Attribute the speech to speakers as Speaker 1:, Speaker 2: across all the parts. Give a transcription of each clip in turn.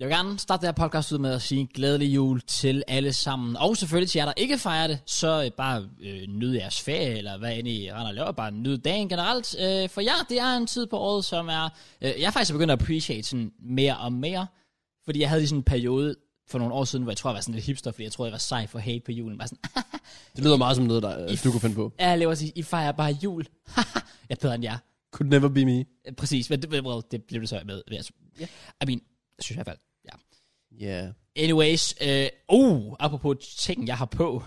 Speaker 1: Jeg vil gerne starte det her podcast ud med at sige glædelig jul til alle sammen. Og selvfølgelig til jer, der ikke fejrer det, så øh, bare øh, nyd jeres ferie, eller hvad end I render og laver. Bare nyd dagen generelt. Øh, for ja, det er en tid på året, som er... Øh, jeg er faktisk begyndt at appreciate sådan mere og mere. Fordi jeg havde lige sådan en periode for nogle år siden, hvor jeg tror, jeg var sådan lidt hipster, fordi jeg troede, jeg var sej for hate på julen. Bare sådan,
Speaker 2: Det lyder meget som noget, der, øh, du kunne finde på.
Speaker 1: ja, jeg lever sig, I fejrer bare jul. jeg er bedre end jer.
Speaker 2: Could never be me.
Speaker 1: Øh, Præcis, men det, well, det blev det så med. Jeg- I mean, synes jeg i hvert fald, ja.
Speaker 2: Ja. Yeah.
Speaker 1: Anyways, øh, uh, apropos ting, jeg har på.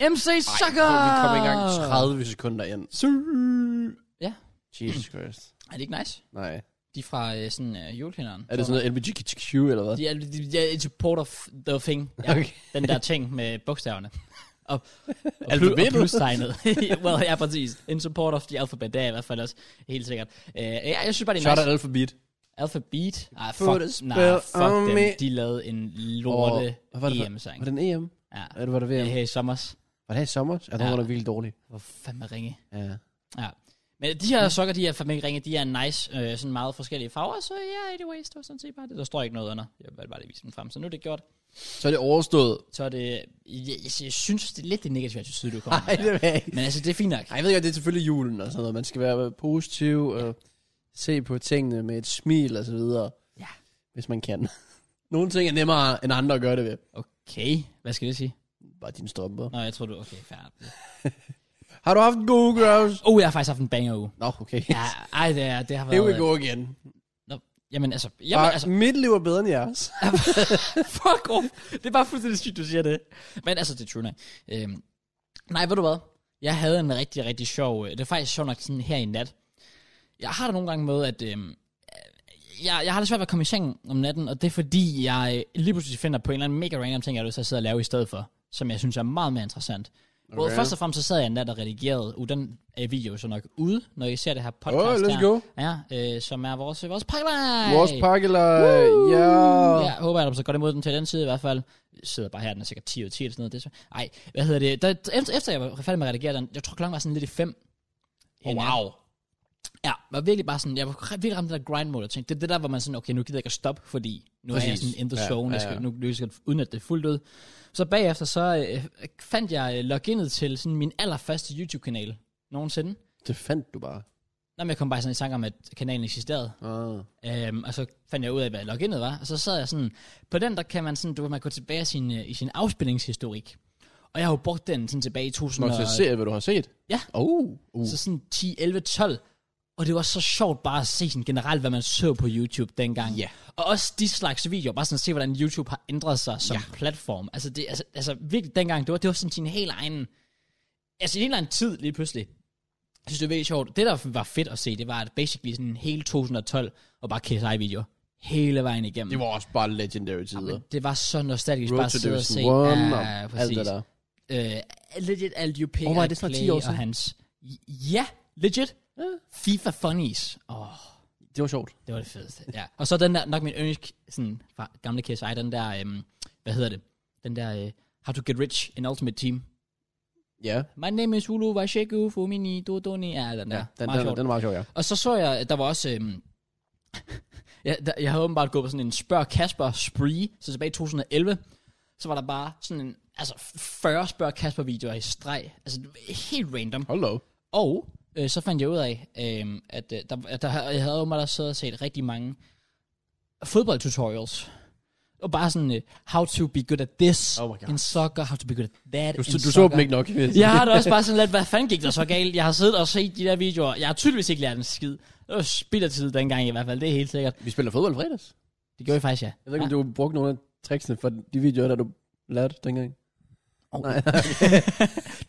Speaker 1: MC Sucker!
Speaker 2: Vi kommer ikke engang 30 sekunder ind.
Speaker 1: Ah. Ja.
Speaker 2: Jesus Christ.
Speaker 1: Er det ikke nice?
Speaker 2: Nej.
Speaker 1: De er fra øh, sådan øh, julekinderen.
Speaker 2: Er det sådan noget LBGTQ eller hvad?
Speaker 1: De er, de, de er support of the thing. Ja, okay.
Speaker 2: Okay.
Speaker 1: Den der ting med bogstaverne. Og, og, plu- og
Speaker 2: Alfabetet.
Speaker 1: plustegnet. well, ja, præcis. In support of the alphabet, det er jeg i hvert fald også helt sikkert. Øh, ja, jeg synes bare, det er
Speaker 2: Shout
Speaker 1: nice.
Speaker 2: out Alphabet.
Speaker 1: Alphabet. Ah, fuck,
Speaker 2: Put a spell
Speaker 1: nah, fuck
Speaker 2: on
Speaker 1: dem.
Speaker 2: me.
Speaker 1: De lavede en
Speaker 2: Og-
Speaker 1: lorte
Speaker 2: hvad var det for-
Speaker 1: EM-sang.
Speaker 2: Var det en EM?
Speaker 1: Ja.
Speaker 2: Eller var det VM?
Speaker 1: Det her i sommers.
Speaker 2: Var det her i sommer? Jeg tror,
Speaker 1: Ja.
Speaker 2: ja. var virkelig dårlig.
Speaker 1: Hvor fandme ringe.
Speaker 2: Ja.
Speaker 1: Ja. Men de her sokker, de er fandme ikke ringe, de er nice, øh, sådan meget forskellige farver, så ja, yeah, anyways, det var sådan set bare det. Der står ikke noget under. Jeg vil bare lige vise dem frem, så nu er det gjort.
Speaker 2: Så er det overstået.
Speaker 1: Så er det, jeg, jeg, jeg synes, det er lidt det negative attitude, du kommer med.
Speaker 2: Nej, det
Speaker 1: der.
Speaker 2: ved jeg ikke.
Speaker 1: Men altså, det er fint nok.
Speaker 2: Ej, jeg ved godt, det er selvfølgelig julen og sådan noget. Man skal være positiv og se på tingene med et smil og så videre.
Speaker 1: Ja.
Speaker 2: Hvis man kan. Nogle ting er nemmere end andre at gøre det ved.
Speaker 1: Okay, hvad skal det sige?
Speaker 2: Bare dine strømper.
Speaker 1: Nå, jeg tror du, okay, fair.
Speaker 2: Har du haft en god uge, Kraus?
Speaker 1: Oh, jeg har faktisk haft en banger uge.
Speaker 2: Nå, okay.
Speaker 1: Ja, ej, det, er, det har været...
Speaker 2: Here we go igen.
Speaker 1: Nå, jamen altså, jamen,
Speaker 2: Jamen,
Speaker 1: altså,
Speaker 2: Ah, Mit liv er bedre end jeres.
Speaker 1: fuck off. Det er bare fuldstændig sygt, du siger det. Men altså, det er true nok. Øhm, nej, ved du hvad? Jeg havde en rigtig, rigtig sjov... øh, Det er faktisk sjovt nok sådan her i nat. Jeg har det nogle gange med, at... Øhm, øh, jeg, jeg har det svært ved at komme i seng om natten, og det er fordi, jeg øh, lige pludselig finder på en eller anden mega random ting, jeg har lyst til at sidde og lave i stedet for, som jeg synes er meget mere interessant. Okay. Hvor
Speaker 2: Okay.
Speaker 1: først og fremmest så sad jeg en nat og redigerede, uh, den er video så nok ude, når I ser det her podcast
Speaker 2: Åh, let's
Speaker 1: der.
Speaker 2: go.
Speaker 1: Ja, øh, som er vores, vores pipeline.
Speaker 2: Vores pakkelej. Ja.
Speaker 1: Ja, håber jeg, at de så godt imod den til den side i hvert fald. Jeg sidder bare her, den er sikkert 10 ud af 10 eller sådan noget. Det er så... Ej, hvad hedder det? Der, efter, efter jeg var færdig med at redigere den, jeg tror klokken var sådan lidt i 5.
Speaker 2: Oh, wow.
Speaker 1: Ja, var virkelig bare sådan, jeg var virkelig ramt af det der grind mode, og tænkte, det er det der, hvor man sådan, okay, nu gider jeg ikke at stoppe, fordi nu er jeg
Speaker 2: Præcis.
Speaker 1: sådan in the
Speaker 2: Ja,
Speaker 1: zone,
Speaker 2: ja,
Speaker 1: jeg
Speaker 2: ja.
Speaker 1: skal, nu, nu skal jeg udnytte det fuldt ud. Så bagefter, så øh, fandt jeg øh, loginet til sådan min allerførste YouTube-kanal nogensinde.
Speaker 2: Det fandt du bare.
Speaker 1: Nå, men jeg kom bare sådan i tanke om, at kanalen eksisterede.
Speaker 2: Ah.
Speaker 1: Øhm, og så fandt jeg ud af, hvad loginet var. Og så sad jeg sådan, på den der kan man sådan, du ved, man går tilbage i sin, øh, i sin afspillingshistorik. Og jeg har jo brugt den sådan tilbage i
Speaker 2: Nå,
Speaker 1: 2000
Speaker 2: så jeg ser, hvad du har set.
Speaker 1: Ja.
Speaker 2: Oh. Uh.
Speaker 1: så sådan 10, 11, 12. Og det var så sjovt bare at se sådan generelt, hvad man så på YouTube dengang.
Speaker 2: Ja.
Speaker 1: Og også de slags videoer, bare sådan at se, hvordan YouTube har ændret sig som ja. platform. Altså, det, altså, altså virkelig dengang, det var, det var sådan sin helt egen, altså en helt egen tid lige pludselig. Jeg synes, det var virkelig sjovt. Det, der var fedt at se, det var, at basically sådan hele 2012 og bare KSI-videoer hele vejen igennem.
Speaker 2: Det var også bare legendary tider.
Speaker 1: Men det var så nostalgisk bare
Speaker 2: Road
Speaker 1: at
Speaker 2: to
Speaker 1: sidde og
Speaker 2: Division
Speaker 1: se.
Speaker 2: 1 og
Speaker 1: ja, præcis.
Speaker 2: alt det der.
Speaker 1: Øh, legit alt UP
Speaker 2: Hvor var det snart 10 år
Speaker 1: og
Speaker 2: siden?
Speaker 1: hans... Ja, legit. FIFA Funnies. Åh, oh,
Speaker 2: Det var sjovt.
Speaker 1: det var det fedeste. ja. Og så den der, nok min yndlings, sådan fra gamle KSI, den der, øhm, hvad hedder det? Den der, øh, How to Get Rich in Ultimate Team.
Speaker 2: Ja.
Speaker 1: My name is Hulu Vasheku Fumini Dodoni. Ja, den der.
Speaker 2: Ja, den,
Speaker 1: Meget
Speaker 2: den,
Speaker 1: sjovt.
Speaker 2: den var sjov, ja.
Speaker 1: Og så så jeg, at der var også... Øhm, jeg, der, jeg havde åbenbart gået på sådan en Spørg Kasper spree, så tilbage i 2011, så var der bare sådan en, altså 40 Spørg Kasper videoer i streg. Altså det var helt random.
Speaker 2: Hold op.
Speaker 1: Og øh, så fandt jeg ud af, øh, at øh, der, at der, jeg havde åbenbart også siddet og set rigtig mange fodboldtutorials. Og bare sådan, øh, how to be good at this
Speaker 2: Oh my God.
Speaker 1: in soccer, how to be good at that
Speaker 2: Du,
Speaker 1: in
Speaker 2: så, du så
Speaker 1: soccer.
Speaker 2: dem ikke nok. vil jeg sige.
Speaker 1: Jeg har det også bare sådan lidt, hvad fanden gik der så galt? Jeg har siddet og set de der videoer. Jeg har tydeligvis ikke lært en skid. Det var spild af tid dengang i hvert fald, det er helt sikkert.
Speaker 2: Vi spiller fodbold i fredags.
Speaker 1: Det gjorde jeg faktisk, ja.
Speaker 2: Jeg ved ikke, om du brugte nogle af tricksene fra de videoer, der du lærte dengang.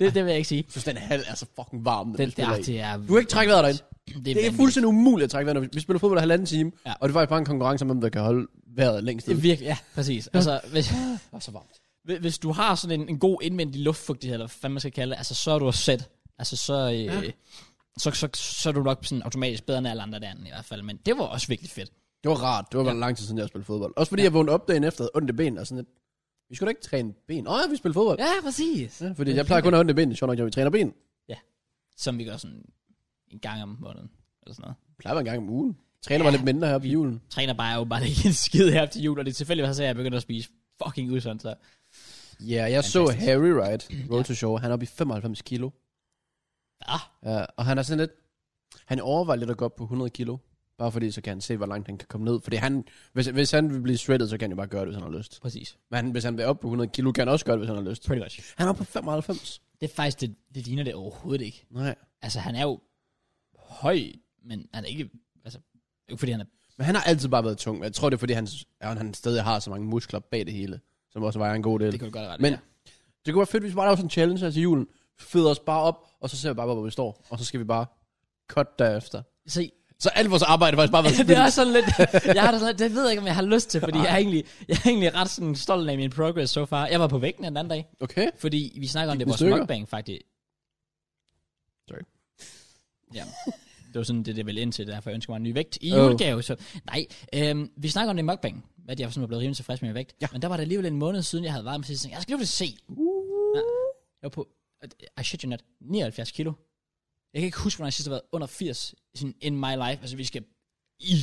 Speaker 1: Det, det vil jeg ikke sige.
Speaker 2: Jeg synes, den halv er så fucking varm.
Speaker 1: Den der, det er...
Speaker 2: Du kan ikke trække vejret derinde.
Speaker 1: Det
Speaker 2: Det er
Speaker 1: vanvittigt.
Speaker 2: fuldstændig umuligt at trække vejret. når Vi vi spiller fodbold i halvanden time,
Speaker 1: Ja.
Speaker 2: ja. og det var bare en konkurrence om, hvem der kan holde vejret længst.
Speaker 1: Det er
Speaker 2: Det
Speaker 1: virkelig, ja, præcis. Altså, hvis,
Speaker 2: var så varmt.
Speaker 1: Hvis- Hvis du har sådan en, en god indvendig luftfugtighed, eller hvad man skal kalde det, altså så er du sæt. Altså så, øh, ja. så, så, så er du nok sådan automatisk bedre end alle andre derinde i hvert fald. Men det var også virkelig fedt.
Speaker 2: Det var rart. Det var bare lang tid siden, jeg spillede fodbold. Også fordi jeg vågnede op dagen efter, ondt i ben og sådan lidt. Vi skulle da ikke træne ben. Åh, oh, ja, vi spiller fodbold. Ja.
Speaker 1: præcis.
Speaker 2: Fordi jeg plejer kun at have ondt i benene, sjovt nok, når vi træner ben.
Speaker 1: Som vi gør sådan en gang om måneden. Eller sådan noget.
Speaker 2: Jeg plejer bare en gang om ugen. Træner ja. mig lidt mindre her på julen.
Speaker 1: Træner bare jo bare ikke en skid her til jul, og det er tilfældigvis, at jeg begynder at spise fucking usundt. Så.
Speaker 2: Ja, yeah, jeg så
Speaker 1: Fantastisk.
Speaker 2: Harry Wright, Road to Show. Han er oppe i 95 kilo.
Speaker 1: Ah.
Speaker 2: Ja, og han er sådan lidt... Han overvejer lidt at gå op på 100 kilo. Bare fordi, så kan han se, hvor langt han kan komme ned. Fordi han, hvis, hvis han vil blive shredded, så kan han jo bare gøre det, hvis han har lyst.
Speaker 1: Præcis.
Speaker 2: Men han- hvis han vil op på 100 kilo, kan han også gøre det, hvis han har lyst.
Speaker 1: Pretty much.
Speaker 2: Han er oppe på 95.
Speaker 1: Det er faktisk, det, det ligner det overhovedet ikke.
Speaker 2: Nej.
Speaker 1: Altså, han er jo høj, men han er ikke, altså, det er jo ikke fordi han er,
Speaker 2: Men han har altid bare været tung. Jeg tror, det er, fordi han, han, han stadig har så mange muskler bag det hele. Som også vejer en god del.
Speaker 1: det kan du godt rette.
Speaker 2: Men det kunne være fedt, hvis vi bare lavede sådan en challenge her til julen. Fed os bare op, og så ser vi bare, hvor vi står. Og så skal vi bare cut derefter.
Speaker 1: Se,
Speaker 2: Så alt vores arbejde har faktisk bare været
Speaker 1: det er
Speaker 2: spildt.
Speaker 1: også sådan lidt, jeg har det, sådan, lidt- det ved jeg ikke, om jeg har lyst til, fordi jeg er egentlig, jeg er egentlig ret sådan stolt af min progress so far. Jeg var på vægten den anden dag,
Speaker 2: Okay.
Speaker 1: fordi vi snakker om
Speaker 2: Gik
Speaker 1: det
Speaker 2: den i
Speaker 1: vores
Speaker 2: stykker?
Speaker 1: mukbang, faktisk.
Speaker 2: Sorry.
Speaker 1: Ja. Det var sådan, det det vel ind til, derfor jeg ønsker mig en ny vægt i
Speaker 2: Oh.
Speaker 1: julegave. Så, nej, øhm, vi snakker om det i mukbang, at jeg sådan var blevet rimelig tilfreds med min vægt.
Speaker 2: Ja.
Speaker 1: Men der var det alligevel en måned siden, jeg havde været med sidst. så tænkte Jeg "Jeg skal lige se. Ja. Jeg var på, I shit you not, 79 kilo. Jeg kan ikke huske, hvornår jeg sidst har været under 80 sådan in my life. Altså, vi skal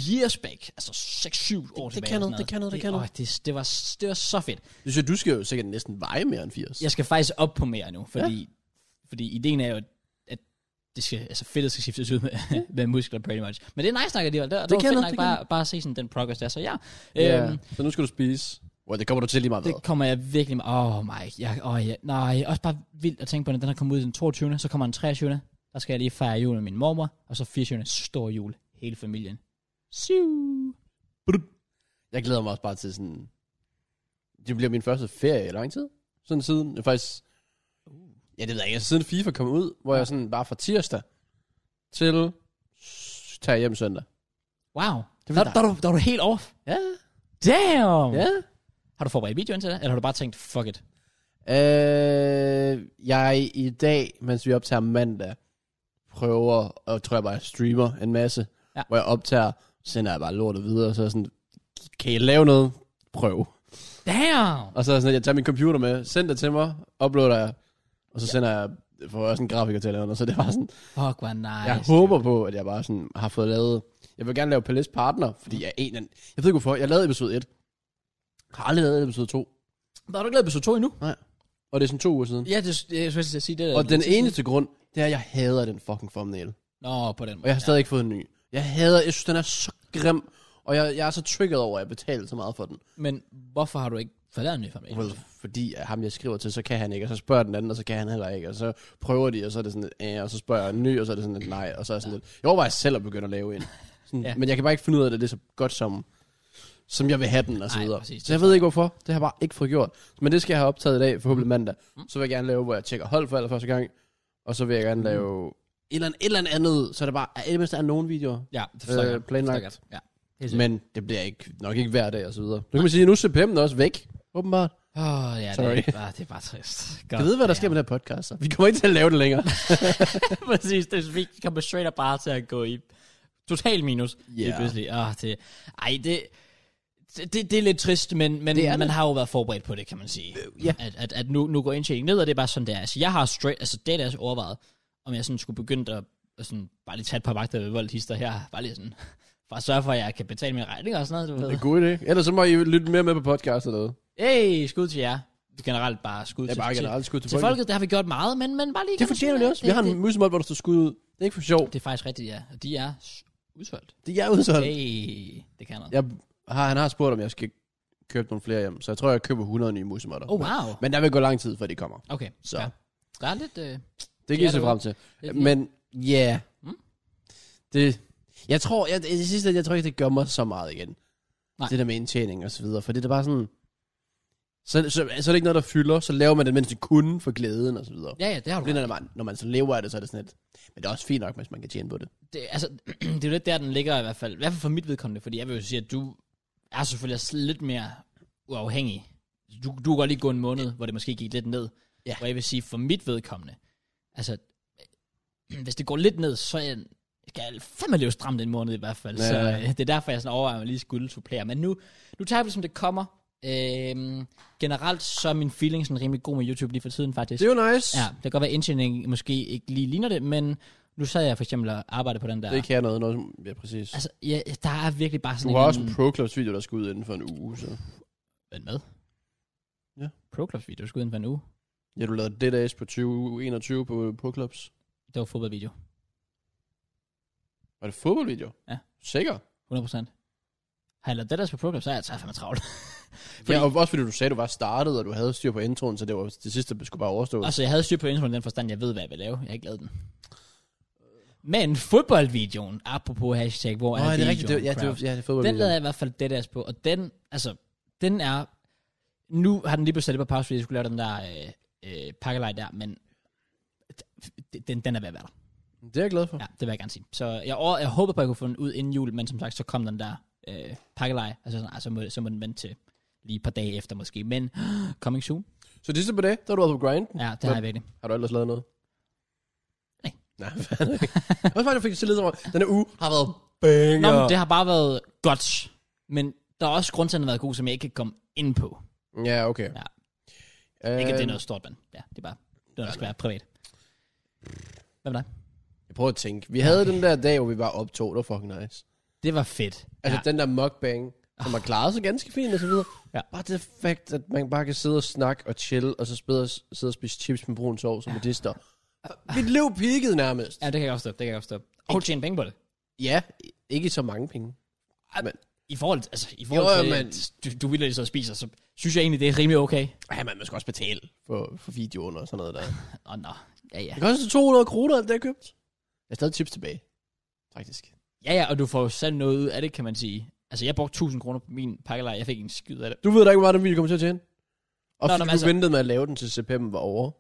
Speaker 1: years back, altså 6-7 år tilbage.
Speaker 2: det
Speaker 1: eller
Speaker 2: kan
Speaker 1: sådan
Speaker 2: noget,
Speaker 1: noget.
Speaker 2: det kan noget, det kan
Speaker 1: åh,
Speaker 2: noget.
Speaker 1: Det, det, var, det var så fedt.
Speaker 2: Du siger, du skal jo sikkert næsten veje mere end 80.
Speaker 1: Jeg skal faktisk op på mere nu, fordi, ja. fordi ideen er jo, at- at det skal, altså fedtet skal skiftes ud med, med muskler pretty much. Men det er nice nok alligevel, det, og det,
Speaker 2: kan
Speaker 1: det var fedt
Speaker 2: noget,
Speaker 1: nok
Speaker 2: det
Speaker 1: bare,
Speaker 2: kan
Speaker 1: bare at se sådan den progress der. Så ja,
Speaker 2: Ja.
Speaker 1: øhm,
Speaker 2: Så nu skal du spise. Well, det kommer du til lige meget
Speaker 1: det kommer jeg virkelig med. Åh, oh, Mike, jeg, oh, ja, nej, også bare vildt at tænke på, når den her kommer ud den 22. Så kommer den 23. Der skal jeg lige fejre jul med min mormor, og så 24. stor jul, hele familien. Siu.
Speaker 2: hvad. Jeg glæder mig også bare til sådan... Det bliver min første ferie i lang tid. Sådan siden, øh, faktisk... Ja, det ved jeg ikke. Altså, siden FIFA kom ud, hvor jeg sådan bare fra tirsdag til s- tager hjem søndag.
Speaker 1: Wow.
Speaker 2: Det
Speaker 1: der,
Speaker 2: var
Speaker 1: der, der, er du- der, er du helt off.
Speaker 2: Ja,
Speaker 1: Damn!
Speaker 2: ja.
Speaker 1: Har du forberedt videoen til det, eller har du bare tænkt, fuck it?
Speaker 2: Øh, jeg i dag, mens vi optager mandag, prøver, og tror jeg bare, jeg streamer en masse,
Speaker 1: Ja.
Speaker 2: ja. hvor jeg optager, sender jeg bare lortet videre, så er jeg sådan, kan I lave noget? Prøv.
Speaker 1: Damn!
Speaker 2: Og så er jeg sådan, at jeg tager min computer med, send det til mig, uploader jeg, og så sender jeg, får jeg også en grafiker til at lave noget, så det var sådan,
Speaker 1: Fuck, hvor nice.
Speaker 2: jeg håber på, at jeg bare sådan har fået lavet... Jeg vil gerne lave Palace Partner, fordi jeg er en af... Jeg ved ikke hvorfor, jeg lavede episode 1. Har aldrig lavet episode 2.
Speaker 1: Men Har du ikke lavet episode 2 endnu?
Speaker 2: Og det er sådan to uger siden.
Speaker 1: Ja, det, det jeg skulle lige til at sige det. er
Speaker 2: Og
Speaker 1: noget
Speaker 2: den
Speaker 1: tid
Speaker 2: eneste grund, det er, at jeg hader den fucking thumbnail.
Speaker 1: siden. Nå, på den
Speaker 2: Og jeg har stadig ikke fået en ny. Jeg hader... Jeg synes, den er så grim. Og jeg, jeg er så triggeret over, at jeg betalte så meget for den.
Speaker 1: Men hvorfor har du ikke fået lavet en ny familie?
Speaker 2: Well, fordi at ham, jeg skriver til, så kan han ikke. Og så spørger den anden, og så kan han heller ikke. Og så prøver de, og så er det sådan lidt... "Eh", Og så spørger jeg en ny, og så er det sådan lidt nej. Og så er jeg sådan lidt... Jeg overvejer selv at begynde at lave en. Sådan,
Speaker 1: Ja.
Speaker 2: ja. Men jeg kan bare ikke finde ud af, at det er så godt som som jeg vil have den, og så
Speaker 1: Nej,
Speaker 2: videre.
Speaker 1: præcis.
Speaker 2: så jeg ved ikke hvorfor. Det har jeg bare ikke fået gjort. Men det skal jeg have optaget i dag, forhåbentlig
Speaker 1: Mm.
Speaker 2: mandag. Så vil jeg gerne lave, hvor jeg tjekker hold for allerførste gang. Og så vil jeg
Speaker 1: Mm.
Speaker 2: gerne lave et eller andet, et eller andet andet, så der bare er, i det mindste er nogle videoer.
Speaker 1: Ja, det forstår
Speaker 2: Øh,
Speaker 1: jeg godt.
Speaker 2: planlagt.
Speaker 1: Forstår jeg godt. Ja. Helt sikkert.
Speaker 2: Men det bliver ikke, nok ikke hver dag, og så videre. Nu kan man sige, at nu er CPM'en også væk, åbenbart.
Speaker 1: Åh, ja, det
Speaker 2: Sorry.
Speaker 1: er, bare, det er bare trist.
Speaker 2: Jeg ved, hvad der sker med den her podcast. så. Vi kommer ikke til at lave det længere.
Speaker 1: Præcis, det er, vi kommer straight up bare til at gå i total minus. Yeah. Lige
Speaker 2: Ja.
Speaker 1: pludselig. Åh, det, ej, det, det, det er lidt trist, men, men
Speaker 2: Det er
Speaker 1: man
Speaker 2: det.
Speaker 1: har jo været forberedt på det, kan man sige.
Speaker 2: ja.
Speaker 1: At, at, at nu, nu går indtjeningen ned, og det er bare sådan, der. Altså, jeg har straight, altså det er deres overvejet, om jeg sådan skulle begynde at, at sådan, bare lige tage et par vagter ved voldhister her, bare lige sådan, for at sørge for, at jeg kan betale mine regninger og sådan noget, du
Speaker 2: Det er
Speaker 1: ved.
Speaker 2: en god idé. Ellers så må I lytte mere med på podcastet derude.
Speaker 1: Hey, skud til jer. Generelt bare skud
Speaker 2: Det er
Speaker 1: til,
Speaker 2: Mm-hmm. bare
Speaker 1: til,
Speaker 2: generelt skud
Speaker 1: til,
Speaker 2: til,
Speaker 1: til
Speaker 2: folket.
Speaker 1: folket, der har vi gjort meget, men, men bare lige...
Speaker 2: Det fortjener de også. Vi har en musemod, hvor der står skud ud. Det er ikke for sjov.
Speaker 1: Det er faktisk rigtigt, ja. Og de er s- udsolgt.
Speaker 2: Det er jeg udsolgt.
Speaker 1: Hey, det kan noget.
Speaker 2: Jeg har, han har spurgt, om jeg skal købe nogle flere hjem, så jeg tror, jeg køber 100 nye musemotter.
Speaker 1: Oh, wow.
Speaker 2: Men der vil gå lang tid, før de kommer.
Speaker 1: Okay,
Speaker 2: Så.
Speaker 1: Ja. Der er lidt... Øh,
Speaker 2: Det
Speaker 1: Ja,
Speaker 2: kan I se
Speaker 1: det
Speaker 2: frem til.
Speaker 1: lidt
Speaker 2: Men ja, yeah.
Speaker 1: Mm.
Speaker 2: det, jeg tror, jeg, det sidste, jeg tror ikke, det gør mig så meget igen.
Speaker 1: Nej.
Speaker 2: Nej. Det der med indtjening og så videre, for det er da bare sådan, så, så, så, er det ikke noget, der fylder, så laver man det, mens det kun for glæden og så videre.
Speaker 1: ja, ja, det har du
Speaker 2: Det
Speaker 1: ret.
Speaker 2: er, når man, når man så lever af det, så er det sådan lidt, men det er også fint nok, hvis man kan tjene på det.
Speaker 1: det, altså, det er jo lidt der, den ligger i hvert fald. I hvert fald for mit vedkommende, fordi jeg vil jo sige, at du er selvfølgelig også lidt mere uafhængig. Du, du kan godt lige gå en måned, hvor det måske gik lidt ned.
Speaker 2: Ja.
Speaker 1: Hvor jeg vil sige, for mit vedkommende, altså, hvis det går lidt ned, så er jeg, skal jeg fandme leve stramt en måned i hvert fald. Ja.
Speaker 2: Ja.
Speaker 1: Så øh, det er derfor, jeg sådan overvejer, om jeg lige skulle supplere. Men nu, nu tager jeg det, som det kommer. Øhm, generelt, så er min feeling sådan rimelig god med YouTube lige for tiden, faktisk.
Speaker 2: Det er jo nice.
Speaker 1: Ja, det kan godt være, at indtjeningen måske ikke lige ligner det, men Nu sad jeg for eksempel og arbejdede på den der.
Speaker 2: Det kan jeg noget, noget. som- Ja, præcis. Altså,
Speaker 1: Altså, ja, der er virkelig bare
Speaker 2: du
Speaker 1: sådan
Speaker 2: har også en Pro Clubs video, der skal ud inden for en uge, så...
Speaker 1: Men hvad?
Speaker 2: Ja.
Speaker 1: Pro Clubs video skulle inden for en uge.
Speaker 2: Ja, du lavede det days på 20, 21 på Pro Clubs.
Speaker 1: Det var fodboldvideo.
Speaker 2: Var det fodboldvideo?
Speaker 1: Ja.
Speaker 2: Sikker?
Speaker 1: 100%. Har jeg lavet det der på Pro Clubs, så er jeg, så er jeg fandme travlt.
Speaker 2: Fordi... Ja, og også fordi du sagde, du var startet, og du havde styr på introen, så det var det sidste, der skulle bare overstås.
Speaker 1: altså, jeg havde styr på introen i den forstand, jeg ved, hvad jeg vil lave. Jeg har ikke lavet den. Men fodboldvideoen, apropos hashtag, hvor
Speaker 2: Nå,
Speaker 1: er
Speaker 2: ja, det er
Speaker 1: videoen?
Speaker 2: rigtigt. Det, var- ja, det var,
Speaker 1: crowd?
Speaker 2: ja, det er
Speaker 1: Den
Speaker 2: fodboldvideo.
Speaker 1: lavede jeg i hvert fald det der på, og den, altså, den er, nu har den lige blevet sat lidt på pause, fordi jeg skulle lave den der øh, øh, pakkelej der, men d- den, den er ved at være der.
Speaker 2: Det er jeg glad for.
Speaker 1: Ja, det vil jeg gerne sige. Så jeg, over, jeg håber på, at jeg kunne få den ud inden jul, men som sagt, så kom den der øh, pakkelej, altså sådan, altså, må, så må den vente til lige et par dage efter måske, men coming soon.
Speaker 2: Så det sidste på det, der har du været på grinden.
Speaker 1: Ja, det har jeg virkelig.
Speaker 2: Har du ellers lavet noget?
Speaker 1: Nej.
Speaker 2: Nej, hvad er det ikke? Også bare, du fik til lidt over. Den her uge har været banger.
Speaker 1: Nå, men det har bare været godt, men der har også grund til, at den har været god, som jeg ikke kan komme ind på.
Speaker 2: Ja, okay.
Speaker 1: Ja.
Speaker 2: Øh,
Speaker 1: Ikke, at det er noget stort, men ja, det er bare, det er noget, der skal være privat. Hvad med dig?
Speaker 2: Jeg prøver at tænke. Vi havde den der dag, hvor vi bare optog. Det var fucking nice.
Speaker 1: Det var fedt.
Speaker 2: Altså
Speaker 1: ja.
Speaker 2: ja. den der mukbang, som har klaret sig ganske fint og så videre.
Speaker 1: Ja.
Speaker 2: Bare det fakt, at man bare kan sidde og snakke og chill, og så spide- sidde og spise chips med brun sovs og medister. Mit liv peakede nærmest.
Speaker 1: ja, det kan jeg også stå. Det kan jeg også stå. Og tjene penge på det.
Speaker 2: Ja, ikke så mange penge. Men,
Speaker 1: I forhold, til- altså, i forhold
Speaker 2: Jo,
Speaker 1: til,
Speaker 2: men-
Speaker 1: at du, du vil så spiser, så synes jeg egentlig, det er rimelig okay.
Speaker 2: ja, man, man skal også betale for, for videoen og sådan noget der.
Speaker 1: Åh, oh, nå. Ja, ja.
Speaker 2: Det koster 200 kroner, alt det jeg købt. Jeg har stadig chips tilbage, faktisk.
Speaker 1: Ja, ja, og du får jo selv noget ud af det, kan man sige. Altså, jeg brugte 1000 kroner på min pakkelej. Jeg fik en skid af det.
Speaker 2: Du ved da ikke, hvor meget den video kommer til at tjene. Og
Speaker 1: Nå, nå,
Speaker 2: Nå, fordi
Speaker 1: men
Speaker 2: du
Speaker 1: altså-
Speaker 2: ventede med at lave den til CPM var over.
Speaker 1: Og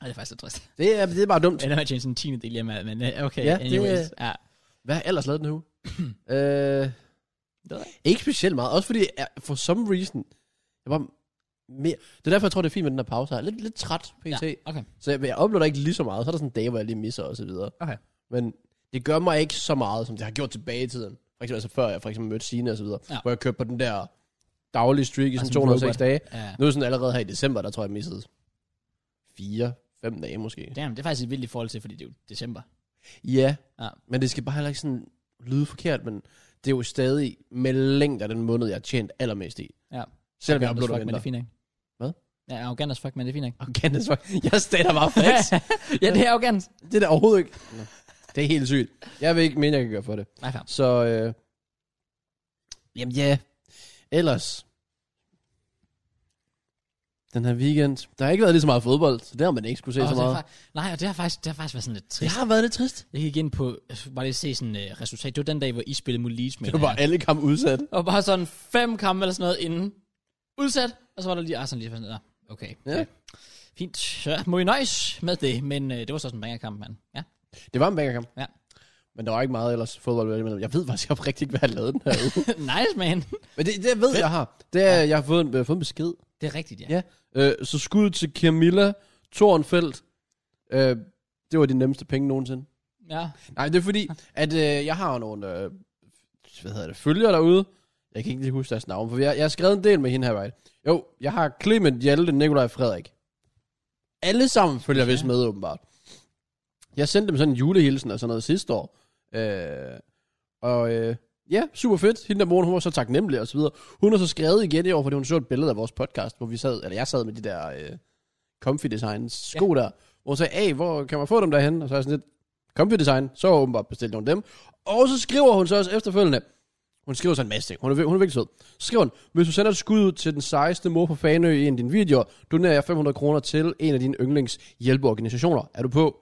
Speaker 1: det er faktisk lidt trist.
Speaker 2: Det er, det er bare dumt.
Speaker 1: Jeg ender med at tjene sådan en tiende del hjemme, men øh, okay,
Speaker 2: Ja, det-
Speaker 1: anyways. Det, ja,
Speaker 2: Hvad har jeg ellers lavet den her uge?
Speaker 1: det
Speaker 2: øh,
Speaker 1: ved jeg ikke.
Speaker 2: Ikke specielt meget. Også fordi, jeg, for some reason, jeg var mere... Det er derfor, jeg tror, det er fint med den her pause her. Lidt, lidt træt, pt. Ja.
Speaker 1: Ja, okay.
Speaker 2: Så jeg, jeg uploader ikke lige så meget. Så er der sådan dage, hvor jeg lige misser og så videre.
Speaker 1: Okay.
Speaker 2: Men det gør mig ikke så meget, som det har gjort tilbage i tiden. For eksempel, altså før jeg for eksempel mødte Signe og så videre.
Speaker 1: Ja.
Speaker 2: Ja. Hvor jeg kørte på den der daglige streak i
Speaker 1: Bare
Speaker 2: sådan
Speaker 1: sådan en
Speaker 2: 206
Speaker 1: robot.
Speaker 2: dage.
Speaker 1: Ja.
Speaker 2: Nu er det sådan allerede her i december, der tror jeg, jeg missede 4 fem dage måske.
Speaker 1: Damn, det er faktisk et vildt i forhold til, fordi det er jo december.
Speaker 2: Ja.
Speaker 1: Ja.
Speaker 2: ja. Men det skal bare heller ikke sådan lyde forkert, men det er jo stadig med længder den måned, jeg har tjent allermest i.
Speaker 1: Ja.
Speaker 2: Selvom jeg
Speaker 1: Arrogant as
Speaker 2: uploader
Speaker 1: fuck,
Speaker 2: og
Speaker 1: men det
Speaker 2: venter.
Speaker 1: er fint, ikke?
Speaker 2: Hvad?
Speaker 1: Ja, arrogant as fuck, men det er fint, ikke?
Speaker 2: Arrogant as fuck. Jeg stater bare facts.
Speaker 1: ja, det er arrogant.
Speaker 2: det er da overhovedet ikke. Nå, Det er helt sygt. Jeg vil ikke mene, jeg kan gøre for det.
Speaker 1: Nej, fair.
Speaker 2: Så, øh, jamen ja. Ellers. Den her weekend. Der har ikke været lige så meget fodbold, så der har man ikke skulle se
Speaker 1: Åh,
Speaker 2: så
Speaker 1: det har
Speaker 2: meget.
Speaker 1: fa- Nej, og det har faktisk, det har faktisk været sådan lidt
Speaker 2: Det
Speaker 1: trist.
Speaker 2: har været lidt trist.
Speaker 1: Jeg gik ind på, jeg skulle bare lige se sådan uh, resultat. Det var den dag, hvor I spillede mod Leeds med.
Speaker 2: Det var bare alle kamp udsat.
Speaker 1: Og bare sådan fem kampe eller sådan noget inden. Udsat. Og så var der lige Arsenal lige sådan der. Okay.
Speaker 2: Ja.
Speaker 1: Fint. Så må I nøjes med det. Men uh, det var så sådan en bangerkamp, mand. Ja.
Speaker 2: Det var en bangerkamp.
Speaker 1: Ja.
Speaker 2: Men der var ikke meget ellers fodbold. men Jeg ved faktisk oprigtigt ikke, hvad jeg lavede den her uge.
Speaker 1: nice, man.
Speaker 2: Men det, det jeg ved, jeg har, det er, jeg har fået en, jeg har fået en besked.
Speaker 1: Det er rigtigt, ja.
Speaker 2: Ja. Øh, så skud til Camilla Thornfeldt. Øh, det var de nemmeste penge nogensinde.
Speaker 1: Ja.
Speaker 2: Nej, det er fordi, at øh, jeg har jo nogle øh, hvad hedder det, følgere derude. Jeg kan ikke lige huske deres navn, for jeg, jeg har skrevet en del med hende her, right? Jo, jeg har Clement, Hjalte, Nikolaj og Frederik. Alle sammen følger vist med, åbenbart. Jeg sendte dem sådan en julehilsen og sådan noget sidste år. Øh, og øh, ja, super fedt. Hende der morgen, hun var så taknemmelig og så videre. Hun har så skrevet igen i år, fordi hun så et billede af vores podcast, hvor vi sad, eller jeg sad med de der øh, comfy design sko der. Hvor hun sagde, hey, hvor kan man få dem derhen? Og så er jeg sådan lidt, Comfy Design, så har hun åbenbart bestilt nogle af dem. Og så skriver hun så også efterfølgende, hun skriver så en masse ting, hun er, vir- hun er virkelig sød. Så skriver hun, hvis du sender et skud ud til den sejeste mor på Fanø i en af dine videoer, donerer jeg 500 kroner til en af dine yndlings hjælpeorganisationer. Er du på?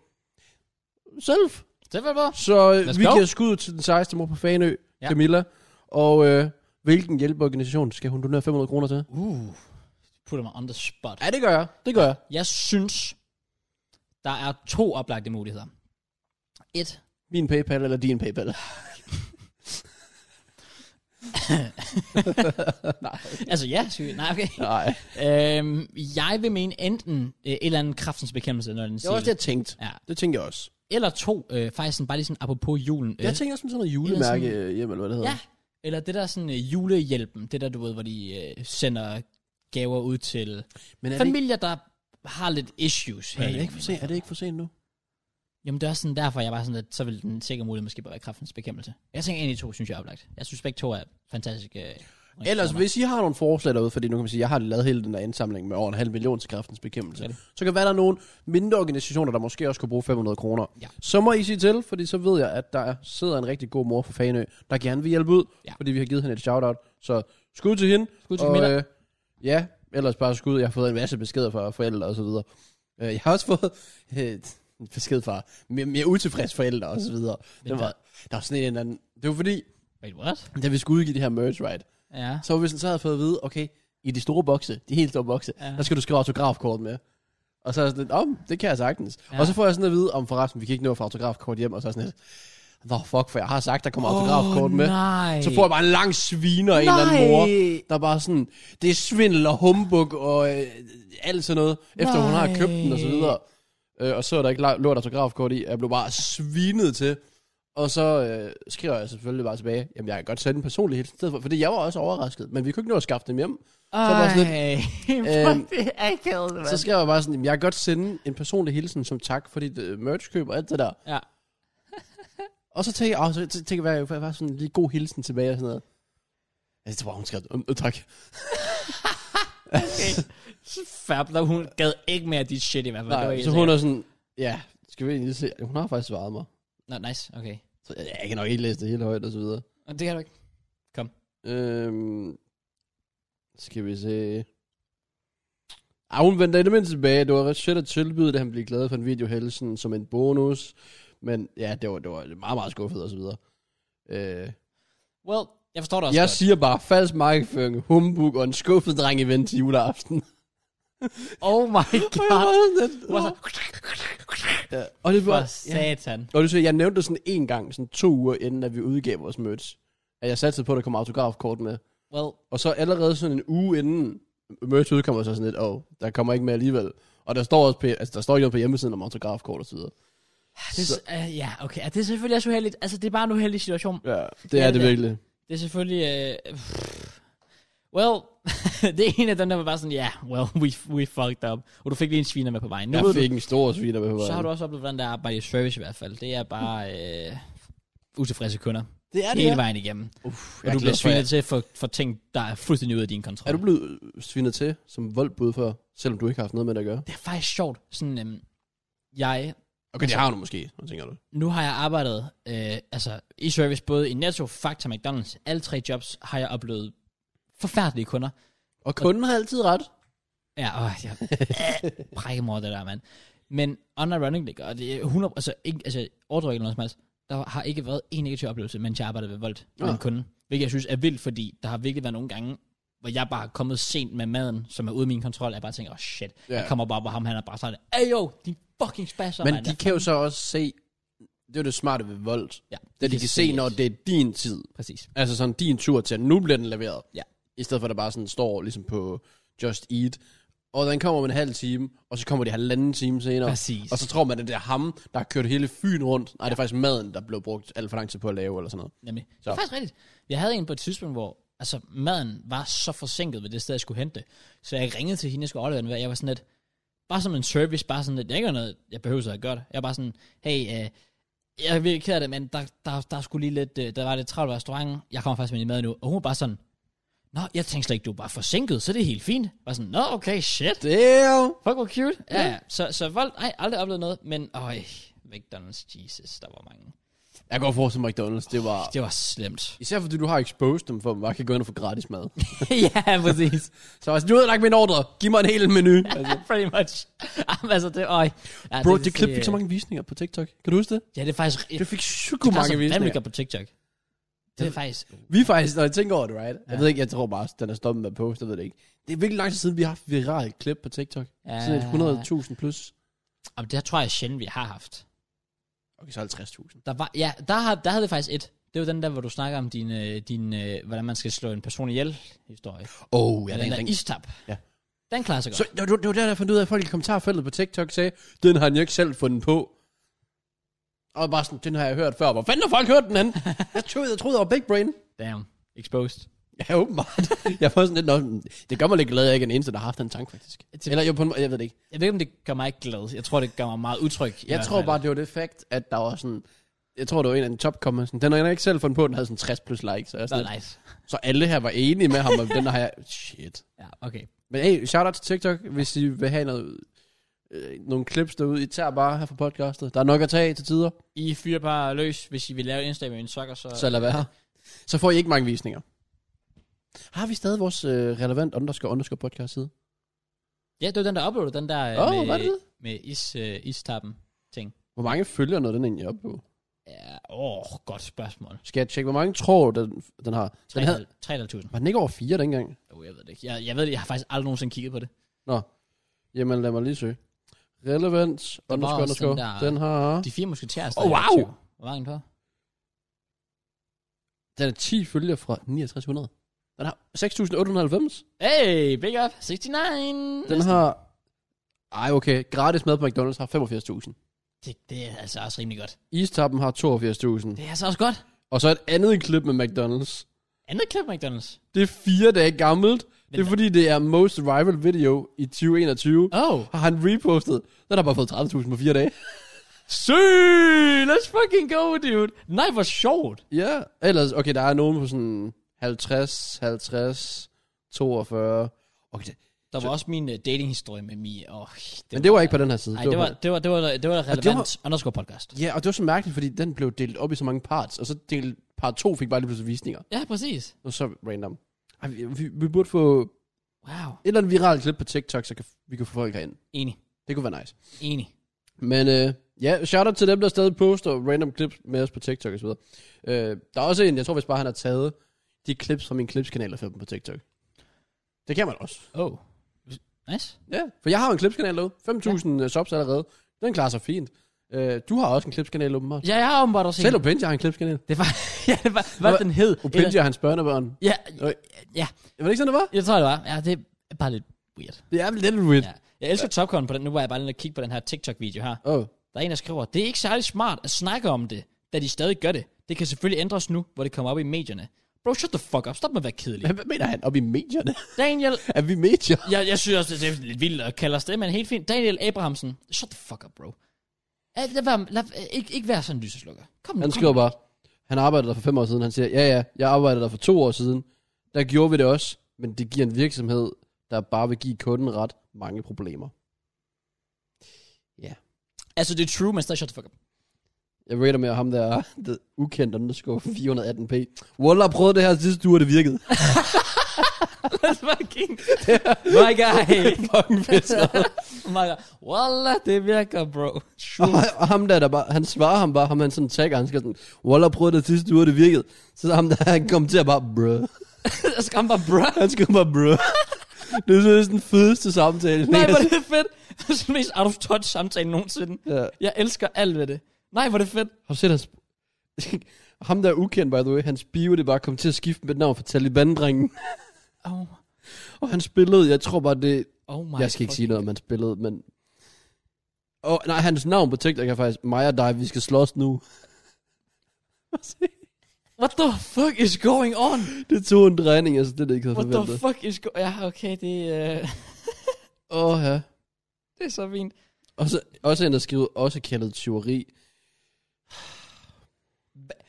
Speaker 2: Selv.
Speaker 1: Det var bare.
Speaker 2: Så øh,
Speaker 1: Let's
Speaker 2: vi
Speaker 1: go.
Speaker 2: giver skud ud til den sejeste mor på Fanø,
Speaker 1: Ja.
Speaker 2: ja. Camilla. Og øh, hvilken hjælpeorganisation skal hun donere 500 kroner til?
Speaker 1: Uh. Putter mig on the spot.
Speaker 2: Ja, det gør jeg. Det gør jeg.
Speaker 1: Jeg synes, der er to oplagte muligheder. Et.
Speaker 2: Min PayPal eller din PayPal.
Speaker 1: Altså ja, syg. Nej, okay.
Speaker 2: Nej.
Speaker 1: øhm, jeg vil mene enten øh, et eller andet kraftens bekæmpelse, når den
Speaker 2: Det var
Speaker 1: siger.
Speaker 2: også det, jeg tænkte.
Speaker 1: Ja.
Speaker 2: Det tænkte jeg også.
Speaker 1: Eller to, øh, faktisk sådan, bare lige sådan apropos julen. Øh,
Speaker 2: Jeg tænkte også med sådan noget
Speaker 1: Eller sådan-
Speaker 2: julemærke øh, hjem, eller hvad det hedder.
Speaker 1: ja. Eller det der sådan øh, julehjælpen, det der du ved, hvor de øh, sender gaver ud til
Speaker 2: Men er det, ikke,
Speaker 1: familier, der har lidt issues
Speaker 2: er,
Speaker 1: her.
Speaker 2: det ikke for sent, er det ikke for sent nu?
Speaker 1: Jamen, det er også sådan derfor, jeg var sådan, at så vil den sikkert mulighed måske bare være kraftens bekæmpelse. Jeg tænker, en af de to, synes jeg er oplagt. Jeg synes begge to er fantastiske. øh,
Speaker 2: Ellers, hvis I har nogle forslag derude, fordi nu kan man sige, jeg har lavet hele den her indsamling med over en halv million til kræftens bekæmpelse,
Speaker 1: Ja.
Speaker 2: så kan det være, der er nogle mindre organisationer, der måske også kunne bruge 500 kroner.
Speaker 1: Ja.
Speaker 2: Så må I sige til, fordi så ved jeg, at der er- sidder en rigtig god mor fra Fanø, der gerne vil hjælpe ud,
Speaker 1: Ja.
Speaker 2: fordi vi har givet hende et shout-out. Så skud til hende.
Speaker 1: Skud til Camilla.
Speaker 2: øh, ja, ellers bare skud. Jeg har fået en masse beskeder fra forældre og så videre. Øh, Jeg har også fået øh, en besked fra mere, mere utilfredse forældre og så videre. Det var, der var sådan en eller anden... Det var fordi,
Speaker 1: Wait, what?
Speaker 2: da vi skulle udgive det her merge, right?
Speaker 1: Ja.
Speaker 2: Så hvis den så havde fået at vide, okay, i de store bokse, de helt store bokse,
Speaker 1: Ja.
Speaker 2: ja. der skal du skrive autografkort med. Og så er jeg sådan lidt, om, det kan jeg sagtens.
Speaker 1: Ja.
Speaker 2: Ja. Og så får jeg sådan at vide, om forresten, vi kan ikke nå at få autografkort hjem, og så er jeg sådan lidt, nå fuck, for jeg har sagt, der kommer oh, autografkort med.
Speaker 1: nej.
Speaker 2: Så får jeg bare en lang sviner af en eller anden mor, der bare sådan, det er svindel og humbug og øh, alt sådan noget, efter hun har købt den og så videre. Øh, og så er der ikke la- lå et autografkort i, og jeg blev bare svinet til. Og så øh, skriver jeg selvfølgelig bare tilbage, jamen jeg kan godt sende en personlig hilsen i stedet for, fordi jeg var også overrasket, men vi kunne ikke nå at skaffe dem hjem.
Speaker 1: Ej,
Speaker 2: var sådan Øhm,
Speaker 1: fuck, det er akavet,
Speaker 2: Så
Speaker 1: mand.
Speaker 2: skrev jeg bare sådan, jamen jeg kan godt sende en personlig hilsen som tak for dit øh, merchkøb og alt det der.
Speaker 1: Ja.
Speaker 2: Og så tænkte jeg, åh, så tænkte jeg, hvad jeg var sådan en lige god hilsen tilbage og sådan noget. Jeg tror, hun skrev, "Øhm, øh, tak.
Speaker 1: Okay. Så fab, der hun gad ikke mere af dit shit i hvert fald. Det var
Speaker 2: Nej,
Speaker 1: helt
Speaker 2: så hun
Speaker 1: sikkert.
Speaker 2: er sådan, ja, skal vi egentlig lige se. Hun har faktisk svaret mig.
Speaker 1: Nå, nice, okay.
Speaker 2: Så jeg, jeg kan nok ikke læse det hele højt og så videre.
Speaker 1: Og det kan du ikke.
Speaker 2: Øhm, skal vi se. Ah, hun vendte i det mindste tilbage. Det var ret shit at tilbyde, det han blev glad for en videohælsen som en bonus. Men ja, det var, det var meget, meget skuffet og så videre. Øh,
Speaker 1: Well, jeg forstår det også
Speaker 2: jeg
Speaker 1: godt.
Speaker 2: siger bare, falsk markedsføring, humbug og en skuffet dreng i vent til juleaften.
Speaker 1: Oh my
Speaker 2: Og jeg
Speaker 1: god.
Speaker 2: var sådan lidt,
Speaker 1: Hvor så-
Speaker 2: Ja, og det
Speaker 1: For
Speaker 2: var, ja.
Speaker 1: satan.
Speaker 2: Og du siger, jeg nævnte det sådan en gang, sådan to uger inden, at vi udgav vores merch. At jeg satte på, at der kom autografkort med.
Speaker 1: Well,
Speaker 2: Og så allerede sådan en uge inden merch udkommer, så sådan lidt, åh, oh, der kommer ikke med alligevel. Og der står også på, altså, der står ikke noget på hjemmesiden om autografkort og så videre.
Speaker 1: det,
Speaker 2: Så-
Speaker 1: er- øh, ja, okay. Ja, det er selvfølgelig også uheldigt. Altså, det er bare en uheldig situation.
Speaker 2: Ja, det
Speaker 1: Ja,
Speaker 2: er
Speaker 1: det
Speaker 2: det
Speaker 1: er.
Speaker 2: virkelig.
Speaker 1: Det er selvfølgelig... Øh, pff. well, det er en af dem, der var bare sådan, ja, yeah, well, we, we fucked up. Og du fik lige en sviner med på vejen. Nu ved
Speaker 2: Jeg
Speaker 1: du,
Speaker 2: fik en stor sviner med på
Speaker 1: så har
Speaker 2: vejen.
Speaker 1: du også oplevet, hvordan der er arbejde i service i hvert fald. Det er bare øh, utilfredse kunder.
Speaker 2: Det er
Speaker 1: hele vejen igennem.
Speaker 2: Uff,
Speaker 1: Og du bliver svinet til for, for ting, der er fuldstændig ude af din kontrol.
Speaker 2: Er du blevet øh, svinet til som voldbud for, selvom du ikke har haft noget med det at gøre?
Speaker 1: Det er faktisk sjovt. Sådan, øhm, jeg,
Speaker 2: Okay, det har du måske, hvad tænker du?
Speaker 1: nu har jeg arbejdet øh, altså, i service både i Netto, Fakta, McDonald's. Alle tre jobs har jeg oplevet forfærdelige kunder.
Speaker 2: Og kunden har altid ret.
Speaker 1: Ja, åh, jeg brækker mig over det der, mand. Men under running ligger, og det er 100, altså, ikke, altså overdriver ikke noget som helst, der har ikke været en negativ oplevelse, mens jeg arbejdede ved Volt med
Speaker 2: Nå.
Speaker 1: en kunde. Hvilket jeg synes er vildt, fordi der har virkelig været nogle gange, hvor jeg bare er kommet sent med maden, som er ude af min kontrol, og jeg bare tænker, åh oh, shit,
Speaker 2: Ja.
Speaker 1: jeg kommer bare på ham, han er bare sådan, ey jo, din fucking spasser,
Speaker 2: Men
Speaker 1: mand.
Speaker 2: de kan jo så også se, det er jo det smarte ved vold,
Speaker 1: ja,
Speaker 2: det er, de kan se, når det er din tid.
Speaker 1: Præcis.
Speaker 2: Altså sådan din tur til, at nu bliver den leveret.
Speaker 1: Ja.
Speaker 2: I stedet for, at der bare sådan står ligesom på Just Eat. Og den kommer om en halv time, og så kommer det halvanden time senere.
Speaker 1: Præcis.
Speaker 2: Og så tror man, at det er ham, der har kørt hele Fyn rundt. Nej, det er faktisk maden, der blev brugt alt for lang tid på at lave, eller sådan noget.
Speaker 1: Nemlig. Så. Det
Speaker 2: Så.
Speaker 1: er faktisk rigtigt. Jeg havde en på et tidspunkt, hvor altså, maden var så forsinket ved det sted, jeg skulle hente det. Så jeg ringede til hende, jeg skulle aflevere den, og jeg var sådan lidt, bare som en service, bare sådan lidt, det er ikke noget, jeg behøver så at gøre det. Jeg var bare sådan, hey, øh, jeg er virkelig ked af det, men der, der, der skulle lige lidt, øh, der var lidt travlt ved restauranten, jeg kommer faktisk med din mad nu. Og hun var bare sådan, Nå, jeg tænkte slet ikke, du var bare forsinket, så det er helt fint. Jeg var sådan, nå, okay, shit.
Speaker 2: Damn!
Speaker 1: Fuck, hvor cute. Ja, ja. Så, så vold, nej, aldrig oplevet noget, men, øj, McDonald's, Jesus, der var mange.
Speaker 2: Jeg går for til McDonald's, det var...
Speaker 1: Det var slemt.
Speaker 2: Især fordi du har exposed dem for, at man bare kan gå ind og få gratis mad.
Speaker 1: ja, præcis.
Speaker 2: Så altså, du har lagt min ordre. Giv mig en hel menu. Altså,
Speaker 1: Altså, pretty much. Jamen, altså, det, øj. Ja,
Speaker 2: bro,
Speaker 1: vil
Speaker 2: det klip
Speaker 1: sige,
Speaker 2: fik så mange visninger på TikTok. Kan du huske det?
Speaker 1: Ja, det er faktisk...
Speaker 2: Det fik psyko
Speaker 1: der er
Speaker 2: mange
Speaker 1: så
Speaker 2: visninger.
Speaker 1: replikker på TikTok. Det er faktisk...
Speaker 2: Vi er faktisk, når jeg tænker over det, right? Jeg ved ikke, jeg tror bare, den er stoppet med at poste, jeg ved det ikke. Det er virkelig lang tid siden, vi har haft viralt klip på TikTok.
Speaker 1: Ja.
Speaker 2: Ja. Sådan et 100.000 plus.
Speaker 1: Jamen, det tror jeg sjældent, vi har haft.
Speaker 2: Okay, så 50.000.
Speaker 1: Der var, ja, der, har, der havde vi faktisk et. Det var den der, hvor du snakker om din, øh, din øh, hvordan man skal slå en person ihjel historie.
Speaker 2: Oh, ja,
Speaker 1: Ja,
Speaker 2: den,
Speaker 1: den der
Speaker 2: den,
Speaker 1: istap.
Speaker 2: Ja.
Speaker 1: Den klarer sig godt.
Speaker 2: Så det var, det var der, jeg fandt ud af, at folk i kommentarfeltet på TikTok sagde, den har han jo ikke selv fundet på. Og bare sådan, den har jeg hørt før. Hvor fanden har folk hørt den anden? jeg troede, jeg troede, jeg var big brain.
Speaker 1: Damn. Exposed.
Speaker 2: Ja, åbenbart. jeg får sådan lidt, nå, det gør mig lidt glad, at jeg ikke er den eneste, der har haft den tanke, faktisk.
Speaker 1: Det-
Speaker 2: Eller jo, på en måde, jeg ved det ikke.
Speaker 1: Jeg ved ikke, om det gør mig ikke glad. Jeg tror, det gør mig meget utryg. i
Speaker 2: Jeg
Speaker 1: hvert
Speaker 2: tror
Speaker 1: fald.
Speaker 2: bare, det var det fakt, at der var sådan... Jeg tror, det var en af den top comments. Den har jeg ikke selv fundet på, den havde sådan 60 plus likes. Så, jeg er sådan
Speaker 1: Nå,
Speaker 2: lidt-
Speaker 1: nice.
Speaker 2: så alle her var enige med ham, og den der har jeg... Shit.
Speaker 1: Ja, okay.
Speaker 2: Men hey, shout out til TikTok, hvis I vil have noget, øh, nogle clips derude. I tager bare her fra podcastet. Der er nok at tage af til tider,
Speaker 1: I fyrer bare løs, hvis I vil lave et indslag med en sokker, så...
Speaker 2: så lad være. Så får I ikke mange visninger. Har vi stadig vores øh, relevant underscore underscore podcast side?
Speaker 1: Ja, det var den, der uploadede den der øh,
Speaker 2: Åh,
Speaker 1: med,
Speaker 2: var det det?
Speaker 1: med is, øh, istappen ting.
Speaker 2: Hvor mange følger noget den egentlig op på?
Speaker 1: Ja, åh, godt spørgsmål.
Speaker 2: Skal jeg tjekke, hvor mange tror du, den, den har? Den havde,
Speaker 1: 3.500.
Speaker 2: var den ikke over fire dengang?
Speaker 1: Oh, jeg ved det ikke. Jeg, jeg ved det, jeg har faktisk aldrig nogensinde kigget på det.
Speaker 2: Jamen, lad mig lige søge. Relevant
Speaker 1: var
Speaker 2: underscore
Speaker 1: også den
Speaker 2: underscore.
Speaker 1: der-
Speaker 2: Den har...
Speaker 1: De fire musketerer er
Speaker 2: Åh,
Speaker 1: stadig
Speaker 2: Oh, wow!
Speaker 1: aktive. Hvor mange på?
Speaker 2: Den er 10 følger fra 6900. Den har 6898.
Speaker 1: Hey, big up! 69!
Speaker 2: Den har... Ej, okay. Gratis mad på McDonald's har 85.000.
Speaker 1: Det, det er altså også rimelig godt.
Speaker 2: Istappen har 82.000.
Speaker 1: Det er altså også godt.
Speaker 2: Og så et andet klip med McDonald's.
Speaker 1: Andet klip, McDonald's.
Speaker 2: Det er fire dage gammelt. Det er
Speaker 1: Men-
Speaker 2: fordi, det er most viral video i 2021.
Speaker 1: Oh!
Speaker 2: Har han repostet. Den har bare fået 30.000 på fire dage.
Speaker 1: Syg! Let's fucking go, dude! Nej, hvor sjovt!
Speaker 2: Ja, ellers, okay, der er nogen på sådan 50, 50, 42. Okay, det,
Speaker 1: Der var også min uh, datinghistorie med Mie. Oh, det
Speaker 2: men det var ikke på den her side.
Speaker 1: Nej, det var, det var, det var, det var, det var relevant
Speaker 2: det
Speaker 1: det
Speaker 2: var-
Speaker 1: var, underscore podcast.
Speaker 2: Ja, og det var så mærkeligt, fordi den blev delt op i så mange parts, og så del, part 2 fik bare lige pludselig visninger.
Speaker 1: Ja, præcis.
Speaker 2: Og så random. Ej, vi, vi, vi burde få et
Speaker 1: Wow.
Speaker 2: eller andet viralt klip på TikTok, så kan, vi kan få folk herind.
Speaker 1: Enig.
Speaker 2: Det kunne være nice.
Speaker 1: Enig.
Speaker 2: Men øh, ja, shout out til dem, der stadig poster random clips med os på TikTok og så videre. Øh, der er også en, jeg tror hvis bare han har taget de clips fra min klipskanal og fået dem på TikTok. Det kan man også.
Speaker 1: Oh. Nice.
Speaker 2: Ja, for jeg har jo en klipskanal derude. 5.000 ja. subs allerede. Den klarer sig fint. Øh, du har også en klipskanal åbenbart. Ja.
Speaker 1: Ja, jeg har åbenbart også en.
Speaker 2: Selv Opinja har en klipskanal.
Speaker 1: Det var, ja, det var, hvad den hed?
Speaker 2: Opinja og hans børnebørn.
Speaker 1: Ja,
Speaker 2: Øj.
Speaker 1: ja,
Speaker 2: Var det ikke sådan, det var?
Speaker 1: jeg tror det var. Ja, det er bare lidt weird.
Speaker 2: Det er lidt weird.
Speaker 1: Ja. Jeg elsker Topcon på den. Nu var jeg bare lige at kigge på den her TikTok-video her.
Speaker 2: Åh, oh,
Speaker 1: Der er en, der skriver, det er ikke særlig smart at snakke om det, da de stadig gør det. Det kan selvfølgelig ændres nu, hvor det kommer op i medierne. Bro, shut the fuck up. Stop med at være kedelig.
Speaker 2: hvad mener han? Op i medierne?
Speaker 1: Daniel,
Speaker 2: er vi medier?
Speaker 1: jeg, jeg synes også, det er lidt vildt at kalde os det, men helt fint. Daniel Abrahamsen, shut the fuck up, bro. Lad, lad, være- lad, ikke, ikke være sådan en lyseslukker. Kom nu,
Speaker 2: Han
Speaker 1: kom
Speaker 2: skriver
Speaker 1: nu.
Speaker 2: bare, han arbejdede der for fem år siden. Han siger, ja ja, jeg arbejdede der for to år siden. Der gjorde vi det også, men det giver en virksomhed, der bare vil give kunden ret mange problemer.
Speaker 1: Altså, det er true, men stadig shut the fuck up.
Speaker 2: Jeg rater med ham der, det ukendte underscore 418p. Walla prøvede det her sidste uge, og det virkede.
Speaker 1: That's fucking... My guy. Oh
Speaker 2: Fucking fedt. skrevet.
Speaker 1: My guy. Wallah, det virker, bro.
Speaker 2: og,
Speaker 1: True.
Speaker 2: og ham der, der bare, han svarer ham bare, ham han sådan tagger, han skal sådan, Walla prøvede det sidste uge, og det virkede. Så ham der, han kom til at bare, bruh.
Speaker 1: Jeg skal bare, bro.
Speaker 2: Han skrev bare, bruh. Det er sådan den fedeste samtale.
Speaker 1: Nej, hvor er det fedt. Det er den mest out of touch samtale nogensinde.
Speaker 2: Ja.
Speaker 1: Jeg elsker alt ved det. Nej, hvor er det fedt.
Speaker 2: Har du set hans... Ham der er ukendt, by the way, hans bio, det er bare kom til at skifte med navn for Taliban-drengen.
Speaker 1: Oh,
Speaker 2: Og han spillede, jeg tror bare det...
Speaker 1: oh my
Speaker 2: jeg skal ikke sige noget om hans billede, men... Og nej, hans navn på TikTok er faktisk, mig og dig, vi skal slås nu.
Speaker 1: What the fuck is going on?
Speaker 2: Det tog en drejning, altså det er det ikke, jeg havde
Speaker 1: What the
Speaker 2: forventet.
Speaker 1: fuck is going... Ja, okay, det, uh,
Speaker 2: Åh, ja.
Speaker 1: det er så fint.
Speaker 2: Og så, også en, der skrev, også kaldet tyveri.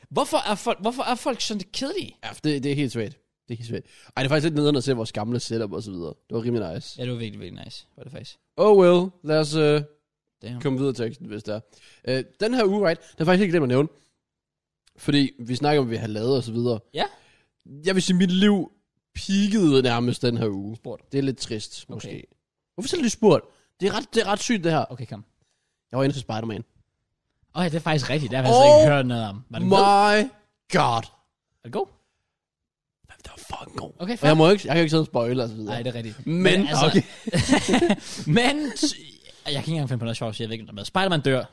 Speaker 1: Hvorfor er folk, hvorfor er folk sådan kedelige?
Speaker 2: Ja, for det, det er helt svært. Det er helt svært. Ej, det er faktisk lidt nederen at se vores gamle setup og så videre. Det var rimelig nice.
Speaker 1: Ja, det var virkelig, virkelig nice. Var det faktisk.
Speaker 2: Oh well, lad os øh,
Speaker 1: Damn.
Speaker 2: komme videre til teksten, hvis der er. Øh, den her uge, right, den er faktisk ikke glemt at nævne. Fordi vi snakker om, hvad vi har lavet og så videre.
Speaker 1: Ja.
Speaker 2: Jeg vil sige, mit liv peakede nærmest den her uge.
Speaker 1: Spurgt.
Speaker 2: Det er lidt trist, måske.
Speaker 1: Okay.
Speaker 2: Hvorfor selv lige spurgt? Det er, ret, det er ret sygt, det her.
Speaker 1: Okay, kom.
Speaker 2: Jeg var inde til Spider-Man.
Speaker 1: Åh, oh, ja, det er faktisk rigtigt. Det har jeg faktisk
Speaker 2: Oh
Speaker 1: ikke hørt noget om. Var det god?
Speaker 2: My god.
Speaker 1: Var det god?
Speaker 2: Det var fucking god.
Speaker 1: Okay,
Speaker 2: Og jeg, må ikke, jeg kan jo ikke sidde og spoil og så videre.
Speaker 1: Nej, det er rigtigt. altså-
Speaker 2: Men, okay.
Speaker 1: men... Jeg kan ikke engang finde på noget sjovt, så jeg ved ikke, om der er med. Spider-Man dør.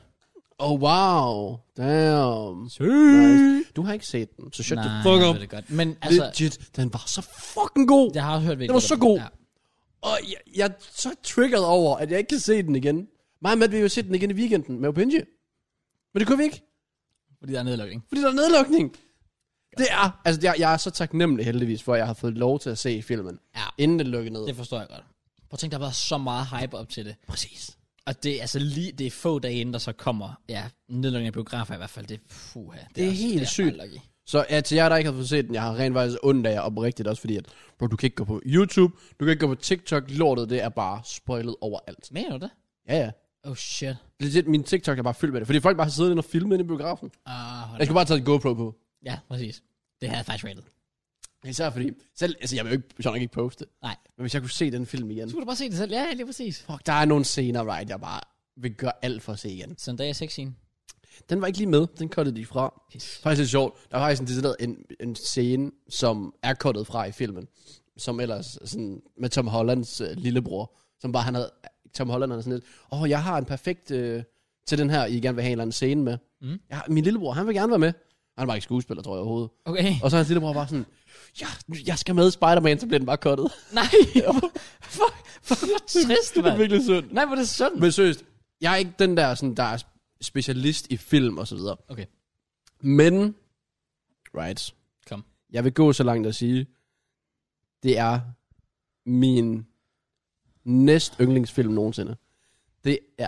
Speaker 2: Oh wow. Damn.
Speaker 1: Nice.
Speaker 2: Du har ikke set den, så shut
Speaker 1: Nej,
Speaker 2: the fuck
Speaker 1: jeg
Speaker 2: up.
Speaker 1: ved det godt. Men altså,
Speaker 2: Legit, den var så fucking god.
Speaker 1: jeg har også hørt virkelig
Speaker 2: Den var
Speaker 1: godt
Speaker 2: så
Speaker 1: om
Speaker 2: god.
Speaker 1: Ja.
Speaker 2: Og jeg, jeg er så triggeret over, at jeg ikke kan se den igen. Mig og Matt, vi har jo set den igen i weekenden med Opinje. Men det kunne vi ikke,
Speaker 1: Fordi der er nedlukning.
Speaker 2: fordi der er nedlukning. Det er, altså jeg, jeg er så taknemmelig heldigvis for, at jeg har fået lov til at se filmen,
Speaker 1: Ja.
Speaker 2: inden den lukkede ned.
Speaker 1: Det forstår jeg godt. Prøv at tænke, der har været så meget hype op til det.
Speaker 2: præcis.
Speaker 1: Og det er altså lige, det er få dage inden, der så kommer, ja, nedlukning af biografer i hvert fald, det, puha,
Speaker 2: Det er
Speaker 1: også-
Speaker 2: helt
Speaker 1: det
Speaker 2: sygt.
Speaker 1: meget lucky.
Speaker 2: Så ja, til jer, der ikke har fået set den, jeg har rent faktisk ondt af jer oprigtigt, også fordi, at bro, du kan ikke gå på YouTube, du kan ikke gå på TikTok, lortet, det er bare spoilet overalt.
Speaker 1: Mener du det?
Speaker 2: Ja, ja.
Speaker 1: Oh shit.
Speaker 2: Legit, min TikTok er bare fyldt med det, fordi folk bare har siddet inde og filmet inde i biografen.
Speaker 1: Ah, hold
Speaker 2: Jeg
Speaker 1: da.
Speaker 2: skulle bare tage et GoPro på.
Speaker 1: ja, præcis. Det havde jeg faktisk rated.
Speaker 2: Især fordi, selv, altså jeg vil jo ikke, jeg nok ikke poste.
Speaker 1: Nej.
Speaker 2: Men hvis jeg kunne se den film igen,
Speaker 1: Så kunne du bare se det selv. Ja, lige præcis.
Speaker 2: fuck, der er nogle scener, right, jeg bare vil gøre alt for at se igen.
Speaker 1: Sunday er sexen.
Speaker 2: Den var ikke lige med, den cuttede de fra.
Speaker 1: Pis.
Speaker 2: Faktisk lidt sjovt, der er faktisk en, decideret en, en scene, som er cuttet fra i filmen, som ellers sådan, med Tom Hollands øh, lillebror, som bare han havde, Tom Holland havde sådan lidt, åh, oh, jeg har en perfekt øh, til den her, I gerne vil have en eller anden scene med.
Speaker 1: Mm.
Speaker 2: Jeg har, min lillebror, han vil gerne være med. Han var ikke skuespiller, tror jeg overhovedet.
Speaker 1: Okay.
Speaker 2: Og så hans lillebror var sådan, ja, jeg skal med i Spider-Man, så bliver den bare cuttet.
Speaker 1: Nej. Fuck, fuck, hvor trist,
Speaker 2: det er
Speaker 1: mand.
Speaker 2: virkelig synd.
Speaker 1: Nej, hvor er det sådan?
Speaker 2: Men seriøst, jeg er ikke den der, sådan, der er specialist i film og så videre.
Speaker 1: Okay,
Speaker 2: Men, right,
Speaker 1: kom.
Speaker 2: jeg vil gå så langt at sige, det er min næst yndlingsfilm nogensinde. Det er,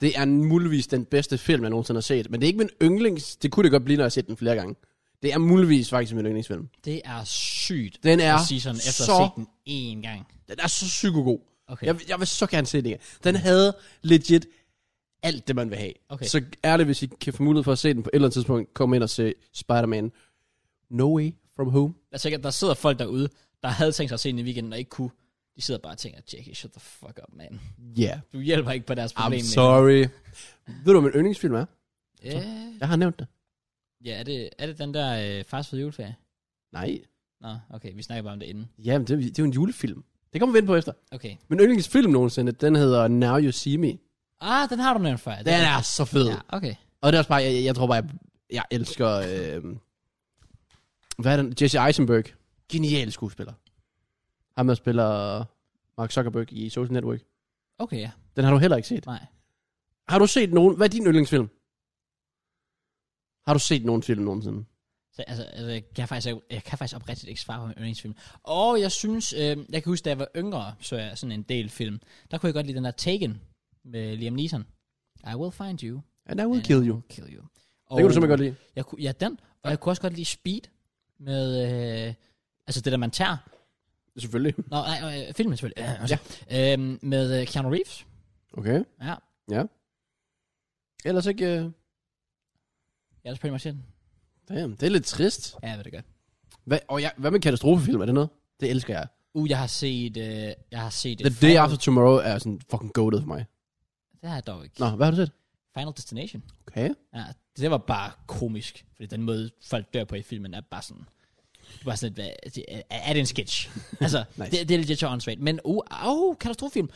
Speaker 2: det er muligvis den bedste film, jeg nogensinde har set. Men det er ikke min yndlings... Det kunne det godt blive, når jeg har set den flere gange. Det er muligvis faktisk min yndlingsfilm.
Speaker 1: Det er sygt.
Speaker 2: Den er
Speaker 1: at sige sådan, efter at
Speaker 2: så-
Speaker 1: have set den én gang.
Speaker 2: Den er så psykogod.
Speaker 1: Okay.
Speaker 2: Okay. Jeg, jeg vil så gerne se den igen. Den havde legit alt det, man vil have.
Speaker 1: Okay.
Speaker 2: Så er det, hvis I kan få mulighed for at se den på et eller andet tidspunkt, kom ind og se Spider-Man No Way From Home.
Speaker 1: Jeg er sikker, der sidder folk derude, der havde tænkt sig at se den i weekenden og ikke kunne. De sidder bare og tænker, Jackie, shut the fuck up, man.
Speaker 2: Yeah.
Speaker 1: Du hjælper ikke på deres problem.
Speaker 2: I'm sorry. Ved du, hvad min yndlingsfilm er?
Speaker 1: Ja,
Speaker 2: Jeg har nævnt det.
Speaker 1: ja er, det, er det den der øh, fast food juleferie?
Speaker 2: Nej.
Speaker 1: Nå, okay, vi snakker bare om det inden.
Speaker 2: Jamen, det, er- det er jo en julefilm. Det kommer vi ind på efter.
Speaker 1: Okay.
Speaker 2: Min yndlingsfilm nogensinde, den hedder Now You See Me.
Speaker 1: Ah, den har du nævnt før.
Speaker 2: Den er så fed.
Speaker 1: Ja, okay.
Speaker 2: Og det er også bare, jeg, jeg- jeg tror bare, jeg, jeg elsker... Øh, hvad er den? Jesse Eisenberg. Genial skuespiller. Ham, der spiller Mark Zuckerberg i Social Network.
Speaker 1: Okay, ja.
Speaker 2: Den har du heller ikke set.
Speaker 1: Nej.
Speaker 2: Har du set nogen... Hvad er din yndlingsfilm? Har du set nogen film nogensinde?
Speaker 1: Så, altså, altså, jeg, kan faktisk, ikke- jeg kan faktisk oprigtigt ikke svare på min yndlingsfilm. Og jeg synes, øh, jeg kan huske, da jeg var yngre, så jeg sådan en del film. Der kunne jeg godt lide den der Taken med Liam Neeson. I will find you.
Speaker 2: And I Will
Speaker 1: and I
Speaker 2: Kill You.
Speaker 1: will kill you.
Speaker 2: Det kan du simpelthen godt lide.
Speaker 1: Jeg kunne, ja, den. Og jeg kunne også godt lide Speed med... Øh, altså det der, man tager.
Speaker 2: Selvfølgelig.
Speaker 1: Nå, nej, øh, filmen selvfølgelig. Øh, også. Øhm, med øh, Keanu Reeves.
Speaker 2: Okay.
Speaker 1: Ja,
Speaker 2: Ellers ikke... Uh...
Speaker 1: jeg er pretty much it.
Speaker 2: Damn, det er lidt trist.
Speaker 1: Ja, jeg ved det godt.
Speaker 2: Hvad, og jeg, hvad med katastrofefilm? Er det noget? Det elsker jeg.
Speaker 1: Uh, jeg har set... Øh, jeg har set... øh,
Speaker 2: The Day
Speaker 1: Final-
Speaker 2: After Tomorrow er sådan fucking goated for mig.
Speaker 1: Det har jeg dog ikke.
Speaker 2: Nå, hvad har du set?
Speaker 1: Final Destination.
Speaker 2: Okay.
Speaker 1: Ja, det var bare komisk. Fordi den måde, folk dør på i filmen, er bare sådan... Det var sådan, lidt, hvad, det er, er det en sketch? altså, nice.
Speaker 2: Nice.
Speaker 1: det, det er lidt så åndssvagt. Men, uh, au, katastrofefilm.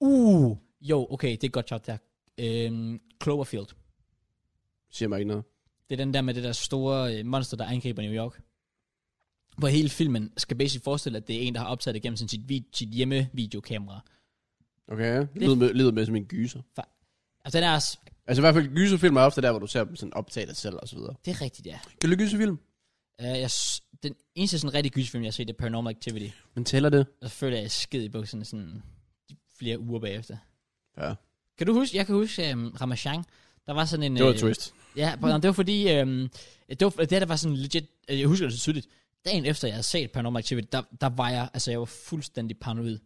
Speaker 1: Uh, jo, okay, det er et godt shot der. Øhm, Cloverfield.
Speaker 2: Siger mig ikke noget.
Speaker 1: Det er den der med det der store øh, monster, der angriber New York. Hvor hele filmen skal basically forestille, at det er en, der har optaget det gennem sin, sit, vid- sit hjemmevideokamera.
Speaker 2: Okay. Det lyder med, lyder med som en gyser.
Speaker 1: Altså, den er også...
Speaker 2: Altså i hvert fald gyserfilm er ofte der, hvor du ser dem sådan optage dig selv og så videre.
Speaker 1: Det er rigtigt, ja.
Speaker 2: Kan du lide gyserfilm?
Speaker 1: Uh, jeg, s- den eneste sådan rigtig gyserfilm, jeg har set, det er Paranormal Activity.
Speaker 2: Men tæller det?
Speaker 1: Og så føler jeg skid i bukserne sådan flere uger bagefter.
Speaker 2: Ja.
Speaker 1: Kan du huske, jeg kan huske um, Ramachan, der var sådan en...
Speaker 2: Det var
Speaker 1: øh,
Speaker 2: et twist.
Speaker 1: Ja, på- det var fordi, øhm, det, var, det her, der var sådan legit, øh, jeg husker det så tydeligt, dagen efter jeg havde set Paranormal Activity, der, der var jeg, altså jeg var fuldstændig paranoid.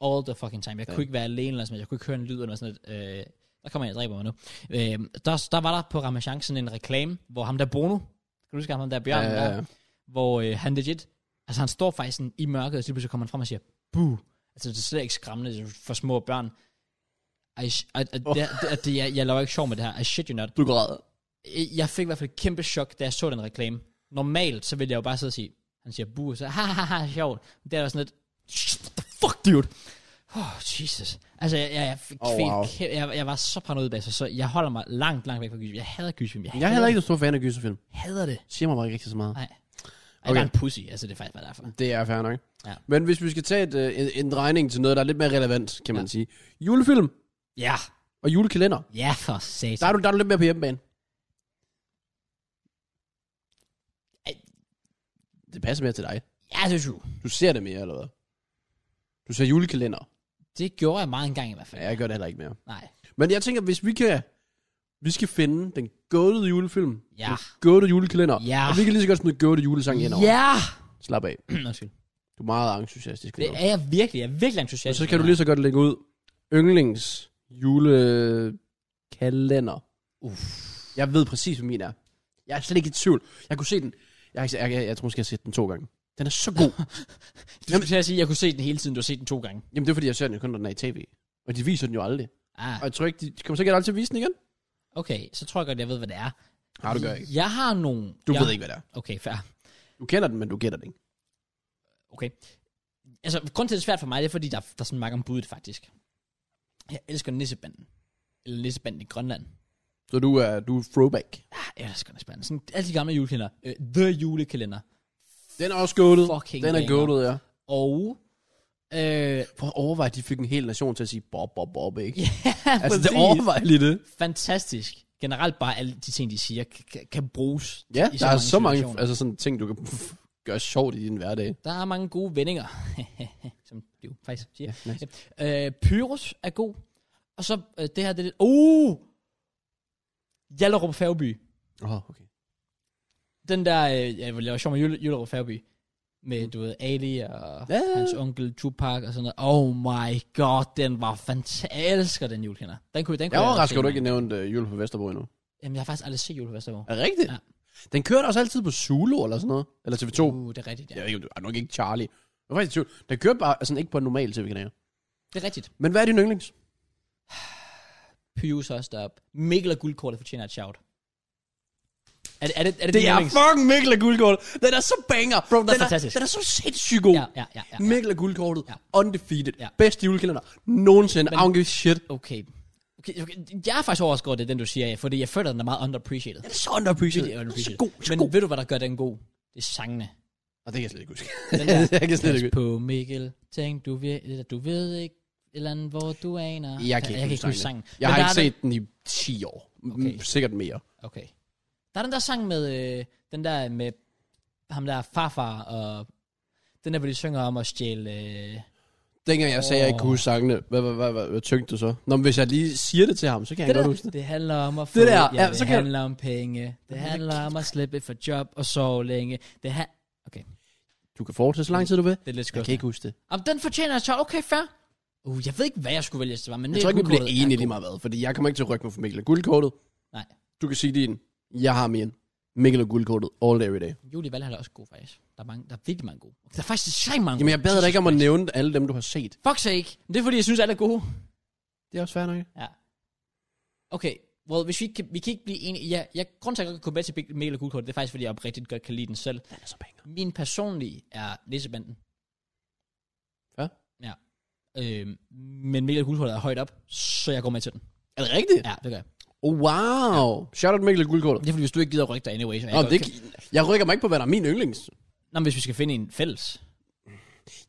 Speaker 1: All the fucking time. Jeg ja.
Speaker 2: Ja.
Speaker 1: kunne ikke være alene, eller sådan, noget. jeg kunne ikke høre en lyd, eller sådan noget. Øh, der kommer jeg og dræber mig nu. Øh, der, der var der på Ramachan sådan en reklame, hvor ham der Bono, kan du huske ham, ham der Bjørn,
Speaker 2: Ja, ja, ja.
Speaker 1: Der, hvor øh, han legit, altså han står faktisk sådan i mørket, og så lige pludselig kommer han frem og siger, buh, altså det er slet ikke skræmmende det er for små børn. I, sh- I, I,
Speaker 2: Åh.
Speaker 1: det, er- det, det, jeg, jeg laver ikke sjov med det her. I shit you not
Speaker 2: Du græder.
Speaker 1: jeg fik i hvert fald et kæmpe chok, da jeg så den reklame. Normalt, så ville jeg jo bare sidde og sige, han siger buh, så ha ha ha, sjovt. Men det er jo sådan lidt, "Shh, what the fuck, dude. Oh, Jesus. Altså, jeg, jeg, jeg, fik
Speaker 2: Oh,
Speaker 1: oh, wow.
Speaker 2: wow.
Speaker 1: jeg, jeg, var så paranoid bag sig, så jeg holder mig langt, langt væk fra gysfilm. Jeg hader gysfilm. Jeg,
Speaker 2: Jeg er
Speaker 1: hader,
Speaker 2: heller ikke en stor fan af gyserfilm.
Speaker 1: hader det.
Speaker 2: Siger mig bare ikke rigtig så meget.
Speaker 1: Nej. Okay.
Speaker 2: Okay.
Speaker 1: Jeg er en pussy, altså det er faktisk bare derfor.
Speaker 2: Det er fair nok.
Speaker 1: Ja.
Speaker 2: Men hvis vi skal tage et, øh, en, en regning til noget, der er lidt mere relevant, kan man ja. sige. Julefilm
Speaker 1: Ja,
Speaker 2: og julekalender.
Speaker 1: ja for
Speaker 2: Der
Speaker 1: satan.
Speaker 2: er, du, der er du lidt mere på hjemmebane. det passer mere til dig.
Speaker 1: Ja, det er true.
Speaker 2: Du ser det mere, eller hvad? Du ser julekalender.
Speaker 1: Det gjorde jeg meget engang i hvert fald.
Speaker 2: Ja, jeg gør det heller ikke mere.
Speaker 1: Nej.
Speaker 2: Men jeg tænker, hvis vi kan... Vi skal finde den gådede julefilm.
Speaker 1: Ja.
Speaker 2: Den gådede julekalender.
Speaker 1: Ja.
Speaker 2: Og vi kan lige så godt smide gådede julesang ind over.
Speaker 1: Ja!
Speaker 2: Slap af.
Speaker 1: Undskyld.
Speaker 2: Du er meget entusiastisk.
Speaker 1: Det er jeg virkelig. Jeg er virkelig
Speaker 2: Og
Speaker 1: entusiastisk.
Speaker 2: så kan du lige så godt lægge ud yndlings julekalender.
Speaker 1: Uff.
Speaker 2: Jeg ved præcis, hvad min er. Jeg er slet ikke i tvivl. Jeg kunne se den. Jeg, har ikke- jeg, jeg, jeg tror, måske, jeg har set den to gange. Den er så god.
Speaker 1: Du skulle til at sige, at jeg kunne se den hele tiden. Du har set den to gange.
Speaker 2: Jamen, det er fordi, jeg ser den kun, når den er i tv. Og de viser den jo aldrig.
Speaker 1: Ah,
Speaker 2: Og jeg tror ikke, de, de kommer sikkert aldrig til at vise den igen.
Speaker 1: okay. Så tror jeg godt, jeg ved, hvad det er.
Speaker 2: Nej, du gør ikke.
Speaker 1: Jeg har nogle...
Speaker 2: Du
Speaker 1: jeg...
Speaker 2: ved ikke, hvad det er.
Speaker 1: Okay, fair.
Speaker 2: Du kender den, men du gætter den ikke.
Speaker 1: Okay. Altså, grunden til, at det er svært for mig, det er, fordi der, der er sådan mange om budet, faktisk. Jeg elsker nissebanden. Eller nissebanden i Grønland.
Speaker 2: Så du er, du er throwback.
Speaker 1: Ah, jeg elsker nissebanden. Sådan alle de gamle julekalender. Uh, the julekalender.
Speaker 2: Den er også goated.
Speaker 1: Fucking
Speaker 2: Den er
Speaker 1: banger.
Speaker 2: goated, ja.
Speaker 1: Og... Øh,
Speaker 2: Prøv at overveje, at de fik en hel nation til at sige bob, bob, bob, ikke?
Speaker 1: ja,
Speaker 2: altså, det
Speaker 1: præcis.
Speaker 2: overvejer lige det.
Speaker 1: fantastisk. Generelt bare alle de ting, de siger, kan, kan- kan bruges.
Speaker 2: Ja,
Speaker 1: I
Speaker 2: der er så mange
Speaker 1: situationer.
Speaker 2: altså, sådan ting, du kan gøre sjovt i din hverdag.
Speaker 1: Der er mange gode vendinger, som du faktisk siger.
Speaker 2: nice.
Speaker 1: Øh, Pyrus er god. Og så øh, det her, det er lidt... Uh! Jallerup Færgeby.
Speaker 2: Åh, oh, okay.
Speaker 1: Den der, øh, jeg vil lave sjov med Jul- Jallerup Færgeby. Med, du ved, Ali og
Speaker 2: Ja.
Speaker 1: hans onkel Tupac og sådan noget. Oh my god, den var fantastisk. Jeg elsker den julekender. Den kunne, den kunne
Speaker 2: Jeg er overrasket,
Speaker 1: godt
Speaker 2: at du
Speaker 1: se,
Speaker 2: ikke
Speaker 1: mand.
Speaker 2: nævnte uh, Jule på Vesterbro endnu.
Speaker 1: Jamen, jeg har faktisk aldrig set Jul på Vesterbro.
Speaker 2: Er det rigtigt?
Speaker 1: Ja.
Speaker 2: Ja. Den kørte også altid på Zulu eller sådan noget. Eller TV2. Uh,
Speaker 1: Uh, det er rigtigt, ja.
Speaker 2: jeg ved ikke, om du er nok ikke Charlie. Jeg var faktisk i tvivl. Den kørte bare altså, ikke på en normal tv-kanal.
Speaker 1: Det er rigtigt.
Speaker 2: Men hvad er din yndlings?
Speaker 1: Pyrus er også deroppe. Mikkel og guldkortet fortjener et shout. Er det, er det, er det,
Speaker 2: Det
Speaker 1: din
Speaker 2: er
Speaker 1: yndlings?
Speaker 2: fucking Mikkel og guldkortet. Den er så banger. Bro, den,
Speaker 1: er fantastisk.
Speaker 2: Den er så sindssygt god.
Speaker 1: Ja, ja, ja, ja.
Speaker 2: Mikkel og guldkortet.
Speaker 1: Ja.
Speaker 2: Undefeated.
Speaker 1: Ja.
Speaker 2: Bedste julekalender nogensinde. Men, I don't give a shit.
Speaker 1: Okay. Okay, okay. Jeg er faktisk overrasket over det, den du siger, ja, fordi jeg føler, den er meget underappreciated.
Speaker 2: Den er så underappreciated.
Speaker 1: Det er
Speaker 2: Den er så
Speaker 1: underappreciated.
Speaker 2: god. Så
Speaker 1: Men
Speaker 2: god.
Speaker 1: ved du, hvad der gør den god? Det er sangene.
Speaker 2: Og det kan jeg slet ikke huske.
Speaker 1: Den der,
Speaker 2: jeg kan slet
Speaker 1: Pas
Speaker 2: ikke huske.
Speaker 1: på Mikkel, tænk, du ved, du ved ikke, et eller andet, hvor du aner.
Speaker 2: Jeg kan ikke,
Speaker 1: jeg kan ikke huske sangen.
Speaker 2: sangene. Jeg
Speaker 1: Men
Speaker 2: har
Speaker 1: der
Speaker 2: ikke
Speaker 1: er
Speaker 2: set den i 10 år.
Speaker 1: Okay.
Speaker 2: Okay. Sikkert mere.
Speaker 1: Den, okay. Der er den der sang med, øh, den der med ham der farfar, og den der, hvor de synger om at stjæle... Øh,
Speaker 2: Dengang jeg sagde, at jeg ikke
Speaker 1: Åh.
Speaker 2: kunne huske sangene, hvad, hvad, hvad, hvad, hvad tyngte du så? Nå, men hvis jeg lige siger det til ham, så kan jeg
Speaker 1: det,
Speaker 2: godt huske
Speaker 1: der,
Speaker 2: det.
Speaker 1: det handler om at få,
Speaker 2: Det der,
Speaker 1: ja,
Speaker 2: ja,
Speaker 1: det
Speaker 2: så kan jeg-
Speaker 1: handler om penge, det handler om at slippe for job og sove længe, det, ha-
Speaker 2: Du kan fortsætte så lang tid, du vil.
Speaker 1: det er lidt
Speaker 2: Jeg
Speaker 1: skørt.
Speaker 2: kan ikke huske det.
Speaker 1: Om den fortjener jeg så, okay, fair. Uh, jeg ved ikke, hvad jeg skulle vælge, hvis det var, men
Speaker 2: Jeg
Speaker 1: det
Speaker 2: tror
Speaker 1: er
Speaker 2: ikke, vi bliver
Speaker 1: guldkortet,
Speaker 2: enige
Speaker 1: er
Speaker 2: lige
Speaker 1: god.
Speaker 2: meget hvad, fordi jeg kommer ikke til at rykke mig for Mikkel og guldkortet.
Speaker 1: Nej.
Speaker 2: Du kan sige din. Jeg har min. Mikkel og guldkortet all day, every day.
Speaker 1: Julie Valhall er også god, faktisk. Der er, mange, der er virkelig mange gode. Der er faktisk så mange
Speaker 2: Jamen, jeg bad dig ikke om at
Speaker 1: Jesus
Speaker 2: nævne alle dem, du har set.
Speaker 1: Christ. Fuck sig ikke. Men det er, fordi jeg synes, alle er gode.
Speaker 2: Det er også fair nok.
Speaker 1: Ja. Okay, well, hvis vi, ikke kan, vi kan ikke blive enige... Ja, jeg, grunden til, at jeg godt kan komme med til Big- Mikkel og Guldkort, det er faktisk, fordi jeg oprigtigt godt kan lide den selv.
Speaker 2: Den er så banger.
Speaker 1: Min personlige er Nissebanden.
Speaker 2: Ja.
Speaker 1: Ja. Øhm, men Mikkel og Guldkort er højt op, så jeg går med til den.
Speaker 2: Er det rigtigt? Ja.
Speaker 1: Ja, det gør jeg.
Speaker 2: Oh, wow. Shout out Mikkel og guldkortet.
Speaker 1: Det er, fordi hvis du ikke gider rykke dig anyway, så jeg
Speaker 2: Nå,
Speaker 1: godt
Speaker 2: det,
Speaker 1: kan-
Speaker 2: jeg rykker mig ikke på, hvad der er min yndlings.
Speaker 1: Nå, men hvis vi skal finde en fælles.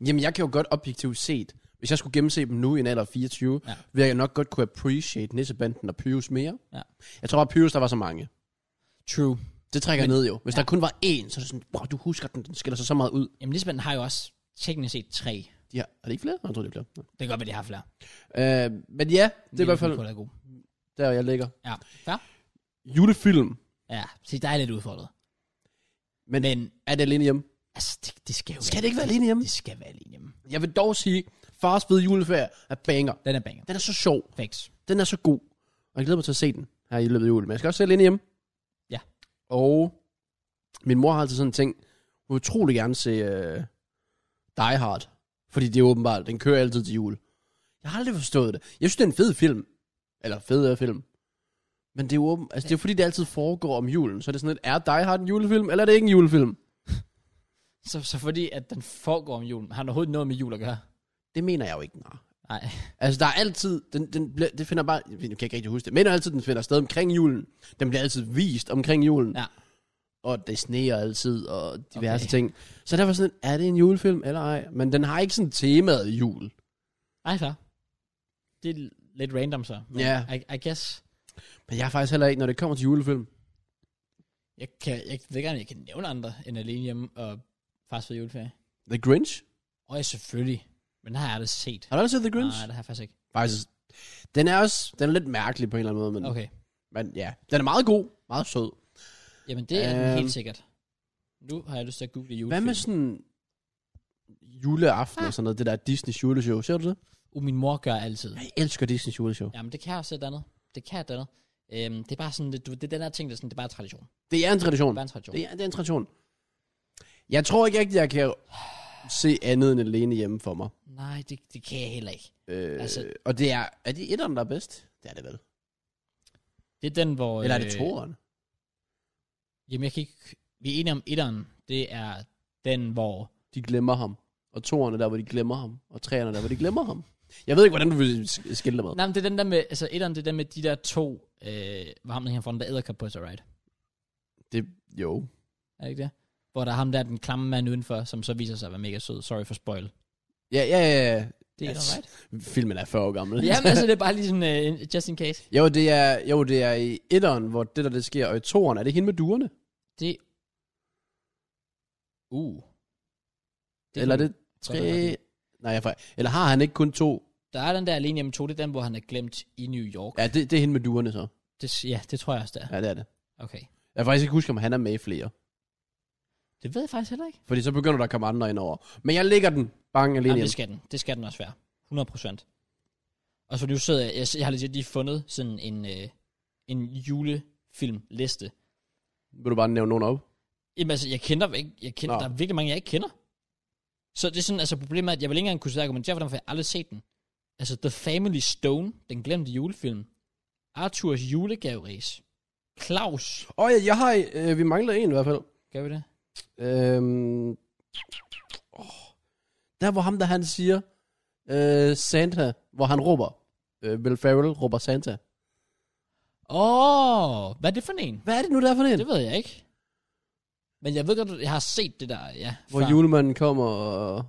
Speaker 2: Jamen, jeg kan jo godt objektivt set, hvis jeg skulle gennemse dem nu i en alder af 24,
Speaker 1: Ja.
Speaker 2: ja. ville jeg nok godt kunne appreciate Nissebanden og Pyrus mere.
Speaker 1: Ja.
Speaker 2: Jeg tror bare, Pyrus, der var så mange.
Speaker 1: True.
Speaker 2: Det trækker Men, ned jo. Hvis ja. der kun var én, så er det sådan, wow, du husker den, den skiller sig så meget ud.
Speaker 1: Jamen, Lisbon har jo også teknisk set tre.
Speaker 2: De har, er det ikke flere? Nej, jeg tror, det er flere.
Speaker 1: Det kan godt være, de har flere.
Speaker 2: Øh, men ja, det er i hvert fald
Speaker 1: Er god.
Speaker 2: der, jeg ligger.
Speaker 1: Ja, fair.
Speaker 2: Julefilm.
Speaker 1: Ja, så der er lidt udfordret.
Speaker 2: Men-
Speaker 1: Men
Speaker 2: Er det alene hjemme?
Speaker 1: altså, det, det skal jo
Speaker 2: Skal det ikke være alene hjemme?
Speaker 1: Det skal være alene hjemme.
Speaker 2: Jeg vil dog sige, Fars fede juleferie er banger.
Speaker 1: Den er banger.
Speaker 2: Den er så sjov.
Speaker 1: Facts.
Speaker 2: Den er så god. Og jeg glæder mig til at se den her i løbet af julen. Men jeg skal også se alene hjemme.
Speaker 1: Ja.
Speaker 2: Og min mor har altid sådan en ting. Hun vil utrolig gerne se øh, Die Hard. Fordi det er åbenbart, den kører altid til jul. Jeg har aldrig forstået det. Jeg synes, det er en fed film. Eller federe film. Men det er jo åben... altså, det er jo fordi, det altid foregår om julen. Så er det sådan lidt, er Die Hard en julefilm, eller er det ikke en julefilm?
Speaker 1: Så, så fordi, at den foregår om julen, har den overhovedet noget med jul at gøre?
Speaker 2: Det mener jeg jo ikke, nej.
Speaker 1: Nej.
Speaker 2: Altså, der er altid, den, den bliver, det finder bare, jeg kan ikke rigtig huske det, men altid, den finder sted omkring julen. Den bliver altid vist omkring julen.
Speaker 1: Ja.
Speaker 2: Og det sneer altid, og diverse
Speaker 1: Okay.
Speaker 2: okay. ting. Så derfor sådan, er det en julefilm eller ej? Men den har ikke sådan temaet jul.
Speaker 1: Nej, fair. Det er lidt random så. Men
Speaker 2: Ja.
Speaker 1: I, I guess.
Speaker 2: Men jeg er faktisk heller ikke, når det kommer til julefilm.
Speaker 1: Jeg, kan, jeg ved gerne, jeg kan nævne andre end alene hjemme og Faktisk ved juleferie.
Speaker 2: The Grinch?
Speaker 1: Og ja, selvfølgelig. Men den har jeg aldrig set.
Speaker 2: Har du aldrig set The Grinch?
Speaker 1: Nej, det har jeg faktisk ikke.
Speaker 2: Faktisk. Den er også, den er lidt mærkelig på en eller anden måde, men, okay.
Speaker 1: Okay.
Speaker 2: men ja. Den er meget god, meget sød.
Speaker 1: Jamen, det er den
Speaker 2: Øhm.
Speaker 1: helt sikkert. Nu har jeg lyst til at google julefilm.
Speaker 2: Hvad med sådan juleaften og sådan noget, det der Disney's juleshow, ser du det?
Speaker 1: Uh, min mor gør altid.
Speaker 2: Jeg elsker Disney's juleshow.
Speaker 1: Jamen, det kan jeg også et andet. Det kan et andet. Øhm, det er bare sådan, det, du, det er den her ting, der er sådan, det er bare tradition.
Speaker 2: Det er en
Speaker 1: Det
Speaker 2: tradition.
Speaker 1: er bare en tradition.
Speaker 2: Det er, det er en tradition. Jeg tror ikke rigtig, jeg kan se andet end alene hjemme for mig.
Speaker 1: Nej, det, det kan jeg heller ikke.
Speaker 2: Øh,
Speaker 1: Altså-
Speaker 2: altså, og det er, er det etteren, der er bedst? Det er det vel.
Speaker 1: Det er den, hvor...
Speaker 2: Eller er det
Speaker 1: øh,
Speaker 2: toeren?
Speaker 1: Jamen, jeg kan ikke... Vi er enige om etteren. Det er den, hvor...
Speaker 2: De glemmer ham. Og toeren er der, hvor de glemmer ham. Og træerne der, hvor de glemmer ham. Jeg ved ikke, hvordan du vil sk- skille det med.
Speaker 1: Nej, men det er den der med... Altså, etteren, det er den med de der to... Øh, hvor ham der her foran, der æderkop på sig, right?
Speaker 2: Det, jo.
Speaker 1: Er det ikke det? Hvor der er ham der, den klamme mand udenfor, som så viser sig at være mega sød. Sorry for spoil.
Speaker 2: Ja, ja, ja, ja.
Speaker 1: Det er
Speaker 2: Yes.
Speaker 1: yes. right.
Speaker 2: Filmen er 40 år gammel.
Speaker 1: Jamen, altså, det er bare lige sådan... Øh, just in case.
Speaker 2: Jo, det er, jo, det er i etteren, hvor det der det sker. Og i toeren, er det hende med duerne?
Speaker 1: Det... Uh.
Speaker 2: Det Eller er
Speaker 1: kan-
Speaker 2: det
Speaker 1: godt være, det er
Speaker 2: tre... Nej, jeg er fra- Eller har han ikke kun to?
Speaker 1: Der er den der alene hjemme to, det er den, hvor han er glemt i New York.
Speaker 2: Ja, det, det er hende med duerne så.
Speaker 1: Det, ja, det tror jeg også, det er.
Speaker 2: Ja, det er det.
Speaker 1: Okay.
Speaker 2: Jeg kan faktisk ikke huske, om han er med i flere.
Speaker 1: Det ved jeg faktisk heller ikke.
Speaker 2: Fordi så begynder der at komme andre ind over. Men jeg lægger den bang alene
Speaker 1: Jamen,
Speaker 2: Jamen,
Speaker 1: det skal den. Det skal den også være. 100 procent. Og så nu sidder jeg, jeg, jeg har lige fundet sådan en, øh, en julefilmliste.
Speaker 2: Vil du bare nævne nogen op?
Speaker 1: Jamen altså, jeg kender, ikke, jeg kender
Speaker 2: Nå.
Speaker 1: der er virkelig mange, jeg ikke kender. Så det er sådan, altså problemet er, at jeg vil ikke engang kunne sidde og argumentere for dem, for jeg har aldrig set den. Altså, The Family Stone, den glemte julefilm. Arthurs julegaveræs. Klaus.
Speaker 2: Åh, oh, jeg, jeg har... Øh, vi mangler en i hvert fald.
Speaker 1: Gør vi det?
Speaker 2: Øhm, åh. der hvor ham, der han siger... Øh, Santa, hvor han råber. Øh, Will Ferrell råber Santa.
Speaker 1: Åh, oh, hvad er det for en?
Speaker 2: Hvad er det nu, der er for en?
Speaker 1: Det ved jeg ikke. Men jeg ved godt, at jeg har set det der, ja.
Speaker 2: Hvor
Speaker 1: før.
Speaker 2: julemanden kommer og...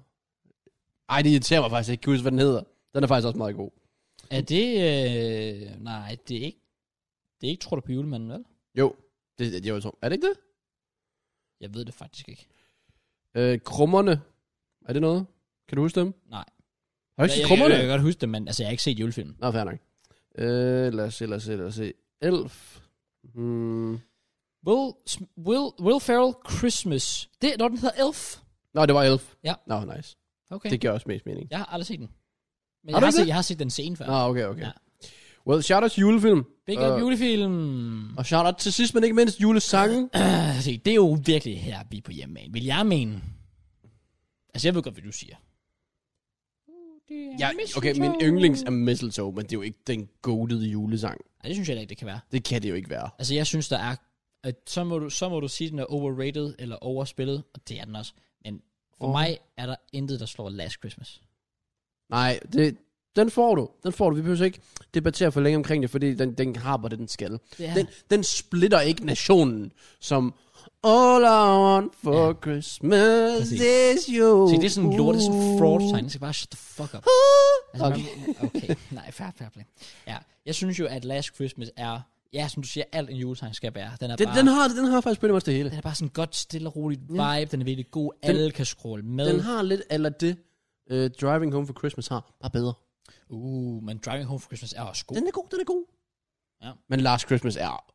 Speaker 2: Ej, det irriterer mig faktisk. Jeg kan ikke huske, hvad den hedder. Den er faktisk også meget god.
Speaker 1: Er det... Øh, nej, det er ikke... Det er ikke, tror du på julemanden, vel?
Speaker 2: Jo, det, det, det er jo så. Er det ikke det?
Speaker 1: Jeg ved det faktisk ikke.
Speaker 2: Øh, krummerne. Er det noget? Kan du huske dem?
Speaker 1: Nej.
Speaker 2: Har du ikke
Speaker 1: jeg,
Speaker 2: set
Speaker 1: jeg, jeg,
Speaker 2: krummerne?
Speaker 1: jeg kan godt huske det, men altså, jeg har ikke set julefilmen.
Speaker 2: Nå, fair nok. Øh, lad os se, lad os se, lad os se. Elf. Hmm.
Speaker 1: Will, Sm- Will, Will Ferrell Christmas. Det er, når den hedder Elf.
Speaker 2: Nå, det var Elf.
Speaker 1: Ja.
Speaker 2: Nå, nice.
Speaker 1: Okay. Det.
Speaker 2: Det giver også mest mening.
Speaker 1: Jeg har aldrig set den. Men
Speaker 2: Har
Speaker 1: jeg
Speaker 2: du
Speaker 1: har,
Speaker 2: ikke
Speaker 1: set,
Speaker 2: det?
Speaker 1: jeg har set den scene før.
Speaker 2: Nå, Øh. okay, okay.
Speaker 1: Ja.
Speaker 2: Ja. Well, shout out til julefilm.
Speaker 1: Big
Speaker 2: Og-
Speaker 1: Up julefilm.
Speaker 2: Og shout out til sidst, men ikke mindst, julesangen.
Speaker 1: Øh, se, det er jo virkelig her, vi er på hjemmebane. Vil jeg mene? Altså, jeg ved godt, hvad du siger. Uh,
Speaker 2: ja, okay, min yndlings er mistletoe, men det er jo ikke den godede julesang.
Speaker 1: Ej, det synes jeg da ikke, det kan være.
Speaker 2: Det kan det jo ikke være.
Speaker 1: Altså, jeg synes, der er... At så, må du, så må du sige, at den er overrated eller overspillet, og det er den også. Men for oh.
Speaker 2: Åh.
Speaker 1: mig er der intet, der slår Last Christmas.
Speaker 2: Nej, det, den får du. Den får du. Vi behøver så ikke debattere for længe omkring det, fordi den, den har på det, den skal.
Speaker 1: Det er
Speaker 2: Den, den splitter ikke nationen, som All I want for
Speaker 1: Ja.
Speaker 2: ja. Christmas
Speaker 1: Præcis.
Speaker 2: is you.
Speaker 1: Se, det er sådan en lort, det er sådan en fraud tegn. Den skal bare shut the fuck up. Altså,
Speaker 2: Okay.
Speaker 1: man, okay. Nej, fair, fair play. Ja, jeg synes jo, at Last Christmas er... Ja, som du siger, alt en juletegn skal være. Den er,
Speaker 2: Den,
Speaker 1: bare,
Speaker 2: den, har, den har faktisk pretty much det hele.
Speaker 1: den er bare sådan en godt, stille og roligt vibe. Den er virkelig god. Alle kan scrolle med.
Speaker 2: Den har lidt eller det, uh, Driving Home for Christmas har. Bare bedre.
Speaker 1: Uh, men Driving Home for Christmas er også god.
Speaker 2: Den er god, den er god.
Speaker 1: Ja.
Speaker 2: Men Last Christmas er...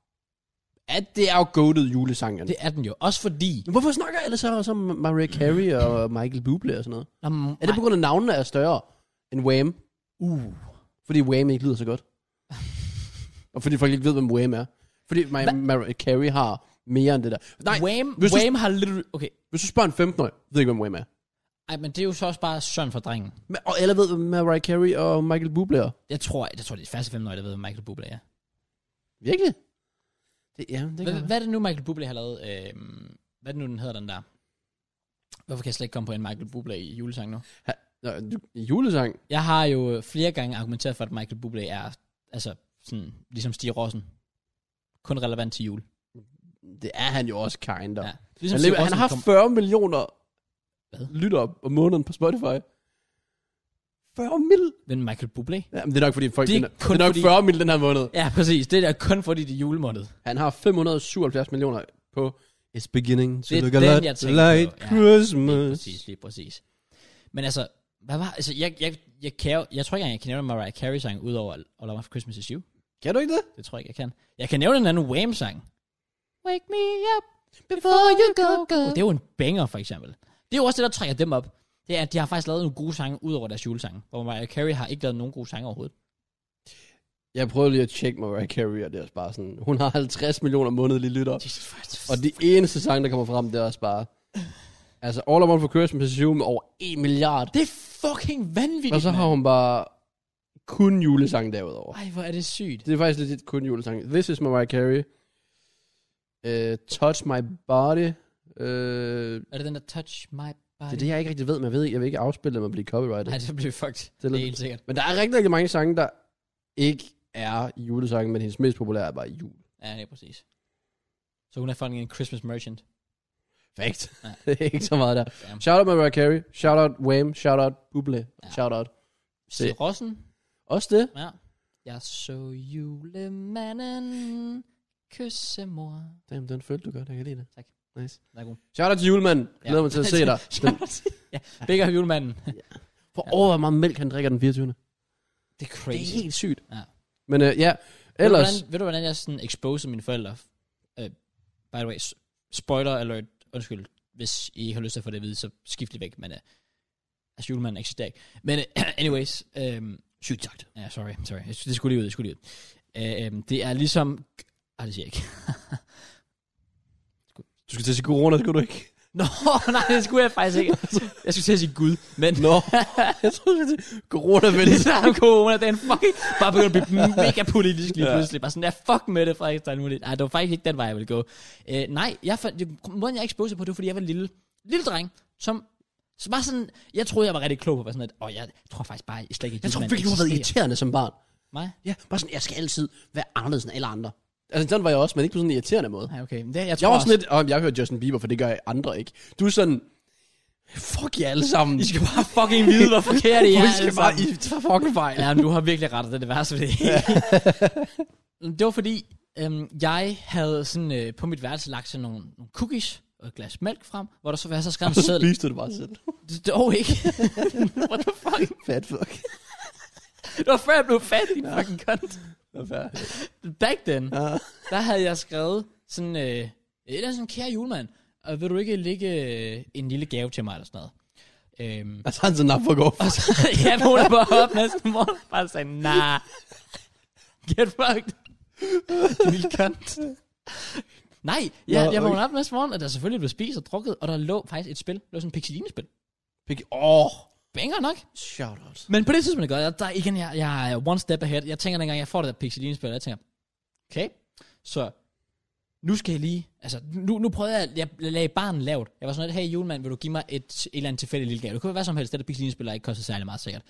Speaker 2: At det er jo goated julesangen.
Speaker 1: Det er den jo. Også fordi...
Speaker 2: Men Hvorfor snakker alle så også om Mariah Carey og Michael Bublé og sådan noget?
Speaker 1: Nå, men-
Speaker 2: Er det på grund af at navnene er større end Wham?
Speaker 1: Uh.
Speaker 2: Fordi Wham ikke lyder så godt. og fordi folk ikke ved, hvem Wham er. Fordi Ma- Mariah Carey har mere end det der. Nej,
Speaker 1: Wham,
Speaker 2: hvis du-
Speaker 1: Wham har lidt... Okay,
Speaker 2: hvis du spørger en 15-årig, ved ikke, hvem Wham er.
Speaker 1: Ej, men det er jo så også bare søn for drengen.
Speaker 2: Men, og alle ved, hvem Mariah Carey og Michael Bublé er.
Speaker 1: Jeg tror, jeg tror det er færreste fem der ved, hvad Michael Bublé er.
Speaker 2: Virkelig? Det, ja, det kan
Speaker 1: Hvad, hvad er det nu, Michael Bublé har lavet? Øhm, hvad er det nu, den hedder, den der? Hvorfor kan jeg slet ikke komme på en Michael Bublé i julesang nu?
Speaker 2: være. Nå, du- julesang.
Speaker 1: Jeg har jo øh, flere gange argumenteret for, at Michael Bublé er, altså, sådan, ligesom Stig Rossen. Kun relevant til jul.
Speaker 2: Det er han jo også kinder.
Speaker 1: Ja.
Speaker 2: Ja.
Speaker 1: Ligesom
Speaker 2: Han,
Speaker 1: Stig
Speaker 2: lever, han
Speaker 1: Rossen
Speaker 2: har
Speaker 1: kom-
Speaker 2: 40 millioner
Speaker 1: Hvad?
Speaker 2: lyttere om måneden på Spotify. 40 mil?
Speaker 1: Men Michael Bublé?
Speaker 2: Jamen, det er nok fordi folk...
Speaker 1: Det er
Speaker 2: Det er,
Speaker 1: kun
Speaker 2: det er nok
Speaker 1: fordi-
Speaker 2: 40 mil den her måned.
Speaker 1: Ja, præcis. Det er da kun fordi det er julemåned.
Speaker 2: Han har 577 millioner på It's beginning to
Speaker 1: Det er
Speaker 2: look a
Speaker 1: den,
Speaker 2: lot
Speaker 1: jeg tænkte på,
Speaker 2: like
Speaker 1: ja. Lige
Speaker 2: Christmas.
Speaker 1: præcis, lige præcis. Men altså, hvad var, altså, jeg, jeg, jeg, kan, jo- jeg tror ikke engang, jeg kan nævne en Mariah Carey sang, udover All I Want for Christmas Is You.
Speaker 2: Kan du ikke det?
Speaker 1: Det tror jeg ikke, jeg kan. Jeg kan nævne en anden Wham sang. Wake me up before you go, go. Det er jo en banger, for eksempel. Det er jo også det, der trækker dem op. Det er, at de har faktisk lavet nogle gode sange ud over deres julesange, hvor Mariah Carey har ikke lavet nogen gode sange overhovedet.
Speaker 2: Jeg prøvede lige at tjekke Mariah Carey, og det er også bare sådan, hun har 50 millioner månedlige lytter.
Speaker 1: Jesus Christ.
Speaker 2: Og det eneste sang, der kommer frem, det er også bare... Altså, All I Want For Christmas Is You med over 1 milliard.
Speaker 1: det er fucking vanvittigt,
Speaker 2: Og så har
Speaker 1: mand.
Speaker 2: hun bare kun julesang derudover.
Speaker 1: Ej, hvor er det sygt.
Speaker 2: Det er faktisk lidt et kun julesang. This is Mariah Carey. Uh, touch My Body. Uh,
Speaker 1: Er det den der Touch My Body?
Speaker 2: det er det, jeg ikke rigtig ved, men jeg ved, jeg vil ikke afspille dem og blive copyrighted.
Speaker 1: Nej, det bliver fucked. Det
Speaker 2: er
Speaker 1: er, det er
Speaker 2: lidt-
Speaker 1: helt sikkert.
Speaker 2: Men der er rigtig, rigtig mange sange, der ikke er julesange, men hendes mest populære er bare jul.
Speaker 1: Ja, det er præcis. Så hun er fucking en Christmas merchant.
Speaker 2: Fakt.
Speaker 1: Ja.
Speaker 2: ikke så meget der.
Speaker 1: Damn.
Speaker 2: Shout out Mariah Carey. Shout out Wham. Shout out Buble. Ja. Shout out.
Speaker 1: Sid Rossen?
Speaker 2: Også det.
Speaker 1: Ja. Jeg så julemanden kysse mor.
Speaker 2: Damn, den følte du godt. Jeg kan lide det.
Speaker 1: Tak.
Speaker 2: Nice.
Speaker 1: Den er god.
Speaker 2: Shout out til julemanden. Glæder mig til at se dig. Den,
Speaker 1: ja, big up julemanden.
Speaker 2: for over, hvor meget mælk han drikker den 24.
Speaker 1: Det er
Speaker 2: Det
Speaker 1: crazy.
Speaker 2: er helt sygt.
Speaker 1: Ja.
Speaker 2: Men øh, ja,
Speaker 1: Ved du,
Speaker 2: ellers...
Speaker 1: hvordan, ved du, hvordan jeg sådan exposede mine forældre? Uh, by the way, s- spoiler alert, undskyld, hvis I ikke har lyst til at få det at vide, så skift lige væk, men uh, altså julemanden eksisterer ikke. Men uh, anyways, um, sygt sagt. Ja, sorry, sorry, Jeg- det skulle lige ud, det skulle lige ud. Uh, um, det er ligesom, ah, det siger jeg ikke.
Speaker 2: Du skal til at sige corona, skulle du ikke?
Speaker 1: Nå, nej, det skulle jeg faktisk ikke. Jeg skulle til at sige Gud, men...
Speaker 2: Nå, jeg troede, du skulle corona vel.
Speaker 1: Det er om corona, den fucking bare begyndte at blive mega politisk lige
Speaker 2: Ja.
Speaker 1: pludselig. Bare sådan, ja, fuck med det, Frederikstein. muligt. Nej, det var faktisk ikke den vej, jeg ville gå. Øh, nej, jeg, fandt- det- måden jeg exposede på, det var, fordi jeg var en lille, lille dreng, som så bare sådan, jeg troede, jeg var rigtig klog på, at være sådan, at, åh, jeg tror faktisk bare, jeg slet ikke, at
Speaker 2: Jeg tror
Speaker 1: julemanden
Speaker 2: virkelig, du har været
Speaker 1: eksisterer."
Speaker 2: irriterende som barn.
Speaker 1: Mig?
Speaker 2: Ja, bare sådan, jeg skal altid være anderledes end alle andre. Altså, sådan var jeg også, men ikke på sådan en irriterende måde.
Speaker 1: Nej, okay. Men det, jeg, tror
Speaker 2: Jeg var
Speaker 1: også,
Speaker 2: sådan lidt, om jeg hører Justin Bieber, for det gør jeg andre ikke. Du er sådan, fuck jer alle sammen.
Speaker 1: I skal bare fucking vide, hvor forkert I er.
Speaker 2: I skal
Speaker 1: alle
Speaker 2: bare,
Speaker 1: sammen.
Speaker 2: I tager fucking fejl.
Speaker 1: Ja, men du har virkelig rettet det, det værste ved det hele. det var fordi, øhm, jeg havde sådan, øh, på mit værelse lagt sådan nogle, nogle cookies og et glas mælk frem, hvor der så var så skrev en
Speaker 2: Så
Speaker 1: seddel.
Speaker 2: spiste du det bare selv.
Speaker 1: Det dog ikke. What the fuck?
Speaker 2: Fat fuck.
Speaker 1: Det var før jeg blev fat, din fucking cunt.
Speaker 2: Hvad fanden?
Speaker 1: Back then,
Speaker 2: Ja.
Speaker 1: der havde jeg skrevet sådan, øh, eller sådan, kære julemand, og vil du ikke lægge øh, en lille gave til mig, eller sådan noget. Øhm,
Speaker 2: Altså, han sådan op for at gå.
Speaker 1: Og så, ja, nogen der bare op næste morgen, og bare sagde, nah, get fucked. Din lille kant. Nej, jeg,
Speaker 2: Nå,
Speaker 1: jeg
Speaker 2: okay.
Speaker 1: vågnede op næste morgen, og der selvfølgelig blev spist og drukket, og der lå faktisk et spil. Det var sådan et pixeline-spil.
Speaker 2: Pik- Åh,
Speaker 1: Banger nok.
Speaker 2: shout out.
Speaker 1: Men på det tidspunkt, jeg gør, jeg- der, igen, jeg, jeg er one step ahead. Jeg tænker dengang, jeg får det der pixeline-spil, og jeg tænker, okay, så nu skal jeg lige, altså nu, nu prøvede jeg, jeg lagde barnen lavt. Jeg var sådan lidt, hey julemand, vil du give mig et, et eller andet tilfældigt lille gave? Det kunne være hvad som helst, det der pixelinespil har ikke kostet særlig meget sikkert.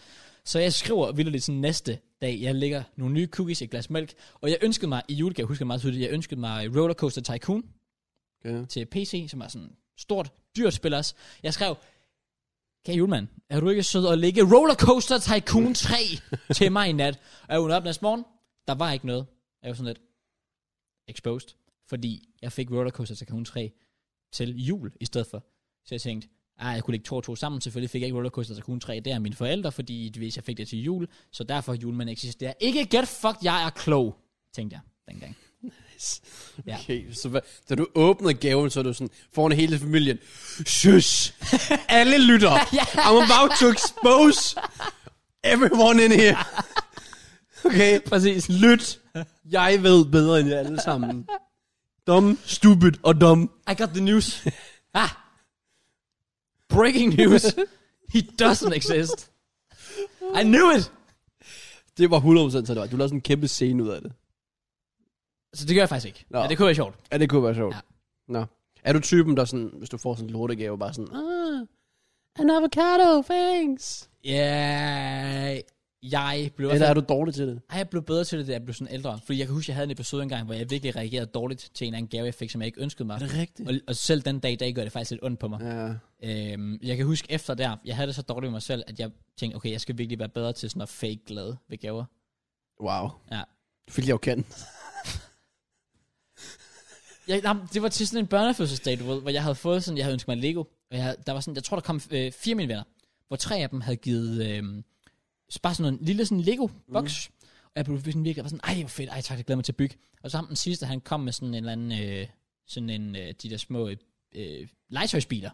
Speaker 1: Så jeg skriver vildt sådan næste dag, jeg lægger nogle nye cookies i et glas mælk, og jeg ønskede mig i julegave, husker jeg meget tydeligt, jeg ønskede mig Rollercoaster Tycoon
Speaker 2: Okay.
Speaker 1: til PC, som er sådan stort, dyrt spil også. Jeg skrev, kære julemand, er du ikke sød at lægge Rollercoaster Tycoon 3 til mig i nat? Og jeg vågnede op næste morgen, der var ikke noget. Jeg var sådan lidt exposed, fordi jeg fik Rollercoaster Tycoon 3 til jul i stedet for. Så jeg tænkte, ej, jeg kunne lægge to og to sammen. Selvfølgelig fik jeg ikke Rollercoaster Tycoon 3. Det er mine forældre, fordi hvis jeg fik det til jul, så derfor julemanden eksisterer. Ikke get fucked, jeg er klog, tænkte jeg dengang. Ja.
Speaker 2: Okay, så hvad, da du åbner gaven, så er du sådan foran hele familien. Shush! Alle lytter! I'm about to expose everyone in here! Okay,
Speaker 1: Præcis.
Speaker 2: lyt! Jeg ved bedre end jer alle sammen. Dum, stupid og dum.
Speaker 1: I got the news. ah. Breaking news. He doesn't exist. I knew it.
Speaker 2: Det var 100% så det var. Du lavede sådan en kæmpe scene ud af det.
Speaker 1: Så det gør jeg faktisk ikke.
Speaker 2: Nå.
Speaker 1: No. Ja, det kunne være sjovt.
Speaker 2: Ja, det kunne være sjovt.
Speaker 1: Ja.
Speaker 2: Nå. Er du typen, der sådan, hvis du får sådan en lortegave, bare sådan, ah, an avocado, thanks.
Speaker 1: Ja, jeg blev...
Speaker 2: Eller er du dårlig til det?
Speaker 1: Ej, jeg blev bedre til det, da jeg blev sådan ældre. Fordi jeg kan huske, jeg havde en episode engang, hvor jeg virkelig reagerede dårligt til en eller anden gave, jeg fik, som jeg ikke ønskede mig.
Speaker 2: rigtigt?
Speaker 1: Og, og selv den dag i dag gør det faktisk lidt ondt på mig.
Speaker 2: Ja.
Speaker 1: Øhm, jeg kan huske efter der, jeg havde det så dårligt med mig selv, at jeg tænkte, okay, jeg skal virkelig være bedre til sådan at fake glad ved gaver.
Speaker 2: Wow.
Speaker 1: Ja.
Speaker 2: Fordi jeg jo kan.
Speaker 1: Jeg, nej, det var til sådan en børnefødselsdag, du ved, hvor jeg havde fået sådan, jeg havde ønsket mig Lego. Og jeg, der var sådan, jeg tror, der kom øh, fire af mine venner, hvor tre af dem havde givet øh, så bare sådan en lille sådan Lego-boks. Mm. Og jeg blev sådan virkelig, jeg var sådan, ej, hvor fedt, ej tak, jeg glæder mig til at bygge. Og så ham den sidste, han kom med sådan en eller anden, øh, sådan en, øh, de der små øh, legetøjsbiler.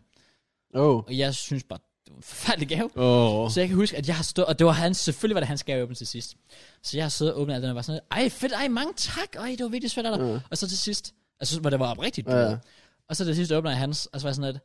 Speaker 2: Oh.
Speaker 1: Og jeg synes bare, det var en forfærdelig gave.
Speaker 2: Oh.
Speaker 1: Så jeg kan huske, at jeg har stået, og det var hans, selvfølgelig var det hans gave åbent til sidst. Så jeg har siddet og åbnet alt den, og var sådan, ej fedt, ej mange tak, ej det var virkelig svært af dig.
Speaker 2: Ja.
Speaker 1: Og så til sidst, altså hvor det var oprigtigt, du
Speaker 2: Ja.
Speaker 1: ved. og så til sidst åbner jeg hans, og så var jeg sådan lidt,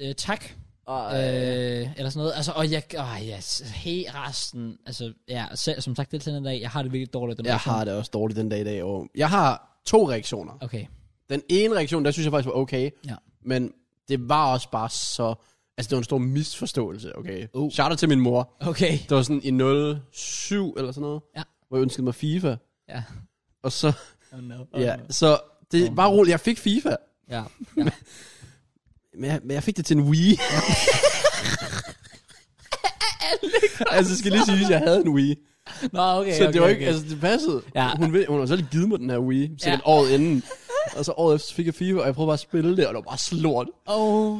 Speaker 1: øh, øh, tak, øh, eller sådan noget. Altså, og jeg, åh, jeg, helt resten, altså, ja, selv, som sagt, det er til den dag, jeg har det virkelig dårligt. Den
Speaker 2: Jeg
Speaker 1: reaktion.
Speaker 2: har det også dårligt den dag i dag. Og jeg har to reaktioner.
Speaker 1: Okay,
Speaker 2: Den ene reaktion, der synes jeg faktisk var okay.
Speaker 1: Ja.
Speaker 2: Men det var også bare så... Altså, det var en stor misforståelse, okay?
Speaker 1: Oh.
Speaker 2: Shout out til min mor.
Speaker 1: okay,
Speaker 2: Det var sådan i 07 eller sådan noget,
Speaker 1: Ja.
Speaker 2: hvor jeg ønskede mig FIFA.
Speaker 1: ja.
Speaker 2: Og så...
Speaker 1: Oh no.
Speaker 2: Oh, ja, så det var roligt. Jeg fik FIFA,
Speaker 1: ja.
Speaker 2: men jeg, men jeg fik det til en Wii. altså, jeg skal lige sige, at jeg havde en Wii.
Speaker 1: Nå, okay,
Speaker 2: Så
Speaker 1: okay,
Speaker 2: det var ikke,
Speaker 1: okay.
Speaker 2: altså det passede.
Speaker 1: Ja.
Speaker 2: Ja. Hun, ved, hun har selv givet mig den her Wii, sikkert
Speaker 1: Ja.
Speaker 2: ja. året inden. Og så året efter fik jeg FIFA, og jeg prøvede bare at spille det, og det var bare slort.
Speaker 1: Oh,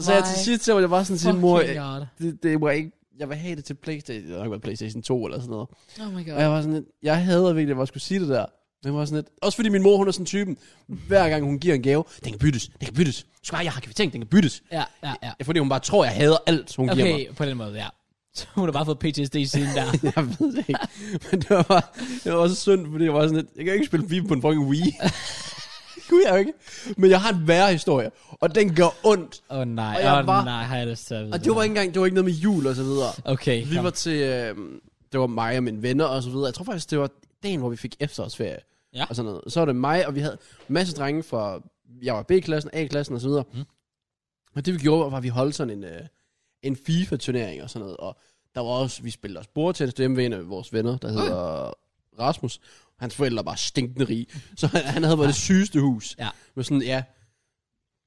Speaker 2: Så jeg
Speaker 1: my
Speaker 2: til sidst, så var jeg bare sådan til
Speaker 1: fucking
Speaker 2: mor,
Speaker 1: God.
Speaker 2: det, det var ikke, jeg vil have det til Playstation, det har nok været Playstation 2 eller sådan noget.
Speaker 1: Oh my god.
Speaker 2: Og jeg var sådan lidt, jeg hader virkelig, at jeg skulle sige det der. Men jeg var sådan lidt, også fordi min mor, hun er sådan typen, hver gang hun giver en gave, den kan byttes, den kan byttes. Skal jeg har kvittering, den kan byttes.
Speaker 1: Ja, ja, ja.
Speaker 2: Ja, fordi hun bare tror, jeg hader alt, hun okay. giver mig.
Speaker 1: Okay, på den måde, ja. Så hun har bare fået PTSD siden der.
Speaker 2: Jeg ved det ikke. Men det var, bare, det var også synd, fordi jeg var sådan lidt, jeg kan ikke spille FIFA på en fucking Wii. Det kunne jeg jo ikke. Men jeg har en værre historie, og den gør ondt.
Speaker 1: Åh oh, nej,
Speaker 2: Og
Speaker 1: åh
Speaker 2: jeg
Speaker 1: oh,
Speaker 2: var-
Speaker 1: nej, har jeg det så
Speaker 2: Og det var ikke engang, det var ikke noget med jul og så videre.
Speaker 1: Okay,
Speaker 2: Vi var til, øh, det var mig og mine venner og så videre. Jeg tror faktisk, det var dagen, hvor vi fik efterårsferie.
Speaker 1: Ja.
Speaker 2: Og sådan noget. Så var det mig, og vi havde en masse drenge fra, jeg var B-klassen, A-klassen og så videre.
Speaker 1: Mm.
Speaker 2: Mm. Og det vi gjorde, var, at vi holdt sådan en, øh, en FIFA-turnering og sådan noget. Og der var også, vi spillede også bordtennis, det hjemme ved en af vores venner, der hedder Rasmus. Hans forældre var stinkende rige, så han, han havde været det sygeste hus.
Speaker 1: Ja.
Speaker 2: Med sådan, ja,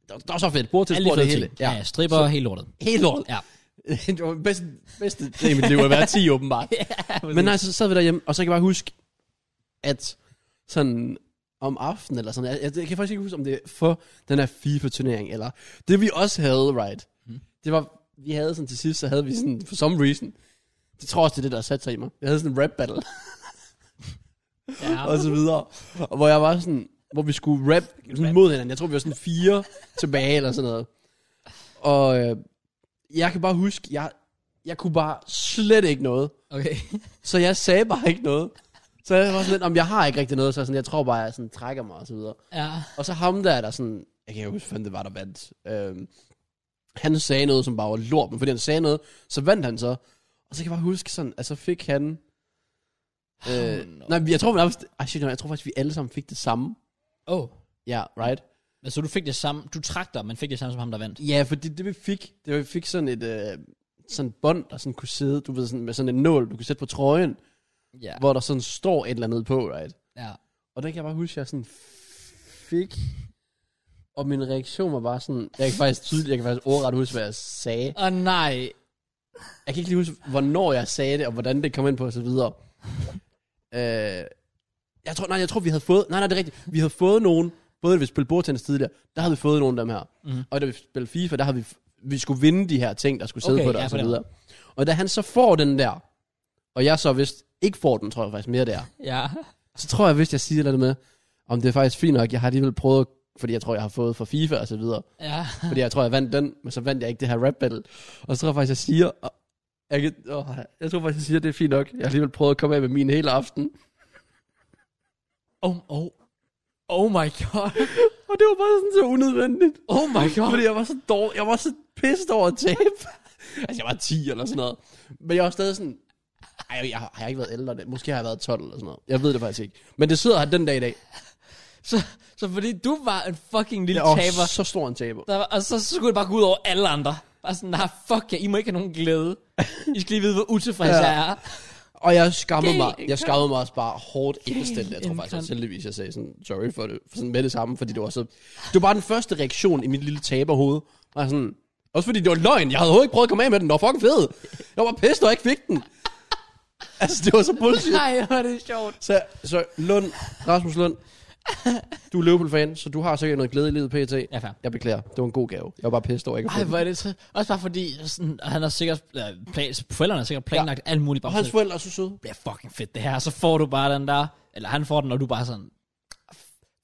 Speaker 2: det var, det var så fedt, bordtennis,
Speaker 1: alle
Speaker 2: bord,
Speaker 1: de
Speaker 2: det
Speaker 1: hele.
Speaker 2: hele.
Speaker 1: Ja, ja stripper så... helt lortet.
Speaker 2: Helt lort.
Speaker 1: Ja.
Speaker 2: det var den bedste, bedste dag i mit liv at være 10, åbenbart. Men nej, så sad vi derhjemme, og så kan jeg bare huske, at sådan om aftenen eller sådan, jeg, jeg, jeg kan faktisk ikke huske, om det er for den her FIFA-turnering, eller det vi også havde, right?
Speaker 1: Mhm.
Speaker 2: Mm. Det var, vi havde sådan til sidst, så havde vi sådan, for some reason, det tror jeg også, det er det, der har sat sig i mig. Jeg havde sådan en rap battle,
Speaker 1: ja.
Speaker 2: og så videre, og hvor jeg var sådan, hvor vi skulle rap, sådan mod hinanden. Jeg tror, vi var sådan fire tilbage, eller sådan noget. Og øh, jeg kan bare huske, jeg, jeg kunne bare slet ikke noget.
Speaker 1: Okay.
Speaker 2: Så jeg sagde bare ikke noget. Så jeg var sådan lidt, om jeg har ikke rigtig noget, så jeg sådan, jeg tror bare, jeg sådan trækker mig og så videre.
Speaker 1: ja.
Speaker 2: Og så ham der, der sådan, jeg kan ikke huske, hvem det var, der vandt. Øhm, han sagde noget, som bare var lort, men fordi han sagde noget, så vandt han så. Og så kan jeg bare huske sådan, at så fik han... Øh,
Speaker 1: Oh,
Speaker 2: oh,
Speaker 1: no.
Speaker 2: no. Nej, jeg tror, nærmest, ej, shit, jeg tror faktisk, vi alle sammen fik det samme.
Speaker 1: Oh.
Speaker 2: Ja, right?
Speaker 1: Men så du fik det samme, du trak dig, men fik det samme som ham, der vandt.
Speaker 2: Ja, fordi det vi fik, det vi fik sådan et... Øh, sådan bånd, der sådan kunne sidde, du ved, sådan, med sådan en nål, du kunne sætte på trøjen,
Speaker 1: Ja.
Speaker 2: hvor der sådan står et eller andet på, right?
Speaker 1: Ja.
Speaker 2: Og den kan jeg bare huske, jeg sådan fik. Og min reaktion var bare sådan, jeg kan faktisk tydeligt, jeg kan faktisk overret huske, hvad jeg sagde.
Speaker 1: Åh oh, nej.
Speaker 2: Jeg kan ikke lige huske, hvornår jeg sagde det, og hvordan det kom ind på, og så videre. Øh, jeg tror, nej, jeg tror, vi havde fået, nej, nej, det er rigtigt. Vi havde fået nogen, både da vi spillede bordtennis tidligere, der havde vi fået nogle af dem her.
Speaker 1: Mhm.
Speaker 2: Mm. Og da vi spillede FIFA, der havde vi, vi skulle vinde de her ting, der skulle sidde
Speaker 1: Okay,
Speaker 2: okay, på det,
Speaker 1: ja,
Speaker 2: ja, og
Speaker 1: på
Speaker 2: så
Speaker 1: den
Speaker 2: videre. Og da han så får den der, og jeg så vist ikke får den, tror jeg faktisk mere, det er.
Speaker 1: Ja.
Speaker 2: Så tror jeg, hvis jeg siger noget med, om det er faktisk fint nok, jeg har alligevel prøvet, fordi jeg tror, jeg har fået fra FIFA og så videre.
Speaker 1: Ja.
Speaker 2: Fordi jeg tror, jeg vandt den, men så vandt jeg ikke det her rap battle. Og så tror jeg faktisk, jeg siger, og jeg, kan, åh, jeg tror faktisk, jeg siger, det er fint nok. Jeg har alligevel prøvet at komme af med min hele aften.
Speaker 1: Oh, oh. Oh my god.
Speaker 2: Og det var bare sådan så unødvendigt.
Speaker 1: Oh my god.
Speaker 2: Fordi jeg var så dårlig, jeg var så pissed over at tabe. altså, jeg var 10 eller sådan noget. Men jeg var stadig sådan, ej, jeg har, har jeg ikke været ældre. end det? Måske har jeg været 12 eller sådan noget. Jeg ved det faktisk ikke. Men det sidder her den dag i dag.
Speaker 1: Så, så fordi du var en fucking lille
Speaker 2: Jeg var
Speaker 1: taber,
Speaker 2: så stor en taber.
Speaker 1: Der, var- og så skulle det bare gå ud over alle andre. Bare sådan, nej, fuck jer, I må ikke have nogen glæde. I skal lige vide, hvor utilfreds
Speaker 2: Ja.
Speaker 1: jeg er.
Speaker 2: Og jeg skammede
Speaker 1: Gale
Speaker 2: mig, jeg
Speaker 1: income.
Speaker 2: skammede mig også bare hårdt indstillet. Jeg tror
Speaker 1: income.
Speaker 2: faktisk også heldigvis, jeg sagde sådan, sorry for det, for sådan med det samme, fordi det var så... Det var bare den første reaktion i mit lille taberhoved. Var sådan, også fordi det var løgn, jeg havde overhovedet ikke prøvet at komme af med den, den var fucking fed. Jeg var pissed, når jeg ikke fik den. Altså, det var så bullshit.
Speaker 1: Nej, hvor er det sjovt.
Speaker 2: Så, så Lund, Rasmus Lund, du er Liverpool-fan, så du har sikkert noget glæde i livet, PT.
Speaker 1: Ja, fair.
Speaker 2: Jeg beklager, det var en god gave. Jeg var bare pissed over, at jeg
Speaker 1: Ej,
Speaker 2: ikke
Speaker 1: hvor er det så... Også bare fordi, sådan, han har sikkert... Øh, plan, forældrene har sikkert planlagt ja. alt muligt. Bare
Speaker 2: Og
Speaker 1: sådan,
Speaker 2: hans forældre er så søde.
Speaker 1: det bliver fucking fedt det her. Og så får du bare den der... Eller han får den, og du er bare sådan... "Ah,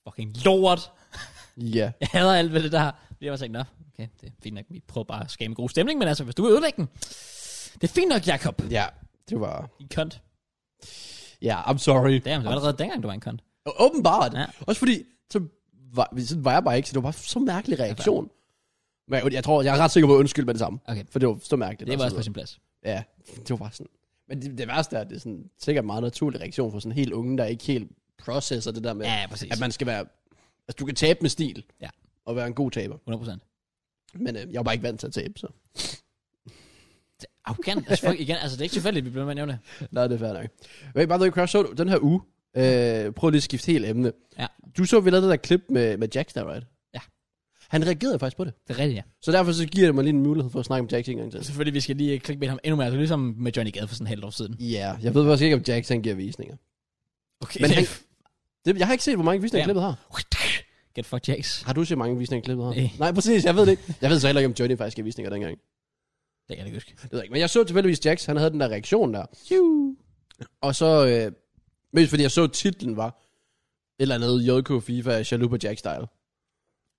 Speaker 1: Fucking lort.
Speaker 2: Ja.
Speaker 1: Jeg hader alt ved det der. Vi har bare tænkt, nå, okay, det er fint nok. Vi prøver bare at skabe en god stemning, men altså, hvis du vil ødelægge den... Det er fint nok, Jacob.
Speaker 2: Ja, det var...
Speaker 1: I kønt.
Speaker 2: Ja, I'm sorry.
Speaker 1: Damn, det var allerede dengang, du var en kønt.
Speaker 2: Og Åbenbart.
Speaker 1: Ja.
Speaker 2: Ja. Også fordi, så var, så var jeg bare ikke, så det var bare så mærkelig reaktion. Men jeg- jeg tror, jeg er ret sikker på at undskylde med det samme.
Speaker 1: Okay.
Speaker 2: For det var så mærkeligt.
Speaker 1: Det
Speaker 2: og
Speaker 1: var
Speaker 2: så
Speaker 1: også på
Speaker 2: videre.
Speaker 1: sin plads.
Speaker 2: Ja, det var bare sådan. Men det, det værste er, at det er sådan, sikkert en meget naturlig reaktion for sådan en helt unge, der ikke helt processer det der med,
Speaker 1: Ja, præcis.
Speaker 2: at man skal være... Altså, du kan tabe med stil.
Speaker 1: Ja.
Speaker 2: Og være en god taber.
Speaker 1: 100 procent.
Speaker 2: Men øh, jeg var bare ikke vant til at tabe, så...
Speaker 1: Arrogant. Altså, fuck, igen, altså, det er ikke tilfældigt, vi bliver med at nævne det.
Speaker 2: Nej, det er fair nok. Men bare, Crash, så du den her uge, øh, prøv lige at skifte helt emne.
Speaker 1: Ja.
Speaker 2: Du så, vi lavede det der klip med, med Jax der, right?
Speaker 1: Ja.
Speaker 2: Han reagerede faktisk på det.
Speaker 1: Det er rigtigt, ja.
Speaker 2: Så derfor så giver det mig lige en mulighed for at snakke om Jax en gang til.
Speaker 1: Selvfølgelig, vi skal lige klikke med ham endnu mere. Det er ligesom med Johnny Gade for sådan et halvt år siden.
Speaker 2: Ja, yeah, jeg ved faktisk ikke, om Jax han giver visninger.
Speaker 1: Okay.
Speaker 2: Men han- Det, jeg har ikke set, hvor mange visninger
Speaker 1: Ja.
Speaker 2: klippet har.
Speaker 1: Get fucked, Jax.
Speaker 2: Har du set, hvor mange visninger klippet har?
Speaker 1: Nej.
Speaker 2: Nej, præcis, jeg ved det ikke. Jeg ved så heller ikke, om Johnny faktisk gav visninger dengang.
Speaker 1: Det kan jeg ikke huske.
Speaker 2: Det ved jeg ikke. Men jeg så tilfældigvis Jax, han havde den der reaktion der. Hiu. Og så, øh, mest fordi jeg så titlen var, et eller andet JK FIFA Chalupa Jack style.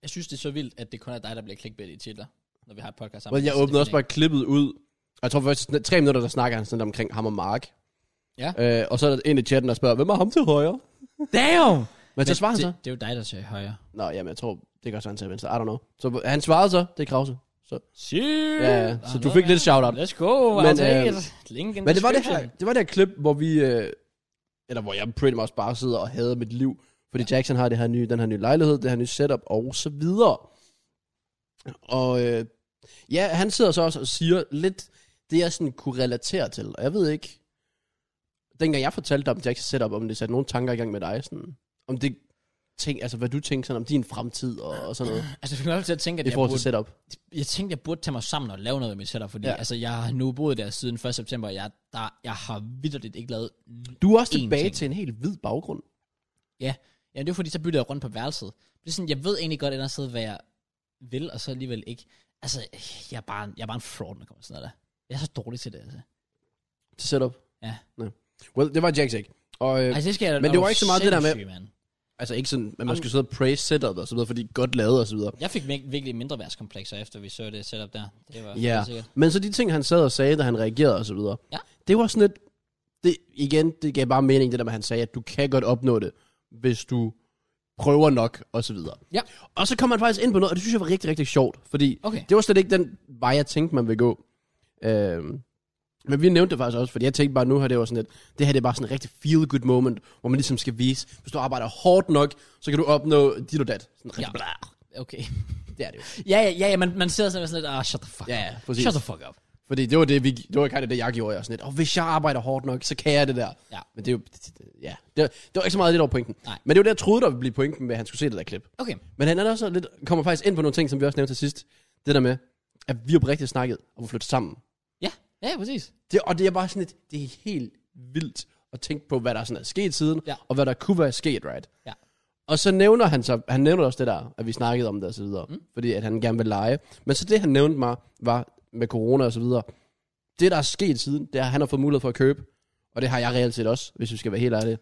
Speaker 1: Jeg synes, det er så vildt, at det kun er dig, der bliver clickbait i titler, når vi har et podcast sammen.
Speaker 2: Men jeg åbnede også bare klippet ud. Og jeg tror først, sådan tre minutter, der snakker han sådan omkring ham og Mark.
Speaker 1: Ja.
Speaker 2: Øh, og så er der en i chatten, der spørger, hvem er ham til højre?
Speaker 1: Damn!
Speaker 2: Men, så svarer han
Speaker 1: det,
Speaker 2: så.
Speaker 1: Det er jo dig, der siger højre.
Speaker 2: Nå, jamen jeg tror, det gør så han til venstre. I don't know. Så han svarede så, det er Krause. Så.
Speaker 1: Sygt!
Speaker 2: Ja, ja. Så du fik lidt shout-out.
Speaker 1: Let's go,
Speaker 2: Men,
Speaker 1: men,
Speaker 2: øh,
Speaker 1: Link in
Speaker 2: Men det var det her, det var det her klip, hvor vi, øh, eller hvor jeg pretty much bare sidder og hader mit liv. Fordi Jackson har det her nye, den her nye lejlighed, det her nye setup og så videre. Og øh, ja, han sidder så også og siger lidt det, jeg sådan kunne relatere til. Og jeg ved ikke, dengang jeg fortalte dig om Jacksons setup, om det satte nogle tanker i gang med dig. Sådan, om det ting, altså hvad du tænker sådan om din fremtid og, og sådan noget.
Speaker 1: Altså, det fik mig også til at tænke, at
Speaker 2: I
Speaker 1: jeg
Speaker 2: forhold til
Speaker 1: burde,
Speaker 2: setup.
Speaker 1: jeg tænkte, jeg burde tage mig sammen og lave noget med mit setup, fordi ja.
Speaker 2: Ja.
Speaker 1: altså, jeg har nu boet der siden 1. september, og jeg, der, jeg har vidderligt ikke lavet...
Speaker 2: Du er også
Speaker 1: Én
Speaker 2: tilbage
Speaker 1: ting.
Speaker 2: til en helt hvid baggrund.
Speaker 1: Ja, det er jo fordi, så bytter jeg rundt på værelset. Det er sådan, jeg ved egentlig godt et eller andet sted, hvad jeg vil, og så alligevel ikke. Altså, jeg er bare en, jeg er bare en fraud, når det kommer til sådan noget der. Jeg er så dårlig til det, altså.
Speaker 2: Til setup.
Speaker 1: Ja.
Speaker 2: ja. Well, det var Jacks ikke. Og, øh,
Speaker 1: altså det skal jeg, da-
Speaker 2: men det
Speaker 1: Nå,
Speaker 2: var ikke så meget det der med-
Speaker 1: sindssyg, Man.
Speaker 2: Altså ikke sådan, at man
Speaker 1: Jamen-
Speaker 2: skal sidde og praise setup og så videre, fordi godt lavet og så videre.
Speaker 1: Jeg fik vir- virkelig mindre værtskomplekser, efter vi så det setup der. Det var
Speaker 2: Ja,
Speaker 1: helt sikkert.
Speaker 2: men så de ting, han sad og sagde, da han reagerede og så videre,
Speaker 1: Ja.
Speaker 2: det var sådan lidt, det, igen, det gav bare mening, det der med, at han sagde, at du kan godt opnå det, hvis du prøver nok og så videre.
Speaker 1: Ja.
Speaker 2: Og så kom han faktisk ind på noget, og det synes jeg var rigtig, rigtig sjovt, fordi
Speaker 1: Okay.
Speaker 2: det var slet ikke den vej, jeg tænkte, man ville gå. Øhm, men vi nævnte det faktisk også, fordi jeg tænkte bare nu her, det var sådan lidt, det her det er bare sådan en rigtig feel-good moment, hvor man ligesom skal vise, hvis du arbejder hårdt nok, så kan du opnå dit og dat. Sådan
Speaker 1: Ja.
Speaker 2: rigtig ja.
Speaker 1: Okay.
Speaker 2: Det er det jo.
Speaker 1: ja, ja, ja, ja, man, man sidder sådan og sådan lidt, ah, shut the fuck
Speaker 2: Ja,
Speaker 1: up.
Speaker 2: ja, præcis.
Speaker 1: Shut the fuck up.
Speaker 2: Fordi det var det, vi, det var kind of det, jeg gjorde. Jeg var sådan lidt, og hvis jeg arbejder hårdt nok, så kan jeg det der.
Speaker 1: Ja.
Speaker 2: Men det er jo, det- det- ja. Det var, det var ikke så meget det, der var pointen.
Speaker 1: Nej.
Speaker 2: Men det var det, jeg troede, der ville blive pointen med, at han skulle se det der klip.
Speaker 1: Okay.
Speaker 2: Men han er også lidt, kommer faktisk ind på nogle ting, som vi også nævnte til sidst. Det der med, at vi oprigtigt snakket om at flytte sammen.
Speaker 1: Ja, ja, præcis.
Speaker 2: Det, og det er bare sådan lidt, det er helt vildt at tænke på, hvad der sådan er sket siden,
Speaker 1: Ja.
Speaker 2: og hvad der kunne være sket, right?
Speaker 1: Ja.
Speaker 2: Og så nævner han så, han nævner også det der, at vi snakkede om det og så videre, mm. fordi at han gerne vil lege. Men så det, han nævnte mig, var med corona og så videre. Det, der er sket siden, det er, at han har fået mulighed for at købe, og det har jeg reelt set også, hvis vi skal være helt ærlige,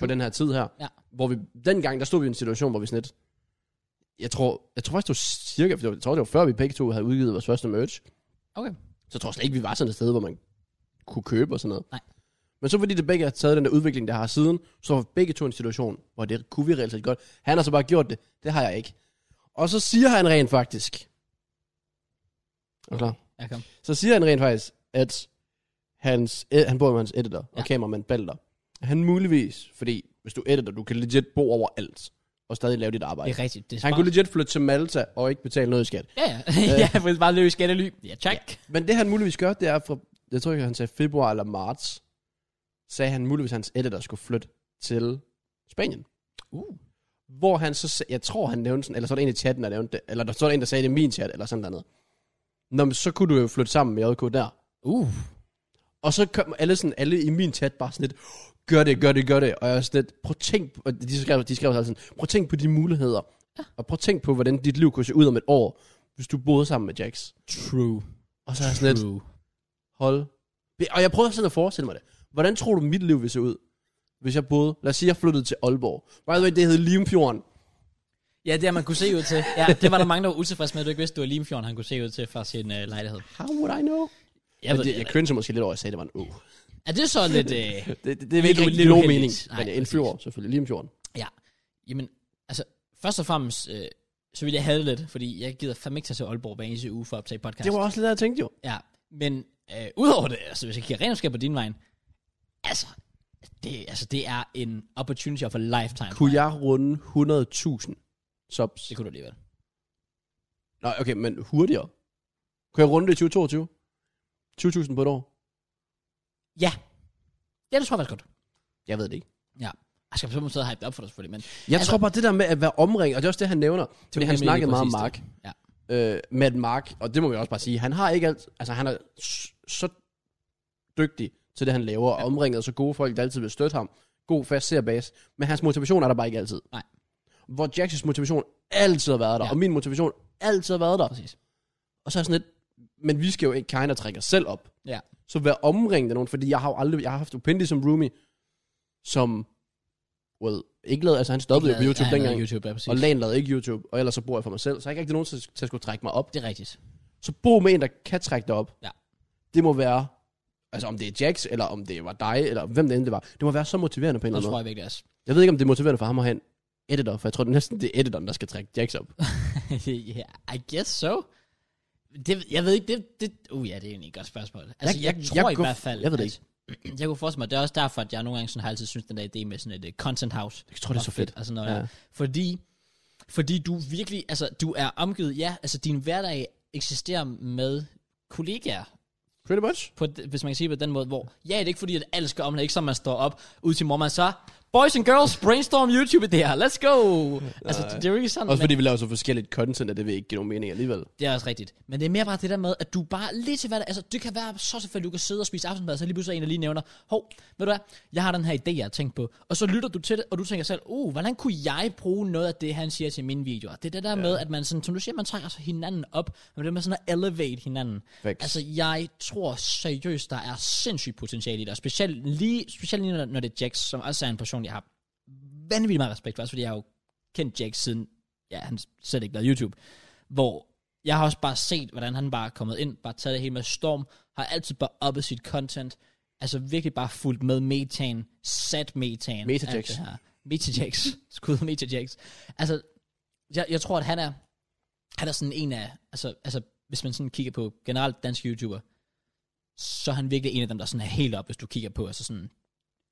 Speaker 2: på den her tid her.
Speaker 1: Ja.
Speaker 2: Hvor vi, dengang, der stod vi i en situation, hvor vi sådan lidt, jeg tror, jeg tror faktisk, det var cirka, for det var- jeg tror, det var før vi begge to havde udgivet vores første merch,
Speaker 1: Okay.
Speaker 2: så jeg tror slet ikke, vi var sådan et sted, hvor man kunne købe og sådan noget.
Speaker 1: Nej.
Speaker 2: Men så fordi det begge har taget den der udvikling, der har siden, så var begge to i en situation, hvor det kunne vi reelt set godt. Han har så bare gjort det. Det har jeg ikke. Og så siger han rent faktisk. Er du klar?
Speaker 1: Ja, kom.
Speaker 2: Så siger han rent faktisk, at hans, eh, han bor med hans editor og
Speaker 1: Ja.
Speaker 2: kameramand Balder. Han muligvis, fordi hvis du editor, du kan legit bo overalt og stadig lave dit
Speaker 1: Det
Speaker 2: arbejde.
Speaker 1: er rigtigt. Det er
Speaker 2: Han
Speaker 1: smart.
Speaker 2: kunne Øh. legit flytte til Malta og ikke betale noget i skat.
Speaker 1: Ja, ja. ja, præcis. bare løs skattely. Ja, tak.
Speaker 2: Men det han muligvis gør, det er fra, jeg tror ikke, han sagde februar eller marts, sagde han muligvis, at hans editor skulle flytte til Spanien.
Speaker 1: Uh.
Speaker 2: Hvor han så sagde, jeg tror han nævnte sådan, eller så var der en i chatten, der nævnte det, eller der så var der en, der sagde det i min chat, eller sådan noget. Nå, men så kunne du jo flytte sammen med JK der.
Speaker 1: Uh.
Speaker 2: Og så kom alle, sådan, alle i min chat bare sådan lidt, gør det, gør det, gør det. Og jeg er sådan lidt, prøv at tænk, på- og de skrev, de skrev sådan, prøv at tænk på de muligheder. Og prøv at tænk på, hvordan dit liv kunne se ud om et år, hvis du boede sammen med Jax.
Speaker 1: True.
Speaker 2: Og så er jeg sådan lidt,
Speaker 1: True.
Speaker 2: hold. Og jeg prøver sådan at forestille mig det. Hvordan tror du, mit liv ville se ud, hvis jeg boede, lad os sige, jeg flyttede til Aalborg. By the way, det hed Limfjorden.
Speaker 1: Ja, det har man kunne se ud til. Ja, det var der mange, der var utilfredse med, at du ikke vidste, at det var Limfjorden, han kunne se ud til fra sin øh, lejlighed.
Speaker 2: How would I know?
Speaker 1: Jeg ved,
Speaker 2: det, jeg kønte måske lidt over, at jeg sagde, at det var en å.
Speaker 1: er det så lidt... Øh,
Speaker 2: Det, det, det er ikke
Speaker 1: Lidt-
Speaker 2: rigtig
Speaker 1: lidt
Speaker 2: nogen
Speaker 1: uheldigt.
Speaker 2: mening.
Speaker 1: Nej,
Speaker 2: Men en
Speaker 1: præcis.
Speaker 2: fjord, selvfølgelig. Limfjorden.
Speaker 1: ja, jamen, altså, først og fremmest, øh, så ville jeg have det lidt, fordi jeg gider fandme ikke tage til Aalborg hver eneste uge for at optage podcast.
Speaker 2: Det var også lidt, jeg tænkte jo.
Speaker 1: Ja, men øh, udover det, altså hvis jeg kigger regnskab på din vej, altså det, altså, det er en opportunity of a lifetime.
Speaker 2: Kunne jeg runde 100.000 subs?
Speaker 1: Det kunne du alligevel.
Speaker 2: Nej, okay, men hurtigere. Kunne jeg runde det i 2022? 20.000 på et år?
Speaker 1: Ja. Ja, det tror jeg faktisk godt.
Speaker 2: Jeg ved det ikke.
Speaker 1: Ja. Jeg skal på sådan måde hype det op for dig selvfølgelig, men...
Speaker 2: Jeg
Speaker 1: Altså-
Speaker 2: altså, tror bare, det der med at være omringet, og det er også det, han nævner. Fordi han
Speaker 1: nemlig
Speaker 2: snakkede
Speaker 1: lige
Speaker 2: meget om
Speaker 1: præcis
Speaker 2: Mark.
Speaker 1: det. Ja.
Speaker 2: Øh, med Mark, og det må vi også bare sige, han har ikke alt, altså han er s- så dygtig til det, han laver, og omringet af så gode folk, der altid vil støtte ham. God fast seerbase. Men hans motivation er der bare ikke altid.
Speaker 1: Nej.
Speaker 2: Hvor Jacksons motivation altid har været der,
Speaker 1: Ja.
Speaker 2: ja. og min motivation altid har været der.
Speaker 1: Præcis.
Speaker 2: Og så er jeg sådan lidt, men vi skal jo ikke kind of trække os selv op.
Speaker 1: Ja.
Speaker 2: Så vær omringet af nogen, fordi jeg har jo aldrig, jeg har haft Upendi som roomie, som, well, ikke lavede, altså han stoppede jo på
Speaker 1: Ja,
Speaker 2: YouTube
Speaker 1: han
Speaker 2: dengang,
Speaker 1: lavede YouTube, ja, præcis.
Speaker 2: og Lan lavede ikke YouTube, og ellers så bor jeg for mig selv, så jeg har ikke rigtig nogen til, til at skulle trække mig op.
Speaker 1: Det er rigtigt.
Speaker 2: Så bo med en, der kan trække dig op.
Speaker 1: Ja.
Speaker 2: Det må være, altså om det er Jax, eller om det var dig, eller hvem det end det var, det må være så motiverende på en
Speaker 1: Det
Speaker 2: eller anden
Speaker 1: tror
Speaker 2: måde.
Speaker 1: jeg virkelig også.
Speaker 2: Jeg ved ikke, om det er motiverende for ham at have en editor, for jeg tror det er næsten, det er editoren, der skal trække Jax op.
Speaker 1: yeah, I guess so. Det, jeg ved ikke, det... det uh, ja, det er egentlig et godt spørgsmål. Altså, jeg, jeg,
Speaker 2: jeg-
Speaker 1: tror
Speaker 2: jeg
Speaker 1: i
Speaker 2: kunne-
Speaker 1: hvert fald...
Speaker 2: jeg ved det
Speaker 1: at- Jeg kunne forestille mig, det er også derfor, at jeg nogle gange sådan, har altid synes den der idé med sådan et uh, content house.
Speaker 2: Jeg tror, det er så fedt.
Speaker 1: Altså, når ja.
Speaker 2: Ja.
Speaker 1: Fordi, fordi du virkelig, altså du er omgivet, ja, altså din hverdag eksisterer med kollegaer,
Speaker 2: Pretty much.
Speaker 1: på, d- hvis man kan sige det på den måde, hvor, ja, det er ikke fordi, at alt skal om, det er ikke som man står op ud til mormor, så, boys and girls, brainstorm YouTube det her, let's go! Altså, det, det er jo ikke sådan,
Speaker 2: Også
Speaker 1: men,
Speaker 2: fordi vi laver så forskelligt content, at det vil ikke give nogen mening alligevel.
Speaker 1: det er også rigtigt. Men det er mere bare det der med, at du bare lige til hverdag, altså det kan være så selvfølgelig, du kan sidde og spise aftensmad, og så lige pludselig er en, der lige nævner, hov, ved du hvad, jeg har den her idé, jeg har tænkt på. Og så lytter du til det, og du tænker selv, uh, hvordan kunne jeg bruge noget af det, han siger til mine videoer? Det er det der ja. med, at man sådan, som du siger, man trækker sig hinanden op, men det med sådan at elevate hinanden.
Speaker 2: Facts.
Speaker 1: Altså, jeg tror seriøst, der er sindssygt potentiale i det, og specielt lige, specielt lige når, når det er Jax, som også er en person, jeg har vanvittigt meget respekt for, også fordi jeg har jo kendt Jack siden, ja, han slet ikke lavede YouTube, hvor jeg har også bare set, hvordan han bare er kommet ind, bare taget det hele med storm, har altid bare oppet sit content, altså virkelig bare fulgt med metan, sat metan.
Speaker 2: Meta
Speaker 1: alt
Speaker 2: Jax.
Speaker 1: det her. Meta Jax. Skud Meta Jax. Altså, jeg, jeg tror, at han er, han er sådan en af, altså, altså hvis man sådan kigger på generelt danske YouTuber, så er han virkelig en af dem, der sådan er helt op, hvis du kigger på, altså sådan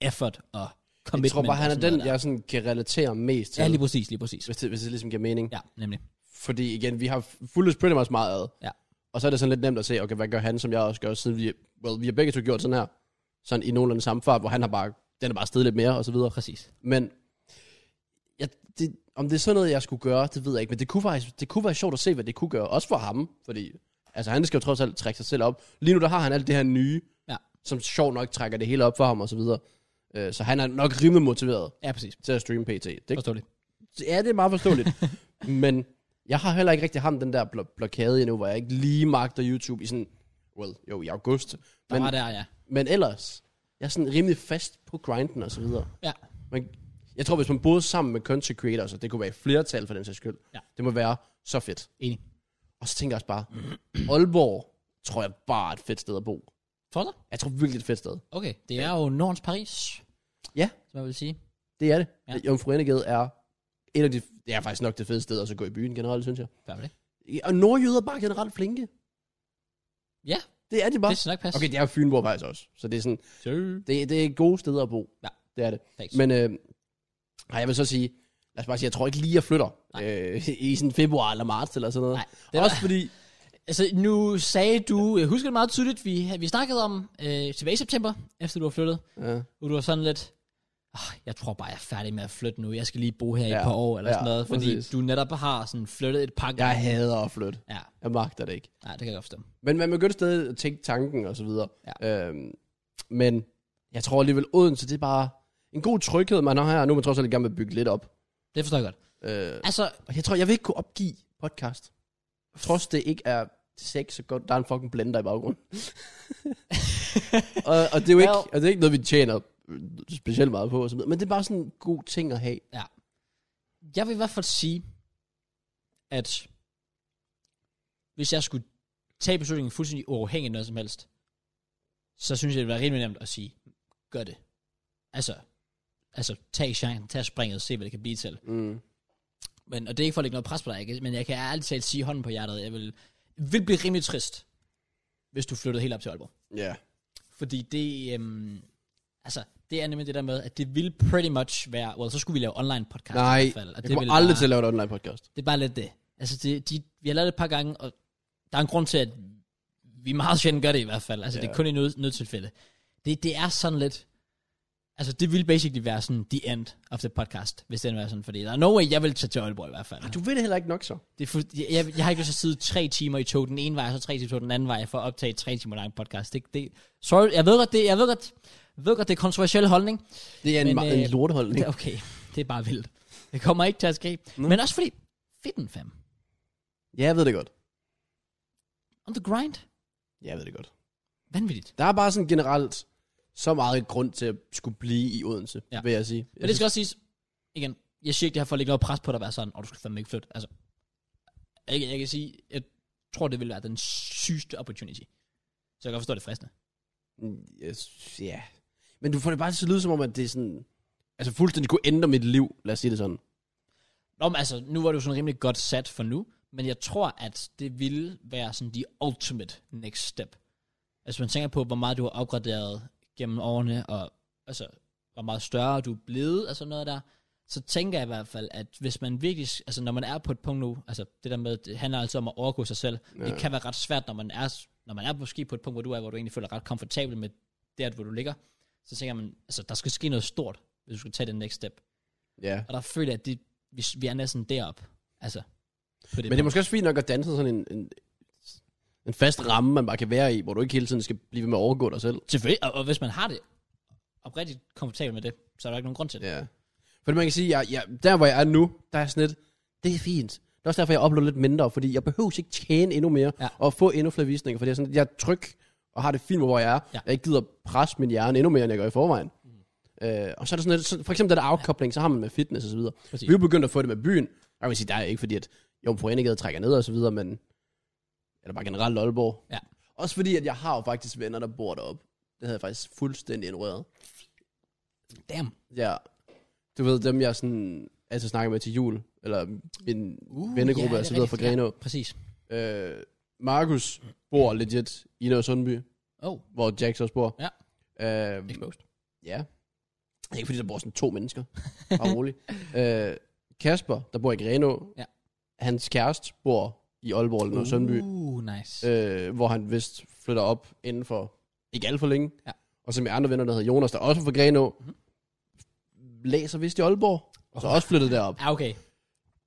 Speaker 1: effort og commitment.
Speaker 2: Jeg tror bare, han
Speaker 1: og
Speaker 2: er
Speaker 1: sådan noget
Speaker 2: den,
Speaker 1: der.
Speaker 2: jeg sådan kan relatere mest til,
Speaker 1: Ja, lige præcis, lige præcis.
Speaker 2: hvis, det, hvis det ligesom giver mening. Ja.
Speaker 1: Ja, nemlig.
Speaker 2: Fordi igen, vi har fuldt pretty much meget ad.
Speaker 1: Ja.
Speaker 2: Og så er det sådan lidt nemt at se, okay, hvad gør han, som jeg også gør, siden vi, well, vi har begge to gjort sådan her, sådan i nogenlunde samme fart, hvor han har bare, den er bare stedet lidt mere, og så videre.
Speaker 1: Præcis.
Speaker 2: Men jeg, det, om det er sådan noget, jeg skulle gøre, det ved jeg ikke. Men det kunne, faktisk, det kunne være sjovt at se, hvad det kunne gøre. Også for ham, fordi altså, han skal jo trods alt trække sig selv op. Lige nu der har han alt det her nye,
Speaker 1: Ja.
Speaker 2: som sjovt nok trækker det hele op for ham og så videre. Øh, Så han er nok rimelig motiveret
Speaker 1: Ja, præcis.
Speaker 2: til at streame PT. Det,
Speaker 1: Forståeligt.
Speaker 2: ja, det er meget forståeligt. men jeg har heller ikke rigtig ham den der blo- blokade endnu, hvor jeg ikke lige magter YouTube i sådan, well, jo, i august.
Speaker 1: Der
Speaker 2: Men,
Speaker 1: var der, ja.
Speaker 2: men ellers, jeg er sådan rimelig fast på grinden og så videre.
Speaker 1: Ja,
Speaker 2: Man, jeg tror, hvis man boede sammen med content creators, og det kunne være i flertal for den sags skyld,
Speaker 1: Ja.
Speaker 2: det må være så fedt.
Speaker 1: enig.
Speaker 2: Og så tænker jeg også bare, Aalborg tror jeg bare er et fedt sted at bo.
Speaker 1: For dig?
Speaker 2: Jeg tror virkelig et fedt sted.
Speaker 1: Okay, det er jo Nordens Paris,
Speaker 2: Ja,
Speaker 1: som jeg vil sige.
Speaker 2: det er det.
Speaker 1: Ja.
Speaker 2: Ja. Jomfruendegade er et af de, det er faktisk nok det fedeste sted at så gå i byen generelt, synes jeg.
Speaker 1: Hvad det?
Speaker 2: Ja, Og nordjyder er bare generelt flinke.
Speaker 1: Ja,
Speaker 2: Det er de bare.
Speaker 1: det skal nok passe.
Speaker 2: Okay, det er Fynborg faktisk også. Så det er sådan, det, det er gode steder at bo.
Speaker 1: Ja.
Speaker 2: Det er det.
Speaker 1: Thanks.
Speaker 2: Men øh, nej, jeg vil så sige, lad os bare sige, jeg tror ikke lige, jeg flytter øh, i sådan februar eller marts eller sådan noget.
Speaker 1: Nej, det
Speaker 2: det
Speaker 1: var-
Speaker 2: Også fordi,
Speaker 1: Altså, nu sagde du, jeg husker det meget tydeligt, vi, vi snakkede om øh, tilbage i september, efter du var flyttet,
Speaker 2: ja,
Speaker 1: og du var sådan lidt, oh, jeg tror bare, jeg er færdig med at flytte nu, jeg skal lige bo her i et
Speaker 2: Ja,
Speaker 1: par år, eller
Speaker 2: ja,
Speaker 1: sådan noget, fordi
Speaker 2: præcis.
Speaker 1: du netop har sådan flyttet et par
Speaker 2: jeg hader at flytte.
Speaker 1: Ja,
Speaker 2: Jeg magter det ikke.
Speaker 1: nej, det kan jeg godt forstå.
Speaker 2: Men man begyndte stadig at tænke tanken og så videre.
Speaker 1: Ja.
Speaker 2: Øhm, Men jeg tror alligevel, Odense, det er bare en god tryghed, man har her. Nu er man trods alt i gang med at bygge lidt op.
Speaker 1: Det forstår jeg godt.
Speaker 2: Øh,
Speaker 1: Altså,
Speaker 2: og jeg tror, jeg vil ikke kunne opgive podcast. Trods det ikke er sex, så godt, der er en fucking blender i baggrunden. og, og, det er jo ikke,
Speaker 1: Well.
Speaker 2: og det er ikke noget, vi tjener øh, specielt meget på, og så videre, men det er bare sådan en god ting at have.
Speaker 1: jeg vil i hvert fald sige, at hvis jeg skulle tage beslutningen fuldstændig uafhængig af noget som helst, så synes jeg, det ville være rimelig nemt at sige, gør det. Altså, altså tag chancen, tag springet, se hvad det kan blive til.
Speaker 2: Mm.
Speaker 1: Men, og det er ikke for at lægge noget pres på dig, ikke? men jeg kan ærligt talt sige hånden på hjertet, jeg vil, vil blive rimelig trist, hvis du flyttede helt op til Aalborg.
Speaker 2: Ja.
Speaker 1: Fordi det, øhm, altså, det er nemlig det der med, at det vil pretty much være, well, så skulle vi lave online podcast
Speaker 2: Nej,
Speaker 1: i hvert fald. Og
Speaker 2: Jeg
Speaker 1: det
Speaker 2: kommer
Speaker 1: ville
Speaker 2: aldrig
Speaker 1: bare,
Speaker 2: til at lave et online podcast.
Speaker 1: Det er bare lidt det. Altså, det, de, vi har lavet det et par gange, og der er en grund til, at vi meget sjældent gør det i hvert fald. Altså, det er
Speaker 2: Ja.
Speaker 1: kun i nød, nødtilfælde. Det, det er sådan lidt... Altså, det ville basically være sådan the end of the podcast, hvis den var sådan, fordi der er no way, jeg vil tage til Aalborg i hvert fald.
Speaker 2: Du ved det heller ikke nok så.
Speaker 1: Det er fuld, jeg, jeg, jeg har ikke lyst til at sidde tre timer i tog den ene vej, og så tre timer i tog den anden vej, for at optage tre timer lang podcast. Det, det, sorry, jeg ved godt, det, jeg ved godt, jeg ved godt, det er kontroversiel holdning.
Speaker 2: Det er en,
Speaker 1: Men,
Speaker 2: men, øh, en
Speaker 1: øh,
Speaker 2: lorteholdning.
Speaker 1: Det, er okay, det er bare vildt. Det kommer ikke til at ske.
Speaker 2: Nå.
Speaker 1: Men også fordi, fedt en fem.
Speaker 2: Ja, jeg ved det godt.
Speaker 1: On the grind.
Speaker 2: Ja, jeg ved det godt.
Speaker 1: Vanvittigt.
Speaker 2: Der er bare sådan generelt så meget grund til at skulle blive i Odense,
Speaker 1: Ja.
Speaker 2: ja. vil jeg sige. Jeg
Speaker 1: Men det skal også siges, igen, jeg siger ikke det her for at lægge noget pres på dig at være sådan, og du skal fandme ikke flytte. Altså, jeg, jeg kan sige, jeg tror, det ville være den sygeste opportunity. Så jeg kan godt forstå det er fristende.
Speaker 2: Mm, Yes, ja. Men du får det bare til at lyde som om, at det er sådan... Altså fuldstændig kunne ændre mit liv, lad os sige det sådan.
Speaker 1: Nå, men altså, nu var det jo sådan rimelig godt sat for nu, men jeg tror, at det ville være sådan de ultimate next step. Altså, man tænker på, hvor meget du har opgraderet gennem årene, og altså, hvor meget større du er blevet, og sådan noget der, så tænker jeg i hvert fald, at hvis man virkelig, altså når man er på et punkt nu, altså det der med, det handler altid om at overgå sig selv, ja. det kan være ret svært, når man er, når man er måske på et punkt, hvor du er, hvor du egentlig føler dig ret komfortabel med der, hvor du ligger, så tænker man, altså der skal ske noget stort, hvis du skal tage det next step.
Speaker 2: Ja.
Speaker 1: Og der føler jeg, at det, vi, vi er næsten derop. Altså. På det
Speaker 2: Men det er måske også fint nok at danse sådan en, en, en fast ramme, man bare kan være i, hvor du ikke hele tiden skal blive ved med at overgå dig selv.
Speaker 1: Selvfølgelig. Og, og hvis man har det oprigtigt komfortabelt med det, så er der ikke nogen grund til det.
Speaker 2: Ja. Fordi man kan sige, at jeg, jeg, der hvor jeg er nu, der er sådan lidt, det er fint. Det er også derfor, jeg uploader lidt mindre, fordi jeg behøver ikke tjene endnu mere,
Speaker 1: Ja.
Speaker 2: og få endnu flere visninger, fordi jeg er, sådan, jeg er tryg, og har det fint med, hvor jeg er.
Speaker 1: Ja.
Speaker 2: Jeg ikke gider presse min hjerne endnu mere, end jeg gør i forvejen. Mm. Øh, og så er der sådan lidt, så, for eksempel der er der afkobling, så har man med fitness og så videre.
Speaker 1: Præcis.
Speaker 2: Vi er jo begyndt at få det med byen. Og Jeg vil sige, der er ikke fordi, at jo, Foreningade trækker ned og så videre, men eller bare generelt Aalborg.
Speaker 1: Ja.
Speaker 2: Også fordi, at jeg har jo faktisk venner, der bor deroppe. Det havde jeg faktisk fuldstændig ignoreret.
Speaker 1: Damn.
Speaker 2: Ja. Du ved, dem jeg sådan, altså snakker med til jul, eller min uh, vennegruppe
Speaker 1: ja,
Speaker 2: ja, og
Speaker 1: det
Speaker 2: så
Speaker 1: er
Speaker 2: videre fra
Speaker 1: rigtigt, ja.
Speaker 2: Grenå.
Speaker 1: Præcis.
Speaker 2: Øh, Markus bor legit i Nørre Sundby,
Speaker 1: Oh,
Speaker 2: hvor Jax også bor.
Speaker 1: Ja.
Speaker 2: Øh,
Speaker 1: exposed.
Speaker 2: ja. Det er ikke fordi, der bor sådan to mennesker. Bare rolig. øh, Kasper, der bor i Grenå,
Speaker 1: Ja.
Speaker 2: hans kæreste bor i Aalborg eller Nørre Sundby,
Speaker 1: Uh, nice. Øh.
Speaker 2: øh, hvor han vist flytter op inden for ikke alt for længe.
Speaker 1: Ja. Mhm.
Speaker 2: Og så med andre venner, der hedder Jonas, der også er fra Grenå, mm-hmm. læser vist i Aalborg, og så også flyttet derop.
Speaker 1: Ja, okay.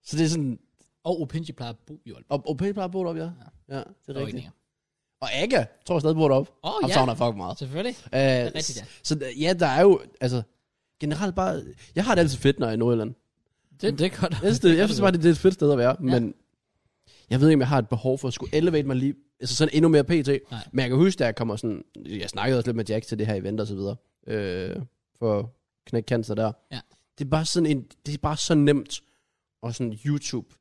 Speaker 2: Så det er sådan,
Speaker 1: Og Opinji plejer at bo i Aalborg.
Speaker 2: og OP plejer at bo deroppe, ja. ja. det er
Speaker 1: Og
Speaker 2: rigtigt.
Speaker 1: Eninger.
Speaker 2: Og Aga, tror jeg stadig bor deroppe.
Speaker 1: Åh,
Speaker 2: Han
Speaker 1: ja.
Speaker 2: savner jeg fucking meget.
Speaker 1: Selvfølgelig.
Speaker 2: Øh, det
Speaker 1: rigtigt, ja.
Speaker 2: Så der- ja, der er jo, altså, generelt bare, jeg har det altid fedt, når jeg er i Nordjylland.
Speaker 1: Det, det er godt.
Speaker 2: Jeg synes, det, jeg synes bare, det, det er et fedt sted at være, ja. men jeg ved ikke, om jeg har et behov for at skulle elevate mig lige, altså sådan endnu mere pt.
Speaker 1: Nej.
Speaker 2: Men jeg kan huske, da jeg kommer sådan, jeg snakkede også lidt med Jack til det her event og så videre, øh, for knæk cancer der.
Speaker 1: Ja.
Speaker 2: Det er bare sådan en, det er bare så nemt at sådan YouTube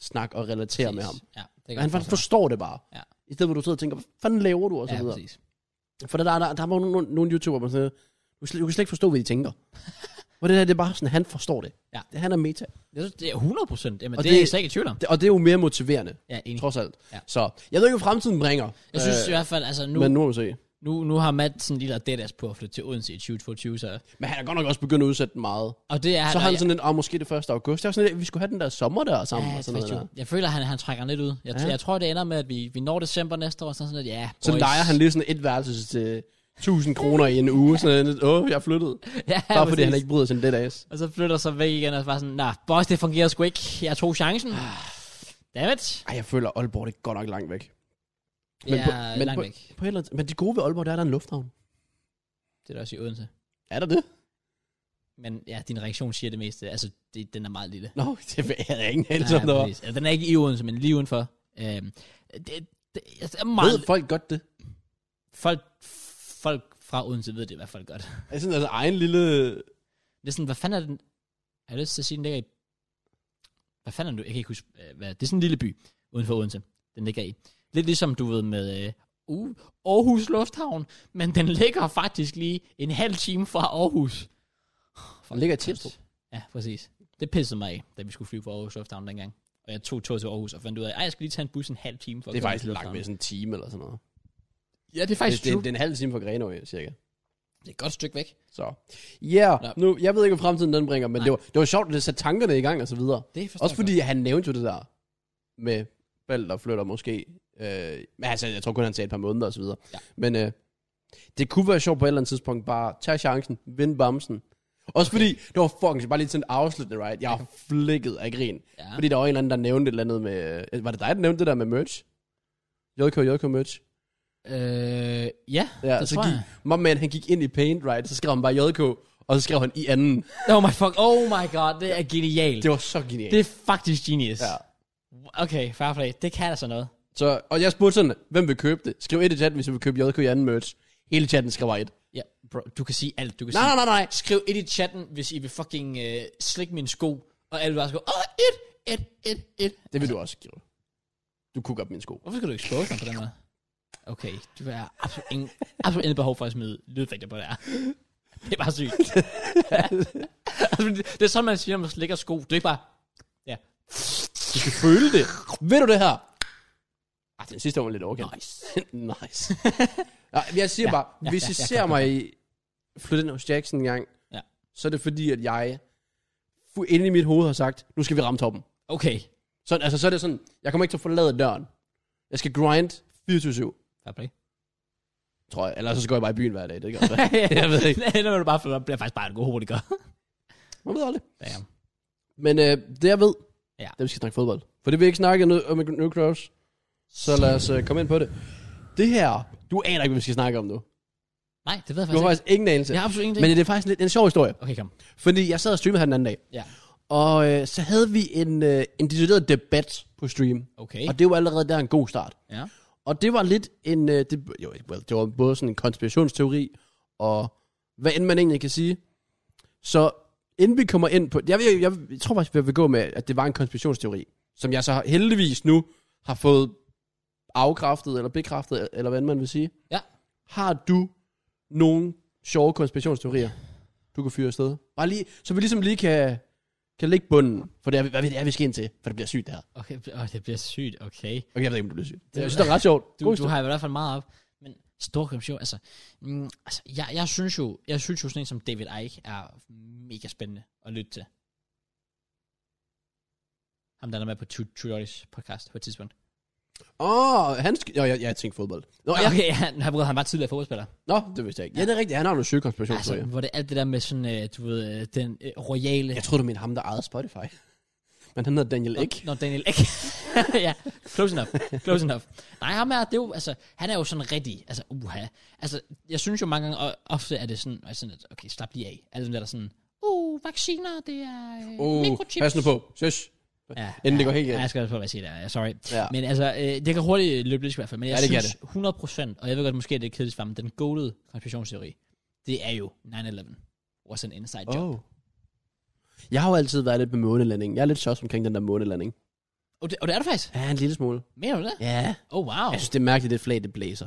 Speaker 2: snakke og relatere med ham.
Speaker 1: Ja, det er
Speaker 2: Han faktisk forstår det bare.
Speaker 1: Ja.
Speaker 2: I stedet for, at du sidder og tænker, hvad fanden laver du? Og så
Speaker 1: Ja,
Speaker 2: videre.
Speaker 1: præcis.
Speaker 2: For der, der, der, der var nogle, nogle, nogle YouTubere, man sådan, du, kan slet- du kan slet ikke forstå, hvad de tænker. Hvor det der, det er bare sådan, han forstår det.
Speaker 1: Ja.
Speaker 2: Det, han er meta.
Speaker 1: Jeg synes, det er 100 procent. Jamen,
Speaker 2: Og
Speaker 1: det, det, er
Speaker 2: det-
Speaker 1: jeg slet ikke i tvivl om.
Speaker 2: Det, og det er jo mere motiverende,
Speaker 1: Ja, enig.
Speaker 2: trods alt.
Speaker 1: Ja.
Speaker 2: Så jeg ved ikke, hvad fremtiden bringer.
Speaker 1: Jeg synes i
Speaker 2: øh,
Speaker 1: hvert fald, altså nu,
Speaker 2: Men nu må vi se.
Speaker 1: nu, nu har Matt sådan lige lagt deadass på at flytte til Odense i 2022, så...
Speaker 2: Men han er godt nok også begyndt at udsætte den meget.
Speaker 1: Og det er
Speaker 2: så har
Speaker 1: og
Speaker 2: han
Speaker 1: jeg-
Speaker 2: sådan en, ah, måske det 1. august. Jeg var sådan, lidt, vi skulle have den der sommer der sammen.
Speaker 1: Ja,
Speaker 2: og sådan noget der.
Speaker 1: 23. Jeg føler, han, han trækker lidt ud. Jeg, ja.
Speaker 2: Ja.
Speaker 1: jeg tror, det ender med, at vi, vi når december næste år. Sådan sådan, at, ja,
Speaker 2: Så
Speaker 1: boys.
Speaker 2: leger han lige sådan et værelse til 1000 kroner i en uge. Sådan lidt, åh, jeg er flyttet.
Speaker 1: ja,
Speaker 2: Bare fordi
Speaker 1: præcis.
Speaker 2: han ikke bryder sin det dags.
Speaker 1: Og så flytter sig væk igen, og bare sådan, nej, nah, boys, det fungerer sgu ikke. Jeg tog chancen.
Speaker 2: Ah.
Speaker 1: Dammit.
Speaker 2: Ej, jeg føler, Aalborg det er godt nok langt væk.
Speaker 1: Men
Speaker 2: Men
Speaker 1: ja,
Speaker 2: på- men
Speaker 1: langt
Speaker 2: på-
Speaker 1: væk.
Speaker 2: På et eller andet, men det gode ved Aalborg, der er der er en lufthavn.
Speaker 1: Det er der også i Odense.
Speaker 2: Er der det?
Speaker 1: Men ja, din reaktion siger det meste. Altså, det, den er meget lille.
Speaker 2: Nå, det er ingen anelse om
Speaker 1: Ja,
Speaker 2: der var.
Speaker 1: præcis. Altså, den er ikke i Odense, men lige udenfor. Øhm, det, det, altså, er meget...
Speaker 2: Ved folk godt det?
Speaker 1: Folk, folk fra Odense ved det i hvert fald godt.
Speaker 2: Er det sådan altså egen lille...
Speaker 1: Det er sådan, hvad fanden er den... Jeg har lyst til at sige, den ligger i... Hvad fanden er du? Jeg kan ikke huske, øh, hvad... Det er sådan en lille by uden for Odense, den ligger i. Lidt ligesom, du ved, med øh, uh, Aarhus Lufthavn, men den ligger faktisk lige en halv time fra Aarhus.
Speaker 2: Den ligger i Tirstrup.
Speaker 1: Ja, præcis. Det pissede mig af, da vi skulle flyve fra Aarhus Lufthavn dengang. Og jeg tog tog til Aarhus og fandt ud af, at jeg skulle lige tage en bus en halv time for
Speaker 2: Det
Speaker 1: at
Speaker 2: er
Speaker 1: komme
Speaker 2: faktisk
Speaker 1: til
Speaker 2: langt
Speaker 1: lufthavnen."
Speaker 2: med sådan en time eller sådan noget.
Speaker 1: Ja, det er
Speaker 2: Det,
Speaker 1: faktisk
Speaker 2: det,
Speaker 1: true.
Speaker 2: det, er en halv time fra Grenaa, cirka.
Speaker 1: Det er et godt stykke væk.
Speaker 2: Så. Ja,
Speaker 1: Ja.
Speaker 2: yeah. nu, jeg ved ikke, hvad fremtiden den bringer, men det var, det var sjovt, at det satte tankerne i gang og så videre.
Speaker 1: Det forstår
Speaker 2: Også fordi han nævnte jo det der med Balder flytter måske. Øh, men altså, jeg tror kun, han sagde et par måneder og så videre.
Speaker 1: Ja.
Speaker 2: Men øh, det kunne være sjovt på et eller andet tidspunkt bare tage chancen, vinde bamsen. Også fordi, det var fucking, bare lige sådan afsluttende, right? Jeg er flækket af grin.
Speaker 1: Ja.
Speaker 2: Fordi der var en eller anden, der nævnte et eller andet med... øh, Var det dig, der nævnte det der med merch? JK, JK merch.
Speaker 1: Øh, ja,
Speaker 2: Ja,
Speaker 1: det
Speaker 2: så
Speaker 1: tror
Speaker 2: gik,
Speaker 1: jeg.
Speaker 2: my man, han gik ind i paint, right? Så skrev han bare JK, og så skrev han i anden.
Speaker 1: Oh my fuck, oh my god, det er genialt.
Speaker 2: Det var så genialt.
Speaker 1: Det er faktisk genius.
Speaker 2: Ja.
Speaker 1: Okay, fair play. Det kan altså noget.
Speaker 2: Så, og jeg spurgte sådan, hvem vil købe det? Skriv et i chatten, hvis du vil købe JK i anden merch. Hele chatten skrev bare et.
Speaker 1: Ja, bro, du kan sige alt. Du kan
Speaker 2: Nej,
Speaker 1: sige,
Speaker 2: nej, nej, nej.
Speaker 1: skriv et i chatten, hvis I vil fucking øh, slikke min sko. Og alle bare skal, åh, et, et, et, et.
Speaker 2: Det vil du også skrive. Du kunne godt min sko.
Speaker 1: Hvorfor skal du expose mig på den måde? Okay, du er absolut ingen, absolut ingen behov for at smide lydeffekter på det her. Det er bare sygt. altså, det- det er sådan, man siger, når man slikker sko. Det er ikke bare, ja,
Speaker 2: Du skal føle det. Ved du det her? Ah, den sidste var lidt overkendt.
Speaker 1: nice.
Speaker 2: nice. Nej, men jeg siger
Speaker 1: Ja,
Speaker 2: bare,
Speaker 1: ja,
Speaker 2: hvis
Speaker 1: ja,
Speaker 2: I
Speaker 1: ja,
Speaker 2: ser
Speaker 1: godt,
Speaker 2: mig i- flytte ind hos Jackson en gang,
Speaker 1: Ja.
Speaker 2: så er det fordi, at jeg fu- inde i mit hoved har sagt, nu skal vi ramme toppen.
Speaker 1: Okay,
Speaker 2: Så, altså, så er det sådan, jeg kommer ikke til at forlade døren. Jeg skal grind 24-7,
Speaker 1: fair play.
Speaker 2: tror jeg. Eller så går jeg bare i byen hver dag, det gør jeg.
Speaker 1: jeg ved ikke. Nej, når du bare flytter, bliver faktisk bare en god hurtiger.
Speaker 2: Man ved aldrig.
Speaker 1: Damn.
Speaker 2: Men øh, det jeg ved,
Speaker 1: Ja.
Speaker 2: ja. det er, vi skal snakke fodbold. For det vi ikke snakke nu- om i New Cross. Så lad os øh, komme ind på det. Det her, du aner ikke, hvad vi skal snakke om nu.
Speaker 1: Nej, det ved jeg
Speaker 2: Du har
Speaker 1: faktisk
Speaker 2: faktisk ingen anelse.
Speaker 1: ikke. Altså, Jeg har absolut ingenting.
Speaker 2: Men det er faktisk lidt en sjov historie.
Speaker 1: Okay, kom.
Speaker 2: Fordi jeg sad og streamede her den anden dag.
Speaker 1: Ja.
Speaker 2: Og øh, så havde vi en, øh, en decideret debat på stream.
Speaker 1: Okay.
Speaker 2: Og det var allerede der en god start.
Speaker 1: Ja.
Speaker 2: Og det var lidt en... Øh, det, jo, ikke- well, det var både sådan en konspirationsteori, og hvad end man egentlig kan sige. Så inden vi kommer ind på... Jeg, jeg, jeg, jeg tror faktisk, jeg vil gå med, at det var en konspirationsteori, som jeg så heldigvis nu har fået afkræftet, eller bekræftet, eller hvad end man vil sige.
Speaker 1: Ja.
Speaker 2: Har du nogle sjove konspirationsteorier, du kan fyre afsted? Bare lige, så vi ligesom lige kan, kan lægge bunden, for det er, hvad det er, vi skal ind til, for det bliver sygt det her.
Speaker 1: Okay, åh, det bliver sygt, okay.
Speaker 2: Okay, jeg ved ikke, om du bliver syg.
Speaker 1: Det-
Speaker 2: Jeg synes, det er ret sjovt.
Speaker 1: Du,
Speaker 2: God
Speaker 1: du har i hvert fald meget op. Men stor konspiration, altså, mm, altså jeg, jeg, synes jo, jeg synes jo sådan en som David Icke er mega spændende at lytte til. Ham, der er med på True True Lies podcast på et tidspunkt.
Speaker 2: Åh, oh, han skal... Jo, jeg, jeg tænkte fodbold. Nå, ja.
Speaker 1: Okay, han, han, han var tidligere fodboldspiller.
Speaker 2: Nå, det vidste jeg ikke. Ja, det er rigtigt. Han har nogle syge konspirationsteorier.
Speaker 1: Altså, hvor det alt det der med sådan, øh, du ved, øh, den øh, royale...
Speaker 2: jeg troede, du mente ham, der ejede Spotify. Men han hedder Daniel Ek.
Speaker 1: Nå, Daniel Ek. ja, close enough. Close enough. Nej, ham er, det er jo, altså, han er jo sådan rigtig, altså, uha. Altså, jeg synes jo mange gange, og ofte er det sådan, altså, sådan, at, okay, slap lige af. Alle dem der, der er sådan, uh, vacciner, det er øh,
Speaker 2: Åh, oh,
Speaker 1: mikrochips.
Speaker 2: pas nu på. Søs.
Speaker 1: Ja,
Speaker 2: Inden det
Speaker 1: ja,
Speaker 2: går helt galt.
Speaker 1: Ja, jeg skal også på, hvad jeg siger der. Ja, Sorry. Ja.
Speaker 2: Ja.
Speaker 1: Men altså, øh, det kan hurtigt løbe lidt i hvert fald. Men jeg
Speaker 2: Ja, det
Speaker 1: ja,
Speaker 2: kan
Speaker 1: synes 100 og jeg ved godt, måske er det lidt kedeligt for mig, men den goldede konspirationsteori, det er jo 9-11 was an inside job. Åh,
Speaker 2: Oh. Jeg har jo altid været lidt med månelandingen. Jeg er lidt sjov omkring den der månelanding.
Speaker 1: oh, det, oh, det er det faktisk.
Speaker 2: Ja, en lille smule.
Speaker 1: Mener du det?
Speaker 2: Ja.
Speaker 1: Oh, wow.
Speaker 2: Jeg synes, det er mærkeligt, det flag, det blæser.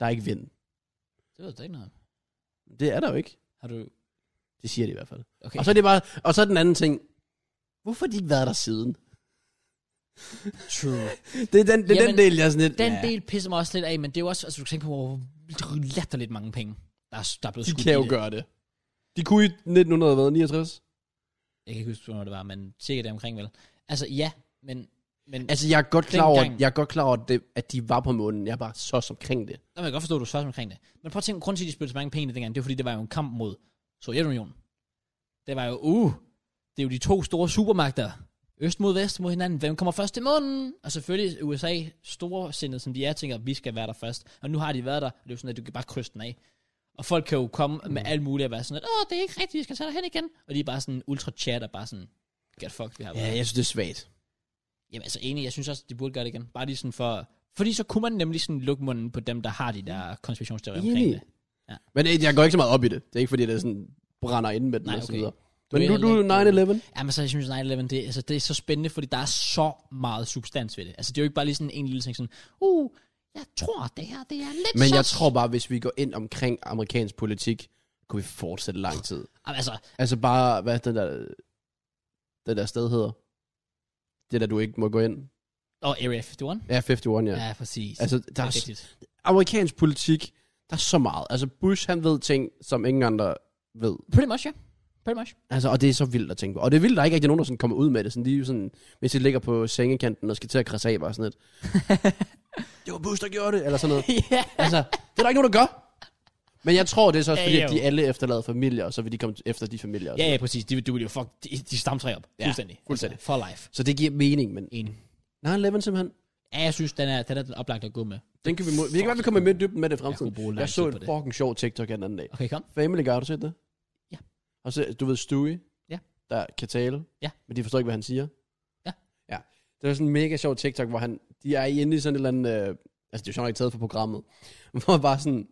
Speaker 2: Der er ikke vind.
Speaker 1: Det ved jeg ikke noget. om.
Speaker 2: Det er der jo ikke.
Speaker 1: Har du...
Speaker 2: Det siger de i hvert fald.
Speaker 1: Okay.
Speaker 2: Og så er det bare... Og så er den anden ting. Hvorfor har de ikke været der siden?
Speaker 1: True.
Speaker 2: Det er den, det er
Speaker 1: Jamen,
Speaker 2: den del, jeg er sådan lidt...
Speaker 1: Den
Speaker 2: ja.
Speaker 1: del pisser mig også lidt af, men det er jo også, altså du kan tænke på, hvor latterligt mange penge, der er, der er blevet
Speaker 2: De
Speaker 1: skudt
Speaker 2: kan
Speaker 1: i
Speaker 2: jo
Speaker 1: det.
Speaker 2: gøre det. De kunne i 1969.
Speaker 1: Jeg kan ikke huske, hvornår det var, men cirka der omkring vel. Altså ja, men, men altså,
Speaker 2: Altså, jeg er godt klar over,
Speaker 1: Dengang.
Speaker 2: jeg er godt klar over det, at de var på månen. Jeg er bare så omkring det.
Speaker 1: der kan jeg godt forstå, at du svarer omkring det. Men prøv at tænke, grunden til, at de spillede så mange penge dengang, det var fordi, det var jo en kamp mod Sovjetunionen. Det var jo, uh, det er jo de to store supermagter. Øst mod vest mod hinanden. Hvem kommer først til månen? Og selvfølgelig USA, storsindet som de er, tænker, vi skal være der først. Og nu har de været der, og det er jo sådan, at du kan bare krydse den af. Og folk kan jo komme mm. med alt muligt og være sådan, at, åh, det er ikke rigtigt, vi skal tage dig hen igen. Og de er bare sådan ultra chat og bare sådan, get fucked, vi har været.
Speaker 2: Ja, jeg synes, det er svagt.
Speaker 1: Jamen altså enig, jeg synes også, de burde gøre det igen. Bare lige sådan for... Fordi så kunne man nemlig sådan lukke munden på dem, der har de der konspirationsteorier omkring
Speaker 2: Enig.
Speaker 1: det. Ja.
Speaker 2: Men øh, jeg går ikke så meget op i det. Det er ikke, fordi det er sådan, brænder ind med den
Speaker 1: Nej,
Speaker 2: og så
Speaker 1: okay.
Speaker 2: videre.
Speaker 1: Du
Speaker 2: Men
Speaker 1: er
Speaker 2: nu
Speaker 1: heller
Speaker 2: du
Speaker 1: ikke-
Speaker 2: 9-11.
Speaker 1: Jamen så jeg synes 9-11, det, altså, det er så spændende, fordi der er så meget substans ved det. Altså det er jo ikke bare lige sådan en lille ting sådan, uh, jeg tror det her, det er lidt
Speaker 2: Men
Speaker 1: så...
Speaker 2: jeg tror bare, hvis vi går ind omkring amerikansk politik, kunne vi fortsætte lang tid.
Speaker 1: Jamen, altså,
Speaker 2: Altså bare, hvad den der, den der sted hedder. Det der, du ikke må gå ind.
Speaker 1: og Area 51. Ja,
Speaker 2: Ja, 51, ja. ja.
Speaker 1: ja præcis.
Speaker 2: Altså,
Speaker 1: det
Speaker 2: der er,
Speaker 1: er
Speaker 2: s-
Speaker 1: rigtigt.
Speaker 2: amerikansk politik, der er så meget. Altså Bush, han ved ting, som ingen andre ved.
Speaker 1: Pretty much, ja. Pretty much.
Speaker 2: Altså, og det er så vildt at tænke på. Og det er vildt, der ikke rigtig er nogen, der sådan kommer ud med det. Sådan, de er jo sådan, hvis de ligger på sengekanten og skal til at krasse af, bare sådan lidt. det var Bush, der gjorde det, eller sådan noget.
Speaker 1: ja.
Speaker 2: Altså, det er der ikke nogen, der gør. Men jeg tror, det er så også fordi,
Speaker 1: Ja,
Speaker 2: at
Speaker 1: jo.
Speaker 2: de alle efterlader familier, og så vil de komme efter de familier. og
Speaker 1: Ja,
Speaker 2: sådan
Speaker 1: ja, præcis. De, du vil jo fuck, de, de stamtræer op. Ja, fuldstændig.
Speaker 2: fuldstændig.
Speaker 1: Altså, for life.
Speaker 2: noget. Så det giver mening, men...
Speaker 1: Enig.
Speaker 2: 9-11 simpelthen.
Speaker 1: Ja, jeg synes, den er den, er den oplagte at gå med.
Speaker 2: Den kan vi, må- vi kan i hvert fald komme mere i dybden med det i
Speaker 1: Jeg kunne bruge
Speaker 2: fremtiden. Jeg,
Speaker 1: lang
Speaker 2: jeg så
Speaker 1: tid
Speaker 2: en
Speaker 1: på det.
Speaker 2: fucking sjov TikTok her den anden dag.
Speaker 1: Okay, kom.
Speaker 2: Family Guy, har du set det?
Speaker 1: Ja.
Speaker 2: Og så, du ved Stewie?
Speaker 1: Ja.
Speaker 2: Der kan tale?
Speaker 1: Ja.
Speaker 2: Men de forstår ikke, hvad han siger?
Speaker 1: Ja.
Speaker 2: Ja. Det var sådan en mega sjov TikTok, hvor han, de er inde i sådan et eller andet, øh, altså det er jo sjovt nok ikke taget fra programmet, hvor bare sådan,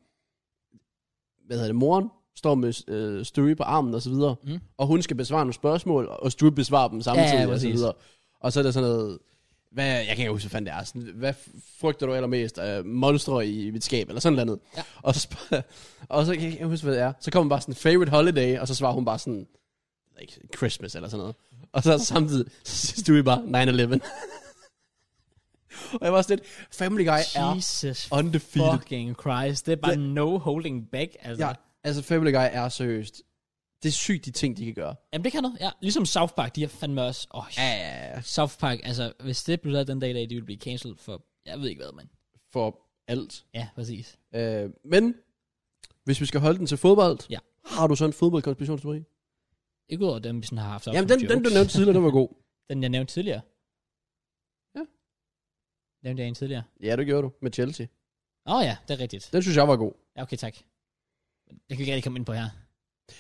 Speaker 2: hvad hedder det, moren står med øh, Stewie på armen og så videre,
Speaker 1: Mm.
Speaker 2: og hun skal besvare nogle spørgsmål, og Stewie besvarer dem samtidig
Speaker 1: Ja, ja,
Speaker 2: og så
Speaker 1: præcis.
Speaker 2: videre. Og så er der sådan noget, hvad, jeg kan ikke huske, hvad fanden det er, sådan, hvad frygter du allermest? Øh, monstre i mit skab, eller sådan noget.
Speaker 1: Ja.
Speaker 2: Og, så, spørger- og så kan jeg ikke huske, hvad det er. Så kommer bare sådan, favorite holiday, og så svarer hun bare sådan, like, Christmas eller sådan noget. Og så samtidig, så synes du bare, 9-11. og jeg var sådan lidt, Family Guy er
Speaker 1: Jesus
Speaker 2: undefeated.
Speaker 1: fucking Christ. Det er bare no holding back, altså.
Speaker 2: Ja,
Speaker 1: Ja.
Speaker 2: altså Family Guy er seriøst. Det er sygt de ting, de kan gøre.
Speaker 1: Jamen, det kan noget. Ja, ligesom South Park, de har fandme også... Oh, ja.
Speaker 2: Ja,
Speaker 1: South Park, altså, hvis det blev lavet den dag i dag, de ville blive cancelled for... Jeg ved ikke hvad, mand.
Speaker 2: for alt.
Speaker 1: Ja, præcis.
Speaker 2: Øh, men, hvis vi skal holde den til fodbold,
Speaker 1: Ja.
Speaker 2: har du så en fodboldkonspirationsteori?
Speaker 1: Ikke udover dem, vi sådan har haft op
Speaker 2: Jamen,
Speaker 1: som
Speaker 2: den, den, du
Speaker 1: jokes.
Speaker 2: nævnte tidligere, den var god.
Speaker 1: Den, jeg nævnte tidligere.
Speaker 2: Ja.
Speaker 1: Nævnte jeg en tidligere?
Speaker 2: Ja, det gjorde du, med Chelsea.
Speaker 1: Åh oh, ja, det er rigtigt.
Speaker 2: Den synes jeg var god.
Speaker 1: Ja, okay, tak. Det kan vi ikke rigtig komme ind på her.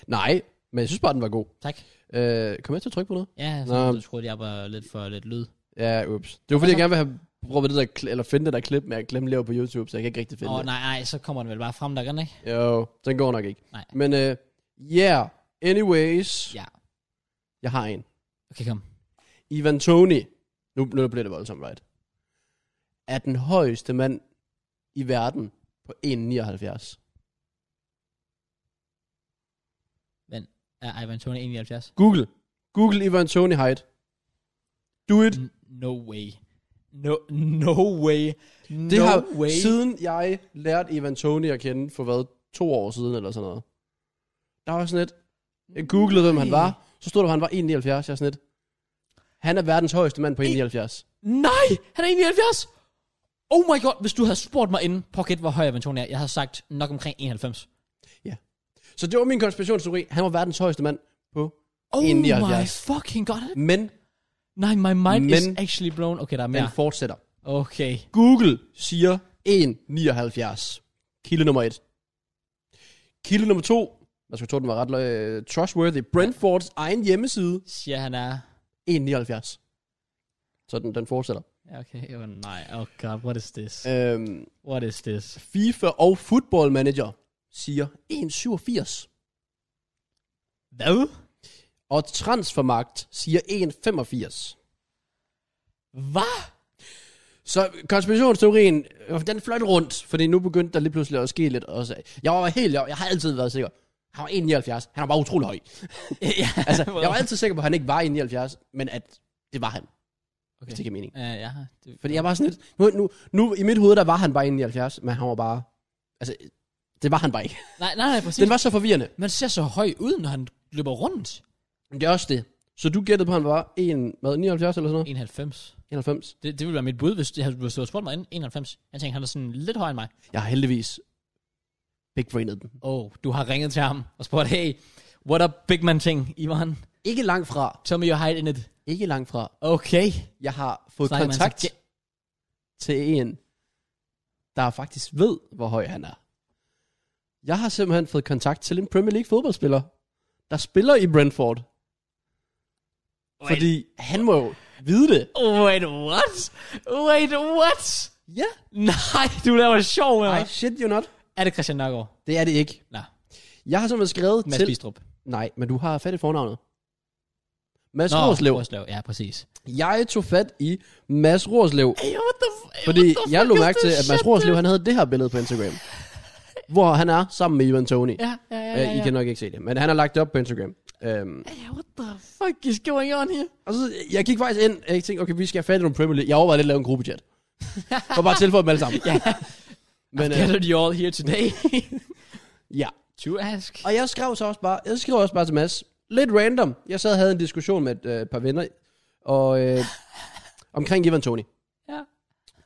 Speaker 2: Nej, men jeg synes bare, den var god.
Speaker 1: Tak.
Speaker 2: Øh, kom jeg til at trykke på noget?
Speaker 1: Ja,
Speaker 2: Nå.
Speaker 1: så du troede, jeg var lidt for lidt lyd.
Speaker 2: Ja, ups. Det var fordi, jeg gerne vil have prøvet det der, kl- eller finde det der klip med at glemme laver på YouTube, så jeg kan ikke rigtig finde
Speaker 1: Åh, oh,
Speaker 2: det.
Speaker 1: nej, nej, så kommer den vel bare frem, der gør den ikke?
Speaker 2: Jo, den går nok ikke.
Speaker 1: Nej.
Speaker 2: Men øh, yeah, anyways.
Speaker 1: Ja.
Speaker 2: Jeg har en.
Speaker 1: Okay, kom.
Speaker 2: Ivan Tony, nu, nu bliver det voldsomt, right? Er den højeste mand i verden på 1,79.
Speaker 1: Er Ivan Tony 71?
Speaker 2: Google. Google Ivan Tony height. Do it.
Speaker 1: N- No way. No, no way. No
Speaker 2: Det har
Speaker 1: way.
Speaker 2: siden jeg lærte Ivan Tony at kende for hvad, to år siden eller sådan noget. Der var sådan et, jeg googlede, hvem han
Speaker 1: Nej.
Speaker 2: var, så stod der, at han var 1,79, jeg er sådan et, han er verdens højeste mand på 1,79.
Speaker 1: Nej, han er 71! Oh my god, hvis du havde spurgt mig inden, pocket, hvor høj Ivan Tony er, jeg havde sagt nok omkring 91.
Speaker 2: Så det var min konspirationsteori, han var verdens højeste mand på,
Speaker 1: Oh
Speaker 2: 71.
Speaker 1: my fucking god. er det-
Speaker 2: men
Speaker 1: Nej, my mind is
Speaker 2: Men-
Speaker 1: actually blown. Okay, der er
Speaker 2: han
Speaker 1: mere.
Speaker 2: fortsætter.
Speaker 1: Okay.
Speaker 2: Google siger 1,79. Kilde nummer 1. Kilde nummer 2. Man skulle tro, den var ret øh, trustworthy. Brentfords egen hjemmeside.
Speaker 1: Siger han er...
Speaker 2: 1,79. Så den, den fortsætter.
Speaker 1: Ja, Okay, oh, nej. Oh god, what is this?
Speaker 2: Øhm,
Speaker 1: What is this?
Speaker 2: FIFA og Football Manager siger 1,87.
Speaker 1: Hvad?
Speaker 2: Og Transfermarkt siger 1,85.
Speaker 1: Hvad?
Speaker 2: Så konspirationsteorien, øh, den fløjt rundt, fordi nu begyndte der lige pludselig at ske lidt. Også. Jeg var helt, jeg, jeg har altid været sikker. Han var 1,79. Han var bare utrolig høj.
Speaker 1: ja,
Speaker 2: Altså, jeg var altid sikker på, at han ikke var 1,79, men at det var han. Okay. Hvis
Speaker 1: Okay.
Speaker 2: det giver mening.
Speaker 1: Uh, ja, det,
Speaker 2: Fordi jeg var sådan lidt... Nu, nu, nu, i mit hoved, der var han bare 1,79, men han var bare... Altså, det var han bare ikke.
Speaker 1: nej, nej, nej, præcis.
Speaker 2: Den var så forvirrende.
Speaker 1: Man ser så høj ud, når han løber rundt.
Speaker 2: Men det er også det. Så du gættede på, at han var 1, hvad, 79 eller sådan noget?
Speaker 1: 91.
Speaker 2: 91.
Speaker 1: Det, det ville være mit bud, hvis det havde hvis du havde spurgt mig inden. 91. Jeg tænkte, han er sådan lidt højere end mig.
Speaker 2: Jeg har heldigvis big brainet den.
Speaker 1: Åh, oh, du har ringet til ham og spurgt, hey, what up, big man ting, Ivan?
Speaker 2: Ikke langt fra.
Speaker 1: Tell me your height in it.
Speaker 2: Ikke langt fra.
Speaker 1: Okay.
Speaker 2: Jeg har fået
Speaker 1: Snakker man
Speaker 2: kontakt
Speaker 1: så ge-
Speaker 2: til en, der faktisk ved, hvor høj han er. Jeg har simpelthen fået kontakt til en Premier League fodboldspiller, der spiller i Brentford.
Speaker 1: Wait.
Speaker 2: Fordi han må jo vide det.
Speaker 1: Wait, what? Wait, what?
Speaker 2: Ja.
Speaker 1: Nej, du laver sjov med
Speaker 2: Nej,
Speaker 1: mig.
Speaker 2: shit you not.
Speaker 1: Er det Christian Nørgaard?
Speaker 2: Det er det ikke.
Speaker 1: Nej.
Speaker 2: Jeg har simpelthen skrevet
Speaker 1: Mads
Speaker 2: til...
Speaker 1: Bistrup.
Speaker 2: Nej, men du har fat i fornavnet. Mads Rorslev.
Speaker 1: Rorslev. Ja, præcis.
Speaker 2: Jeg tog fat i Mads Rorslev,
Speaker 1: Hey, what the f-
Speaker 2: fordi jeg lå mærke til, at Mads Rorslev, han havde det her billede på Instagram. Hvor han er sammen med Ivan Tony.
Speaker 1: Ja, ja, ja, ja,
Speaker 2: Øh, I
Speaker 1: ja.
Speaker 2: kan nok ikke se det, men han har lagt det op på Instagram. Øhm,
Speaker 1: Hey, what the fuck is going on here?
Speaker 2: og så, jeg gik faktisk ind, og jeg tænkte, okay, vi skal have fat i nogle Premier League. Jeg overvejede lidt at lave en gruppechat. Og bare tilføje dem alle sammen. ja. Men øh,
Speaker 1: Gathered you all here today
Speaker 2: ja.
Speaker 1: to ask.
Speaker 2: Og jeg skrev så også bare, jeg skrev også bare til Mads, lidt random. Jeg sad og havde en diskussion med et øh, par venner, og øh, omkring Ivan Tony.
Speaker 1: Ja.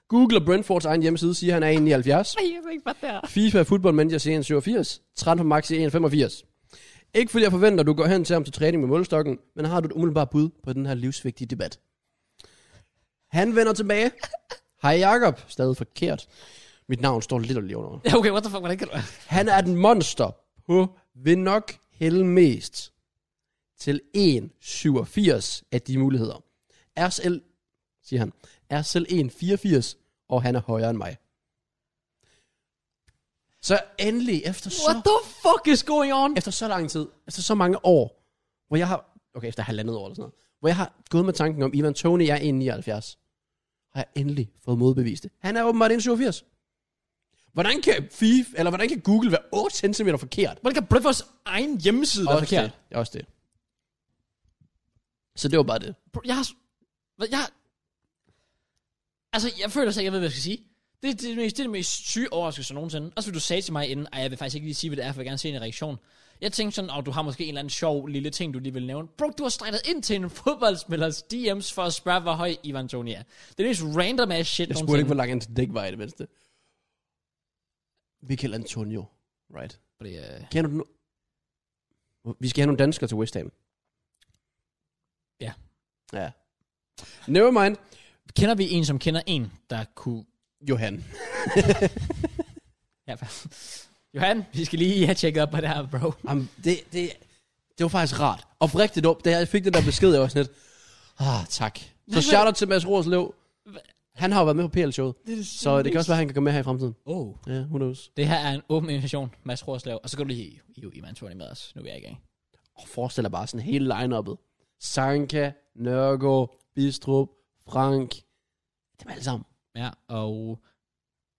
Speaker 2: Google og Brentfords egen hjemmeside siger, at han er 71.
Speaker 1: Nej, jeg ved ikke, hvad der
Speaker 2: FIFA Football Manager siger 87, transfer max siger 85. Ikke fordi jeg forventer, at du går hen til ham til træning med målstokken, men har du et umiddelbart bud på den her livsvigtige debat? Han vender tilbage. Hej Jakob, stadig forkert. Mit navn står lidt og lever
Speaker 1: Ja, okay, what the fuck, hvordan kan du...
Speaker 2: Han er den monster på vil nok hælde mest til 1,87 af de muligheder. Er selv, siger han, er selv 1,84, og han er højere end mig. Så endelig, efter
Speaker 1: What
Speaker 2: så,
Speaker 1: the fuck is going on?
Speaker 2: efter så lang tid, efter så mange år, hvor jeg har, okay, efter halvandet år eller sådan noget, hvor jeg har gået med tanken om, Ivan Tony er 1,79, har jeg endelig fået modbevist det. Han er åbenbart 1,87. Hvordan kan FIF, eller hvordan kan Google være 8 cm forkert?
Speaker 1: Hvordan kan Brentfords egen hjemmeside være forkert?
Speaker 2: Det. Også det. Så det var bare det.
Speaker 1: Bro, jeg har... s- Hvad, jeg... Altså, jeg føler slet ikke, jeg ved, hvad jeg skal sige. Det er det, er det, mest, det, er det mest syge overraskelse nogensinde. Også fordi du sagde til mig inden, at jeg vil faktisk ikke lige sige, hvad det er, for jeg vil gerne se en reaktion. Jeg tænkte sådan, at du har måske en eller anden sjov lille ting, du lige vil nævne. Bro, du har strækket ind til en fodboldspillers DM's for at spørge, hvor høj Ivan Toni er. Det er det mest random ass shit
Speaker 2: Jeg spurgte ikke, hvor langt hans dæk var i det mindste. Michael Antonio. Right.
Speaker 1: Fordi, øh,
Speaker 2: Kender du nu? Vi skal have nogle danskere til West Ham.
Speaker 1: Ja.
Speaker 2: Ja. Never mind.
Speaker 1: kender vi en, som kender en, der kunne...
Speaker 2: Johan.
Speaker 1: Ja, Johan, vi skal lige have tjekket op på det her, bro.
Speaker 2: Jamen, det, det, det var faktisk rart. Oprigtigt op, da jeg fik den der besked, jeg var sådan lidt, ah, tak. Så shout out til Mads Rorslev. Han har jo været med på PL-showet,
Speaker 1: Det er det
Speaker 2: så det kan også være, at han kan komme med her i fremtiden.
Speaker 1: Oh.
Speaker 2: Ja, who knows.
Speaker 1: Det her er en åben invitation, Mads Horslev. Og så går du lige i, i, i Antoni med os. Nu er jeg i gang.
Speaker 2: Og forestil dig bare sådan hele line-uppet. Sanka, Nørgaard, Bistrup, Frank. Dem alle sammen.
Speaker 1: Ja, og...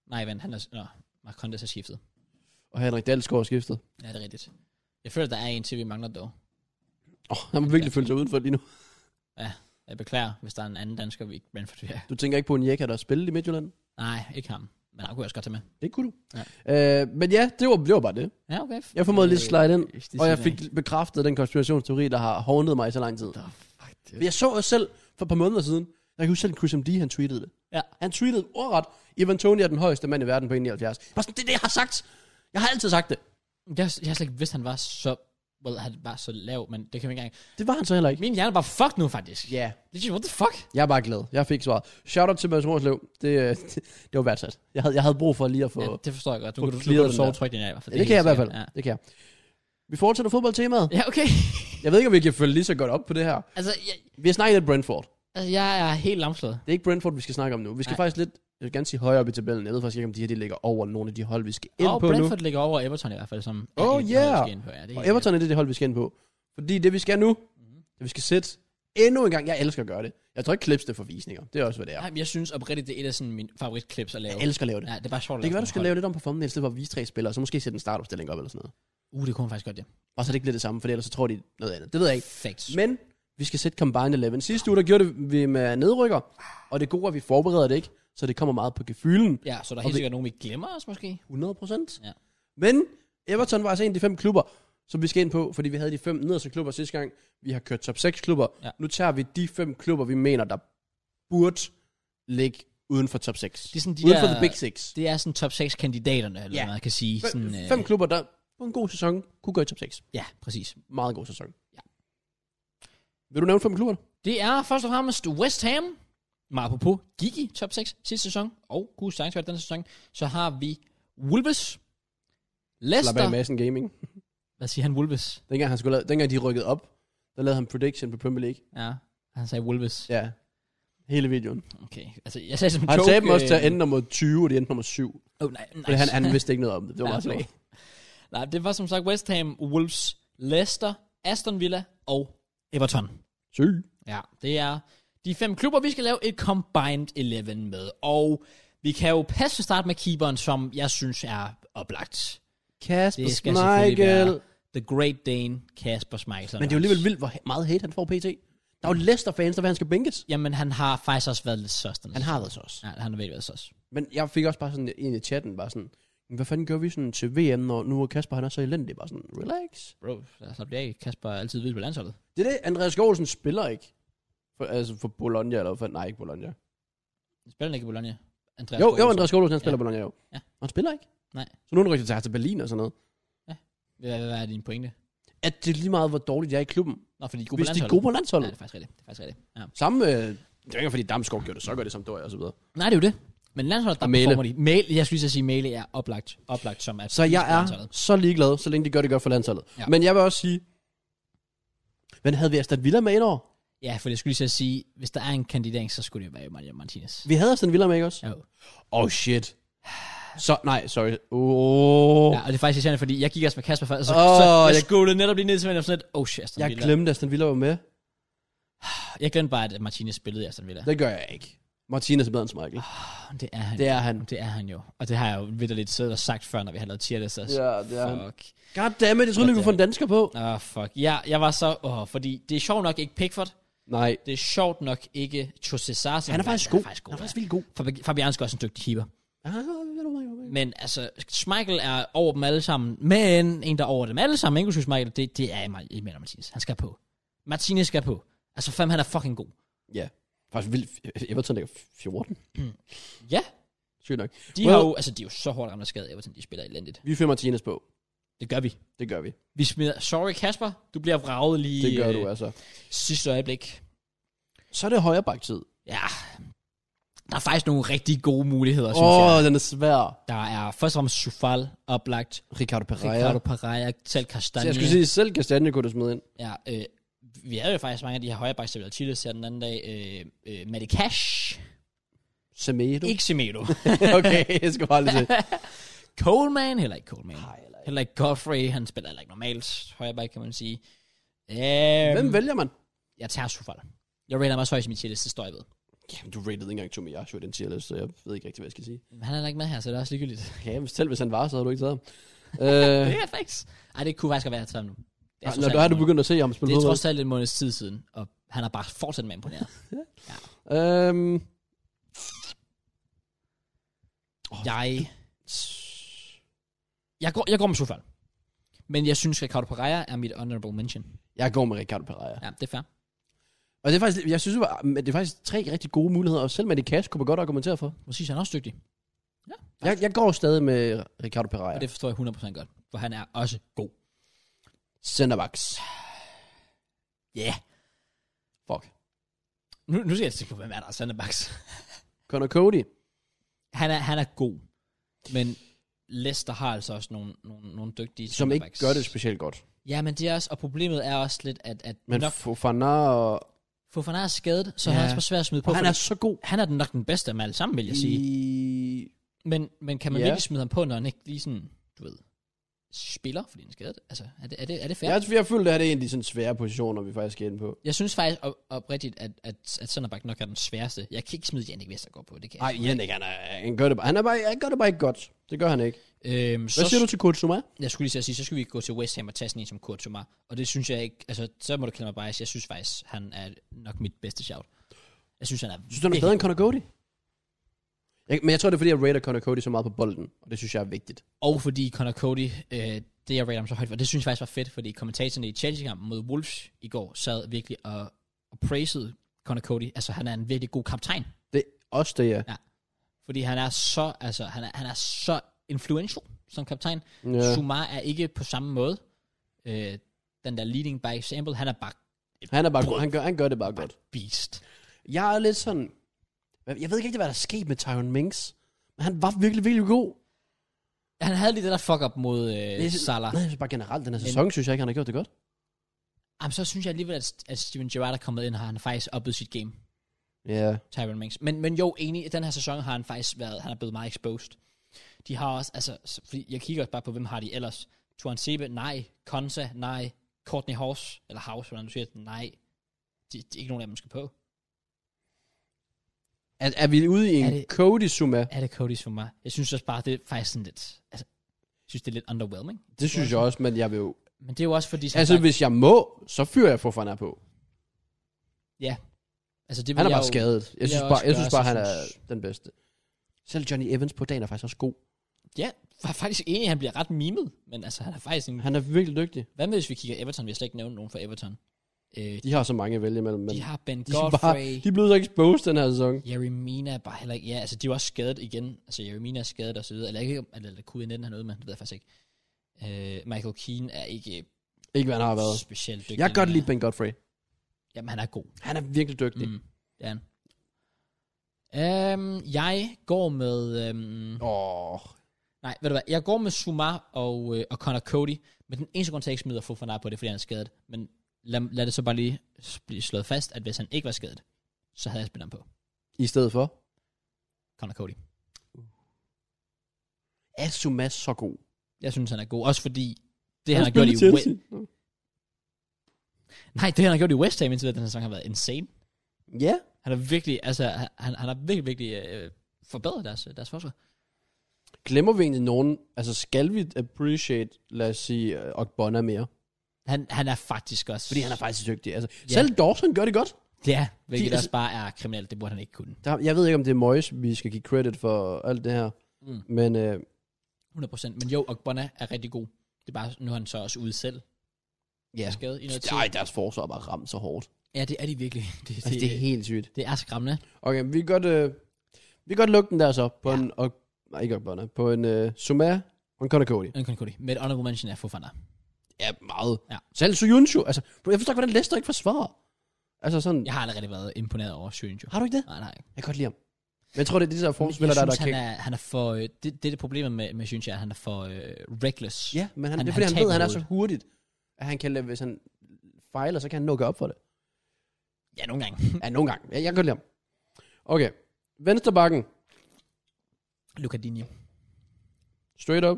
Speaker 1: Nej, vent, han er... Nå, Mark Kondes er skiftet.
Speaker 2: Og Henrik Dalsgaard er skiftet.
Speaker 1: Ja, det er rigtigt. Jeg føler, der er en til, vi mangler dog.
Speaker 2: Åh, oh, han må virkelig føle sig udenfor lige nu.
Speaker 1: Jeg beklager, hvis der er en anden dansker, vi ikke Brentford vi er.
Speaker 2: Du tænker ikke på en Jekka, der spillede i Midtjylland?
Speaker 1: Nej, ikke ham. Men ham kunne jeg også godt tage med.
Speaker 2: Det kunne du. Ja. Øh, men ja, det var, det var bare det.
Speaker 1: Ja, okay.
Speaker 2: Jeg formåede lige at slide ind,
Speaker 1: Øh, det
Speaker 2: og jeg
Speaker 1: siger
Speaker 2: fik bekræftet den konspirationsteori, der har håndtet mig i så lang tid.
Speaker 1: Fuck det.
Speaker 2: Jeg så også selv for et par måneder siden, jeg kan huske selv, Chris M.D. han tweetede det.
Speaker 1: Ja.
Speaker 2: Han tweetede ordret, Ivan Toni er den højeste mand i verden på 71. Bare sådan, det er det, jeg har sagt. Jeg har altid sagt det.
Speaker 1: Jeg, jeg har slet ikke vidst, han var så... Well, han var så lav, men det kan vi ikke engang...
Speaker 2: Det var han så heller ikke.
Speaker 1: Min hjerne var fucked nu, faktisk.
Speaker 2: Ja, yeah.
Speaker 1: Legit, what the fuck?
Speaker 2: jeg er bare glad. Jeg fik svaret. Shout out til Mads Rorslev. Det, øh, det, det var værdsat. Jeg havde, jeg havde brug for lige at få...
Speaker 1: Ja,
Speaker 2: Ja,
Speaker 1: det forstår jeg godt. Nu
Speaker 2: få
Speaker 1: kan du, nu
Speaker 2: clearet
Speaker 1: kan du
Speaker 2: den
Speaker 1: sove
Speaker 2: der.
Speaker 1: trygt i nat. i hvert fald.
Speaker 2: det, det kan jeg i hvert fald.
Speaker 1: helt
Speaker 2: Ja.
Speaker 1: sikkert,
Speaker 2: Det kan jeg. Vi fortsætter fodboldtemaet.
Speaker 1: Ja, ja okay.
Speaker 2: Jeg ved ikke, om vi kan følge lige så godt op på det her.
Speaker 1: altså, jeg,
Speaker 2: Vi har snakket lidt Brentford.
Speaker 1: altså, jeg er helt lamslået.
Speaker 2: Det er ikke Brentford, vi skal snakke om nu. Vi skal
Speaker 1: Nej.
Speaker 2: faktisk lidt, jeg vil gerne sige højere op i tabellen. Jeg ved faktisk ikke, om de her de ligger over nogle af de hold, vi skal ind
Speaker 1: og
Speaker 2: på
Speaker 1: Brentford ligger over Everton i hvert fald, som er
Speaker 2: Oh,
Speaker 1: et hold, vi
Speaker 2: yeah.
Speaker 1: skal ind på. Ja, det er
Speaker 2: nu. Og
Speaker 1: helt
Speaker 2: Everton er det, det hold, vi skal ind på. Fordi det, vi skal nu,
Speaker 1: Mhm.
Speaker 2: det vi skal sætte endnu en gang. Jeg elsker at gøre det. Jeg tror ikke, klips det for visninger. Det er også, hvad det er.
Speaker 1: Ja, men jeg synes oprigtigt, det er et af sådan mine favoritklips at lave.
Speaker 2: Jeg elsker at lave det.
Speaker 1: Ja, det er bare sjovt at
Speaker 2: Det kan være, du
Speaker 1: sådan
Speaker 2: skal
Speaker 1: et
Speaker 2: lave lidt om på thumbnails, det var at vise tre spillere, så måske sætte en startopstilling op eller sådan noget.
Speaker 1: hold. Uh, det kunne man faktisk godt, ja.
Speaker 2: Og så det ikke bliver det samme, for ellers så tror de noget andet. Det ved jeg ikke.
Speaker 1: Perfekt.
Speaker 2: Men vi skal sætte Combined 11. Sidste uge, der gjorde det vi med nedrykker, og det gode er, at vi forbereder det ikke, så det kommer meget på gefylen.
Speaker 1: Ja, så der er
Speaker 2: Og
Speaker 1: helt
Speaker 2: vi-
Speaker 1: sikkert nogen, vi glemmer os måske.
Speaker 2: 100 procent.
Speaker 1: Ja.
Speaker 2: Men Everton var altså en af de fem klubber, som vi skal ind på, fordi vi havde de fem nederste klubber sidste gang. Vi har kørt top 6 klubber.
Speaker 1: Ja.
Speaker 2: Nu tager vi de fem klubber, vi mener, der burde ligge uden for top 6.
Speaker 1: Det er sådan de
Speaker 2: uden
Speaker 1: der-
Speaker 2: for the big 6.
Speaker 1: Det er sådan top 6-kandidaterne, eller
Speaker 2: Ja.
Speaker 1: hvad man kan sige. Sådan, øh,
Speaker 2: Fem klubber, der på en god sæson kunne gå i top 6.
Speaker 1: Ja, præcis.
Speaker 2: Meget god sæson.
Speaker 1: Ja.
Speaker 2: Vil du nævne fem klubber?
Speaker 1: Det er først og fremmest West Ham. Men apropos gik i top 6 sidste sæson, og kunne sagtens være den her sæson, så har vi Wolves,
Speaker 2: Slap af
Speaker 1: Leicester.
Speaker 2: Madsen Gaming.
Speaker 1: Hvad siger han? Wolves.
Speaker 2: Dengang, han skulle lave, dengang de rykkede op, der lavede han prediction på Premier League.
Speaker 1: Ja. Han sagde Wolves. Ja.
Speaker 2: Ja. Hele videoen.
Speaker 1: Okay. Altså, jeg sagde som en
Speaker 2: Han
Speaker 1: joke.
Speaker 2: sagde dem også til
Speaker 1: øh,
Speaker 2: at ende nummer 20, og de endte nummer 7. Nice.
Speaker 1: Oh, nej, nice.
Speaker 2: Fordi han, han vidste ikke noget om det. Det var
Speaker 1: Ja,
Speaker 2: meget
Speaker 1: okay.
Speaker 2: sjovt.
Speaker 1: Nej, det var som sagt West Ham, Wolves, Leicester, Aston Villa og Everton.
Speaker 2: Syg.
Speaker 1: Ja, det er de fem klubber, vi skal lave et combined 11 med. Og vi kan jo passe starte med keeperen, som jeg synes er oplagt.
Speaker 2: Kasper
Speaker 1: Det skal selvfølgelig være The Great Dane, Kasper Schmeichel.
Speaker 2: Men det er jo alligevel vildt, hvor he- meget hate han får pt. Der er jo Leicester-fans, der vil, han skal bænkes.
Speaker 1: Jamen, han har faktisk også været lidt sus.
Speaker 2: Han har været så også.
Speaker 1: Ja, han har virkelig været sus.
Speaker 2: Men jeg fik også bare sådan en i chatten, bare sådan, "Men hvad fanden gør vi sådan til VM, når nu er Kasper, han er så elendig, bare sådan, relax.
Speaker 1: Bro, så bliver ikke Kasper er altid vidt på landsholdet.
Speaker 2: Det er det, Andreas Skålsen spiller ikke. For, altså for Bologna, eller for, nej, ikke Bologna.
Speaker 1: Spiller han ikke i Bologna? Andreas
Speaker 2: Jo, jo,
Speaker 1: Borgelsen.
Speaker 2: Andreas Skålsen, han spiller
Speaker 1: Ja.
Speaker 2: ja. Bologna, jo.
Speaker 1: Ja.
Speaker 2: Og han spiller ikke.
Speaker 1: Nej.
Speaker 2: Så nu er han rigtig til Berlin og sådan noget.
Speaker 1: Hvad, hvad, hvad er din pointe?
Speaker 2: At det er lige meget, hvor dårligt de er i klubben.
Speaker 1: Nå, fordi de er gode
Speaker 2: Hvis
Speaker 1: på
Speaker 2: de er
Speaker 1: landsholdet.
Speaker 2: gode på
Speaker 1: Ja,
Speaker 2: landsholdet.
Speaker 1: det er faktisk rigtigt. Det er faktisk rigtigt. Ja.
Speaker 2: Samme, øh, det er ikke, fordi Damsgaard gjorde det så godt, det som Doria og så videre.
Speaker 1: Nej, det er jo det. Men landsholdet, der
Speaker 2: Og Mæle.
Speaker 1: performer de. Mæle, jeg skulle lige så sige, Mæle er oplagt, oplagt som at
Speaker 2: Så
Speaker 1: spise
Speaker 2: jeg
Speaker 1: på
Speaker 2: er
Speaker 1: landsholdet.
Speaker 2: så ligeglad, så længe de gør det godt for landsholdet.
Speaker 1: Ja.
Speaker 2: Ja. Men jeg vil også sige, men havde vi Aston Villa med et år?
Speaker 1: Ja, for det skulle lige så sige, hvis der er en kandidering, så skulle det jo være Mario Martinez.
Speaker 2: Vi havde Aston Villa med, ikke også?
Speaker 1: Ja.
Speaker 2: Oh shit. Så, nej, sorry. Oh,
Speaker 1: ja,
Speaker 2: ja,
Speaker 1: og det er faktisk irriterende, fordi jeg gik også med Kasper før, og så,
Speaker 2: Åh,
Speaker 1: så jeg, jeg
Speaker 2: jeg-
Speaker 1: skulle netop lige ned til mig, og sådan lidt, oh shit, Aston
Speaker 2: jeg
Speaker 1: Villa.
Speaker 2: glemte, Aston Villa var med.
Speaker 1: jeg glemte bare, at Martinez spillede i Aston Villa.
Speaker 2: Det gør jeg ikke. Martinez er bedre end Michael.
Speaker 1: Åh, Det er han.
Speaker 2: Det er han.
Speaker 1: Det er han jo. Og det har jeg jo vidderligt siddet og sagt før, når vi har lavet tier lists også.
Speaker 2: Ja, det er han.
Speaker 1: Fuck.
Speaker 2: God damn it, jeg troede, vi
Speaker 1: Goddammit.
Speaker 2: kunne få en dansker på.
Speaker 1: Åh, oh, fuck. Ja, jeg var så... Åh, oh, fordi det er sjovt nok ikke Pickford.
Speaker 2: Nej.
Speaker 1: Det er sjovt nok ikke Jose Sarr. som
Speaker 2: Han er
Speaker 1: valgt.
Speaker 2: faktisk god.
Speaker 1: Han er faktisk god.
Speaker 2: Han er
Speaker 1: ja.
Speaker 2: faktisk vildt god.
Speaker 1: Fabi- Fabianski er også en dygtig keeper. Men altså, Schmeichel er over dem alle sammen. Men en, der er over dem alle sammen, inklusive Schmeichel, det, det er Emil Emil Martinez. Han skal på. Martinez skal på. Altså, fam, han er fucking god.
Speaker 2: Ja. Faktisk vildt. Everton ligger 14.
Speaker 1: Ja,
Speaker 2: Sygt nok.
Speaker 1: de
Speaker 2: Well-
Speaker 1: har jo... Altså, de er jo så hårdt ramt af skade, Everton, de spiller elendigt.
Speaker 2: Vi fører Martinez på.
Speaker 1: Det gør vi.
Speaker 2: Det gør vi.
Speaker 1: Vi smider... Sorry, Kasper. Du bliver vraget lige...
Speaker 2: Det gør
Speaker 1: øh,
Speaker 2: du altså.
Speaker 1: Sidste øjeblik.
Speaker 2: Så er det højre baktid.
Speaker 1: Ja. Der er faktisk nogle rigtig gode muligheder,
Speaker 2: Åh,
Speaker 1: synes jeg.
Speaker 2: oh, den er svær.
Speaker 1: Der er først og fremmest Sufal oplagt.
Speaker 2: Ricardo Pereira.
Speaker 1: Ricardo Pereira, selv Kastanje.
Speaker 2: Så jeg skulle sige, selv Kastanje kunne du smide ind.
Speaker 1: Ja, øh, vi havde jo faktisk mange af de her højre backs, der ville Chile her den anden dag. Øh, øh, Matty Cash.
Speaker 2: Semedo.
Speaker 1: Ikke Semedo.
Speaker 2: okay, jeg skal bare lige se.
Speaker 1: Coleman, heller ikke Coleman.
Speaker 2: Nej, heller ikke.
Speaker 1: Heller ikke Godfrey, han spiller heller ikke normalt højre back, kan man sige. Øhm,
Speaker 2: Hvem vælger man?
Speaker 1: Jeg tager Sufal. Jeg rater mig så højt i min tier list, det står jeg ved.
Speaker 2: Jamen, du rated ikke engang Tommy Joshua i den tier list, så jeg ved ikke rigtig, hvad jeg skal sige.
Speaker 1: Men han er heller ikke med her, så det er også ligegyldigt.
Speaker 2: Ja, men selv hvis han var, så havde du ikke taget ham. øh,
Speaker 1: Det er faktisk... Ej, det kunne faktisk godt være, at jeg tager ham nu. Det er
Speaker 2: ja,
Speaker 1: trods
Speaker 2: når
Speaker 1: alt
Speaker 2: du har
Speaker 1: en
Speaker 2: du
Speaker 1: måned.
Speaker 2: begyndt at se ham spille
Speaker 1: Det er
Speaker 2: hovedrolle.
Speaker 1: trods alt en måneds tid siden, og han har bare fortsat med at imponere.
Speaker 2: Øhm,
Speaker 1: jeg, jeg, går, jeg går med Sofal. Men jeg synes, Ricardo Pereira er mit honorable mention.
Speaker 2: jeg går med Ricardo Pereira.
Speaker 1: Ja, det er fair.
Speaker 2: Og det er faktisk, jeg synes, det, var, men det er faktisk tre rigtig gode muligheder, og selv med det cash kunne man godt argumentere for.
Speaker 1: Præcis, han er også dygtig.
Speaker 2: Jeg, jeg går stadig med Ricardo Pereira.
Speaker 1: Og det forstår jeg 100% godt. For han er også god.
Speaker 2: Centerbacks.
Speaker 1: Ja. Yeah.
Speaker 2: Fuck.
Speaker 1: Nu, nu skal jeg tænke på, hvem er der Sandebaks.
Speaker 2: Connor Cody.
Speaker 1: Han er, han er god. Men Leicester har altså også nogle, nogle, nogle dygtige
Speaker 2: Som ikke
Speaker 1: centerbacks.
Speaker 2: gør det specielt godt.
Speaker 1: Ja, men det er også, og problemet er også lidt, at, at
Speaker 2: Men
Speaker 1: nok
Speaker 2: Fofana og...
Speaker 1: Fofana er skadet, så ja.
Speaker 2: Ja.
Speaker 1: han er også bare svært at smide på.
Speaker 2: Han
Speaker 1: fordi-
Speaker 2: er så god.
Speaker 1: han er den nok den bedste af dem alle sammen, vil jeg sige.
Speaker 2: I...
Speaker 1: Men, men kan man
Speaker 2: Ja.
Speaker 1: virkelig smide ham på, når han ikke lige sådan, du ved, spiller, fordi han er skadet? Altså, er det, er det, er det fair?
Speaker 2: Jeg, jeg føler, det her det er en af de sådan svære positioner, vi faktisk er inde på.
Speaker 1: Jeg synes faktisk op, oprigtigt, at, at, at Sønderbak nok er den sværeste. Jeg kan ikke smide Jannik Vestergaard på, det kan jeg.
Speaker 2: Nej, Jannik, han, er, han, gør det bare. Han, er bare, han gør det bare ikke godt. Det gør han ikke.
Speaker 1: ikke. Øhm,
Speaker 2: Hvad
Speaker 1: så,
Speaker 2: siger du til Kurt Suma?
Speaker 1: Jeg skulle lige til at sige, så skal vi gå til West Ham og tage sådan en som Kurt Zuma. Og det synes jeg ikke, altså, så må du kalde mig bias. Jeg synes faktisk, han er nok mit bedste shout. Jeg synes, han er...
Speaker 2: Synes du, han er bedre end Connor Cody? Jeg, men jeg tror, det er fordi, jeg rater Connor Cody så meget på bolden, og det synes jeg er vigtigt.
Speaker 1: Og fordi Connor Cody, øh, det jeg rater ham så højt for, det synes jeg faktisk var fedt, fordi kommentatorerne i Chelsea-kampen mod Wolves i går sad virkelig og, og praisede Connor Cody. Altså, han er en virkelig god kaptajn,
Speaker 2: Det er også det, jeg...
Speaker 1: fordi han er så, altså, han er, han er så influential som kaptajn.
Speaker 2: Ja.
Speaker 1: Ja. Sumar er ikke på samme måde. Øh, den der leading by example, han er bare
Speaker 2: Han er bare god. Han gør, han gør det bare godt.
Speaker 1: beast.
Speaker 2: Jeg er lidt sådan... Jeg ved ikke rigtig, hvad der er sket med Tyron Minks, men han var virkelig, virkelig god.
Speaker 1: Han havde lige det der fuck-up mod øh,
Speaker 2: jeg
Speaker 1: Salah.
Speaker 2: Nej, jeg synes bare generelt, den her sæson, synes jeg ikke, han har gjort det godt.
Speaker 1: Jamen, så synes jeg alligevel, at, at Steven Gerrard er kommet ind, og han har faktisk oppet sit game,
Speaker 2: Ja.
Speaker 1: Tyrone Mings. Men, men jo, enig, i den her sæson har han faktisk været, han er blevet meget exposed. De har også, altså, s- fordi jeg kigger også bare på, hvem har de ellers. Tuan Sebe, nej. Konsa, nej. Courtney House, eller House, hvordan du siger det, nej. De, de, ikke nogen af dem skal på.
Speaker 2: Er, er vi ude i
Speaker 1: Er
Speaker 2: en
Speaker 1: det-
Speaker 2: Cody Suma?
Speaker 1: Er det Cody's for mig? Jeg synes også bare, det er faktisk sådan lidt, altså, jeg synes, det er lidt underwhelming.
Speaker 2: Det synes jeg også, men jeg vil jo...
Speaker 1: Men det er jo også fordi, som
Speaker 2: Altså,
Speaker 1: sagt,
Speaker 2: hvis jeg må, så fyrer jeg Fofana på.
Speaker 1: altså, det vil
Speaker 2: Han er
Speaker 1: jeg
Speaker 2: bare
Speaker 1: jo-
Speaker 2: skadet.
Speaker 1: vil
Speaker 2: Jeg synes
Speaker 1: jeg
Speaker 2: bare,
Speaker 1: også
Speaker 2: jeg synes
Speaker 1: gøre,
Speaker 2: bare
Speaker 1: så
Speaker 2: han er
Speaker 1: synes-
Speaker 2: den bedste. Selv Johnny Evans på dagen er faktisk også god.
Speaker 1: Ja, jeg er faktisk enig, han bliver ret mimet, men altså, han er faktisk en
Speaker 2: Han er virkelig dygtig.
Speaker 1: Hvad med, hvis vi kigger Everton? Vi har slet ikke nævnt nogen fra Everton. Øh,
Speaker 2: De har så mange at vælge imellem, men
Speaker 1: de har Ben
Speaker 2: de, er bare,
Speaker 1: Godfrey.
Speaker 2: de er blevet så exposed den her sæson.
Speaker 1: Jeremina er bare heller ikke... Ja, altså, de er jo også skadet igen. Altså, Jeremina er skadet og så videre. Eller ikke, om- eller, eller Q19 har noget med, det ved jeg faktisk ikke. Øh, Michael Keane er ikke øh,
Speaker 2: Ikke hvad han har været.
Speaker 1: specielt dygtig.
Speaker 2: Jeg kan godt
Speaker 1: længere.
Speaker 2: lide Ben Godfrey.
Speaker 1: Jamen, han er god.
Speaker 2: Han er virkelig dygtig.
Speaker 1: Mm, det er han. Øhm, jeg går med... Øhm,
Speaker 2: Åh, oh,
Speaker 1: nej, ved du hvad? Jeg går med Sumar og, øh, og Connor Cody. Men den eneste grund til, at jeg ikke smider Fofana på, det er, fordi han er skadet. Men lad, lad det så bare lige s- blive slået fast, at hvis han ikke var skadet, så havde jeg spillet ham på.
Speaker 2: i stedet for.
Speaker 1: Connor Cody.
Speaker 2: Er Suma så god?
Speaker 1: Jeg synes, han er god. Også fordi det,
Speaker 2: Han
Speaker 1: han, har gjort i
Speaker 2: spiller
Speaker 1: We- Nej, det, han har gjort i West Ham indtil videre, den her sæson har været insane.
Speaker 2: Ja.
Speaker 1: Han har virkelig, altså, han, han har virkelig, virkelig øh, forbedret deres, deres forsvar.
Speaker 2: Glemmer vi egentlig nogen? Altså, skal vi appreciate, lad os sige, øh, Ogbonna mere?
Speaker 1: Han, han er faktisk også...
Speaker 2: Fordi han er faktisk dygtig. Altså, Selv Dawson gør det godt.
Speaker 1: Ja, hvilket
Speaker 2: De-
Speaker 1: også bare er kriminelt. Det burde han ikke kunne.
Speaker 2: Der, jeg ved ikke, om det er Moyes, vi skal give credit for alt det her.
Speaker 1: Mm.
Speaker 2: Men øh,
Speaker 1: 100%. Men jo, Ogbonna er rigtig god. Det er bare, nu er han så også ude selv.
Speaker 2: ja,
Speaker 1: Ja. Skadet i noget tid.
Speaker 2: Ej, deres forsvar er bare ramt så hårdt.
Speaker 1: Ja, det er de virkelig. Det,
Speaker 2: Altså, det er helt sygt.
Speaker 1: det er skræmmende.
Speaker 2: Okay, vi kan godt, øh, vi kan godt lukke den der så på
Speaker 1: Ja.
Speaker 2: ja. en... Og, nej, ikke Ogbonna. På en øh, Suma og en Connor Cody.
Speaker 1: Uncan Cody. Med et honorable mention er Fofana.
Speaker 2: Ja, meget.
Speaker 1: Ja.
Speaker 2: Selv Suyuncu. Altså, bro, jeg forstår ikke, hvordan Leicester ikke forsvarer. Altså sådan...
Speaker 1: Jeg har allerede været imponeret over Sjøenjo.
Speaker 2: Har du ikke det?
Speaker 1: Nej, nej.
Speaker 2: Jeg kan godt lide ham. Men jeg tror, det er de der
Speaker 1: Jeg
Speaker 2: forspillere, der, der
Speaker 1: synes,
Speaker 2: kan...
Speaker 1: han er, han er for... øh, Det, det er det problemet med, med Sjøenjo, at han er for øh, reckless.
Speaker 2: Ja, men han,
Speaker 1: Han-
Speaker 2: det er fordi,
Speaker 1: han
Speaker 2: han, ved,
Speaker 1: taber
Speaker 2: han er så
Speaker 1: hovedet.
Speaker 2: hurtigt, at han kan, lade- hvis han fejler, så kan han lukke op for det.
Speaker 1: Ja, nogle gange.
Speaker 2: Ja, nogle gange. Jeg, jeg kan godt lide ham. Okay. Vensterbakken.
Speaker 1: Luca Digne.
Speaker 2: Straight up.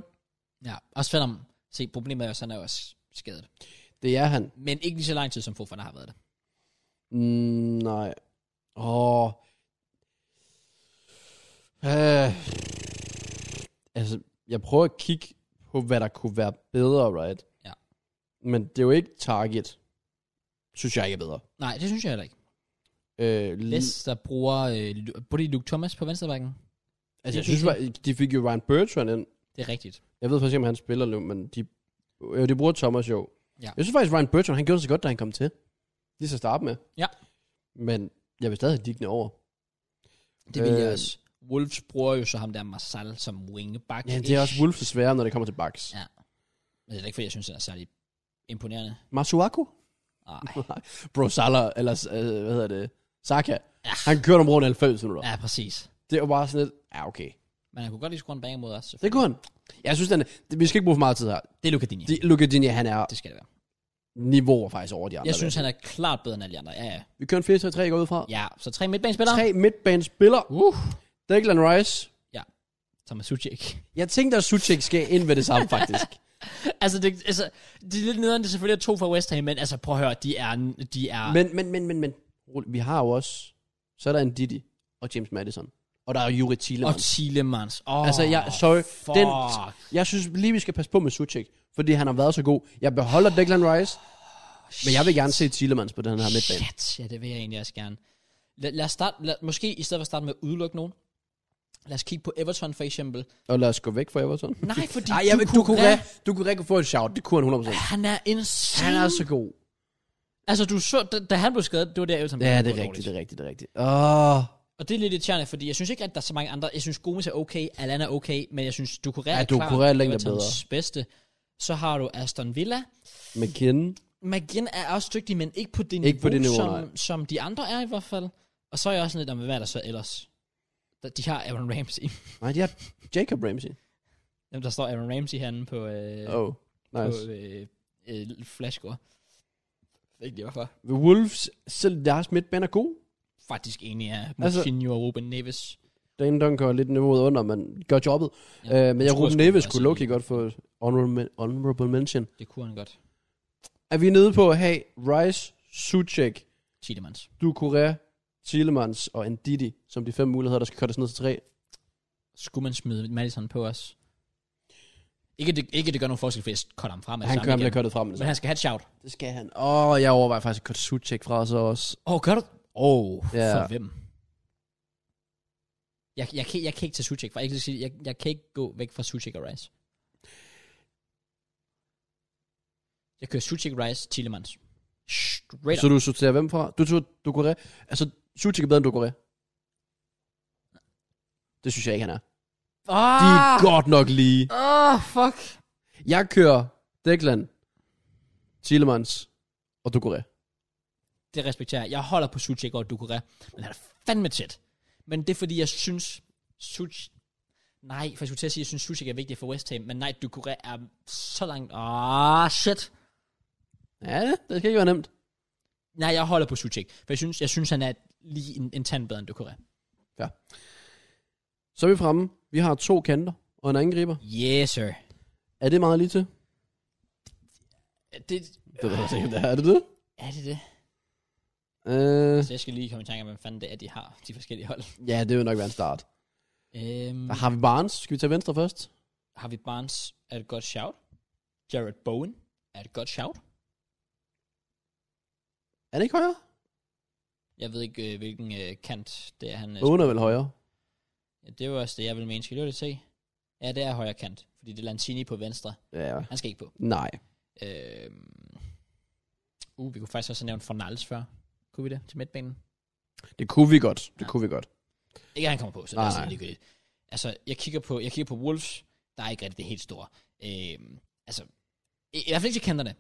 Speaker 1: Ja, også selvom... Se, problemet er jo, at han er også skadet.
Speaker 2: Det er han.
Speaker 1: Men ikke lige så lang tid, som Fofana har været det.
Speaker 2: Mm, nej. Åh. Øh. Altså, jeg prøver at kigge på, hvad der kunne være bedre, right?
Speaker 1: Ja.
Speaker 2: Men det er jo ikke Target. Synes jeg ikke er bedre.
Speaker 1: Nej, det synes jeg heller ikke.
Speaker 2: Øh, l-
Speaker 1: Leicester bruger... Øh, Lu- bruger de Luke Thomas på venstrebakken?
Speaker 2: altså, jeg synes, bare, de fik jo Ryan Bertrand ind.
Speaker 1: Det er rigtigt.
Speaker 2: Jeg ved faktisk ikke, om han spiller nu, men de, øh, de bruger Thomas jo.
Speaker 1: Ja.
Speaker 2: Jeg synes faktisk, Ryan Bertrand, han gjorde det så godt, da han kom til. Lige så at starte med.
Speaker 1: Ja.
Speaker 2: Men jeg vil stadig digne over.
Speaker 1: Det vil jeg
Speaker 2: Øh,
Speaker 1: også. Wolves bruger jo så ham der Marcel som wingback.
Speaker 2: Ja, det er også Wolves svære, når det kommer til Bucks.
Speaker 1: Ja. Men det er ikke, fordi jeg synes, han er særlig imponerende.
Speaker 2: Masuaku?
Speaker 1: Nej.
Speaker 2: Bro Salah, eller øh, hvad hedder det? Saka. Ja. Han kørte om rundt 90 minutter. Ja.
Speaker 1: Ja, præcis.
Speaker 2: Det var bare sådan lidt, ja okay.
Speaker 1: Men han kunne godt lige score en banger mod os. selvfølgelig.
Speaker 2: Det kunne han. Jeg synes, den, det- vi skal ikke bruge for meget tid her.
Speaker 1: Det er Luca Dini.
Speaker 2: De, Luka Digne, han er
Speaker 1: Det skal det være.
Speaker 2: niveauer faktisk over de andre.
Speaker 1: Jeg synes, han er klart bedre end alle de andre. Ja, ja.
Speaker 2: Vi kører en 4-3-3 går ud fra. Ja.
Speaker 1: ja så tre midtbanespillere.
Speaker 2: Tre midtbanespillere.
Speaker 1: Uh.
Speaker 2: Declan Rice.
Speaker 1: Thomas Suchek.
Speaker 2: Jeg tænkte, at Suchek skal ind ved det samme, faktisk.
Speaker 1: altså, det, altså, de er lidt nederen, det er selvfølgelig er to fra West Ham, men altså, prøv at høre, de er... De er
Speaker 2: men, men, men, men, men. Rolig. Vi har jo også, så er der en Didi og James Madison. Og der er Juri
Speaker 1: og
Speaker 2: Thielemann.
Speaker 1: Thielemans. Oh,
Speaker 2: Altså, jeg, sorry,
Speaker 1: fuck.
Speaker 2: den, jeg synes lige, vi skal passe på med Suchek, fordi han har været så god. Jeg beholder Declan Rice, men jeg vil gerne se Thielemans på den her midtbane.
Speaker 1: Shit, ja, det vil jeg egentlig også gerne. Lad, lad os starte, lad, måske i stedet for at starte med at udelukke nogen, lad os kigge på Everton for eksempel.
Speaker 2: Og lad os gå væk fra Everton.
Speaker 1: Nej, fordi
Speaker 2: Nej, jeg vil, du, kunne,
Speaker 1: Ducouré,
Speaker 2: re- du kunne rigtig få et shout. Det kunne han 100%.
Speaker 1: Han er insane.
Speaker 2: Han er så god.
Speaker 1: Altså, du så, da, da han blev skadet, det var der Everton
Speaker 2: Ja,
Speaker 1: blev
Speaker 2: det er
Speaker 1: dårligt.
Speaker 2: rigtigt, det er rigtigt, det er rigtigt. Åh,
Speaker 1: Og det er lidt irriterende, fordi jeg synes ikke, at der er så mange andre. Jeg synes, Gomes er okay, Allan er okay, men jeg synes, du
Speaker 2: Ja,
Speaker 1: er
Speaker 2: Doucouré
Speaker 1: klart
Speaker 2: er længere
Speaker 1: Evertons bedste. Så har du Aston Villa.
Speaker 2: McKinnon.
Speaker 1: McGinn er også dygtig, men ikke på det niveau,
Speaker 2: Ikke på det niveau,
Speaker 1: som,
Speaker 2: nej.
Speaker 1: som de andre er i hvert fald. Og så er jeg også sådan lidt om, hvad er der så ellers? Der- De har Aaron Ramsey.
Speaker 2: Nej, de har Jacob Ramsey.
Speaker 1: Jamen, der står Aaron Ramsey herinde på, øh,
Speaker 2: Oh, nice.
Speaker 1: på øh, øh, flashscore. Jeg ved ikke lige hvorfor.
Speaker 2: The Wolves, selv deres midtbane er god.
Speaker 1: Faktisk enig er
Speaker 2: Altså-
Speaker 1: Moutinho og Ruben Neves.
Speaker 2: Dan Dunker er lidt niveauet under, men gør jobbet. Ja, øh, men jeg,
Speaker 1: tror,
Speaker 2: Ruben
Speaker 1: jeg
Speaker 2: Neves
Speaker 1: skulle være
Speaker 2: kunne lukke godt få honorable, honorable mention.
Speaker 1: Det kunne han godt.
Speaker 2: Er vi nede på at have Rice, Suchek,
Speaker 1: Tiedemans.
Speaker 2: Ducouré, Thielemans og Ndidi, som de fem muligheder, der skal kortes ned til tre.
Speaker 1: Skulle man smide Madison på os? Ikke at det, ikke at det gør nogen forskel, for jeg cutter ham frem.
Speaker 2: Han kan blive kortet frem.
Speaker 1: Men han skal have et shout.
Speaker 2: Det skal han. Åh, oh, jeg overvejer faktisk at korte Suchek fra så også.
Speaker 1: Åh, oh, gør du? Åh, oh,
Speaker 2: Ja.
Speaker 1: for hvem? Jeg, jeg, kan, jeg kan ikke tage Suchek fra. Jeg, kan sige- jeg, jeg kan ikke gå væk fra Suchek og Rice. Jeg kører Suchek, Rice, Tillemans. Straight
Speaker 2: Så
Speaker 1: up.
Speaker 2: du sorterer hvem fra? Du tog Ducouré. Altså, Suchek er bedre end Ducouré. Det synes jeg ikke, han er.
Speaker 1: Ah,
Speaker 2: De er godt nok lige.
Speaker 1: Åh, oh, fuck.
Speaker 2: Jeg kører Declan, Thielemans og Ducouré.
Speaker 1: Det respekterer jeg. Jeg holder på Suchek og Ducouré, men han er fandme tæt. Men det er fordi, jeg synes, Such... Nej, for jeg skulle til at sige, at jeg synes, Suchek er vigtig for West Ham, men nej, Ducouré er så langt... Ah, oh, shit.
Speaker 2: Ja, det skal ikke være nemt.
Speaker 1: Nej, jeg holder på Suchek, for jeg synes, jeg synes han er lige en, en tand bedre end Ducouré.
Speaker 2: Så er vi fremme. Vi har to kanter og en angriber.
Speaker 1: Yes, sir.
Speaker 2: Er det meget lige til?
Speaker 1: Er Det,
Speaker 2: Det ved jeg altså ikke, om det er. Er det det?
Speaker 1: er det det?
Speaker 2: Øh,
Speaker 1: Så jeg skal lige komme i tanke om, hvem fanden det er, de har, de forskellige hold.
Speaker 2: ja, det vil nok være en start.
Speaker 1: Øhm,
Speaker 2: Der har vi Barnes. Skal vi tage venstre først?
Speaker 1: Harvey Barnes er et godt shout. Jared Bowen er et godt shout.
Speaker 2: Er det ikke højre?
Speaker 1: Jeg ved ikke, øh, hvilken øh, kant det er, han... Øh,
Speaker 2: Bogen er vel højre.
Speaker 1: Ja, det var også det, jeg ville mene. Skal du det se? Ja, det er højre kant, fordi det er Lanzini på venstre.
Speaker 2: Ja.
Speaker 1: Han skal ikke på.
Speaker 2: Nej.
Speaker 1: Øhm, uh, vi kunne faktisk også have nævnt Fornals før. Kunne vi det til midtbanen?
Speaker 2: Det kunne vi godt. Det
Speaker 1: Ja.
Speaker 2: kunne vi godt.
Speaker 1: Ikke at han kommer på, så
Speaker 2: Nej,
Speaker 1: det er
Speaker 2: nej.
Speaker 1: sådan ligegyldigt. Altså, jeg kigger, på, jeg kigger på Wolves, der er ikke rigtig det helt store. Øhm, altså, i, i hvert fald ikke til kanterne.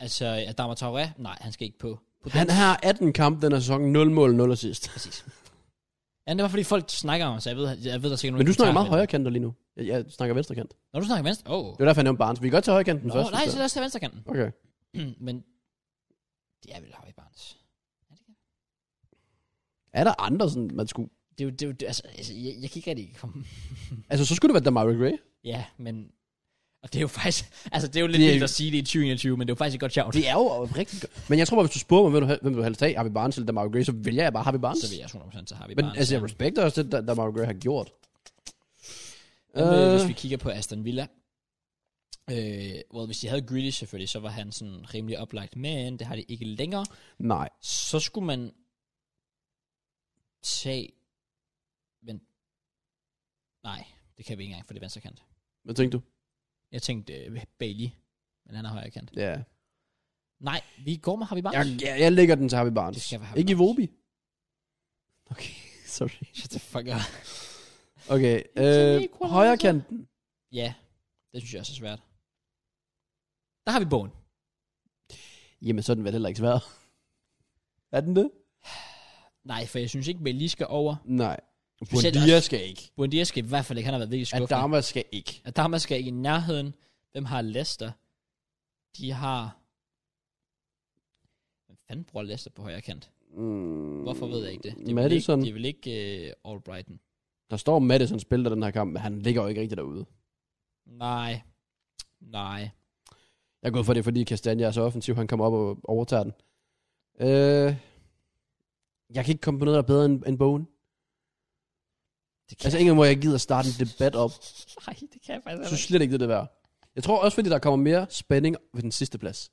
Speaker 1: Altså, Adama Traoré, nej, han skal ikke på. på
Speaker 2: Han
Speaker 1: den-
Speaker 2: har 18 kampe den her sæson. 0 mål, 0 assist.
Speaker 1: Præcis. Ja, det var fordi folk snakker om ham, så jeg ved, jeg ved der er sikkert nogen,
Speaker 2: Men du
Speaker 1: der
Speaker 2: snakker
Speaker 1: tager
Speaker 2: meget
Speaker 1: ham.
Speaker 2: højre kanter lige nu. Jeg, jeg snakker venstre kant.
Speaker 1: Når du snakker venstre, åh. Oh.
Speaker 2: Det er derfor, jeg nævnte Barnes. Vi kan godt tage højre kanten
Speaker 1: Nå,
Speaker 2: først.
Speaker 1: nej, så
Speaker 2: hvis det
Speaker 1: lad os tage venstre kanten.
Speaker 2: er. Okay.
Speaker 1: Men det er vel Harvey Barnes. Er det ikke?
Speaker 2: Er der andre, sådan, man skulle...
Speaker 1: Det er jo, det er jo, det, altså, altså jeg, jeg kan ikke rigtig komme.
Speaker 2: Altså, så skulle det være Demario Gray.
Speaker 1: ja, men... Og det er jo faktisk... Altså, det er jo lidt
Speaker 2: Det er-
Speaker 1: vildt at sige det i 2021, men det er jo faktisk et godt sjovt.
Speaker 2: Det er jo rigtig godt. Men jeg tror bare, hvis du spurgte mig, hvem du, hel- hvem du helst tage, Harvey Barnes eller Demario Gray, så vælger jeg bare Harvey Barnes.
Speaker 1: Så vil jeg 100% til Harvey
Speaker 2: Men
Speaker 1: Barnes.
Speaker 2: altså, jeg respekter også det, der, der Mario Gray har gjort.
Speaker 1: Hvad med,
Speaker 2: Øh.
Speaker 1: hvis vi kigger på Aston Villa. Øh, well, hvis de havde Grealish selvfølgelig, så var han sådan rimelig oplagt, men det har de ikke længere.
Speaker 2: Øh, Nej.
Speaker 1: Så skulle man tage... Men... Nej, det kan vi ikke engang, for det er venstre kant.
Speaker 2: Hvad tænkte du?
Speaker 1: Jeg tænkte øh, Bailey, men han er højre kant.
Speaker 2: Ja.
Speaker 1: Nej, vi går med Harvey Barnes.
Speaker 2: Jeg, jeg, jeg lægger den til Harvey Barnes.
Speaker 1: Det skal være Harvey
Speaker 2: Ikke i
Speaker 1: Barnes.
Speaker 2: Vobi. Okay, sorry.
Speaker 1: Shut the fuck up.
Speaker 2: Okay,
Speaker 1: Sådan
Speaker 2: øh,
Speaker 1: en equalizer.
Speaker 2: højre kanten.
Speaker 1: ja, det synes jeg også er svært. Der har vi bogen.
Speaker 2: Jamen, så er den vel heller ikke svær. Er den det?
Speaker 1: Nej, for jeg synes ikke, Bailey skal over.
Speaker 2: Nej.
Speaker 1: Specielt
Speaker 2: Buendia
Speaker 1: også-
Speaker 2: skal ikke.
Speaker 1: Buendia skal i hvert fald ikke. Han har været virkelig skuffende.
Speaker 2: Adama skal ikke.
Speaker 1: Adama skal ikke i nærheden. Hvem har Leicester? De har... Hvem fanden bruger Leicester på højre kant?
Speaker 2: Mm,
Speaker 1: Hvorfor ved jeg ikke det? Det er vel
Speaker 2: Madison.
Speaker 1: ikke, det er vel ikke uh, Albrighton.
Speaker 2: Der står Madison spiller den her kamp, men han ligger jo ikke rigtig derude.
Speaker 1: Nej. Nej.
Speaker 2: Jeg går for det, er, fordi Kastanja er så offensiv, han kommer op og overtager den. Øh, jeg kan ikke komme på noget, der er bedre end, end Bowen.
Speaker 1: Det kan
Speaker 2: Altså, ingen hvor jeg gider at starte en debat op.
Speaker 1: Nej, det kan jeg faktisk
Speaker 2: Jeg
Speaker 1: heller
Speaker 2: synes
Speaker 1: ikke.
Speaker 2: slet ikke, det er det værd. Jeg tror også, fordi der kommer mere spænding ved den sidste plads.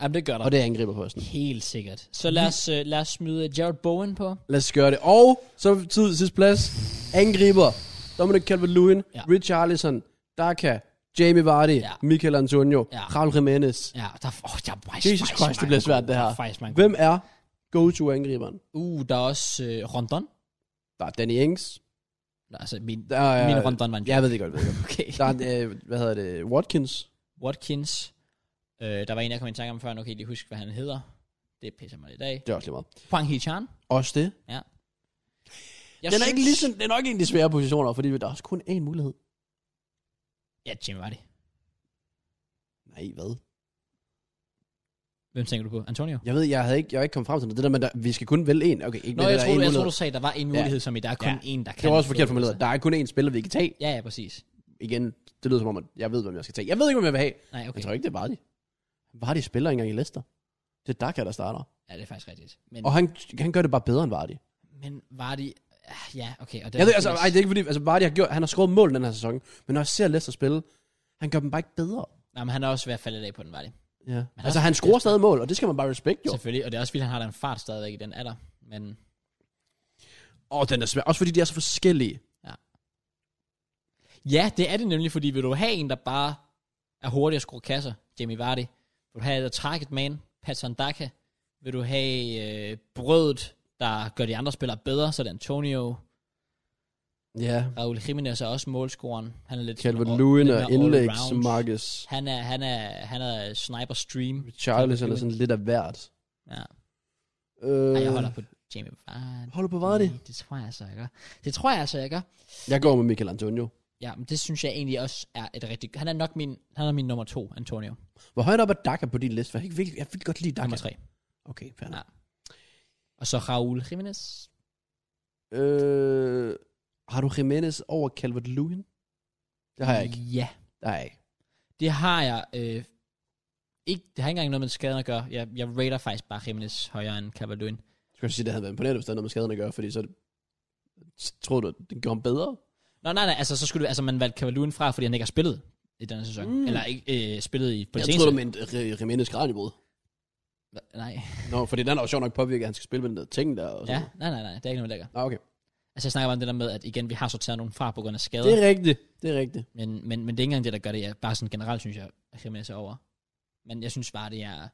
Speaker 1: Jamen, det gør der.
Speaker 2: Og det er angriberposten.
Speaker 1: Helt sikkert. Så lad os, øh, lad os smide Jared Bowen på.
Speaker 2: Lad os gøre det. Og så tid sidste plads. Angriber. Dominic Calvert-Lewin.
Speaker 1: Ja.
Speaker 2: Ja. Richarlison. Daka. Jamie Vardy.
Speaker 1: Ja.
Speaker 2: Ja. Michael Antonio.
Speaker 1: Ja.
Speaker 2: Ja. Raul Jimenez.
Speaker 1: Ja, der, oh, der er faktisk, faktisk
Speaker 2: Jesus Christ, det
Speaker 1: mange
Speaker 2: bliver svært,
Speaker 1: gode.
Speaker 2: det her.
Speaker 1: Der er Faktisk mange
Speaker 2: Hvem er go-to-angriberen?
Speaker 1: gode. Uh, der er også øh, Rondon.
Speaker 2: Der er Danny Ings.
Speaker 1: Nå, Altså, min,
Speaker 2: Der er...
Speaker 1: min Rondon var en
Speaker 2: Jeg ved det godt, jeg ved det godt.
Speaker 1: Okay.
Speaker 2: Øh, Der er, øh, hvad hedder det, Watkins.
Speaker 1: Watkins. Øh, der var en, jeg kom i tanke om før. Nu kan jeg ikke lige huske, hvad han hedder. Det pisser mig lidt af.
Speaker 2: Det er også lige meget.
Speaker 1: Huang Hee-chan.
Speaker 2: Også det.
Speaker 1: Jeg
Speaker 2: den er, ikke ligesom, den er nok en af de svære positioner, fordi der er også kun én mulighed.
Speaker 1: Ja, Jimmy Vardy.
Speaker 2: Nej, hvad?
Speaker 1: Hvem tænker du på? Antonio?
Speaker 2: Jeg ved, jeg havde ikke, jeg er ikke kommet frem til noget. Det der med, der, vi skal kun vælge en. Okay, ikke
Speaker 1: Nå,
Speaker 2: med,
Speaker 1: jeg
Speaker 2: der er
Speaker 1: troede,
Speaker 2: en
Speaker 1: jeg troede,
Speaker 2: mulighed.
Speaker 1: du sagde, at der var en mulighed, som i, der er kun en, der kan.
Speaker 2: Det var også forkert formuleret. Der er kun én spiller, vi kan tage.
Speaker 1: Ja, ja, præcis.
Speaker 2: Igen, det lyder som om, at jeg ved, hvem jeg skal tage. Jeg ved ikke, hvem jeg vil have. Okay.
Speaker 1: Nej, okay.
Speaker 2: Jeg tror ikke, det er Vardy. Vardy spiller ikke engang i Leicester. Det er Daka, der starter.
Speaker 1: Ja, det er faktisk rigtigt. Men,
Speaker 2: Og han, han gør det bare bedre end Vardy.
Speaker 1: men Vardy... ah, Ja, okay. Og det
Speaker 2: Jeg ved, altså, ej, det er ikke fordi, altså Vardy har gjort, han har scoret mål den her sæson, men når jeg ser Leicester spille, han gør dem bare ikke bedre.
Speaker 1: Nej, men han er også ved at falde af på den, Vardy.
Speaker 2: Ja.
Speaker 1: har
Speaker 2: Altså
Speaker 1: også-
Speaker 2: han scorer stadig mål, og det skal man bare respekte jo.
Speaker 1: Selvfølgelig. Og det er også, fordi han har den fart stadigvæk i den alder. Men
Speaker 2: Åh, oh, den er svær. Også fordi de er så forskellige.
Speaker 1: Ja, det er det nemlig, fordi vil du have en, der bare er hurtig at skrue kasser, Jamie Vardy, vil du have et target man, Patson Daka, vil du have øh, brødet, der gør de andre spillere bedre, så er det Antonio,
Speaker 2: Ja.
Speaker 1: Raul Jimenez er også målscoren, han er lidt...
Speaker 2: Calvert
Speaker 1: sådan
Speaker 2: Lewin
Speaker 1: lidt
Speaker 2: og
Speaker 1: mere
Speaker 2: indlægs,
Speaker 1: all-round.
Speaker 2: Marcus,
Speaker 1: Han er, han er, han er sniper stream.
Speaker 2: Charles
Speaker 1: Calvert-Lewin.
Speaker 2: eller sådan lidt af hvert.
Speaker 1: Ja.
Speaker 2: Øh,
Speaker 1: Ej, jeg holder på Jamie Vardy.
Speaker 2: Holder på Vardy?
Speaker 1: Nej, Det tror jeg altså, jeg gør. Det tror jeg altså, jeg gør.
Speaker 2: Jeg går med Michael Antonio.
Speaker 1: Ja, men det synes jeg egentlig også er et rigtigt... Han er nok min, han er min nummer to, Antonio.
Speaker 2: Hvor højt op er Daka på din liste? For jeg, kan ikke virkelig, jeg vil godt lide Daka.
Speaker 1: Nummer tre.
Speaker 2: Okay, fair nok.
Speaker 1: Ja. Og så Raul Jimenez.
Speaker 2: Øh, har du Jimenez over Calvert Lewin? Det har jeg ikke.
Speaker 1: Ja,
Speaker 2: Det har jeg ikke.
Speaker 1: det har jeg. Øh, ikke, det har ikke engang noget med skaden at gøre. Jeg, jeg rater faktisk bare Jimenez højere end Cavaluin.
Speaker 2: Skal jeg sige, det havde været imponerende, hvis der er noget med skaden at gøre, fordi så tror du, det gjorde ham bedre?
Speaker 1: Nå, nej, nej, altså så skulle du, altså man valgte Cavaluin fra, fordi han ikke har spillet i denne sæson.
Speaker 2: Mm.
Speaker 1: Mm. Eller ikke øh, spillet i på
Speaker 2: jeg
Speaker 1: det
Speaker 2: tror, du
Speaker 1: seneste.
Speaker 2: mente Re- Jimenez kraniebrud.
Speaker 1: Hva- Nej,
Speaker 2: Nå, fordi den er jo sjovt nok påvirket, at han skal spille med den der ting der. Og
Speaker 1: ja,
Speaker 2: sådan.
Speaker 1: nej, nej, nej, det er ikke noget lækker.
Speaker 2: Ja. Ah, okay.
Speaker 1: Altså jeg snakker bare om det der med, at igen, vi har sorteret nogen fra på grund af skader.
Speaker 2: Det er rigtigt. Det er rigtigt.
Speaker 1: Men, men, men det er ikke engang det, der gør det. Jeg, bare sådan generelt synes jeg, at Jimenez er over. Men jeg synes bare, det er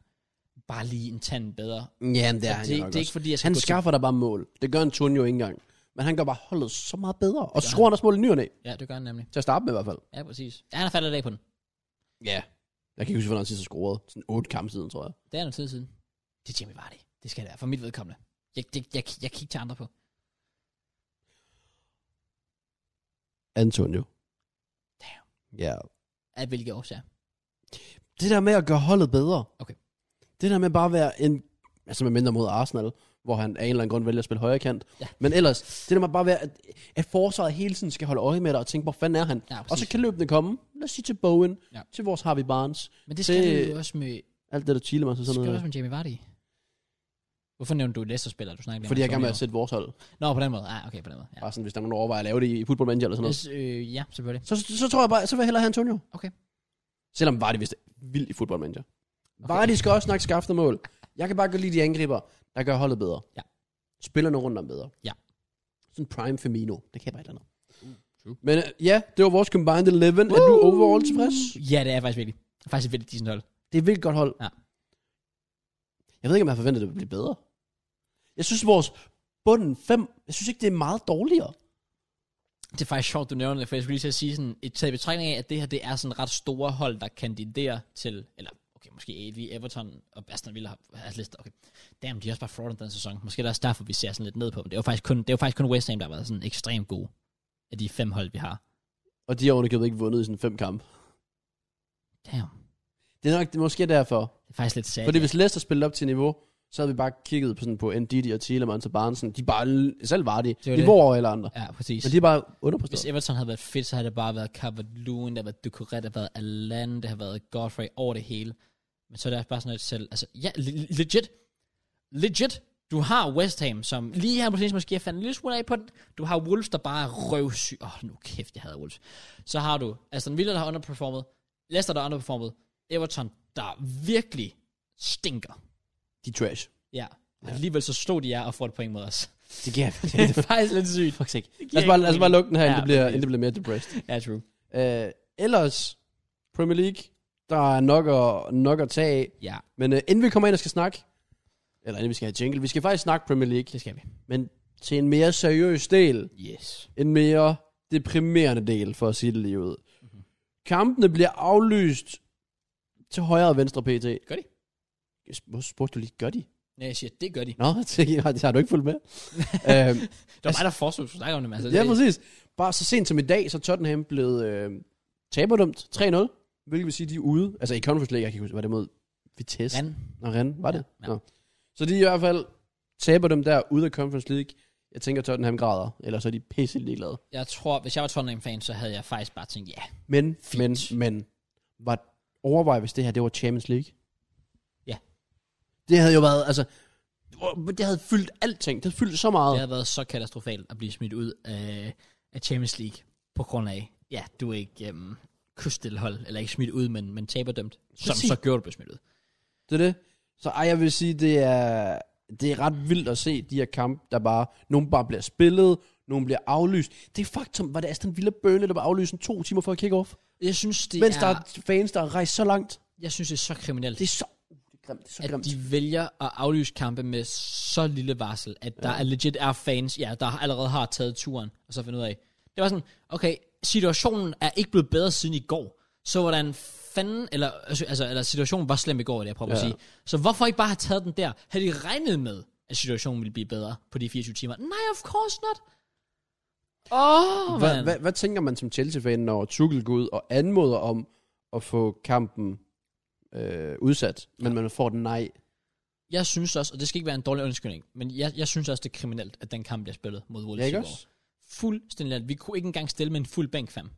Speaker 1: bare lige en tand bedre.
Speaker 2: Ja, men det er
Speaker 1: Og
Speaker 2: han
Speaker 1: det,
Speaker 2: jo nok
Speaker 1: det er ikke
Speaker 2: også.
Speaker 1: fordi, jeg skal
Speaker 2: Han
Speaker 1: gå til-
Speaker 2: skaffer dig bare mål. Det gør Antonio ikke engang. Men han gør bare holdet så meget bedre. Og så scorer han også mål i nyerne
Speaker 1: Ja, det gør han nemlig.
Speaker 2: Til at starte med i hvert fald.
Speaker 1: Ja, præcis. Ja, han har faldet af på den.
Speaker 2: Ja. Jeg kan ikke huske, hvornår han sidst har scoret. Sådan otte kampe siden, tror jeg.
Speaker 1: Det er noget tid siden. Det er Jimmy Vardy. Det skal det være for mit vedkommende. Jeg, det, jeg, jeg, jeg kigger til andre på.
Speaker 2: Antonio.
Speaker 1: Damn.
Speaker 2: Ja.
Speaker 1: Af hvilke årsager.
Speaker 2: Det der med at gøre holdet bedre.
Speaker 1: Okay.
Speaker 2: Det der med bare at være en... Altså med mindre mod Arsenal, hvor han af en eller anden grund vælger at spille højre kant.
Speaker 1: Ja.
Speaker 2: Men ellers, det der med bare at være, at, at forsvaret hele tiden skal holde øje med dig og tænke, hvor fanden er han?
Speaker 1: Ja,
Speaker 2: og så kan løbende komme. Lad os sige til Bowen,
Speaker 1: Ja.
Speaker 2: til vores Harvey Barnes,
Speaker 1: Men det skal
Speaker 2: det-
Speaker 1: det... du jo også med,
Speaker 2: alt det der Chilemas og
Speaker 1: skal
Speaker 2: sådan
Speaker 1: du
Speaker 2: noget.
Speaker 1: også med Jamie Vardy. Hvorfor nævner du Leicester-spiller? Du snakker lige om
Speaker 2: Fordi jeg gerne vil
Speaker 1: Antonio.
Speaker 2: sætte vores hold.
Speaker 1: Nå, på den måde. Ah, okay, på den måde. Ja.
Speaker 2: Bare sådan, hvis der er nogen, der overvejer at lave det i Football Manager eller sådan noget.
Speaker 1: Hvis, øh, ja, selvfølgelig.
Speaker 2: Så, så, så tror jeg bare, så vil jeg hellere have Antonio.
Speaker 1: Okay.
Speaker 2: Selvom Vardy vist er vildt i Football Manager.
Speaker 1: Okay.
Speaker 2: Okay. Vardy skal også nok skaffe noget mål. Jeg kan bare godt lide de angriber, der gør holdet bedre.
Speaker 1: Ja.
Speaker 2: Spillerne rundt om bedre.
Speaker 1: Ja. Uh,
Speaker 2: Sådan Prime Femino. Det kan jeg bare ikke andet.
Speaker 1: true.
Speaker 2: Men øh, ja, det var vores Combined 11. Woo! Er du overall tilfreds?
Speaker 1: Ja, det er faktisk virkelig. Det er Faktisk et vildt decent hold.
Speaker 2: Det er et vildt godt hold.
Speaker 1: Ja.
Speaker 2: Jeg ved ikke, om jeg havde forventet, at det ville blive bedre. Jeg synes, vores bunden 5, jeg synes ikke, det er meget dårligere.
Speaker 1: Det er faktisk sjovt, du nævner det, for jeg skulle lige til at sige sådan, et taget i betragtning af, at det her, det er sådan ret store hold, der kandiderer til, eller okay, måske ikke lige Everton og Aston Villa har, har lister, okay. Damn, de er også bare fraud den sæson. Måske er det også derfor, vi ser sådan lidt ned på dem. Det er jo faktisk kun, det er jo faktisk kun West Ham, der har været sådan ekstremt gode af de fem hold, vi har.
Speaker 2: Og de har underkøbet ikke vundet i sådan fem kampe.
Speaker 1: Damn.
Speaker 2: Det er nok det er måske derfor.
Speaker 1: Det er faktisk lidt sad.
Speaker 2: Fordi hvis Leicester spillede op til niveau, så havde vi bare kigget på, sådan på Ndidi og Thielemans og Barnesen. De er bare, l- selv var de,
Speaker 1: er jo
Speaker 2: niveau over alle andre.
Speaker 1: Ja, præcis.
Speaker 2: Men de er bare
Speaker 1: Hvis
Speaker 2: underpræsteret.
Speaker 1: Everton havde været fedt, så havde det bare været Cavaloon, der har været Ducouré, der har været Alan, der har været Godfrey over det hele. Men så er det også bare sådan noget selv. Altså, ja, le- legit. Legit. Du har West Ham, som lige her på sidst måske har fandt en lille smule af på den. Du har Wolves, der bare er røvsyg. Åh, oh, nu kæft, jeg havde Wolves. Så har du Aston Villa, der har underperformet. Leicester, der har underperformet. Everton, der virkelig stinker.
Speaker 2: De er trash.
Speaker 1: Ja. ja. Alligevel så stod de jer og får et point mod os.
Speaker 2: Det giver
Speaker 1: Det er faktisk lidt sygt.
Speaker 2: Fuck sake. Lad os bare, lad os bare lukke den her, ja, inden, det bliver, inden det bliver mere depressed.
Speaker 1: Ja, true.
Speaker 2: Uh, ellers, Premier League, der er nok at, nok at tage af.
Speaker 1: Ja,
Speaker 2: Men uh, inden vi kommer ind og skal snakke, eller inden vi skal have jingle, vi skal faktisk snakke Premier League,
Speaker 1: det skal vi.
Speaker 2: men til en mere seriøs del.
Speaker 1: Yes.
Speaker 2: en mere deprimerende del, for at sige det lige ud. Mm-hmm.
Speaker 1: Mhm.
Speaker 2: Kampene bliver aflyst til højre og venstre pt.
Speaker 1: Gør de?
Speaker 2: Hvor spurgte du lige, gør de?
Speaker 1: Nej, jeg siger, det gør de.
Speaker 2: Nå, det har- det har du ikke fulgt med. øhm,
Speaker 1: Det var mig, der foreslog, at du snakker om det, men altså,
Speaker 2: ja,
Speaker 1: det-
Speaker 2: præcis. Bare så sent som i dag, så er Tottenham blevet øh, taber dumt 3-0, hvilket vil sige, at de er ude. Altså i Conference League, jeg kan ikke huske, var det mod Vitesse?
Speaker 1: Ren.
Speaker 2: Nå, Rennes, var det?
Speaker 1: Ja.
Speaker 2: Ja. Nå. Så de i hvert fald taber dem der ude af Conference League. Jeg tænker Tottenham græder, eller så er de pisse ligeglade.
Speaker 1: Jeg tror, hvis jeg var Tottenham-fan, så havde jeg faktisk bare tænkt, ja,
Speaker 2: Men,
Speaker 1: Fint.
Speaker 2: men, men, var, overvej, hvis det her, det var Champions League.
Speaker 1: Ja.
Speaker 2: Det havde jo været, altså, det havde fyldt alting. Det havde fyldt så meget.
Speaker 1: det havde været så katastrofalt at blive smidt ud af, af Champions League, på grund af, ja, du er ikke øhm, kystdelhold, eller ikke smidt ud, men, men taberdømt, som
Speaker 2: Præcis.
Speaker 1: så gjorde du blev smidt ud.
Speaker 2: Det er det. Så ej, jeg vil sige, det er, det er ret vildt at se de her kampe, der bare, nogle bare bliver spillet, nogle bliver aflyst. Det er faktum, var det Aston Villa Burnley, der var aflyst sådan to timer før kick-off.
Speaker 1: Jeg synes, det
Speaker 2: Mens
Speaker 1: er,
Speaker 2: der er fans, der har rejst så langt.
Speaker 1: jeg synes, det er så kriminelt,
Speaker 2: Det er så, uh, det er grimt, det er så
Speaker 1: at
Speaker 2: grimt.
Speaker 1: de vælger at aflyse kampe med så lille varsel, at der er legit er fans, ja, der allerede har taget turen, og så finder ud af. Det var sådan, okay, situationen er ikke blevet bedre siden i går, så hvordan fanden, eller, altså, eller situationen var slem i går, er det jeg prøver ja. at sige. Så hvorfor ikke bare have taget den der? Havde de regnet med, at situationen ville blive bedre på de 24 timer? Nej, of course not. Åh, oh,
Speaker 2: Hvad,
Speaker 1: man.
Speaker 2: hvad, hvad tænker man som Chelsea-fan, når Tuchel går ud og anmoder om at få kampen øh, udsat, men man får den nej?
Speaker 1: Jeg synes også, og det skal ikke være en dårlig undskyldning, men jeg, jeg synes også, det er kriminelt, at den kamp bliver spillet mod Wolves
Speaker 2: Ja,
Speaker 1: i
Speaker 2: ikke
Speaker 1: går.
Speaker 2: også?
Speaker 1: Fuldstændig land. Vi kunne ikke engang stille med en fuld bænk, fam.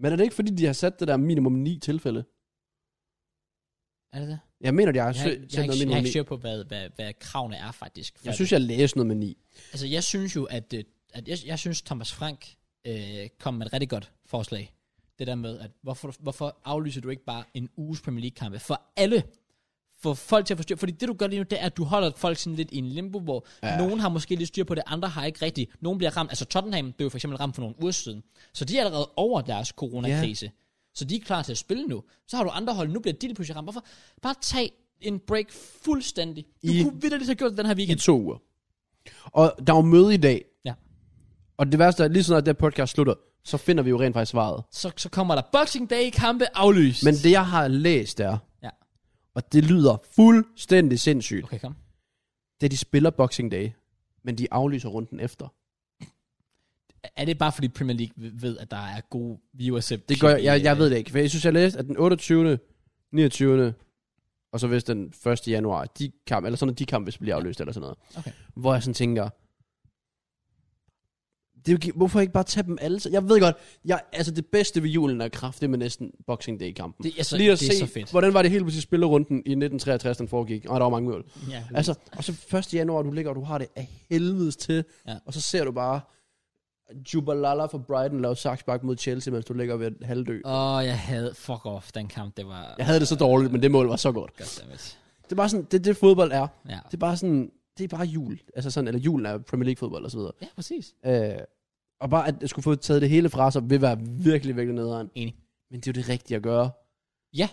Speaker 2: Men er det ikke, fordi de har sat det der minimum ni tilfælde?
Speaker 1: Er det det?
Speaker 2: Jeg mener, de har
Speaker 1: Jeg, har-
Speaker 2: sø-
Speaker 1: jeg, jeg,
Speaker 2: sendt
Speaker 1: er
Speaker 2: noget
Speaker 1: ikke- jeg er
Speaker 2: minimum
Speaker 1: ikke
Speaker 2: ni.
Speaker 1: sikker på, hvad, hvad, hvad kravene er faktisk. for
Speaker 2: Jeg
Speaker 1: det.
Speaker 2: synes, jeg læste noget med ni.
Speaker 1: altså, jeg synes jo, at, øh, at jeg, jeg synes, Thomas Frank øh, kom med et rigtig godt forslag. Det der med, at hvorfor, hvorfor aflyser du ikke bare en uges Premier League-kampe for alle? Få folk til at forstyrre. Fordi det, du gør lige nu, det er, at du holder folk sådan lidt i en limbo, hvor ja. nogen har måske lidt styr på det, andre har ikke rigtigt. Nogen bliver ramt. Altså Tottenham blev for eksempel ramt for nogle uger siden. Så de er allerede over deres coronakrise. Ja. Så de er klar til at spille nu. Så har du andre hold, nu bliver de lige pludselig ramt. Hvorfor? Bare tag en break fuldstændig. Du I,
Speaker 2: I-
Speaker 1: kunne vildt have gjort det den her
Speaker 2: i
Speaker 1: weekend.
Speaker 2: to uger. Og der var møde i dag,
Speaker 1: Ja.
Speaker 2: og det værste er, at lige sådan, at det her podcast slutter, så finder vi jo rent faktisk svaret.
Speaker 1: så, så kommer der Boxing Day kampe aflyst.
Speaker 2: Men det, jeg har læst, er,
Speaker 1: Ja.
Speaker 2: og det lyder fuldstændig sindssygt,
Speaker 1: Okay, kom.
Speaker 2: det er, de spiller Boxing Day, men de aflyser runden efter.
Speaker 1: Er det bare fordi Premier League ved, at der er god viewership?
Speaker 2: Det gør jeg, jeg, jeg ved det ikke, for jeg synes, jeg læste, at den 28., 29., og så hvis den 1. januar, de kamp, eller sådan noget, de kamp, hvis bliver aflyst, eller sådan noget.
Speaker 1: Okay.
Speaker 2: Hvor jeg sådan tænker, det er jo, gi- hvorfor ikke bare tage dem alle? så- Jeg ved godt, jeg, altså det bedste ved julen er kraftigt med næsten Boxing Day-kampen.
Speaker 1: Det, altså,
Speaker 2: Lige at
Speaker 1: det
Speaker 2: se,
Speaker 1: er så fedt.
Speaker 2: hvordan var det hele præcis spillerunden i 1963, den foregik. Og der var mange mål.
Speaker 1: Ja,
Speaker 2: Altså, og så 1. januar, du ligger, og du har det af helvedes til.
Speaker 1: Ja.
Speaker 2: Og så ser du bare Jubalala fra Brighton lave saksbak mod Chelsea, mens du ligger ved at halvdø.
Speaker 1: Åh, jeg havde... Fuck off, den kamp, det var...
Speaker 2: Jeg havde det så dårligt, men det mål var så godt.
Speaker 1: Goddammit.
Speaker 2: Det er bare sådan, det er det fodbold er.
Speaker 1: Ja.
Speaker 2: Det er bare sådan, det er bare jul. Altså sådan, eller julen er Premier League fodbold og så videre.
Speaker 1: ja, præcis.
Speaker 2: Øh, og bare at jeg skulle få taget det hele fra sig, vil være virkelig, virkelig nederen.
Speaker 1: Enig.
Speaker 2: Men det er jo det rigtige at gøre.
Speaker 1: Ja.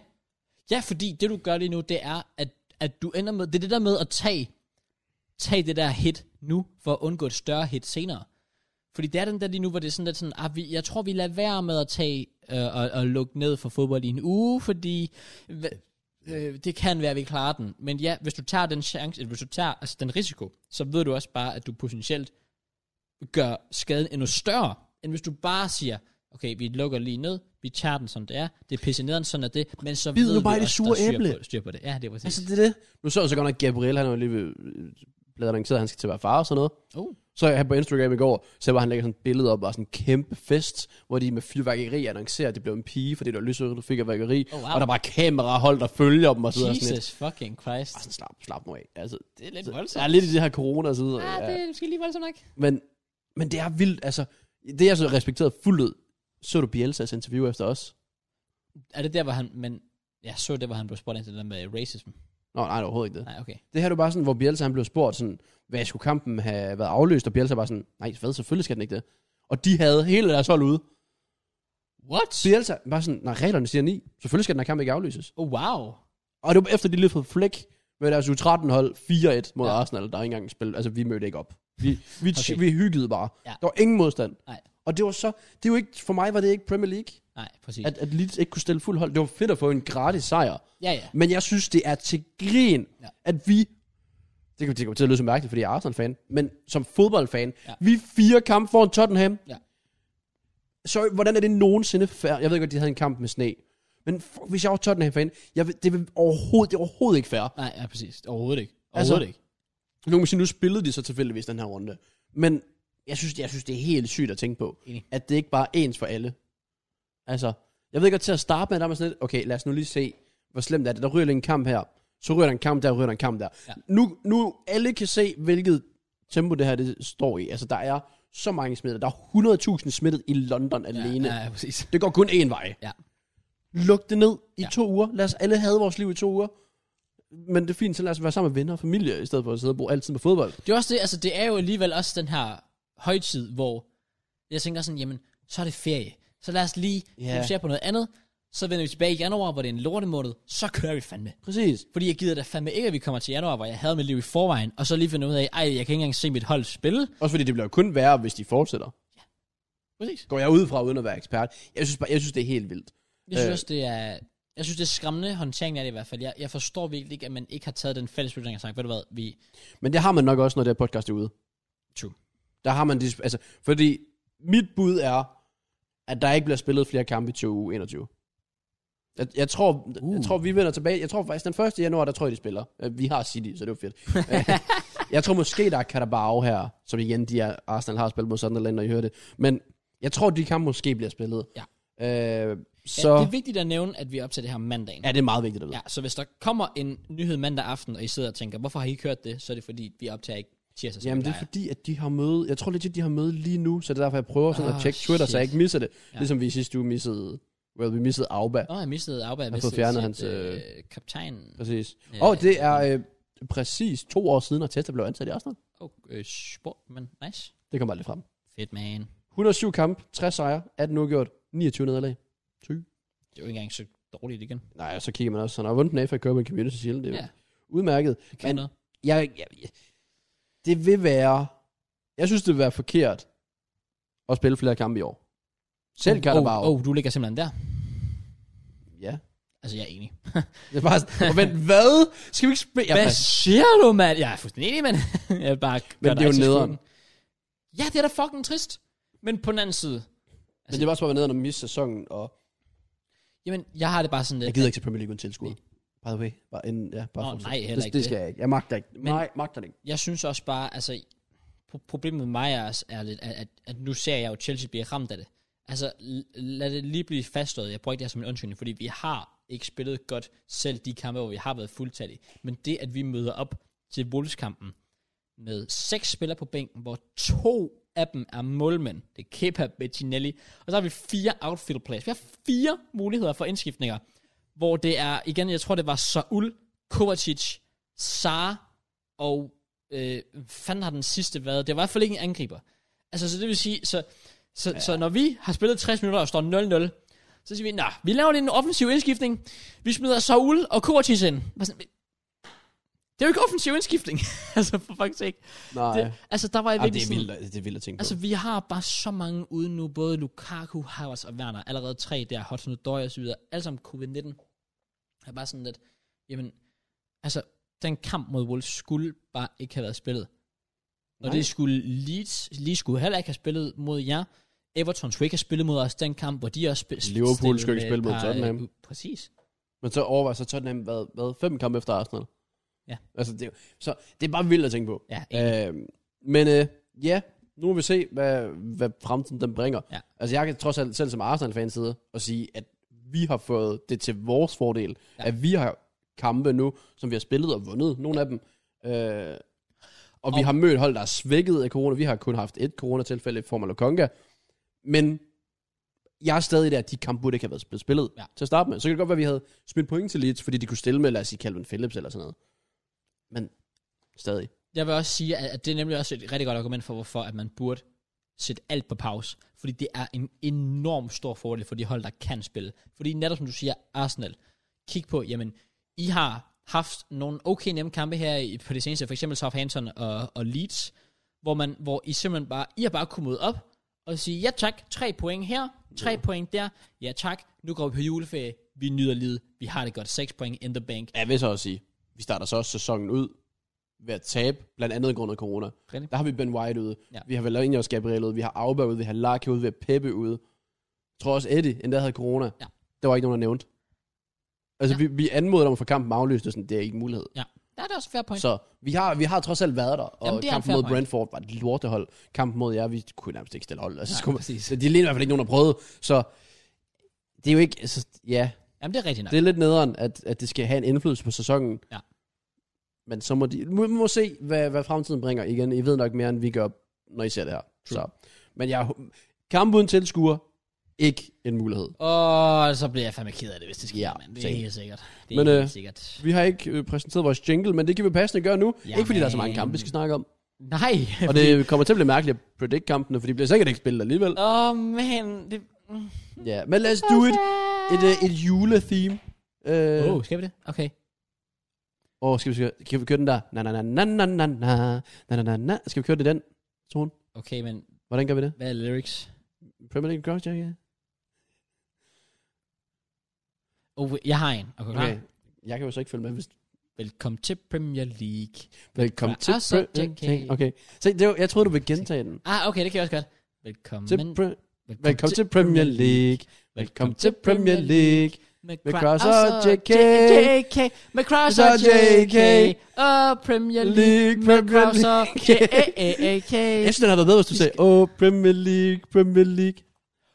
Speaker 1: Ja, fordi det, du gør lige nu, det er, at, at du ender med... Det er det der med at tage, tage det der hit nu, for at undgå et større hit senere. Fordi det er den der lige nu, hvor det er sådan lidt sådan, ah, vi, jeg tror, vi lader være med at tage øh, og, og lukke ned for fodbold i en uge, fordi hva, øh, det kan være, at vi klarer den. Men ja, hvis du tager den chance, eller hvis du tager altså, den risiko, så ved du også bare, at du potentielt gør skaden endnu større, end hvis du bare siger, okay, vi lukker lige ned, vi tager den, som det er, det er pisse nederen, sådan er det, men så
Speaker 2: Bid
Speaker 1: ved
Speaker 2: nu
Speaker 1: vi
Speaker 2: bare i det
Speaker 1: også,
Speaker 2: sure
Speaker 1: der er
Speaker 2: æble.
Speaker 1: Styr på, styr på det. Ja, det er præcis.
Speaker 2: Altså,
Speaker 1: Altså,
Speaker 2: det er det. Nu så jeg så godt nok, at Gabriel, han er jo lige ved- øh, blevet annonceret, at han skal til at være far og sådan noget.
Speaker 1: oh,
Speaker 2: Så jeg på Instagram i går, så var han lægger sådan et billede op af sådan en kæmpe fest, hvor de med fyrværkeri annoncerer, at det blev en pige, fordi det var lysøret, du fik af værkeri.
Speaker 1: Oh, wow.
Speaker 2: Og der var kamerahold, der følger dem og så videre. Sådan lidt.
Speaker 1: Jesus fucking Christ.
Speaker 2: Bare sådan, slap, slap nu af. Altså,
Speaker 1: Det er lidt
Speaker 2: der
Speaker 1: voldsomt.
Speaker 2: er lidt i det her corona og så videre.
Speaker 1: Ja, det er måske lige voldsomt nok.
Speaker 2: Men, men det er vildt, altså. Det er jeg så respekteret fuldt ud. Så du Bielsas interview efter os?
Speaker 1: Er det der, hvor han... Men jeg så det, hvor han blev spurgt ind til det der med racism.
Speaker 2: Nå, nej, det er overhovedet ikke det.
Speaker 1: Nej, okay.
Speaker 2: Det her er jo bare sådan, hvor Bielsa han blev spurgt sådan, hvad skulle kampen have været afløst, og Bielsa var sådan, nej, hvad, selvfølgelig skal den ikke det. Og de havde hele deres hold ude.
Speaker 1: What?
Speaker 2: Bielsa var sådan, nej, reglerne siger ni, selvfølgelig skal den her kamp ikke aflyses.
Speaker 1: Oh, wow.
Speaker 2: Og det var efter, de lige fået flæk med deres U13-hold 4-1 mod
Speaker 1: Ja.
Speaker 2: ja. Arsenal, der ikke engang spillet, altså vi mødte ikke op. Vi, vi,
Speaker 1: Okay.
Speaker 2: okay. vi hyggede bare.
Speaker 1: Ja.
Speaker 2: Ja. Der var ingen modstand.
Speaker 1: Nej.
Speaker 2: Og det var så, det er jo ikke, for mig var det ikke Premier League,
Speaker 1: Nej, præcis.
Speaker 2: at, at Leeds ikke kunne stille fuld hold. Det var fedt at få en gratis sejr.
Speaker 1: ja, ja.
Speaker 2: Men jeg synes, det er til grin,
Speaker 1: Ja.
Speaker 2: ja. at vi... Det kan det kommer til at lyde så mærkeligt, fordi jeg er Arsenal-fan. Men som fodboldfan,
Speaker 1: Ja.
Speaker 2: ja. vi er fire kampe foran Tottenham.
Speaker 1: Ja.
Speaker 2: Sorry, hvordan er det nogensinde fair? Jeg ved godt, de havde en kamp med sne. Men fuck, hvis jeg var Tottenham-fan, jeg, ved- det, vil overhovedet, det er overhovedet ikke fair.
Speaker 1: Nej, ja, præcis. Overhovedet ikke.
Speaker 2: Altså-
Speaker 1: Overhovedet altså, ikke.
Speaker 2: Nu kan man sige, nu spillede de så tilfældigvis den her runde. Men jeg synes, jeg synes det er helt sygt at tænke på,
Speaker 1: Enig.
Speaker 2: at det ikke bare er ens for alle. Altså, jeg ved godt til at starte med, der er man sådan lidt, okay, lad os nu lige se, hvor slemt er det. Der ryger lige en kamp her, så ryger der en kamp der, ryger der en kamp der.
Speaker 1: Ja.
Speaker 2: Ja. Nu, nu alle kan se, hvilket tempo det her det står i. Altså, der er så mange smittede. Der er 100.000 smittet i London alene.
Speaker 1: Ja, ja, præcis.
Speaker 2: Det går kun én vej.
Speaker 1: Ja.
Speaker 2: Luk det ned i
Speaker 1: Ja.
Speaker 2: ja. to uger. Lad os alle have vores liv i to uger. Men det er fint, så lad os være sammen med venner og familie, i stedet for at sidde og bruge altid på fodbold.
Speaker 1: Det er også det, altså det er jo alligevel også den her højtid, hvor jeg tænker sådan, jamen, så er det ferie. Så lad os lige
Speaker 2: Ja.
Speaker 1: yeah. fokusere på noget andet. Så vender vi tilbage i januar, hvor det er en lortemåned. Så kører vi fandme.
Speaker 2: Præcis.
Speaker 1: Fordi jeg gider da fandme ikke, at vi kommer til januar, hvor jeg havde mit liv i forvejen, og så lige finder ud af, ej, jeg kan ikke engang se mit hold spille.
Speaker 2: Også fordi det bliver kun værre, hvis de fortsætter.
Speaker 1: Præcis.
Speaker 2: Går jeg ud fra uden at være ekspert. Jeg synes, bare, jeg synes det er helt vildt.
Speaker 1: Jeg synes
Speaker 2: Øh.
Speaker 1: også, det er... Jeg synes, det er skræmmende håndtering af det i hvert fald. Jeg, jeg forstår virkelig ikke, at man ikke har taget den fælles beslutning og sagt, ved du hvad, vi...
Speaker 2: Men det har man nok også, når det her podcast er ude.
Speaker 1: True.
Speaker 2: Der har man... dis- Altså, fordi mit bud er, at der ikke bliver spillet flere kampe i 2021. Jeg, jeg, tror, uh. jeg tror, vi vender tilbage. Jeg tror faktisk, den 1. januar, der tror jeg, de spiller. Øh, Vi har City, så det er jo fedt. Øh, jeg tror måske, der er Carabao her, som igen, de er, Arsenal har spillet mod Sunderland, når I hører det. Men jeg tror, de kampe måske bliver spillet.
Speaker 1: Ja.
Speaker 2: Øh, så
Speaker 1: Så... Ja, det
Speaker 2: ja,
Speaker 1: er vigtigt at nævne, at vi er op til det her om mandagen.
Speaker 2: det er meget vigtigt at vide.
Speaker 1: Ja, så hvis der kommer en nyhed mandag aften, og I sidder og tænker, hvorfor har I ikke hørt det, så er det fordi, vi optager ikke tirsdag. som
Speaker 2: Altså, Jamen det er
Speaker 1: plejer.
Speaker 2: fordi, at de har møde, jeg tror legit, de har møde lige nu, så det er derfor, jeg prøver sådan
Speaker 1: Ah,
Speaker 2: at tjekke Twitter, så jeg
Speaker 1: shit.
Speaker 2: ikke misser det.
Speaker 1: Ja.
Speaker 2: Ja. Ligesom vi i sidste uge missede, well, vi missede Auba.
Speaker 1: Nå, jeg mistede Auba, jeg
Speaker 2: har
Speaker 1: mistede
Speaker 2: fået fjernet
Speaker 1: sit,
Speaker 2: hans, øh,
Speaker 1: øh, kaptajn.
Speaker 2: Præcis.
Speaker 1: Øh,
Speaker 2: Og det er øh, præcis to år siden, at Testa blev ansat i Arsenal.
Speaker 1: Oh, øh, sport, men nice.
Speaker 2: Det kommer aldrig frem.
Speaker 1: Fedt, man. Det
Speaker 2: 107 kampe, 60 sejre, 18 uafgjort, 29 nederlag.
Speaker 1: er jo ikke engang så dårligt igen.
Speaker 2: Nej, og så kigger man også, han har vundet en FA Cup og Community Shield. Det er
Speaker 1: Ja.
Speaker 2: ja. udmærket.
Speaker 1: Det kan
Speaker 2: Men-
Speaker 1: noget.
Speaker 2: Jeg, jeg, jeg, det vil være, jeg synes, det vil være forkert at spille flere kampe i år. Selv Carabao.
Speaker 1: Oh, oh, du ligger simpelthen der.
Speaker 2: Ja.
Speaker 1: Altså, jeg er enig.
Speaker 2: Det er bare sådan, og vent, hvad? Skal vi ikke spille?
Speaker 1: Hvad siger du, mand? Jeg er fuldstændig enig, mand. jeg vil bare gøre
Speaker 2: det er
Speaker 1: dig
Speaker 2: jo
Speaker 1: til
Speaker 2: nederen.
Speaker 1: skuden. Ja, det er da fucking trist. Men på den anden side, altså-
Speaker 2: Men det var også bare nederen at miste sæsonen, og
Speaker 1: jamen, jeg har det bare sådan lidt.
Speaker 2: jeg gider ikke til Premier League uden tilskud. By the way, bare inden, ja, bare
Speaker 1: Nå,
Speaker 2: fortsæt.
Speaker 1: nej, heller
Speaker 2: det,
Speaker 1: ikke
Speaker 2: det. skal jeg ikke. Jeg magter ikke.
Speaker 1: Men-
Speaker 2: nej, magter det ikke.
Speaker 1: jeg synes også bare, altså, pro- problemet med mig er, også- er lidt, at, at, at nu ser jeg jo, at Chelsea bliver ramt af det. Altså, l- lad det lige blive fastslået. Jeg bruger ikke det her som en undskyldning, fordi vi har ikke spillet godt selv de kampe, hvor vi har været fuldtallige. Men det, at vi møder op til Wolves-kampen med seks spillere på bænken, hvor to af dem er målmænd. Det er Kepa Bettinelli. Og så har vi fire outfield players. Vi har fire muligheder for indskiftninger, hvor det er, igen, jeg tror, det var Saul, Kovacic, Sar og øh, fanden har den sidste været? Det var i hvert fald ikke en angriber. Altså, så det vil sige, så, så, ja. så når vi har spillet 60 minutter og står 0-0, så siger vi, nej, vi laver lige en offensiv indskiftning. Vi smider Saul og Kovacic ind. Bare sådan, Det er jo ikke offensiv indskiftning. altså, for faktisk ikke.
Speaker 2: Nej,
Speaker 1: Det, altså, der var jeg
Speaker 2: Jamen,
Speaker 1: virkelig
Speaker 2: det, er
Speaker 1: sådan-
Speaker 2: vildt, at- det er vildt at tænke
Speaker 1: Altså,
Speaker 2: på.
Speaker 1: vi har bare så mange ude nu, både Lukaku, Havertz og Werner, allerede tre der, Hudson Odoi og så videre, alle sammen covid-19. Jeg er bare sådan lidt, jamen, altså, den kamp mod Wolves skulle bare ikke have været spillet. Og
Speaker 2: Nej.
Speaker 1: det skulle Leeds, Leeds skulle heller ikke have spillet mod jer. Everton skulle ikke have spillet mod os den kamp, hvor de også spillede.
Speaker 2: Liverpool skulle ikke spille mod Tottenham.
Speaker 1: præcis.
Speaker 2: Men så overvejer så Tottenham, hvad, hvad, fem kampe efter Arsenal.
Speaker 1: Ja.
Speaker 2: Altså, det, er jo- så det er bare vildt at tænke på.
Speaker 1: Ja, enig.
Speaker 2: Øhm, men øh, ja, nu må vi se, hvad, hvad fremtiden den bringer.
Speaker 1: Ja.
Speaker 2: Altså jeg kan trods alt selv som Arsenal-fan sidde og sige, at vi har fået det til vores fordel,
Speaker 1: Ja.
Speaker 2: ja. at vi har kampe nu, som vi har spillet og vundet, nogle af dem. Øh, og vi
Speaker 1: Og-
Speaker 2: har mødt hold, der er svækket af corona. Vi har kun haft et coronatilfælde i form af Lokonga. Men jeg er stadig der, at de kampe burde ikke have været blevet spillet
Speaker 1: Ja.
Speaker 2: ja. til at starte med. Så kan det godt være, at vi havde smidt point til Leeds, fordi de kunne stille med, lad os sige, Calvin Phillips eller sådan noget. Men stadig.
Speaker 1: jeg vil også sige, at, at det er nemlig også et rigtig godt argument for, hvorfor at man burde sætte alt på pause. Fordi det er en enorm stor fordel for de hold, der kan spille. Fordi netop som du siger, Arsenal, kig på, jamen, I har haft nogle okay nemme kampe her i, på det seneste, for eksempel Southampton og, og Leeds, hvor, man, hvor I simpelthen bare, I har bare kommet ud op og sige, ja tak, tre point her, tre point der, ja tak, nu går vi på juleferie, vi nyder livet, vi har det godt, seks point in the bank.
Speaker 2: Ja, jeg vil så også sige, vi starter så også sæsonen ud ved at tabe, blandt andet grund af corona.
Speaker 1: Rigtig.
Speaker 2: Der har vi Ben White ude,
Speaker 1: Ja.
Speaker 2: ja. vi har Valerian og Gabriel ude, vi har Auba ude, vi har Larke ude, vi har Peppe ude. Jeg tror også Eddie endda havde corona.
Speaker 1: Ja.
Speaker 2: Der var ikke nogen, der nævnte. Altså,
Speaker 1: Ja.
Speaker 2: ja. vi, vi anmodede om at få kampen aflyst, og sådan, det er ikke en mulighed.
Speaker 1: Ja, det er også fair point. Så.
Speaker 2: Så vi har, vi har trods alt været der,
Speaker 1: Jamen,
Speaker 2: og Jamen,
Speaker 1: det er en
Speaker 2: kampen
Speaker 1: fair
Speaker 2: mod
Speaker 1: point.
Speaker 2: Brentford var et lortehold. Kampen mod jer, vi kunne nærmest ikke stille hold. Altså,
Speaker 1: Nej,
Speaker 2: skulle, man-
Speaker 1: præcis.
Speaker 2: så de ligner i hvert fald ikke nogen, der prøvede. Så det er jo ikke, altså, ja,
Speaker 1: Jamen, det er rigtigt nok.
Speaker 2: det er lidt nederen, at, at det skal have en indflydelse på sæsonen.
Speaker 1: Ja.
Speaker 2: Men så må de, må, må se, hvad, hvad fremtiden bringer. Igen, I ved nok mere, end vi gør, når I ser det her.
Speaker 1: True.
Speaker 2: Så. Men jeg, kamp uden tilskuer, ikke en mulighed.
Speaker 1: Og så bliver jeg fandme ked af det, hvis det sker,
Speaker 2: Ja,
Speaker 1: mand. Det er
Speaker 2: same.
Speaker 1: helt sikkert. Det er
Speaker 2: Men,
Speaker 1: helt
Speaker 2: øh,
Speaker 1: sikkert.
Speaker 2: Vi har ikke øh, præsenteret vores jingle, men det kan vi passende gøre nu.
Speaker 1: Jamen.
Speaker 2: Ikke fordi der er så mange kampe, vi skal snakke om.
Speaker 1: Nej.
Speaker 2: Og det kommer til at blive mærkeligt at predict kampene, for de bliver sikkert ikke spillet alligevel.
Speaker 1: Åh, oh, man. Det... mm.
Speaker 2: Ja, men let's do it. Et, øh, et juletheme. Øh,
Speaker 1: Oh, skal vi det? Okay.
Speaker 2: Åh, skal, vi, skal, skal vi køre den der? Na, na, na, na, na, na, na, na, na, na. Skal vi køre det i den tone?
Speaker 1: Okay, men
Speaker 2: Hvordan gør vi det?
Speaker 1: hvad er lyrics?
Speaker 2: Premier League Grudge, ja.
Speaker 1: Oh, jeg har en. Okay, okay.
Speaker 2: Okay. Jeg kan jo så ikke følge med, hvis
Speaker 1: Velkommen til Premier League.
Speaker 2: Velkommen
Speaker 1: Ja,
Speaker 2: til
Speaker 1: og så JK.
Speaker 2: Premier Okay. Se, det var, jeg troede, du ville gentage den.
Speaker 1: Ah, okay, det kan jeg også godt. Velkommen,
Speaker 2: Til pre, velkommen til Premier League. Velkommen til Premier League.
Speaker 1: Med
Speaker 2: Med
Speaker 1: Cross
Speaker 2: Cross
Speaker 1: og
Speaker 2: og
Speaker 1: JK.
Speaker 2: JK.
Speaker 1: JK. Med Cross og
Speaker 2: Så
Speaker 1: JK.
Speaker 2: JK.
Speaker 1: Og Premier League.
Speaker 2: League,
Speaker 1: Med
Speaker 2: Premier
Speaker 1: Cross
Speaker 2: League.
Speaker 1: og JK.
Speaker 2: Jeg synes, den har været bedre, hvis du sagde, åh, Premier League, Premier League.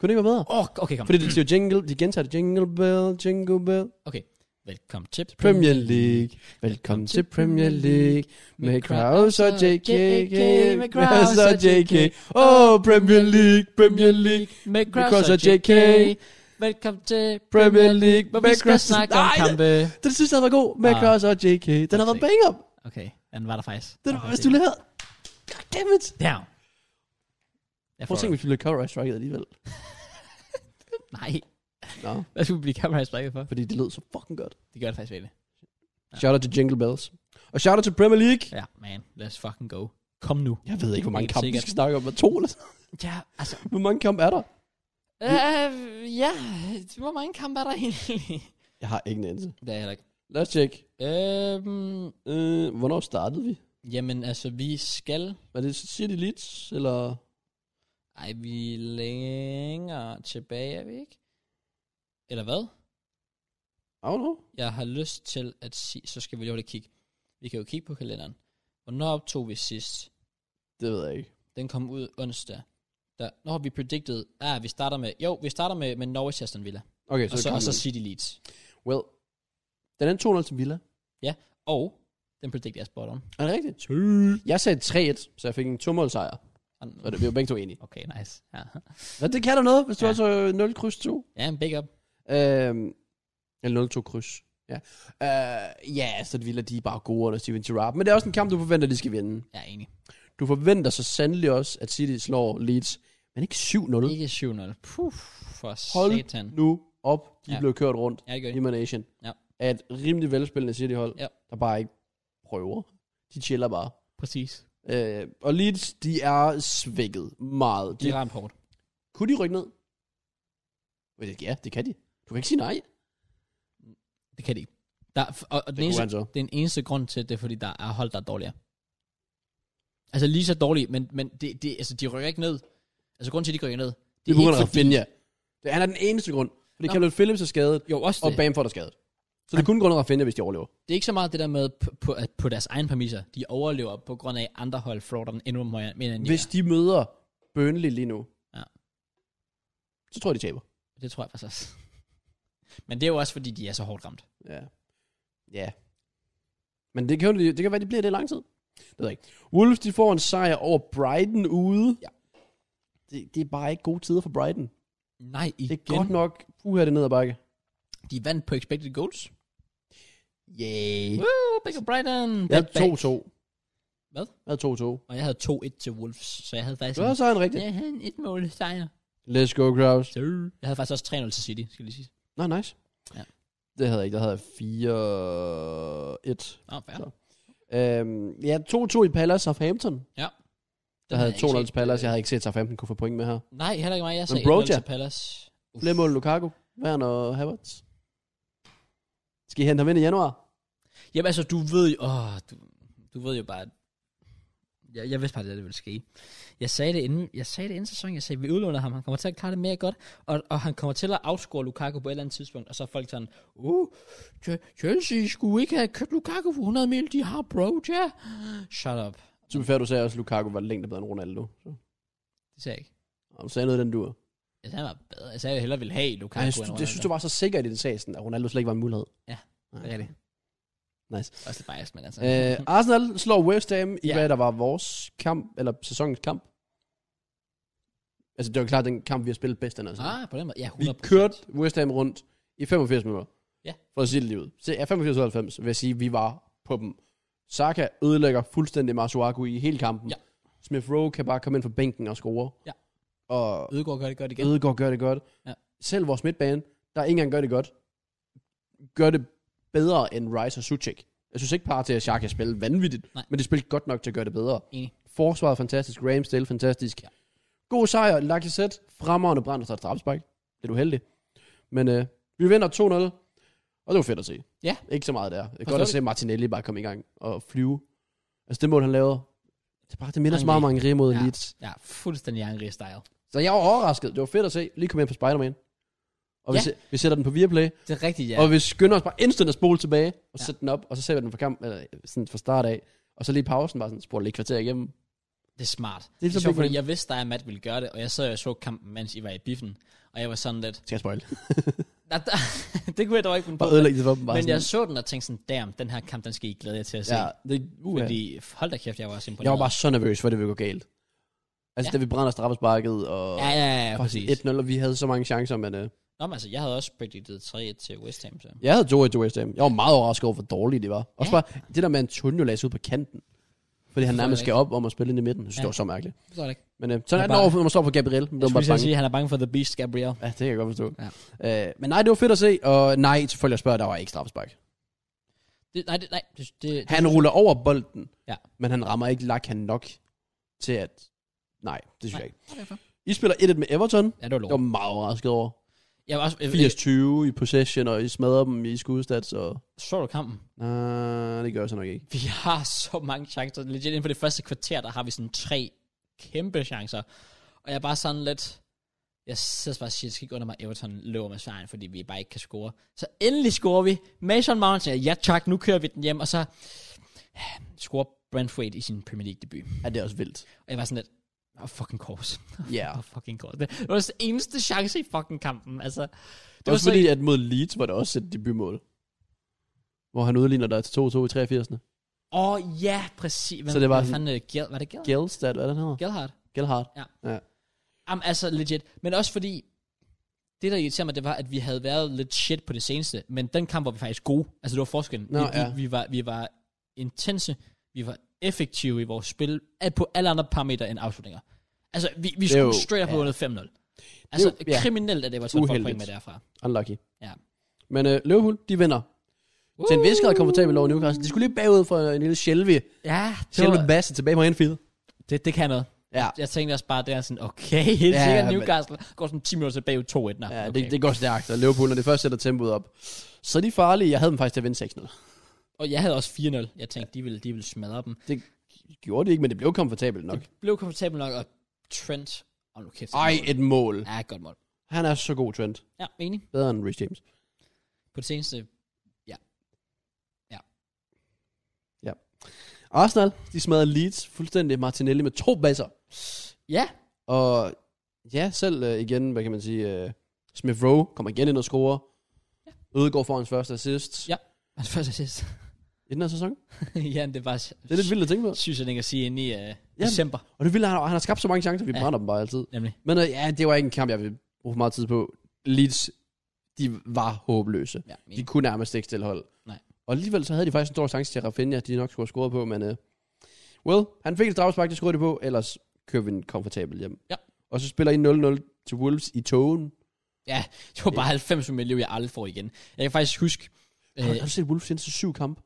Speaker 2: Kunne det ikke være bedre?
Speaker 1: Åh, okay, kom.
Speaker 2: Fordi det siger jingle, de gentager det. Jingle bell, jingle bell.
Speaker 1: Okay. Velkommen til
Speaker 2: Premier League. Velkommen til Premier League. Med Kraus og JK. Med Kraus og JK. Åh, oh, Premier League, Premier League.
Speaker 1: Med Kraus
Speaker 2: Cross
Speaker 1: og
Speaker 2: og
Speaker 1: JK.
Speaker 2: JK.
Speaker 1: Velkommen til
Speaker 2: Premier League.
Speaker 1: hvor vi
Speaker 2: Med
Speaker 1: skal
Speaker 2: Kraus.
Speaker 1: snakke om
Speaker 2: Nej,
Speaker 1: kampe.
Speaker 2: det, det synes jeg var god. Med
Speaker 1: Ah.
Speaker 2: Kraus og JK. Den har været
Speaker 1: Godt
Speaker 2: bang up.
Speaker 1: Okay, den var der faktisk.
Speaker 2: Den
Speaker 1: var
Speaker 2: var, hvis du lavede. God damn it.
Speaker 1: Down. Jeg
Speaker 2: Prøv
Speaker 1: får
Speaker 2: at tænke, hvis vi blev cover striket alligevel.
Speaker 1: Nej.
Speaker 2: Nå,
Speaker 1: Hvad skulle vi blive kamera sprækket for?
Speaker 2: fordi det lød så fucking godt.
Speaker 1: Det gør det faktisk virkelig.
Speaker 2: Shout out til Jingle Bells. Og shout out til Premier League.
Speaker 1: Ja, man. Lad os fucking go. Kom nu.
Speaker 2: Jeg ved ikke, hvor mange
Speaker 1: Helt
Speaker 2: kampe vi
Speaker 1: sikkert.
Speaker 2: skal snakke om. Hvad to eller sådan?
Speaker 1: Ja, altså.
Speaker 2: Hvor mange kampe er der?
Speaker 1: Øh, ja. Hvor mange kampe er der egentlig?
Speaker 2: Jeg har ingen anelse.
Speaker 1: Det er jeg heller ikke.
Speaker 2: Lad os tjekke.
Speaker 1: Øhm,
Speaker 2: Øh, hvornår startede vi?
Speaker 1: jamen, altså, vi skal...
Speaker 2: Var det City Leeds, eller...
Speaker 1: Ej, vi er længere tilbage, er vi ikke? Eller hvad?
Speaker 2: I don't know.
Speaker 1: Jeg har lyst til at sige... Så skal vi lige hurtigt kigge. Vi kan jo kigge på kalenderen. Hvornår optog vi sidst?
Speaker 2: Det ved jeg ikke.
Speaker 1: Den kom ud onsdag. Der, når har vi predicted... Ah, vi starter med... Jo, vi starter med, med Norwich Aston Villa.
Speaker 2: Okay,
Speaker 1: Og så, og
Speaker 2: kampen.
Speaker 1: så City Leeds.
Speaker 2: Well, den anden 2-0 til Villa.
Speaker 1: Og den predicted jeg spot on.
Speaker 2: Er det rigtigt? Jeg sagde 3-1, så jeg fik en 2 sejr. Og det, vi var begge to enige.
Speaker 1: Okay, nice. Ja,
Speaker 2: Men det kan der noget, hvis du
Speaker 1: Ja.
Speaker 2: ja. har så 0 kryds 2.
Speaker 1: ja en big up.
Speaker 2: Øhm, eller 0-2 kryds. Ja, øh, ja så det Villa, de er bare gode under Steven Gerrard. Men det er også en kamp, du forventer, de skal vinde.
Speaker 1: Jeg er enig.
Speaker 2: Du forventer så sandelig også, at City slår Leeds. Men ikke 7-0.
Speaker 1: Ikke 7-0. Puh, for
Speaker 2: Hold
Speaker 1: satan.
Speaker 2: Nu op, de
Speaker 1: Ja.
Speaker 2: ja. blev kørt rundt.
Speaker 1: Ja, det gør de.
Speaker 2: Elimination.
Speaker 1: Ja.
Speaker 2: Er et rimelig velspillende City-hold,
Speaker 1: Ja.
Speaker 2: der bare ikke prøver. De chiller bare.
Speaker 1: Præcis.
Speaker 2: Øh, og Leeds, de er svækket meget.
Speaker 1: De
Speaker 2: De,
Speaker 1: er ramt hårdt.
Speaker 2: Kunne de rykke ned? Men Ja, det kan de. Du kan ikke sige nej.
Speaker 1: Det kan de ikke. Der, f- og, og den,
Speaker 2: Det kunne
Speaker 1: eneste,
Speaker 2: han så.
Speaker 1: den eneste grund til det, er, fordi der er hold, der er dårligere. Altså lige så dårlige, men, men det, det, altså, de rykker ikke ned. Altså grunden til, at de rykker ned.
Speaker 2: Det er på grund af
Speaker 1: ikke fordi-
Speaker 2: Rafinha. Det, han er den eneste grund. Fordi
Speaker 1: Nå.
Speaker 2: Calvin Phillips er skadet,
Speaker 1: Jo, også
Speaker 2: og
Speaker 1: det.
Speaker 2: Bamford er skadet. Så det er kun grund af Rafinha, hvis de overlever.
Speaker 1: Det er ikke så meget det der med på, på, at på deres egen præmisser. De overlever på grund af at andre hold flåter den endnu mere mere end de
Speaker 2: Hvis de møder Burnley lige nu,
Speaker 1: Ja.
Speaker 2: så tror jeg, de taber.
Speaker 1: er. Det tror jeg faktisk også. Men det er jo også, fordi de er så hårdt ramt.
Speaker 2: Ja. Ja. Men det kan, jo, det kan være, de bliver det i lang tid. Det ved jeg ikke. Wolves, de får en sejr over Brighton ude.
Speaker 1: Ja.
Speaker 2: Det, det er bare ikke gode tider for Brighton.
Speaker 1: Nej, igen.
Speaker 2: Det er godt nok, puha, det er ned ad bakke.
Speaker 1: De vandt på expected goals.
Speaker 2: Yay. Yeah.
Speaker 1: Woo, Baker Brighton.
Speaker 2: Jeg
Speaker 1: Back,
Speaker 2: havde
Speaker 1: back.
Speaker 2: 2-2.
Speaker 1: Hvad?
Speaker 2: Jeg havde 2-2.
Speaker 1: Og jeg havde 2-1 til Wolves, så jeg havde faktisk...
Speaker 2: Det var sejren
Speaker 1: en,
Speaker 2: rigtigt.
Speaker 1: jeg havde en et mål sejr.
Speaker 2: Let's go, Kraus.
Speaker 1: Jeg havde faktisk også 3-0 til City, skal jeg lige sige.
Speaker 2: Nå, nice.
Speaker 1: Ja.
Speaker 2: Det havde jeg ikke. Der havde jeg 4-1.
Speaker 1: Nå, fair.
Speaker 2: Så. Øhm, ja, 2-2 i Palace Southampton.
Speaker 1: Den
Speaker 2: Jeg havde
Speaker 1: jeg ikke
Speaker 2: 2-0 til
Speaker 1: set.
Speaker 2: Palace. Jeg havde ikke set Southampton kunne få point med her.
Speaker 1: Nej, heller ikke mig. Jeg sagde
Speaker 2: Broja.
Speaker 1: 1-0 til Palace. Uff.
Speaker 2: Flere mål Lukaku, Werner og Havertz. Skal I hente ham ind i januar?
Speaker 1: Jamen altså, du ved jo... Åh, du, du ved jo bare... at Jeg, jeg vidste bare, at det ville ske. Jeg sagde det inden, jeg sagde det inden sæsonen. Jeg sagde, at vi udlåner ham. Han kommer til at klare det mere godt. Og, og han kommer til at afscore Lukaku på et eller andet tidspunkt. Og så er folk sådan, uh, Ch- Chelsea skulle ikke have købt Lukaku for 100 mil. De har Broja. Shut up.
Speaker 2: Så fair, du sagde også, at Lukaku var længere bedre end Ronaldo. Så.
Speaker 1: Det sagde jeg ikke.
Speaker 2: Og du sagde noget, i den dur.
Speaker 1: Jeg sagde, han var bedre. Jeg sagde, at jeg hellere ville have
Speaker 2: Ja,
Speaker 1: Lukaku.
Speaker 2: jeg, synes,
Speaker 1: end
Speaker 2: jeg synes,
Speaker 1: Ronaldo.
Speaker 2: du var så sikker i din sag, sådan, at Ronaldo slet ikke var en mulighed.
Speaker 1: Det er rigtigt.
Speaker 2: Nice.
Speaker 1: Også lidt biased, men altså.
Speaker 2: Øh, Arsenal slår West Ham i,
Speaker 1: Ja.
Speaker 2: ja. hvad der var vores kamp, eller sæsonens kamp. Altså, det var klart den kamp, vi har spillet bedst den her sæson.
Speaker 1: ah, på den måde. Ja, 100%.
Speaker 2: Vi kørte West Ham rundt i 85 minutter.
Speaker 1: Ja.
Speaker 2: For at sige det lige ud. Så ja, 85-90 vil jeg sige, at vi var på dem. Saka ødelægger fuldstændig Masuaku i hele kampen.
Speaker 1: Ja.
Speaker 2: Smith Rowe kan bare komme ind fra bænken og score.
Speaker 1: Ja.
Speaker 2: Og
Speaker 1: Ødegaard gør det godt igen.
Speaker 2: Ødegaard gør det godt.
Speaker 1: Ja.
Speaker 2: Selv vores midtbane, der ikke engang gør det godt, gør det bedre end Rice og Suchek. Jeg synes ikke par til, at Shark har spillet vanvittigt,
Speaker 1: Nej.
Speaker 2: men de spillede godt nok til at gøre det bedre.
Speaker 1: Enig.
Speaker 2: Forsvaret er fantastisk, Ramsdale fantastisk.
Speaker 1: Ja.
Speaker 2: Ja. God sejr, Lacazette, fremragende brænder sig et strafspark. Lidt uheldig. Men øh, vi vinder 2-0, og det var fedt at se.
Speaker 1: Ja.
Speaker 2: Ikke så meget der. Det er godt at
Speaker 1: Forståeligt.
Speaker 2: se Martinelli bare komme i gang og flyve. Altså det mål, han lavede, det, er bare, det minder så meget om
Speaker 1: Henri.
Speaker 2: Henri mod
Speaker 1: Ja.
Speaker 2: Leeds.
Speaker 1: Ja, fuldstændig angrig style.
Speaker 2: Så jeg var overrasket. Det var fedt at se. Lige komme ind på Spider-Man. Og vi,
Speaker 1: Ja.
Speaker 2: ja. vi sætter den på Viaplay.
Speaker 1: Det er rigtigt, ja.
Speaker 2: Ja. Og vi skynder os bare instant at spole tilbage. Og
Speaker 1: Ja.
Speaker 2: ja. sætte den op. Og så ser vi den fra, kamp, eller sådan fra start af. Og så lige i pausen bare sådan, spoler lige et kvarter igennem.
Speaker 1: Det er smart. Det
Speaker 2: Det
Speaker 1: er,
Speaker 2: er
Speaker 1: det er
Speaker 2: så
Speaker 1: sjovt,
Speaker 2: big
Speaker 1: fordi
Speaker 2: win.
Speaker 1: jeg vidste, at og Matt ville gøre det, og jeg sad og så kampen, mens I var i biffen, og jeg var sådan lidt...
Speaker 2: Skal jeg spoil?
Speaker 1: "Nå, Der, det kunne jeg dog ikke finde på.
Speaker 2: Bare ødelægge det for dem. Bare
Speaker 1: Men
Speaker 2: sådan,
Speaker 1: jeg så den og tænkte sådan, damn, den her kamp, den skal I glæde jer til at se.
Speaker 2: ja, det, uh, fordi,
Speaker 1: Fordi, hold da kæft, jeg var også imponeret.
Speaker 2: jeg var bare så nervøs for, at det ville gå galt. Altså,
Speaker 1: Ja.
Speaker 2: ja. da vi brænder straffesparket, og
Speaker 1: Ja, ja, ja, ja
Speaker 2: fucking
Speaker 1: præcis.
Speaker 2: 1-0, og vi havde så mange chancer, men uh,
Speaker 1: Nå, men altså, jeg havde også predicted 3-1 til West Ham, så...
Speaker 2: jeg havde 2-1 til West Ham. Jeg var meget overrasket over, hvor dårligt det var. Også
Speaker 1: Ja.
Speaker 2: bare det der med, at Antonio lagde sig ud på kanten. Fordi han
Speaker 1: Forstår
Speaker 2: nærmest
Speaker 1: jeg
Speaker 2: skal op om at spille ind i midten. Jeg synes,
Speaker 1: Ja.
Speaker 2: det var så mærkeligt.
Speaker 1: Det forstår jeg ikke.
Speaker 2: Men øh, sådan
Speaker 1: Jeg
Speaker 2: er det
Speaker 1: bare-
Speaker 2: over, når man står på Gabriel. Det
Speaker 1: Jeg
Speaker 2: var
Speaker 1: skulle
Speaker 2: bare
Speaker 1: lige
Speaker 2: bange.
Speaker 1: sige, at han er bange for The Beast, Gabriel.
Speaker 2: Ja, det kan jeg godt forstå.
Speaker 1: Ja.
Speaker 2: Ja. Øh, men nej, det var fedt at se, og nej, selvfølgelig jeg spørger, der var ikke straffespark.
Speaker 1: Det, nej, det, nej, det, det, det,
Speaker 2: Han ruller over bolden,
Speaker 1: Ja.
Speaker 2: men han rammer ikke lak han nok til at... Nej, det synes
Speaker 1: Nej.
Speaker 2: nej. jeg ikke.
Speaker 1: det er fair.
Speaker 2: I spiller 1-1 med Everton.
Speaker 1: Ja, det var
Speaker 2: Det
Speaker 1: lort.
Speaker 2: var meget overrasket over.
Speaker 1: Jeg var også... Jeg, jeg,
Speaker 2: 80-20 i possession, og I smadrer dem i skudstats, og...
Speaker 1: så du kampen?
Speaker 2: Nej, det gør jeg så nok ikke.
Speaker 1: Vi har så mange chancer. Legit inden for det første kvarter, der har vi sådan tre kæmpe chancer. Og jeg er bare sådan lidt... Jeg sidder bare og siger, det skal ikke under mig, Everton løber med sejren, fordi vi bare ikke kan score. Så endelig scorer vi. Mason Mount siger, ja tak, nu kører vi den hjem. Og så øh, scorer Brentford i sin Premier League debut.
Speaker 2: Ja, det er også vildt.
Speaker 1: Og jeg var sådan lidt, oh, fucking course.
Speaker 2: Ja.
Speaker 1: Oh, fucking course. Det det var den eneste chance i fucking kampen. Altså,
Speaker 2: Det var også fordi, at mod Leeds var det også et debutmål. Hvor han udligner der til 2-2 i 83'erne.
Speaker 1: Åh, oh, ja, præcis. Hvem,
Speaker 2: Så det var
Speaker 1: hvad
Speaker 2: sådan-
Speaker 1: fanden, øh, Gjell, var det Gjell?
Speaker 2: Gjelstad, hvad er det, han hedder?
Speaker 1: Gjellhardt?
Speaker 2: Gjelhardt.
Speaker 1: Jamen, altså legit. Men også fordi, det der irriterer mig, det var, at vi havde været lidt shit på det seneste, men den kamp var vi faktisk gode. Altså, det var forskellen.
Speaker 2: Nå,
Speaker 1: vi,
Speaker 2: ja.
Speaker 1: vi, vi, var, vi var intense, vi var effektive i vores spil, at på alle andre parametre end afslutninger. Altså, vi, vi
Speaker 2: er
Speaker 1: skulle
Speaker 2: jo-
Speaker 1: straight up
Speaker 2: ja.
Speaker 1: ja. 5-0. Altså,
Speaker 2: jo- ja.
Speaker 1: kriminelt, at det var sådan et
Speaker 2: Uheldigt.
Speaker 1: point med derfra.
Speaker 2: Unlucky.
Speaker 1: Ja.
Speaker 2: Men øh, Liverpool, de vinder. Uh. Til en vis grad komfortabel over Newcastle. De skulle lige bagud for en lille Shelby.
Speaker 1: Ja, det,
Speaker 2: Shelby
Speaker 1: var,
Speaker 2: Bassett tilbage på Anfield.
Speaker 1: det, det kan noget.
Speaker 2: Ja,
Speaker 1: Jeg tænkte også bare, det er sådan, okay, helt
Speaker 2: Ja,
Speaker 1: ja, sikkert
Speaker 2: men-
Speaker 1: Newcastle går sådan 10 minutter tilbage 2-1. Nå,
Speaker 2: ja
Speaker 1: okay.
Speaker 2: det, det går stærkt. Og Liverpool, når det først sætter tempoet op, så er de farlige. Jeg havde dem faktisk til at vinde 6-0.
Speaker 1: Og jeg havde også 4-0. Jeg tænkte, de ville, de ville smadre dem.
Speaker 2: Det gjorde de ikke, men det blev komfortabelt nok.
Speaker 1: blev komfortabel nok, og Trent... Og nu kæft.
Speaker 2: Ej, et mål.
Speaker 1: Ja, et godt mål.
Speaker 2: Han er så god, Trent.
Speaker 1: Ja, enig.
Speaker 2: Bedre end Rich James.
Speaker 1: På det seneste...
Speaker 2: Arsenal, de smadrer Leeds fuldstændig Martinelli med to basser.
Speaker 1: Ja,
Speaker 2: Og ja, selv øh, igen, hvad kan man sige, øh, Smith Rowe kommer igen ind og scorer. Ødegaard får hans første assist
Speaker 1: Ja. altså først og sidst.
Speaker 2: i den her sæson.
Speaker 1: ja, det var...
Speaker 2: Det er lidt vildt at tænke på.
Speaker 1: Synes jeg, den kan sige ind i uh,
Speaker 2: men-
Speaker 1: december,
Speaker 2: Og det vildt, han, har- han har skabt så mange chancer, vi
Speaker 1: Ja.
Speaker 2: ja. brænder dem bare altid.
Speaker 1: nemlig.
Speaker 2: Men øh, ja, det var ikke en kamp, jeg ville bruge for meget tid på. Leeds, de var håbløse.
Speaker 1: Ja,
Speaker 2: De
Speaker 1: enig.
Speaker 2: kunne nærmest ikke stille hold.
Speaker 1: Nej.
Speaker 2: Og alligevel så havde de faktisk en stor chance til at Rafinha, de nok skulle have scoret på, men... Øh, well, han fik et strafspark, det scorede de på, ellers kører vi en komfortabel hjem.
Speaker 1: Ja.
Speaker 2: Og så spiller I 0-0 til Wolves i togen.
Speaker 1: det var bare 90 med liv, jeg aldrig får igen. Jeg kan faktisk huske...
Speaker 2: Øh. Har,
Speaker 1: Øh,
Speaker 2: du set Wolves indtil syv kamp?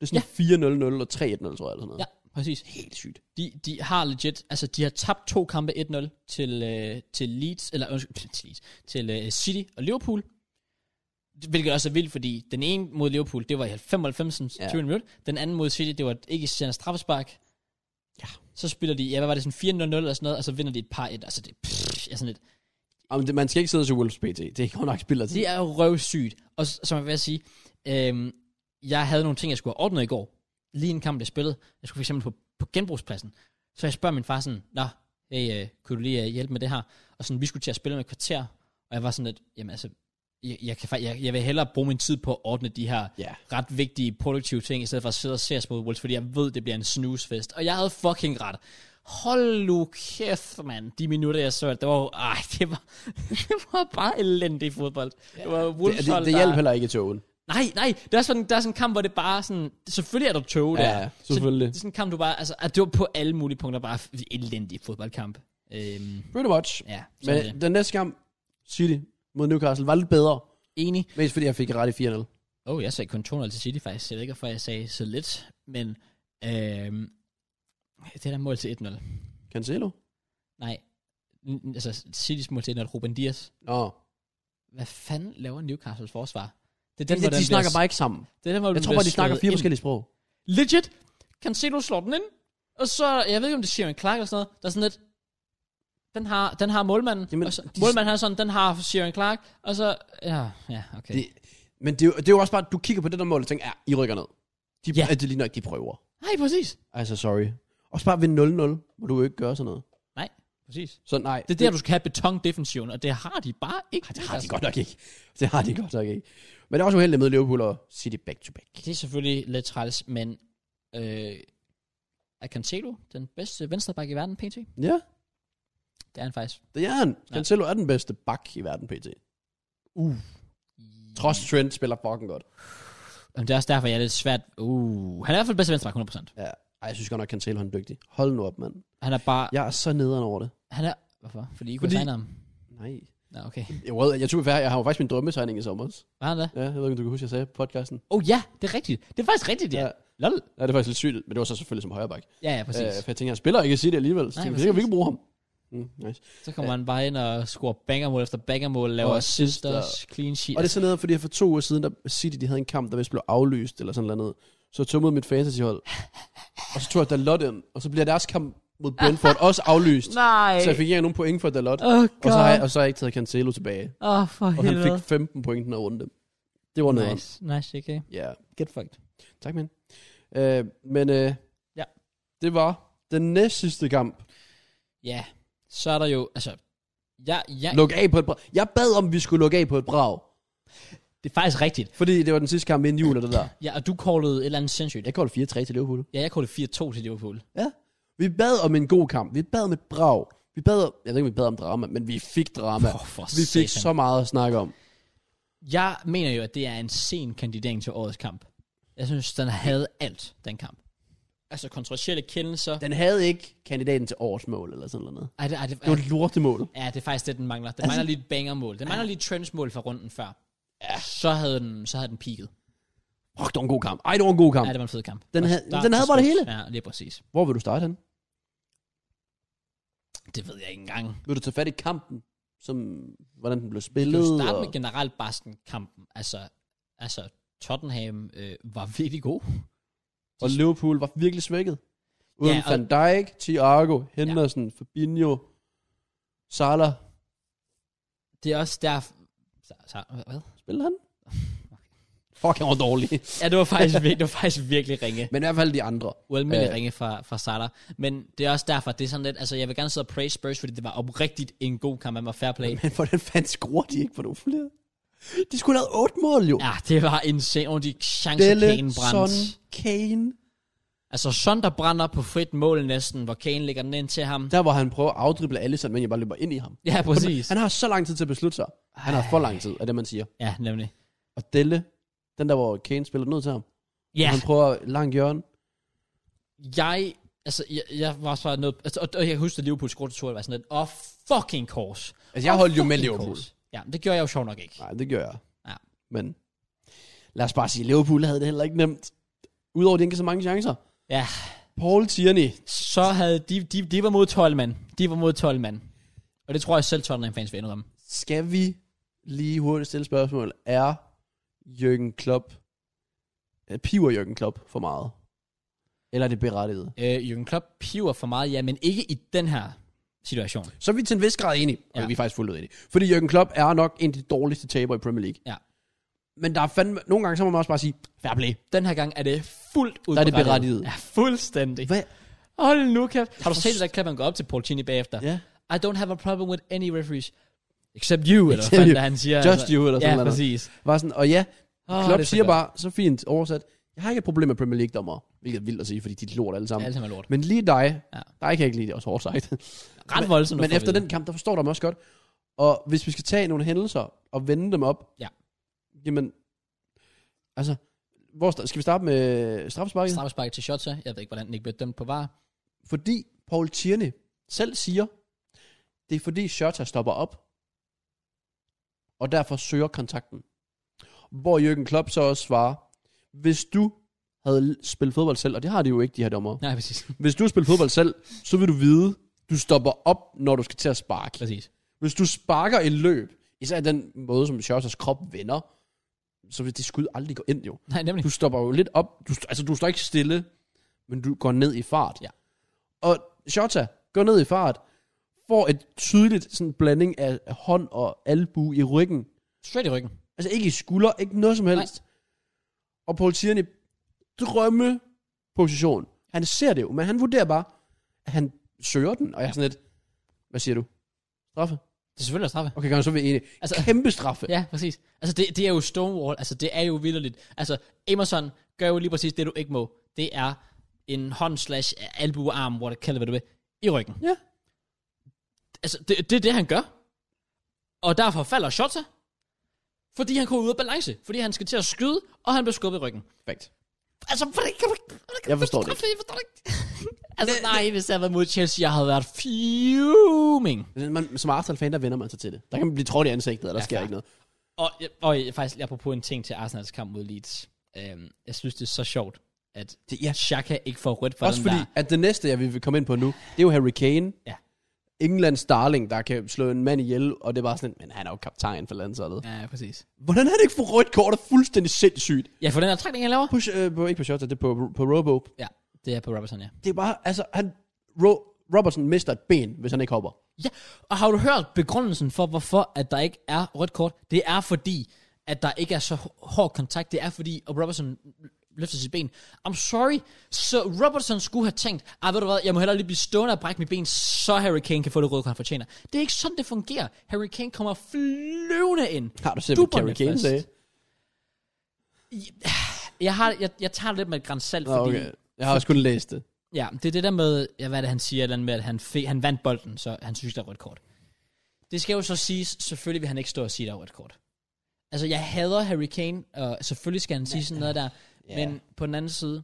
Speaker 2: Det er sådan 4-0-0 og 3-1-0, tror jeg, eller sådan noget.
Speaker 1: ja, præcis.
Speaker 2: Helt sygt.
Speaker 1: De, de har legit... Altså, de har tabt to kampe 1-0 til, øh, til Leeds... Eller, undskyld, til, Leeds, til øh, City og Liverpool. Hvilket også er vildt, fordi den ene mod Liverpool, det var i 95.
Speaker 2: Ja.
Speaker 1: 20 minut. Den anden mod City, det var ikke i straffespark. Så spiller de, ja, hvad var det, sådan 4-0 eller sådan noget, og så vinder de et par 1. Altså, det pff, er sådan lidt,
Speaker 2: Jamen, det, man skal ikke sidde og se Wolves PT. Det er godt nok spiller til.
Speaker 1: det er jo røvsygt. Og s- som jeg vil sige, øhm, jeg havde nogle ting, jeg skulle have ordnet i går. Lige en kamp, jeg spillede. Jeg skulle for eksempel på, på genbrugspladsen. Så jeg spørger min far sådan, Nå, hey, øh, kunne du lige øh, hjælpe med det her? Og sådan, vi skulle til at spille med et kvarter. Og jeg var sådan lidt, jamen altså, jeg, jeg, kan, fa- jeg, jeg vil hellere bruge min tid på at ordne de her
Speaker 2: Ja.
Speaker 1: ret vigtige, produktive ting, i stedet for at sidde og se os på Wolves, fordi jeg ved, det bliver en snusfest. Og jeg havde fucking ret. Hold nu kæft, mand. De minutter, jeg så, det var jo, ej, det var, det var bare elendig fodbold. Det var Wolves
Speaker 2: Det, det,
Speaker 1: hold,
Speaker 2: det
Speaker 1: der-
Speaker 2: hjælper heller ikke i togen.
Speaker 1: Nej, nej, der er, sådan, der er sådan en kamp, hvor det bare sådan, selvfølgelig er der tog der.
Speaker 2: Ja, selvfølgelig.
Speaker 1: Så, det er sådan en kamp, du bare, altså, at det var på alle mulige punkter bare en elendig fodboldkamp. Øhm,
Speaker 2: Pretty much.
Speaker 1: ja, så
Speaker 2: Men
Speaker 1: Men,
Speaker 2: den næste kamp, City mod Newcastle, var lidt bedre.
Speaker 1: enig.
Speaker 2: Mest fordi jeg fik ret i 4-0.
Speaker 1: Åh, oh, jeg sagde kun 2-0 til City faktisk. Jeg ved ikke, hvorfor jeg sagde så lidt, men øhm, det der mål til 1-0.
Speaker 2: Cancelo?
Speaker 1: Nej, n- n- altså City's mål til 1-0, Ruben Dias.
Speaker 2: Nå.
Speaker 1: Hvad fanden laver Newcastles forsvar? Det er den,
Speaker 2: Den, de,
Speaker 1: hvor den
Speaker 2: de snakker
Speaker 1: bliver,
Speaker 2: bare ikke sammen.
Speaker 1: Det er den, hvor
Speaker 2: Jeg
Speaker 1: den
Speaker 2: tror
Speaker 1: bliver
Speaker 2: bare, de snakker
Speaker 1: slået
Speaker 2: fire
Speaker 1: ind.
Speaker 2: forskellige sprog.
Speaker 1: Legit. Cancelo slår den ind. Og så, jeg ved ikke, om det siger en Clark eller sådan noget, der er sådan lidt, den har, den har målmanden.
Speaker 2: Jamen,
Speaker 1: Jamen, og så,
Speaker 2: de-
Speaker 1: målmanden har sådan, den har Sharon Clark. Og så, ja, ja, okay.
Speaker 2: Det, men det, er jo- det er jo også bare, at du kigger på det der mål og tænker, ja, I rykker ned. De,
Speaker 1: Ja.
Speaker 2: ja. Det er lige nok, de prøver.
Speaker 1: Nej, præcis.
Speaker 2: Altså, sorry. Også bare ved 0-0, hvor du jo ikke gør sådan noget.
Speaker 1: Nej, præcis.
Speaker 2: Så nej.
Speaker 1: Det er der, du skal have betondefension, og det har de bare ikke.
Speaker 2: Det har de godt nok ikke. Det har de godt nok ikke. Men det er også uheldigt med Liverpool og City back-to-back.
Speaker 1: Det er selvfølgelig lidt træls, men øh, er Cancelo den bedste venstreback i verden, PT?
Speaker 2: Ja,
Speaker 1: Det er han faktisk.
Speaker 2: det er han. Cancelo er den bedste bak i verden, pt. Uh. Trods Trent spiller fucking godt.
Speaker 1: Jamen, det er også derfor, jeg er lidt svært. Uh, han er i hvert fald bedste venstreback, 100%.
Speaker 2: Ja. Ej, jeg synes godt nok, Cancelo han er dygtig. Hold nu op, mand.
Speaker 1: Han er bare... Ja.
Speaker 2: Jeg er så nederen over det.
Speaker 1: Han er... Hvorfor? Fordi I kunne
Speaker 2: Fordi-
Speaker 1: Fordi... ham.
Speaker 2: Nej.
Speaker 1: Nå, okay.
Speaker 2: Jeg, ved, jeg, tror, jeg har jo faktisk min drømmetegning i sommer.
Speaker 1: Var han det?
Speaker 2: Ja, jeg ved ikke, om du kan huske, jeg sagde på podcasten.
Speaker 1: Oh ja, det er rigtigt. Det er faktisk rigtigt, ja.
Speaker 2: Ja.
Speaker 1: ja. Lol.
Speaker 2: Ja, det er faktisk lidt sygt, men det var så selvfølgelig som højreback.
Speaker 1: Ja, ja, præcis.
Speaker 2: Øh, for jeg tænker, han spiller ikke sige det alligevel. Så
Speaker 1: Nej,
Speaker 2: tænker, jeg, vi kan- vi
Speaker 1: præcis.
Speaker 2: kan bruge ham. Mm, nice.
Speaker 1: så kommer han bare ind og scorer bangermål efter bangermål, laver
Speaker 2: Og
Speaker 1: assist og
Speaker 2: assist
Speaker 1: clean sheet.
Speaker 2: Og det er sådan noget, fordi for to uger siden, der City de havde en kamp, der vist blev aflyst, eller sådan noget. Så tog jeg mod mit fantasyhold. Og så tog jeg Dalot ind, og så bliver deres kamp mod Brentford også aflyst.
Speaker 1: Nej.
Speaker 2: Så jeg fik ikke nogen point for Dalot.
Speaker 1: Åh, oh,
Speaker 2: Og
Speaker 1: God.
Speaker 2: så, har jeg, og så har jeg ikke taget Cancelo tilbage.
Speaker 1: Åh, oh, for
Speaker 2: Og han
Speaker 1: helvede.
Speaker 2: fik 15 point i den her runde. Det var noget.
Speaker 1: Nice, nice, okay.
Speaker 2: Ja,
Speaker 1: Get fucked.
Speaker 2: tak men. Øh, men øh,
Speaker 1: Ja.
Speaker 2: det var den næst sidste kamp.
Speaker 1: Ja, så er der jo, altså... Ja, ja,
Speaker 2: Luk af på et brag. Jeg bad om, vi skulle lukke af på et brag.
Speaker 1: det er faktisk rigtigt.
Speaker 2: Fordi det var den sidste kamp inden jul og det der.
Speaker 1: Ja, og du callede et eller andet sindssygt.
Speaker 2: Jeg kaldte 4-3 til Liverpool.
Speaker 1: Ja, jeg callede 4-2 til Liverpool.
Speaker 2: Ja. Vi bad om en god kamp. Vi bad om et brag. Vi bad om, jeg ved ikke, om vi bad om drama, men vi fik drama.
Speaker 1: Åh, for
Speaker 2: vi fik
Speaker 1: satan.
Speaker 2: så meget at snakke om.
Speaker 1: Jeg mener jo, at det er en sen kandidat til årets kamp. Jeg synes, den havde alt, den kamp. Altså kontroversielle kendelser.
Speaker 2: Den havde ikke kandidaten til årets mål, eller sådan noget.
Speaker 1: Ej, det, ej, det,
Speaker 2: Det var et lortemål.
Speaker 1: Ja, det er faktisk det, den mangler. Den altså, mangler lige et bangermål. Den mangler lige et trendsmål fra runden før. Ja. Så havde den, så havde den peaked.
Speaker 2: Fuck, det var en god kamp. Ej, det var en god kamp.
Speaker 1: Ja, det var en fed kamp.
Speaker 2: Den
Speaker 1: Fra
Speaker 2: havde-
Speaker 1: start
Speaker 2: den havde
Speaker 1: til
Speaker 2: bare det
Speaker 1: slut. Ja, det er præcis.
Speaker 2: Hvor vil du starte hen?
Speaker 1: Det ved jeg ikke engang.
Speaker 2: Vil du tage fat i kampen? Som, hvordan den blev
Speaker 1: Kan
Speaker 2: spillet?
Speaker 1: du starte med
Speaker 2: og-
Speaker 1: generelt bare sådan kampen? Altså, altså Tottenham øh, var virkelig god.
Speaker 2: Og Liverpool var virkelig svækket. Uden
Speaker 1: Ja,
Speaker 2: ja,
Speaker 1: og-
Speaker 2: Van Dijk, Thiago, Henderson, ja. Fabinho, Salah.
Speaker 1: Det er også der... Så, så, hvad?
Speaker 2: Spillede han? Fuck, han var dårlig.
Speaker 1: Ja, det var faktisk, vir- det var faktisk virkelig ringe.
Speaker 2: Men i hvert fald de andre.
Speaker 1: ualmindelig
Speaker 2: Øh.
Speaker 1: ringe fra, fra Salah. Men det er også derfor, det er sådan lidt, altså jeg vil gerne sidde og praise Spurs, fordi det var oprigtigt en god kamp, man var fair play.
Speaker 2: Men hvordan fanden skruer de ikke på nogle flere? De skulle have lavet otte mål, jo. Ja,
Speaker 1: Ja, det var insane, og de chancer
Speaker 2: Delle,
Speaker 1: Kane
Speaker 2: Son,
Speaker 1: brændte.
Speaker 2: Kane.
Speaker 1: Altså Son, der brænder på frit mål næsten, hvor Kane lægger den ind til ham.
Speaker 2: Der, hvor han prøver at afdrible Allison, men jeg bare løber ind i ham.
Speaker 1: Ja, præcis.
Speaker 2: Han har så lang tid til at beslutte sig. Han har for lang tid, er det, man siger.
Speaker 1: Ja, nemlig.
Speaker 2: Og Delle, den der, hvor Kane spiller ned til ham.
Speaker 1: Ja,
Speaker 2: Han prøver langt hjørne.
Speaker 1: jeg, altså jeg, jeg var også bare noget, altså, og, og jeg kan huske, at Liverpool scorede to, og jeg var sådan lidt, oh fucking course.
Speaker 2: Altså, jeg
Speaker 1: Åh,
Speaker 2: holdt jo med
Speaker 1: fucking
Speaker 2: Liverpool.
Speaker 1: course. Ja, men det gjorde jeg jo sjov nok ikke.
Speaker 2: Nej, det gør jeg.
Speaker 1: Ja.
Speaker 2: Men lad os bare sige, Liverpool havde det heller ikke nemt. Udover, at de ikke havde så mange chancer.
Speaker 1: Ja,
Speaker 2: Paul Tierney.
Speaker 1: så havde de, de, de var mod 12 mand. De var mod 12 mand. Og det tror jeg selv Tottenham-fans vil indrømme.
Speaker 2: Skal vi lige hurtigt stille spørgsmål? Er Jürgen Klopp... Er piver Jürgen Klopp for meget? Eller er det berettiget?
Speaker 1: Øh, Jürgen Klopp piver for meget, ja, men ikke i den her situation.
Speaker 2: Så er vi til en vis grad enige. Okay,
Speaker 1: Ja.
Speaker 2: ja. vi er faktisk fuldt ud enige. Fordi Jürgen Klopp er nok en af de dårligste taber i Premier League.
Speaker 1: Ja.
Speaker 2: Men der er fandme, nogle gange så må man også bare sige, fair play.
Speaker 1: Den her gang er det fuldt ud
Speaker 2: Der er det
Speaker 1: berettiget.
Speaker 2: berettiget.
Speaker 1: Ja, fuldstændig.
Speaker 2: Hvad?
Speaker 1: Hold nu kæft. Har du set det der klip, han går op til Poltini bagefter?
Speaker 2: Ja.
Speaker 1: I don't have a problem with any referees. Except you, eller
Speaker 2: Except
Speaker 1: hvad fanden
Speaker 2: you.
Speaker 1: er, han siger.
Speaker 2: Just you, eller sådan
Speaker 1: ja,
Speaker 2: noget.
Speaker 1: præcis.
Speaker 2: Var sådan, og ja,
Speaker 1: Åh,
Speaker 2: oh,
Speaker 1: det er
Speaker 2: Klopp
Speaker 1: så
Speaker 2: siger
Speaker 1: godt.
Speaker 2: bare, så fint oversat, jeg har ikke et problem med Premier League dommer. Hvilket er vildt at sige, fordi de er lort alle
Speaker 1: Ja,
Speaker 2: sammen.
Speaker 1: alt
Speaker 2: Ja,
Speaker 1: sammen er lort.
Speaker 2: men lige dig,
Speaker 1: Ja.
Speaker 2: ja. dig kan jeg ikke lide, det er også hårdt sagt.
Speaker 1: Ret voldsomt. at
Speaker 2: men
Speaker 1: få at
Speaker 2: efter
Speaker 1: vide.
Speaker 2: den kamp, der forstår du mig også godt. Og hvis vi skal tage nogle hændelser og vende dem op,
Speaker 1: Ja.
Speaker 2: jamen, altså, hvor, sta- skal vi starte med straffesparket?
Speaker 1: Straffespark til Shota. Jeg ved ikke, hvordan den ikke blev dømt på var.
Speaker 2: Fordi Paul Tierney selv siger, det er fordi Shota stopper op, og derfor søger kontakten. Hvor Jürgen Klopp så også svarer, hvis du havde l- spillet fodbold selv, og det har de jo ikke, de her dommer.
Speaker 1: Nej, præcis.
Speaker 2: Hvis du har spillet fodbold selv, så vil du vide, du stopper op, når du skal til at sparke.
Speaker 1: præcis.
Speaker 2: Hvis du sparker i løb, især den måde, som Shotas krop vender, så vil det skud aldrig gå ind jo.
Speaker 1: Nej, nemlig.
Speaker 2: Du stopper jo lidt op. Du, st- altså, du står ikke stille, men du går ned i fart.
Speaker 1: Ja.
Speaker 2: Og Shota går ned i fart, får et tydeligt sådan blanding af af hånd og albu i ryggen.
Speaker 1: Straight i ryggen.
Speaker 2: Altså ikke i skulder, ikke noget som helst. Nej. Og Paul Tierney drømme position. Han ser det jo, men han vurderer bare, at han søger den, og jeg er sådan lidt, hvad siger du? Straffe?
Speaker 1: Det er selvfølgelig at straffe.
Speaker 2: Okay, kan jeg så være enig.
Speaker 1: Altså-
Speaker 2: Altså, Kæmpe straffe.
Speaker 1: Ja, præcis. Altså, det, det er jo Stonewall. Altså, det er jo vildt. Altså, Emerson gør jo lige præcis det, du ikke må. Det er en hånd slash albuearm, hvor det kalder, hvad du vil, i ryggen.
Speaker 2: Ja.
Speaker 1: Altså, det, det er det, han gør. Og derfor falder Shota, fordi han kommer ud af balance. Fordi han skal til at skyde, og han bliver skubbet i ryggen.
Speaker 2: Perfekt.
Speaker 1: Altså, hvordan kan du ikke... hvordan kan
Speaker 2: Jeg
Speaker 1: du
Speaker 2: forstår det
Speaker 1: straffe Jeg forstår det ikke. altså, nej, hvis jeg havde været mod Chelsea, jeg havde været fuming.
Speaker 2: Man, som Arsenal-fan, der vender man sig til det. Der kan man blive trådt i ansigtet, og der
Speaker 1: Ja,
Speaker 2: ja, sker
Speaker 1: klar.
Speaker 2: ikke noget.
Speaker 1: Og, og faktisk, apropos en ting til Arsenals kamp mod Leeds. Øhm, jeg synes, det er så sjovt, at
Speaker 2: Det- ja.
Speaker 1: Xhaka ikke får rødt for
Speaker 2: Også
Speaker 1: den
Speaker 2: fordi,
Speaker 1: der.
Speaker 2: at det næste, jeg vil vil komme ind på nu, det er jo Harry Kane.
Speaker 1: Ja.
Speaker 2: Englands darling, der kan slå en mand ihjel, og det er bare sådan, men han er jo kaptajn for landsholdet. Ja.
Speaker 1: Ja, præcis.
Speaker 2: Hvordan har det ikke fået rødt kort? Det er fuldstændig sindssygt.
Speaker 1: Ja, for den her trækning, han laver.
Speaker 2: På, sh- øh, på, ikke på Shota, det er på, på Robo.
Speaker 1: Ja, det er på Robertson, ja.
Speaker 2: Det er bare, altså, han, Ro- Robertson mister et ben, hvis han ikke hopper.
Speaker 1: Ja, og har du hørt begrundelsen for, hvorfor at der ikke er rødt kort? Det er fordi, at der ikke er så hård kontakt. Det er fordi, at Robertson løfter sit ben. I'm sorry. Så Robertson skulle have tænkt, ah, ved du hvad, jeg må hellere lige blive stående og brække mit ben, så Harry Kane kan få det røde kort, han fortjener. Det er ikke sådan, det fungerer. Harry Kane kommer flyvende ind.
Speaker 2: Har du set, hvad
Speaker 1: Dupperne
Speaker 2: Harry Kane
Speaker 1: fast.
Speaker 2: sagde?
Speaker 1: Jeg, har, jeg, jeg tager det lidt med et grænsalt,
Speaker 2: Nå,
Speaker 1: fordi...
Speaker 2: okay. Jeg har også kun læst det.
Speaker 1: Ja, det er det der med, ja, hvad er det, han siger, et eller andet med, at han, fe, han vandt bolden, så han synes, der er rødt kort. Det skal jo så siges, selvfølgelig vil han ikke stå og sige, der er rødt kort. Altså, jeg hader Harry Kane, og selvfølgelig skal han sige sådan noget der,
Speaker 2: ja.
Speaker 1: men på den anden side,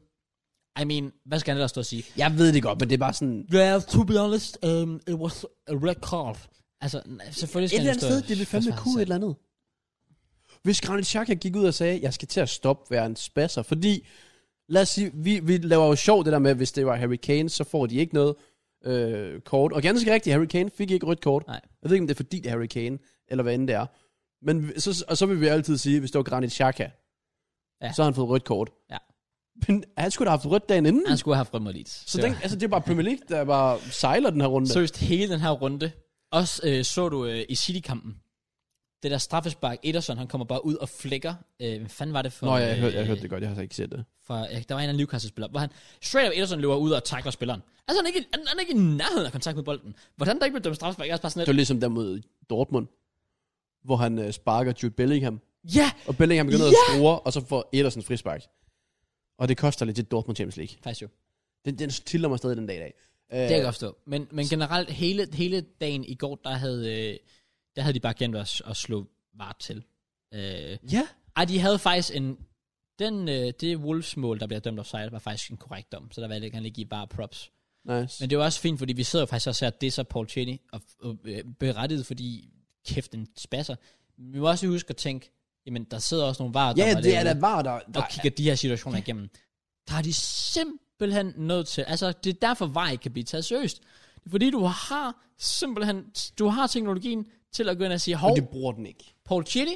Speaker 1: I mean, hvad skal han ellers stå og sige?
Speaker 2: Jeg ved det godt, men det er bare sådan...
Speaker 1: Well, to be honest, um, it was a red card. Altså, nej, selvfølgelig
Speaker 2: Et
Speaker 1: skal
Speaker 2: eller
Speaker 1: han jo
Speaker 2: andet
Speaker 1: stå
Speaker 2: sted,
Speaker 1: og
Speaker 2: det ville fandme
Speaker 1: forsvare sig
Speaker 2: kunne et
Speaker 1: selv.
Speaker 2: eller andet. Hvis Granit Xhaka gik ud og sagde, jeg skal til at stoppe være en spasser, fordi, lad os sige, vi, vi laver jo sjov det der med, hvis det var Harry Kane, så får de ikke noget øh, kort. Og ganske rigtigt, Harry Kane fik ikke rødt kort.
Speaker 1: Nej.
Speaker 2: Jeg ved ikke, om det er fordi, det er Harry Kane, eller hvad end det er. Men vi- så, og så vil vi altid sige, hvis det var Granit Xhaka,
Speaker 1: Ja.
Speaker 2: ja. så har han fået rødt kort.
Speaker 1: Ja.
Speaker 2: Men han skulle da have haft rødt dagen inden.
Speaker 1: Han skulle have haft rødt mod Leeds.
Speaker 2: Så
Speaker 1: Det
Speaker 2: den,
Speaker 1: var-
Speaker 2: altså, det er bare Premier League, der bare sejler den her runde.
Speaker 1: Seriøst, hele den her runde. Også øh, så du øh, i City-kampen. Det der straffespark, Ederson, han kommer bare ud og flækker. Øh, hvad fanden var det for...
Speaker 2: Nå, jeg, jeg, hørte, jeg
Speaker 1: øh,
Speaker 2: hørte det godt, jeg har så ikke set det.
Speaker 1: Fra, øh, der var en eller anden Newcastle-spiller, hvor han straight up Ederson løber ud og takler spilleren. Altså, han er ikke, han, han er ikke i nærheden af kontakt med bolden. Hvordan der ikke blev dømt straffespark? Jeg er også bare
Speaker 2: Det
Speaker 1: sådan
Speaker 2: var ligesom der mod Dortmund, hvor han øh, sparker Jude Bellingham.
Speaker 1: lidt, ja!
Speaker 2: Og Bellingham begynder
Speaker 1: Ja!
Speaker 2: at score, og så får Ederson frispark. Og det koster legit Dortmund Champions League.
Speaker 1: Faktisk jo.
Speaker 2: Den, den tiller mig stadig den dag i dag. Øh,
Speaker 1: Det kan jeg godt forstå. Men, men generelt, hele, hele dagen i går, der havde, øh, der havde de bare glemt at, at slå vart til. Øh,
Speaker 2: Ja.
Speaker 1: Ej, de havde faktisk en... Den, øh, det Wolves-mål, der bliver dømt offside, var faktisk en korrekt dom, så der valgte jeg gerne lige give bare props.
Speaker 2: Nice.
Speaker 1: Men det var også fint, fordi vi sidder jo faktisk også her, det er så Paul Cheney, og, og øh, berettiget, fordi kæft, den spasser. Men Vi må også lige huske at tænke, jamen der sidder også nogle varer,
Speaker 2: ja, det er da var der. der
Speaker 1: og kigger de her situationer igennem. Der er de simpelthen nødt til, altså det er derfor var ikke kan blive taget seriøst. Fordi du har simpelthen, du har teknologien til at gå ind og sige, hov,
Speaker 2: Men de bruger den ikke.
Speaker 1: Paul Chitty,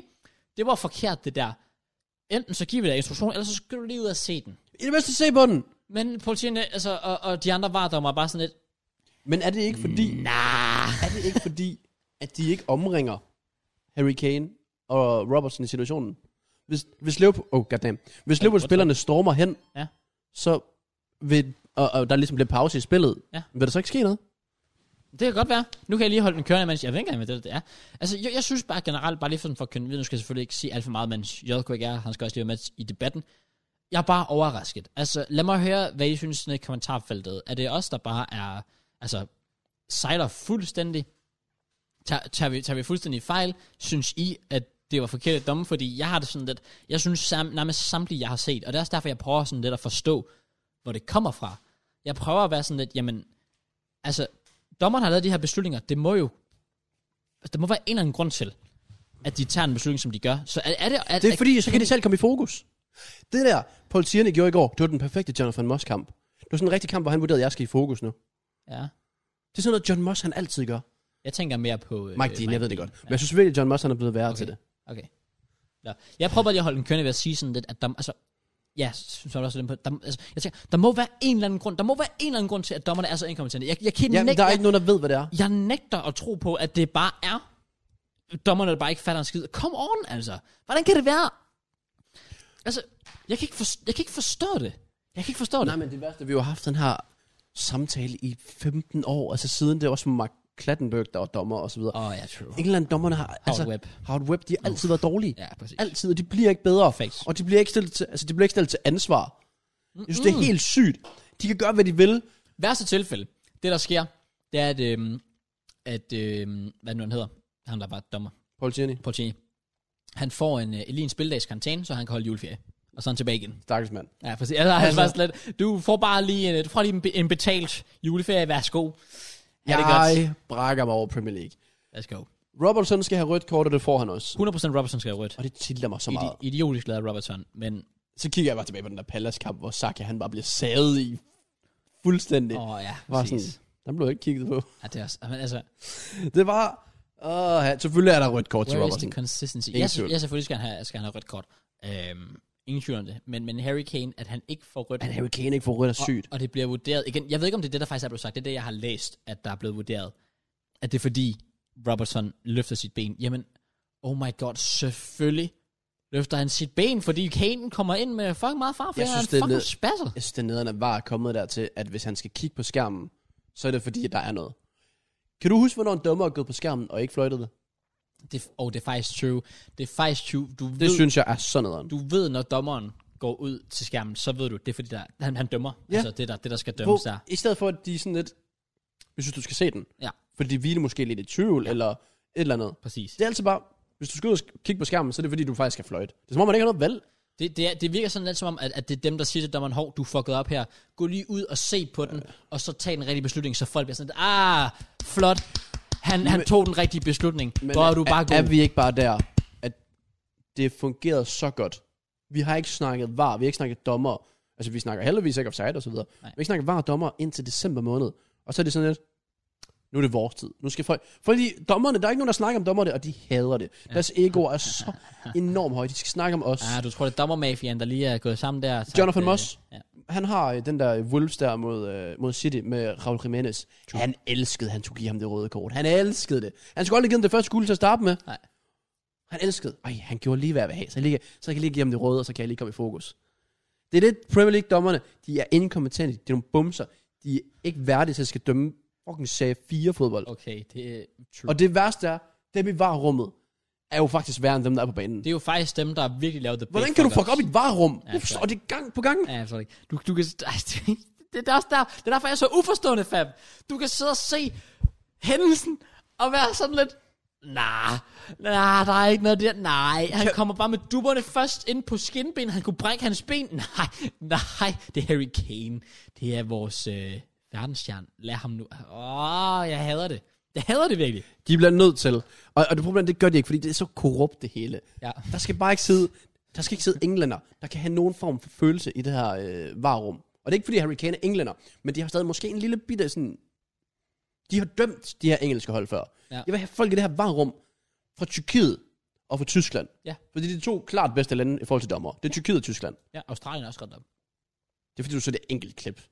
Speaker 1: det var forkert det der. Enten så giver vi dig instruktion, eller så skal du lige ud og se den.
Speaker 2: I det mindste se på den.
Speaker 1: Men politierne, altså, og, og de andre var der var bare sådan lidt,
Speaker 2: Men er det ikke fordi,
Speaker 1: nah.
Speaker 2: er det ikke fordi, at de ikke omringer Harry Kane og Robertson i situationen? Hvis, hvis Liverpool, oh goddamn, hvis Liverpool-spillerne stormer hen,
Speaker 1: Ja.
Speaker 2: så vil, og, og, der ligesom bliver pause i spillet,
Speaker 1: Ja.
Speaker 2: vil der så ikke ske noget?
Speaker 1: Det kan godt være. Nu kan jeg lige holde den kørende, mens jeg ved ikke engang, hvad det, det er. Altså, jeg, jeg synes bare generelt, bare lige sådan for at kunne vide, nu skal jeg selvfølgelig ikke sige alt for meget, mens JK ikke er, her. han skal også lige være med i debatten. Jeg er bare overrasket. Altså, lad mig høre, hvad I synes sådan i kommentarfeltet. Er det os, der bare er, altså, sejler fuldstændig? Tager, tager, vi, tager vi fuldstændig fejl? Synes I, at det var forkert domme? Fordi jeg har det sådan lidt, jeg synes sam, nærmest samtlige, jeg har set, og det er også derfor, jeg prøver sådan lidt at forstå, hvor det kommer fra. Jeg prøver at være sådan lidt, jamen, altså, dommeren har lavet de her beslutninger, det må jo, altså, der må være en eller anden grund til, at de tager en beslutning, som de gør. Så er, er det... Er,
Speaker 2: Det er fordi, så kan de selv komme i fokus. Det der, Paul Tierney gjorde i går, det var den perfekte Jonathan Moss-kamp. Det var sådan en rigtig kamp, hvor han vurderede, at jeg skal i fokus nu.
Speaker 1: Ja.
Speaker 2: Det er sådan noget, John Moss han altid gør.
Speaker 1: Jeg tænker mere på... øh,
Speaker 2: Øh, Mike Dean, jeg ved det godt. Men
Speaker 1: Ja,
Speaker 2: jeg synes virkelig, at John Moss han er blevet værre
Speaker 1: Okay.
Speaker 2: til det.
Speaker 1: okay. Nå. Jeg prøver bare lige at holde den kørende ved at sige sådan lidt, at der... Altså, ja, som du også lidt på, der, altså, jeg tænker, der må være en eller anden grund, der må være en eller anden grund til, at dommerne er så inkompetente. Jeg, jeg, kan
Speaker 2: Ja, men
Speaker 1: nægte,
Speaker 2: der er
Speaker 1: jeg,
Speaker 2: ikke nogen, der ved, hvad det er.
Speaker 1: jeg nægter at tro på, at det bare er dommerne, der bare ikke fatter en skid. Kom on, altså. Hvordan kan det være? Altså, jeg kan ikke, forstå, jeg kan ikke forstå det. Jeg kan ikke forstå det.
Speaker 2: Nej, men det værste, vi har jo haft den her samtale i 15 år, altså siden det var også med Mark Klattenberg, der var dommer og så videre.
Speaker 1: Åh, oh, ja, true.
Speaker 2: England dommerne har, altså,
Speaker 1: Webb.
Speaker 2: Howard Webb, de har altid været dårlige.
Speaker 1: Ja, præcis.
Speaker 2: Altid, og de bliver ikke bedre.
Speaker 1: Facts.
Speaker 2: Og de bliver ikke stillet til, altså, de bliver ikke stillet til ansvar. Jeg synes, det er helt sygt. De kan gøre, hvad de vil.
Speaker 1: Værste tilfælde, det der sker, det er, at, øhm, at øhm, hvad nu han hedder, han der var dommer,
Speaker 2: Paul Tierney,
Speaker 1: Paul Cheney, han får en, øh, lige en spildags karantæne, så han kan holde juleferie. Og så er han tilbage igen.
Speaker 2: stakkels mand.
Speaker 1: Ja, præcis. Altså, altså, altså, lidt, du får bare lige, en, øh, du får lige en, be- en betalt juleferie. Værsgo. Ja, det er godt.
Speaker 2: Jeg brækker mig over Premier League.
Speaker 1: Let's go.
Speaker 2: Robertson skal have rødt kort, og det får han også.
Speaker 1: 100% Robertson skal have rødt.
Speaker 2: Og det tilter mig så meget.
Speaker 1: Idi- idiotisk lavet Robertson, men
Speaker 2: Så kigger jeg bare tilbage på den der Pallas-kamp, hvor Saka han bare bliver savet i fuldstændig.
Speaker 1: åh oh, ja,
Speaker 2: var
Speaker 1: præcis.
Speaker 2: sådan, den blev ikke kigget på.
Speaker 1: Ja, det er også, men altså,
Speaker 2: Det var... Åh, ja, selvfølgelig er der rødt kort til
Speaker 1: Where is the
Speaker 2: Robertson.
Speaker 1: consistency?
Speaker 2: Ingen
Speaker 1: Jeg,
Speaker 2: tvivl.
Speaker 1: jeg selvfølgelig skal han have, skal han have rødt kort. Øhm, ingen tvivl om det. Men, men Harry Kane, at han ikke får rødt
Speaker 2: At Harry Kane ikke får rødt er sygt.
Speaker 1: Og, og det bliver vurderet. Igen, jeg ved ikke, om det er det, der faktisk er blevet sagt. Det er det, jeg har læst, at der er blevet vurderet. At det er fordi, Robertson løfter sit ben. Jamen, oh my god, selvfølgelig løfter han sit ben, fordi Kane kommer ind med fucking meget far, for
Speaker 2: Jeg
Speaker 1: han er en
Speaker 2: synes, det er
Speaker 1: fucking
Speaker 2: lidt-
Speaker 1: spasser.
Speaker 2: Jeg synes, det er nederen, at var kommet dertil, at hvis han skal kigge på skærmen, så er det fordi, at der er noget. Kan du huske, hvornår en dommer er gået på skærmen og ikke fløjtet det?
Speaker 1: Det, og det er faktisk true. Det er faktisk true. Du
Speaker 2: Det
Speaker 1: ved,
Speaker 2: synes jeg er så nederen.
Speaker 1: du ved, når dommeren går ud til skærmen, så ved du, det er fordi, der, han, han dømmer.
Speaker 2: Ja.
Speaker 1: Altså, det er der, det, der skal dømmes der.
Speaker 2: Hvor, I stedet for, at de er sådan lidt... Jeg synes, du skal se den.
Speaker 1: Ja.
Speaker 2: Fordi vi er måske lidt i tvivl, ja. eller et eller andet.
Speaker 1: Præcis.
Speaker 2: Det er altid bare... Hvis du skal ud og sk- kigge på skærmen, så er det fordi, du faktisk skal fløjte. Det er som om, man ikke har noget valg.
Speaker 1: Det, det, er, det virker sådan lidt som om, at, at det er dem, der siger til dommeren, hov, du fuckede op her. Gå lige ud og se på den,
Speaker 2: Øh.
Speaker 1: og så tag den rigtige beslutning, så folk bliver sådan, lidt, ah, flot. Han, men, han tog den rigtige beslutning. Men, Hvor er du bare
Speaker 2: er, er
Speaker 1: god.
Speaker 2: vi ikke bare der, at det fungerede så godt? Vi har ikke snakket var, vi har ikke snakket dommer. Altså, vi snakker heldigvis ikke offside og så videre. Vi
Speaker 1: Nej.
Speaker 2: har ikke snakket var og dommer indtil december måned. Og så er det sådan lidt, nu er det vores tid. Nu skal folk... Fordi dommerne, der er ikke nogen, der snakker om dommerne, og de hader det. Deres egoer er så enormt høje. De skal snakke om os.
Speaker 1: Ah, du tror, det er dommermafiaen, der lige er gået sammen der. Tak,
Speaker 2: Jonathan
Speaker 1: øh,
Speaker 2: Moss.
Speaker 1: Ja.
Speaker 2: Han har øh, den der Wolves der mod, øh, mod City med Raul Jimenez. Han elskede, han skulle give ham det røde kort. Han elskede det. Han skulle aldrig give ham det første guld til at starte med.
Speaker 1: Nej.
Speaker 2: Han elskede. Ej, han gjorde lige hvad jeg vil have. Så, jeg lige, så kan jeg lige give ham det røde, og så kan jeg lige komme i fokus. Det er det, Premier League-dommerne, de er inkompetente. De er nogle bumser. De er ikke værdige til at skal dømme fucking serie 4 fodbold. Okay.
Speaker 1: Okay, det er true. Og
Speaker 2: Og det værste er, dem i varerummet er jo faktisk værre end dem, der er på banen.
Speaker 1: det er jo faktisk dem, der virkelig lavede det
Speaker 2: Hvordan kan du fuck op i et varerum?
Speaker 1: Ja,
Speaker 2: Ja, og det er gang på gang.
Speaker 1: Ja, jeg forstår det ikke. Du, du kan... Ej, det, det, er også der, det er derfor, jeg er så uforstående, fam. Du kan sidde og se hændelsen og være sådan lidt... Nej, nah, der er ikke noget der. Nej, han kommer bare med dupperne først ind på skinben. Han kunne brække hans ben. Nej, nej, det er Harry Kane. Det er vores øh, verdensstjerne. Lad ham nu. Åh, oh, jeg hader det. Jeg hader det virkelig.
Speaker 2: De bliver nødt til. Og, og det problem, det gør de ikke, fordi det er så korrupt det hele.
Speaker 1: Ja.
Speaker 2: Der skal bare ikke sidde, der skal ikke sidde englænder, der kan have nogen form for følelse i det her øh, varerum. Og det er ikke, fordi Harry Kane er englænder, men de har stadig måske en lille bitte sådan... De har dømt de her engelske hold før.
Speaker 1: Ja.
Speaker 2: Jeg vil have folk i det her varerum fra Tyrkiet og fra Tyskland.
Speaker 1: Ja.
Speaker 2: Fordi det er de to klart bedste lande i forhold til dommer. Det er Tyrkiet og Tyskland.
Speaker 1: Ja, Australien er også godt op.
Speaker 2: Det er fordi, du så det enkelt klip.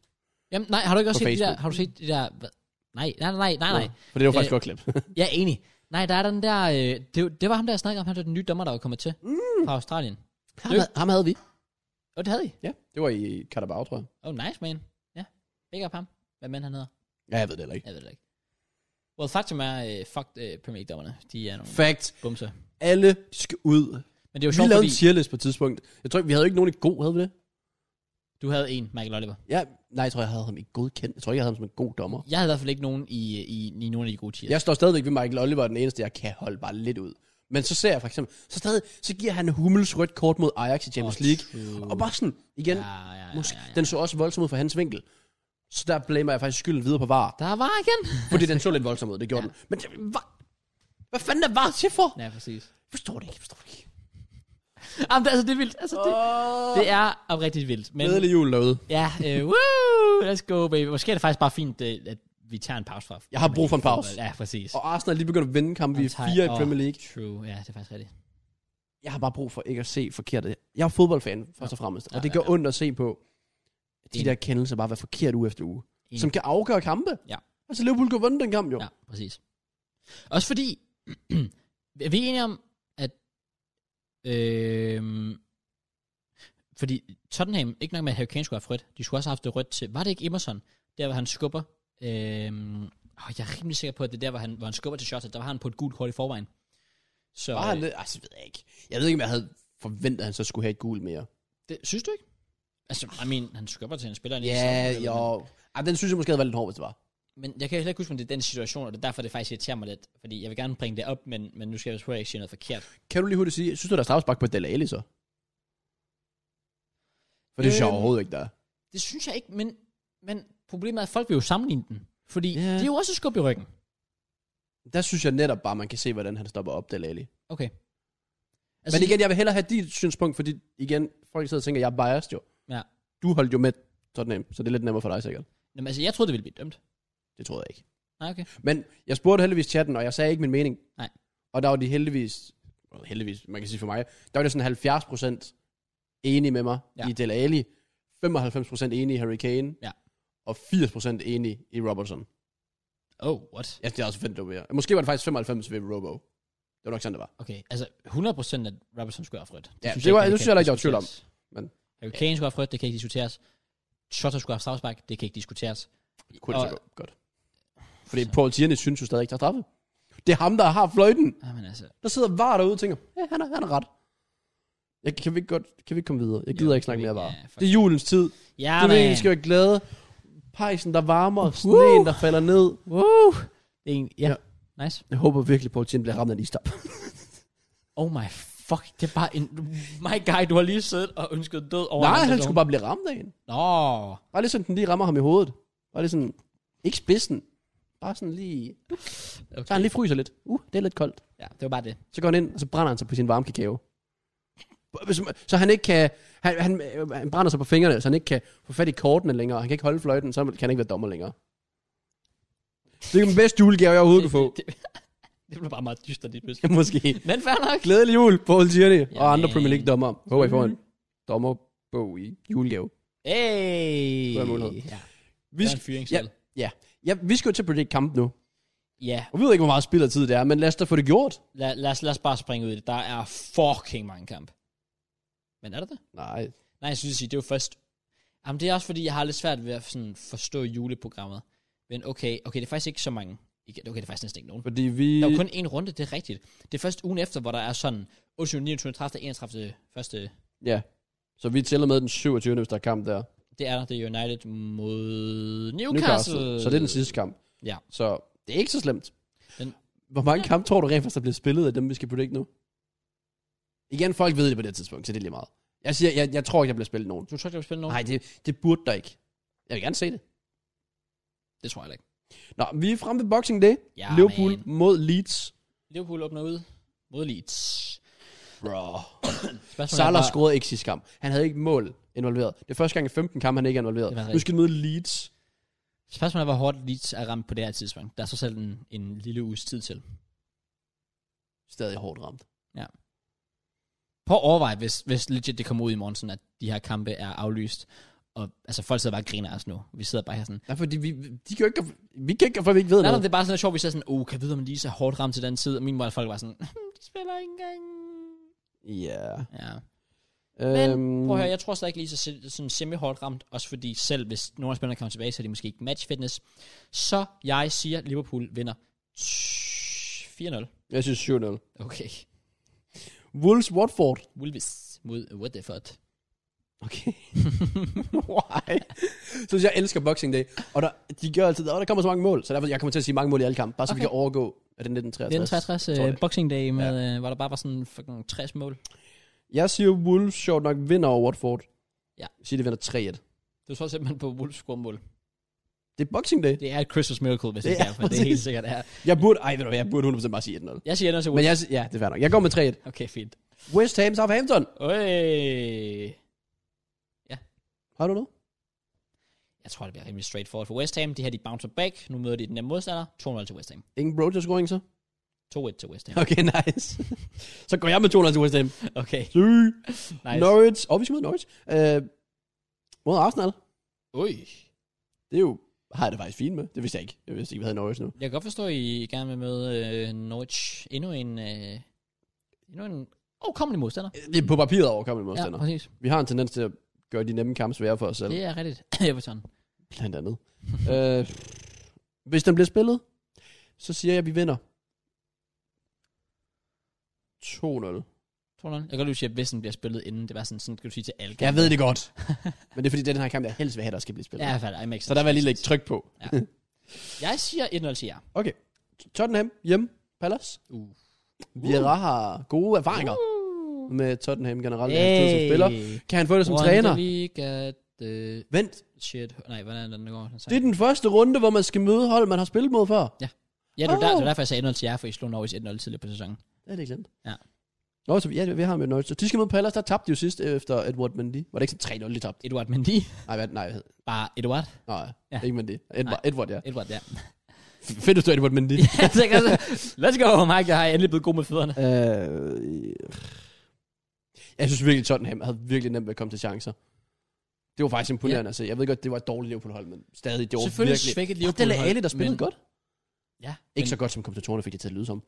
Speaker 1: Jamen, nej, har du ikke også
Speaker 2: På
Speaker 1: set de der...
Speaker 2: Facebook.
Speaker 1: Har du set de der... Hvad? Nej, nej, nej, nej, nej.
Speaker 2: For det var faktisk
Speaker 1: Øh,
Speaker 2: godt klip.
Speaker 1: Jeg er enig. Nej, der er den der... Øh, det, det var ham, der jeg snakkede om. Han er den nye dommer, der var kommet til mm. fra Australien.
Speaker 2: ham, havde, ham havde vi.
Speaker 1: Og oh, det havde I.
Speaker 2: Ja, det var i Carabao, tror jeg.
Speaker 1: Oh, nice, man. Ja. Big up ham. Hvad mand han hedder.
Speaker 2: Ja, jeg ved det heller ikke.
Speaker 1: Jeg ved det ikke. Well, faktum er, øh, fuck øh, Premier League-dommerne. De er nogle
Speaker 2: Fact.
Speaker 1: bumser.
Speaker 2: Alle skal ud.
Speaker 1: Men det er jo
Speaker 2: Vi
Speaker 1: sjovt,
Speaker 2: lavede
Speaker 1: fordi
Speaker 2: en tierlist på et tidspunkt. Jeg tror, vi havde ikke nogen i god, havde vi det?
Speaker 1: du havde en, Michael Oliver.
Speaker 2: Ja, nej, jeg tror, jeg havde ham i godkendt. Jeg tror ikke, jeg havde ham som en god dommer.
Speaker 1: Jeg havde i hvert fald ikke nogen i, i, i nogle af de gode tier.
Speaker 2: Jeg står stadigvæk ved Michael Oliver, den eneste, jeg kan holde bare lidt ud. Men så ser jeg for eksempel, så, stadig, så giver han Hummels rødt kort mod Ajax i Champions
Speaker 1: Åh,
Speaker 2: League.
Speaker 1: true.
Speaker 2: Og bare sådan, igen,
Speaker 1: Ja, ja, ja,
Speaker 2: måske,
Speaker 1: ja, ja.
Speaker 2: den så også voldsom ud fra hans vinkel. Så der blamer jeg faktisk skylden videre på VAR.
Speaker 1: Der var igen.
Speaker 2: Fordi den så lidt voldsom ud, det gjorde ja. den. Men det, hva, hvad fanden er VAR til for?
Speaker 1: ja, præcis.
Speaker 2: Jeg forstår det ikke, jeg forstår det ikke.
Speaker 1: Jamen, det, altså, det er vildt. Altså, det,
Speaker 2: Åh,
Speaker 1: det er oprigtigt vildt. Men,
Speaker 2: glædelig jul derude.
Speaker 1: ja, øh, woo, let's go, baby. Måske er det faktisk bare fint, øh, at vi tager en pause fra.
Speaker 2: Jeg har brug for en pause.
Speaker 1: Ja, præcis.
Speaker 2: Og Arsenal er lige begyndt at vinde kampen. Vi er
Speaker 1: Jamen, tak.
Speaker 2: fire i
Speaker 1: Åh,
Speaker 2: Premier League.
Speaker 1: True, ja, det er faktisk rigtigt.
Speaker 2: Jeg har bare brug for ikke at se forkerte. Jeg er fodboldfan, først og fremmest.
Speaker 1: Ja,
Speaker 2: Og det
Speaker 1: ja,
Speaker 2: gør ondt at se på. De
Speaker 1: Enig.
Speaker 2: der kendelser bare være forkert uge efter uge.
Speaker 1: Enig.
Speaker 2: Som kan afgøre kampe.
Speaker 1: Ja.
Speaker 2: Altså Liverpool kunne vinde den kamp jo.
Speaker 1: Ja, præcis. Også fordi, er vi enige om, at øh, fordi Tottenham, ikke nok med at Harry Kane skulle have haft rødt, de skulle også have haft det rødt til, var det ikke Emerson, der hvor han skubber, øh, åh, jeg er rimelig sikker på, at det er der, hvor han, hvor han skubber til Shota, der var han på et gult kort i forvejen. Så,
Speaker 2: Var han
Speaker 1: det?
Speaker 2: det? Altså, ved jeg ikke. Jeg ved ikke, om jeg havde forventet, at han så skulle have et gul mere.
Speaker 1: det? Synes du ikke? Altså, I mean, han skubber til en spiller. i en
Speaker 2: Ja,
Speaker 1: sammenhæng, men-
Speaker 2: jo. Ej, den synes jeg måske havde været lidt hård, hvis det var.
Speaker 1: Men jeg kan heller ikke huske, om det er den situation, og det er derfor, det faktisk irriterer mig lidt. Fordi jeg vil gerne bringe det op, men, men nu skal jeg passe på, at jeg ikke siger noget forkert.
Speaker 2: Kan du lige hurtigt sige, synes du, der er strafspark på Dele Alli så? For det synes jeg
Speaker 1: Øhm.
Speaker 2: overhovedet ikke, der er.
Speaker 1: Det synes jeg ikke, men, men problemet er, at folk vil jo sammenligne den. Fordi
Speaker 2: Ja.
Speaker 1: yeah. det er jo også et skub i ryggen.
Speaker 2: Der synes jeg netop bare, man kan se, hvordan han stopper op Dele Alli.
Speaker 1: Okay.
Speaker 2: Altså, Men igen, jeg vil hellere have dit synspunkt, fordi igen, folk sidder og tænker, jeg er biased jo.
Speaker 1: Ja.
Speaker 2: Du holdt jo med Tottenham, så det er lidt nemmere for dig sikkert.
Speaker 1: Jamen, altså, jeg troede, det ville blive dømt.
Speaker 2: Det tror jeg ikke.
Speaker 1: Nej, okay.
Speaker 2: Men jeg spurgte heldigvis chatten, og jeg sagde ikke min mening.
Speaker 1: Nej.
Speaker 2: Og der var de heldigvis, well, heldigvis, man kan sige for mig, der var det sådan 70 procent enige med mig
Speaker 1: Ja.
Speaker 2: ja. i Dele Alli, 95 procent enige i Harry Kane,
Speaker 1: Ja.
Speaker 2: og 80 procent enige i Robertson.
Speaker 1: Oh, what?
Speaker 2: Ja, det er også fedt, det var mere. Måske var det faktisk 95 ved Robo. Det var nok sådan, det var.
Speaker 1: Okay, altså 100% at Robertson skulle have haft rødt.
Speaker 2: Ja,
Speaker 1: synes
Speaker 2: det var-
Speaker 1: ikke,
Speaker 2: det synes jeg heller ikke, jeg var i tvivl om,
Speaker 1: diskuteres.
Speaker 2: men-
Speaker 1: Harry Kane skulle have haft rødt, det kan ikke diskuteres. Schotter skulle have haft strafspark, det kan ikke diskuteres.
Speaker 2: Det kunne det så
Speaker 1: Og-
Speaker 2: godt- godt. Fordi Paul Tierney synes jo stadig ikke, der er straffe. Det er ham, der har fløjten.
Speaker 1: Jamen altså,
Speaker 2: Der sidder var derude og tænker, ja, han har, han har ret. Jeg, kan, vi ikke godt, kan vi ikke komme videre? Jeg gider
Speaker 1: Jo,
Speaker 2: jo, ikke snakke
Speaker 1: kan
Speaker 2: mere
Speaker 1: vi-
Speaker 2: var.
Speaker 1: ja, fuck.
Speaker 2: det er julens tid.
Speaker 1: ja,
Speaker 2: Du ved,
Speaker 1: man.
Speaker 2: vi skal være glade. Pejsen, der varmer,
Speaker 1: Uh-huh.
Speaker 2: sneen, der falder ned.
Speaker 1: Woo! Det er en, ja. ja.
Speaker 2: Ja.
Speaker 1: Nice.
Speaker 2: Jeg håber virkelig, Paul Tierney bliver ramt af en istop.
Speaker 1: Oh my fuck, det er bare en... My guy, du har lige siddet og ønsket død over...
Speaker 2: Nej, han skulle bare blive ramt af en.
Speaker 1: Nå.
Speaker 2: Bare lige sådan, den lige rammer ham i hovedet. Bare lige sådan, ikke spidsen. Bare sådan lige... Så han lige fryser lidt. Uh, det er lidt koldt.
Speaker 1: Ja, det var bare det.
Speaker 2: Så går han ind, og så brænder han sig på sin varme kakao. Hvis- Så han ikke kan... Han, han, øh, han brænder sig på fingrene, så han ikke kan få fat i kortene længere. Han kan ikke holde fløjten, så kan han ikke være dommer længere. Det er den bedste julegave, jeg overhovedet
Speaker 1: det,
Speaker 2: kan få.
Speaker 1: Det, det, det blev bare meget dyster lige pludselig.
Speaker 2: Måske.
Speaker 1: Men fair nok.
Speaker 2: Glædelig jul, Paul Tierney og andre
Speaker 1: Jamen.
Speaker 2: Premier League dommer. Håber, I får en dommerbog i julegave.
Speaker 1: Hey!
Speaker 2: Det var en mulighed.
Speaker 1: Ja,
Speaker 2: Vi,
Speaker 1: der er en
Speaker 2: sk-
Speaker 1: fyringsvalg.
Speaker 2: ja, ja, vi skal jo til at predict kamp nu.
Speaker 1: Ja,
Speaker 2: Og vi ved ikke, hvor meget spild af tid det er, men lad os da få det gjort.
Speaker 1: lad, lad, os, lad os bare springe ud i det. Der er fucking mange kamp. Men er der det?
Speaker 2: Nej.
Speaker 1: Nej, jeg synes, det er jo først... Jamen, det er også fordi, jeg har lidt svært ved at sådan, forstå juleprogrammet. Men okay, okay, det er faktisk ikke så mange. Ikke- Okay, det er faktisk næsten ikke nogen.
Speaker 2: Fordi vi...
Speaker 1: Der er jo kun en runde, det er rigtigt. Det er først ugen efter, hvor der er sådan 28, 29, 30, 31, første...
Speaker 2: Ja. Så vi tæller med den 27. hvis der er kamp der.
Speaker 1: Det er der, det er United mod Newcastle.
Speaker 2: Newcastle. Så det er den sidste kamp.
Speaker 1: Ja.
Speaker 2: Så det er ikke så slemt.
Speaker 1: Den-
Speaker 2: Den... Hvor mange kampe tror du rent faktisk, der bliver spillet af dem, vi skal predict nu? Igen, folk ved det på det tidspunkt, så det er lige meget. Jeg siger, jeg, jeg tror ikke, der bliver spillet nogen.
Speaker 1: Du tror ikke, der vil spille nogen?
Speaker 2: Nej, det, det burde der ikke. Jeg vil gerne se det.
Speaker 1: Det tror jeg heller ikke.
Speaker 2: Nå, vi er fremme ved Boxing Day.
Speaker 1: Ja,
Speaker 2: Liverpool
Speaker 1: man.
Speaker 2: mod Leeds.
Speaker 1: Liverpool åbner ud mod Leeds.
Speaker 2: Bro.
Speaker 1: Spørgsmålet er
Speaker 2: Salah
Speaker 1: bare-
Speaker 2: scorede ikke sidste kamp. Han havde ikke mål involveret. Det er første gang i 15 kampe, han ikke er involveret.
Speaker 1: Det var
Speaker 2: Nu skal de møde Leeds.
Speaker 1: Spørgsmålet er, hvor hårdt Leeds er ramt på det her tidspunkt. Der er så selv en, en lille uges tid til.
Speaker 2: Stadig hårdt ramt.
Speaker 1: Prøv at overveje, hvis, hvis legit det kommer ud i morgen, sådan at de her kampe er aflyst, og altså, folk sidder bare og griner af os nu. Vi sidder bare her sådan.
Speaker 2: Nej, fordi vi, de kan jo ikke, vi kan ikke, gøre for at vi ikke ved
Speaker 1: Nej, nej,
Speaker 2: noget.
Speaker 1: det er bare sådan noget sjovt, vi sidder sådan, oh, kan jeg vide, om Lisa er hårdt ramt til den tid? Og min mor folk var sådan, "Hm, de spiller ikke engang.
Speaker 2: Ja.
Speaker 1: Ja. Men
Speaker 2: Øhm,
Speaker 1: prøv at høre, jeg tror stadig, Lisa er se- sådan semi-hårdt ramt, også fordi selv hvis nogle af spillerne kommer tilbage, så er de måske ikke match fitness. Så jeg siger, at Liverpool vinder 4-0.
Speaker 2: jeg synes 7-0.
Speaker 1: Okay.
Speaker 2: Wolves Watford.
Speaker 1: Wolves mod What the fuck.
Speaker 2: Okay. Why? så jeg elsker Boxing Day. Og der, de gør altid, og der kommer så mange mål. Så derfor, jeg kommer til at sige mange mål i alle kampe. Bare så okay. vi
Speaker 1: Okay.
Speaker 2: kan overgå. Er det 1963?
Speaker 1: 1963
Speaker 2: tror jeg.
Speaker 1: uh, Boxing Day, med, ja. hvor der bare var sådan fucking 60 mål.
Speaker 2: Jeg siger, Wolves sjovt nok vinder over Watford.
Speaker 1: Ja.
Speaker 2: Jeg siger, de vinder 3-1.
Speaker 1: Du tror simpelthen på Wolves skormål.
Speaker 2: Det er Boxing Day.
Speaker 1: Det er et Christmas miracle, hvis
Speaker 2: Det
Speaker 1: det, det
Speaker 2: er
Speaker 1: er, for det er helt sikkert. Ja.
Speaker 2: Jeg burde, ej, ved du hvad, jeg burde 100% bare sige 1-0.
Speaker 1: Jeg siger ender til
Speaker 2: Men
Speaker 1: Wolves.
Speaker 2: jeg, ja, det er fair nok. Jeg går med 3-1.
Speaker 1: Okay, fint.
Speaker 2: West Ham Southampton.
Speaker 1: Øj.
Speaker 2: Har du noget?
Speaker 1: Jeg tror, det bliver rimelig straightforward for West Ham. De her, de bouncer back. Nu møder de den nemme modstander. 2-0 til West Ham.
Speaker 2: Ingen Broger scoring så?
Speaker 1: 2-1 til West Ham.
Speaker 2: Okay, nice. så går jeg med 200 til West Ham.
Speaker 1: Okay,
Speaker 2: Syg.
Speaker 1: nice.
Speaker 2: Norwich. Åh, oh, vi skal mod Norwich. Øh, mod Arsenal.
Speaker 1: Ui.
Speaker 2: Det er jo, har jeg det faktisk fint med. Det vidste jeg ikke. Jeg vidste ikke, vi havde Norwich nu.
Speaker 1: Jeg kan godt forstå, at I gerne vil møde øh, Norwich. Endnu en... Øh, endnu en... Åh, oh, kommende modstander.
Speaker 2: Det er på papiret overkommende modstander.
Speaker 1: Ja, præcis.
Speaker 2: Vi har en tendens til at gøre de nemme kampe svære for os selv.
Speaker 1: Det er rigtigt. Everton.
Speaker 2: Blandt andet. øh, hvis den bliver spillet, så siger jeg, at vi vinder. 2-0.
Speaker 1: 2-0. Jeg kan godt lide, at hvis den bliver spillet inden, det var sådan, sådan skal du sige til alle.
Speaker 2: Jeg ved det godt. Men det er fordi, det er den her kamp, jeg helst vil have, der skal blive spillet.
Speaker 1: Ja, i hvert fald. I make
Speaker 2: Så der vil jeg lige lægge tryk på.
Speaker 1: Jeg siger 1-0 til jer.
Speaker 2: Tottenham hjemme. Palace.
Speaker 1: Uh.
Speaker 2: Vieira har gode erfaringer
Speaker 1: Uh.
Speaker 2: med Tottenham generelt. Hey. Han som spiller. Kan han få det som
Speaker 1: One
Speaker 2: træner?
Speaker 1: week at the
Speaker 2: Vent,
Speaker 1: shit. Nej, hvordan er den, den går? Den sang?
Speaker 2: det er den første runde, hvor man skal møde hold, man har spillet mod før.
Speaker 1: ja, det var, der, det
Speaker 2: Åh.
Speaker 1: var derfor, jeg sagde 1-0 til jer, for I slog Norwich 1-0 tidligere på sæsonen.
Speaker 2: Det er det glemt.
Speaker 1: Ja.
Speaker 2: Nå, så vi, ja, vi har med Norwich. Så de skal møde Palace, der tabte de jo sidst øh, efter Edward Mendy. Var det ikke sådan 3-0, de tabte?
Speaker 1: Edward Mendy.
Speaker 2: Nej, hvad, nej, hvad hed-
Speaker 1: Bare Edward.
Speaker 2: nej,
Speaker 1: Ja.
Speaker 2: ja. ikke Mendy. Edward, Edward ja.
Speaker 1: Edward, ja.
Speaker 2: F- Fedt, hvis du er Edward Mendy.
Speaker 1: jeg tænker, altså, let's go, Mike. Jeg har endelig blevet god med fødderne.
Speaker 2: Øh, jeg synes virkelig, Tottenham havde virkelig nemt ved at komme til chancer. Det var faktisk imponerende ja. at se. Jeg ved godt, det var et dårligt Liverpool-hold, men stadig, det var
Speaker 1: Selvfølgelig
Speaker 2: virkelig...
Speaker 1: svækket
Speaker 2: Og
Speaker 1: Liverpool.
Speaker 2: Dele Ali, der spillede
Speaker 1: men-
Speaker 2: godt.
Speaker 1: Ja.
Speaker 2: Ikke
Speaker 1: men
Speaker 2: så godt, som kommentatorerne fik det til at lyde som.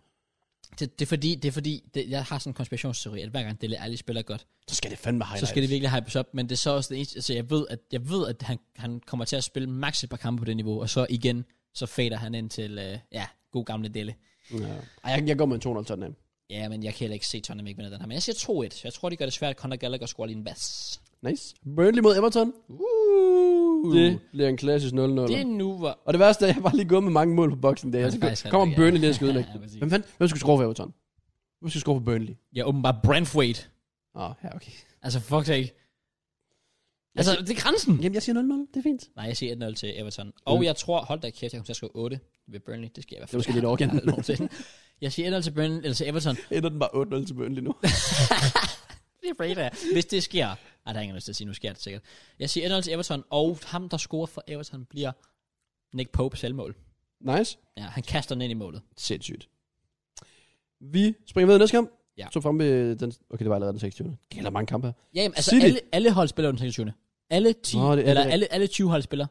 Speaker 1: Det, det, er fordi, det er fordi det, jeg har sådan en konspirationsteori, at hver gang Dele Alli spiller godt,
Speaker 2: Så skal det fandme highlights.
Speaker 1: så skal det virkelig hypes op, men det er så også det eneste, altså jeg ved, at, jeg ved, at han, han kommer til at spille max et par kampe på det niveau, og så igen, så fader han ind til, øh, ja, god gamle Delle.
Speaker 2: Ja. Ej, jeg, jeg går med en 200 Tottenham.
Speaker 1: Ja, men jeg kan heller ikke se Tottenham ikke vinder den her, men jeg siger 2-1, jeg tror, de gør det svært, at Conor Gallagher scorer lige en bas.
Speaker 2: Nice. Burnley mod Everton.
Speaker 1: Uh,
Speaker 2: Det bliver en klassisk 0-0.
Speaker 1: det er nu, hvor...
Speaker 2: Og det værste er, at jeg bare lige gået med mange mål på boksen der.
Speaker 1: Ja,
Speaker 2: Så
Speaker 1: det er faktisk
Speaker 2: kommer
Speaker 1: heller ikke,
Speaker 2: Burnley lige og skal ødelægge.
Speaker 1: Ja, præcis.
Speaker 2: Hvem fanden? Hvem skal score for Everton? Hvem skal score for Burnley?
Speaker 1: Ja, åbenbart Brentwaite.
Speaker 2: Åh, oh, ja, okay.
Speaker 1: Altså, fuck sake. Altså, det er grænsen.
Speaker 2: Jamen, jeg siger 0-0. Det er fint.
Speaker 1: Nej, jeg siger 1-0 til Everton. Og
Speaker 2: Mm.
Speaker 1: jeg tror, hold da kæft, jeg kommer til at skrive 8 ved Burnley. Det skal jeg i hvert fald.
Speaker 2: Det skal lidt over igen.
Speaker 1: Jeg har aldrig nogensinde. Jeg siger 1-0 til Burnley, eller til Everton.
Speaker 2: Ender den bare 8-0 til Burnley nu.
Speaker 1: Det er fredag. Hvis det sker... Ej, der er ingen lyst til at sige, nu sker det sikkert. Jeg siger 1-0 til Everton, og ham, der scorer for Everton, bliver Nick Pope selvmål.
Speaker 2: nice.
Speaker 1: Ja, han kaster den ind i målet.
Speaker 2: Sindssygt. Vi springer ved i næste kamp.
Speaker 1: Ja.
Speaker 2: Så frem ved den... Okay, det var allerede den 26. Det gælder mange kampe her.
Speaker 1: Ja, jamen, altså
Speaker 2: City.
Speaker 1: alle, alle hold spiller den 26. Alle 10,
Speaker 2: Nå, det er det
Speaker 1: eller
Speaker 2: rigtigt.
Speaker 1: alle, alle 20 hold spiller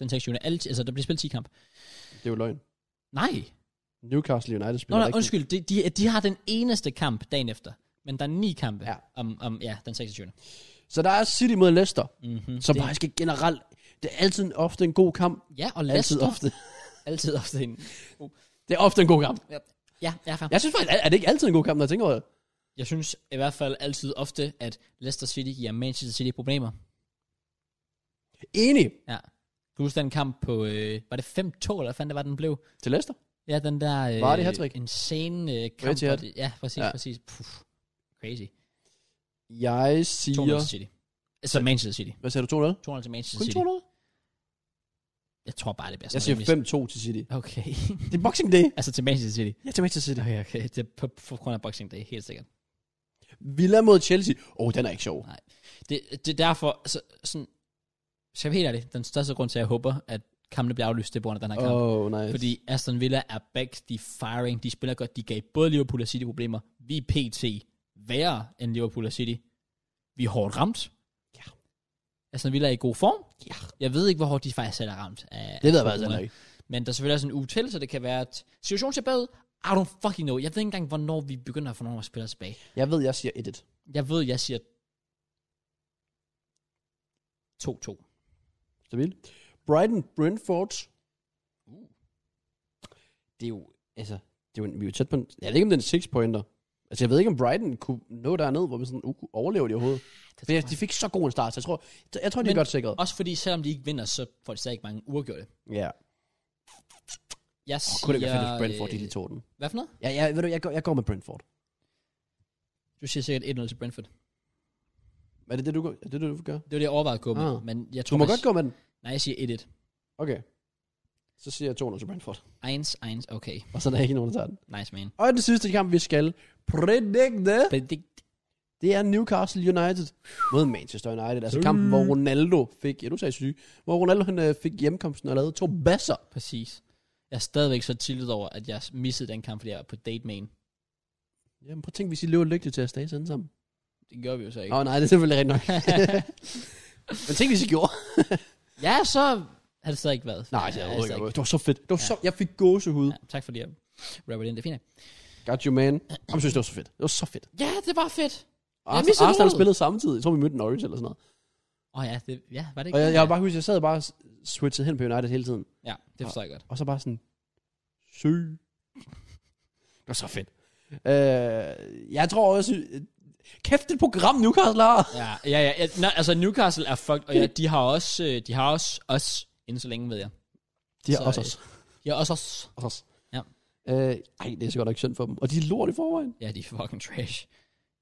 Speaker 1: den 26. Alle, 10 altså, der bliver spillet 10 kamp.
Speaker 2: Det er jo løgn.
Speaker 1: Nej.
Speaker 2: Newcastle United
Speaker 1: Nå,
Speaker 2: spiller
Speaker 1: nej,
Speaker 2: rigtig-
Speaker 1: undskyld. De, de, de har den eneste kamp dagen efter. Men der er ni kampe
Speaker 2: Ja.
Speaker 1: ja. om, om ja, den 26.
Speaker 2: Så der er City mod Leicester,
Speaker 1: Mm-hmm.
Speaker 2: som det... faktisk er generelt... Det er altid ofte en god kamp.
Speaker 1: Ja, og
Speaker 2: Altid
Speaker 1: Leicester.
Speaker 2: ofte.
Speaker 1: Altid ofte hende.
Speaker 2: Det er ofte en god kamp.
Speaker 1: Ja, jeg er
Speaker 2: Jeg synes faktisk, er- er det ikke altid en god kamp, når jeg tænker over det?
Speaker 1: Jeg synes i hvert fald altid ofte, at Leicester City giver Manchester City problemer.
Speaker 2: Enig
Speaker 1: Ja. Kan du huske den kamp på, øh, var det 5-2, eller hvad fanden det var, den blev?
Speaker 2: til Leicester.
Speaker 1: Ja, den der øh,
Speaker 2: Var det hat-trick?
Speaker 1: insane øh, kamp.
Speaker 2: Etihad?
Speaker 1: hvor det- Ja, præcis, ja.
Speaker 2: Ja.
Speaker 1: præcis. Puff. Crazy.
Speaker 2: Jeg
Speaker 1: 2-0
Speaker 2: siger...
Speaker 1: til City. Altså Manchester City.
Speaker 2: Hvad sagde du, 2-0?
Speaker 1: 2-0 til Manchester
Speaker 2: Kun
Speaker 1: City.
Speaker 2: 2-0?
Speaker 1: Jeg tror bare, det bliver
Speaker 2: Jeg
Speaker 1: sådan
Speaker 2: siger
Speaker 1: rimelig-
Speaker 2: 5-2 til City.
Speaker 1: Okay.
Speaker 2: Det er Boxing Day.
Speaker 1: altså til Manchester City.
Speaker 2: Jeg tager med til City.
Speaker 1: Okay, okay. Det er på, på grund af Boxing Day, helt sikkert.
Speaker 2: Villa mod Chelsea. Åh, oh, den er ikke sjov.
Speaker 1: Det, det er derfor, altså, sådan, skal jeg være helt ærlig, den største grund til, at jeg håber, at kampene bliver aflyst, det er på grund af den her kamp.
Speaker 2: Åh, oh, nice. Fordi...
Speaker 1: Fordi Aston Villa er back, de er firing, de spiller godt, de gav både Liverpool og City problemer. Vi er pt. værre end Liverpool og City. Vi er hårdt ramt.
Speaker 2: Ja.
Speaker 1: Aston Villa er i god form.
Speaker 2: Ja.
Speaker 1: Jeg ved ikke, hvor hårdt de faktisk selv er ramt af
Speaker 3: Det ved
Speaker 1: af
Speaker 3: jeg faktisk
Speaker 1: corona.
Speaker 3: heller ikke.
Speaker 1: Men der er selvfølgelig også en uge til, så det kan være, at situationen ser bedre ud. I don't fucking know. Jeg ved ikke engang, hvornår vi begynder at få nogle af vores spillere tilbage.
Speaker 2: Jeg ved, jeg siger 1-1.
Speaker 1: Jeg ved, jeg siger 2-2.
Speaker 2: Stabil. Brighton Brentford. Det er jo, altså, det er jo, en- vi er jo tæt på en, jeg ved ikke, om det er en 6 pointer. Altså, jeg ved ikke, om Brighton kunne nå derned, hvor man sådan, uh, overlever de overhovedet.
Speaker 1: Det
Speaker 2: Men
Speaker 1: tror
Speaker 2: jeg, de fik så god en start, så jeg tror, jeg, jeg tror, de
Speaker 1: Men-
Speaker 2: er godt sikret.
Speaker 1: Også fordi, selvom de ikke vinder, så får de stadig mange uafgjorte.
Speaker 2: Ja.
Speaker 1: Jeg
Speaker 2: Og
Speaker 1: siger...
Speaker 2: kunne det ikke være fedt, hvis Brentford, de, de
Speaker 1: øh,
Speaker 2: tog den.
Speaker 1: Hvad for noget?
Speaker 2: Ja, ja, ved du, jeg går, jeg går med Brentford.
Speaker 1: Du siger sikkert 1-0 til Brentford.
Speaker 2: Er det det, du, gør- er det, det, du gør?
Speaker 1: Det var det, jeg overvejede at gå med.
Speaker 2: Ah.
Speaker 1: Men jeg
Speaker 2: Du
Speaker 1: tror...
Speaker 2: må
Speaker 1: jeg-
Speaker 2: godt gå med den.
Speaker 1: Nej, jeg siger 1-1.
Speaker 2: Okay. Så siger jeg 200 til Brentford.
Speaker 1: Eins, eins, okay.
Speaker 2: Og så er der ikke nogen, der tager den.
Speaker 1: Nice, man.
Speaker 2: Og den sidste kamp, vi skal predikte,
Speaker 1: Men det,
Speaker 2: det er Newcastle United mod Manchester United. Altså kampen, hvor Ronaldo fik, ja, du sagde syg, hvor Ronaldo han, øh, fik hjemkomsten og lavede to basser.
Speaker 1: præcis. Jeg er stadigvæk så tiltet over, at jeg missede den kamp, fordi jeg var på date med en.
Speaker 2: Jamen prøv at tænke, hvis I løber lykkeligt til at stage sådan sammen.
Speaker 1: Det gør vi jo så ikke.
Speaker 2: Åh oh, nej, det er selvfølgelig rigtigt nok. Men tænk, hvis I gjorde.
Speaker 1: Ja, så har det stadig ikke været.
Speaker 2: Nej, det
Speaker 1: Ja, stadig
Speaker 2: er overhovedet Altså, ikke. Det var så fedt. Det var
Speaker 1: Ja.
Speaker 2: så, jeg fik gåsehud.
Speaker 1: Ja, tak fordi jeg rapper ind det fine.
Speaker 2: Got you, man. Jeg synes, det var så fedt. Det var så fedt.
Speaker 1: Ja, det var fedt.
Speaker 2: Og
Speaker 1: Jeg
Speaker 2: Arsenal,
Speaker 1: missede
Speaker 2: Arsenal
Speaker 1: målet.
Speaker 2: spillede samtidig. Jeg tror, vi mødte Norwich eller sådan noget.
Speaker 1: Åh oh, ja, det, ja, var det ikke
Speaker 2: Og jeg,
Speaker 1: det?
Speaker 2: jeg, har bare husker, jeg sad bare og s- switchede hen på United hele tiden.
Speaker 1: Ja, det forstår jeg godt.
Speaker 2: Og så bare sådan, søg. Det var så fedt. Øh, jeg tror også, øh, kæft et program Newcastle har.
Speaker 1: Ja, ja, ja. ja. Nå, altså Newcastle er fucked, og ja, de har også, øh, de har også os, inden så længe ved jeg.
Speaker 2: De har
Speaker 1: Så,
Speaker 2: også
Speaker 1: øh,
Speaker 2: os.
Speaker 1: De har også os.
Speaker 2: Også os.
Speaker 1: ja.
Speaker 2: Øh, ej, det er så godt nok synd for dem. Og de er lort i forvejen.
Speaker 1: Ja, de er fucking trash.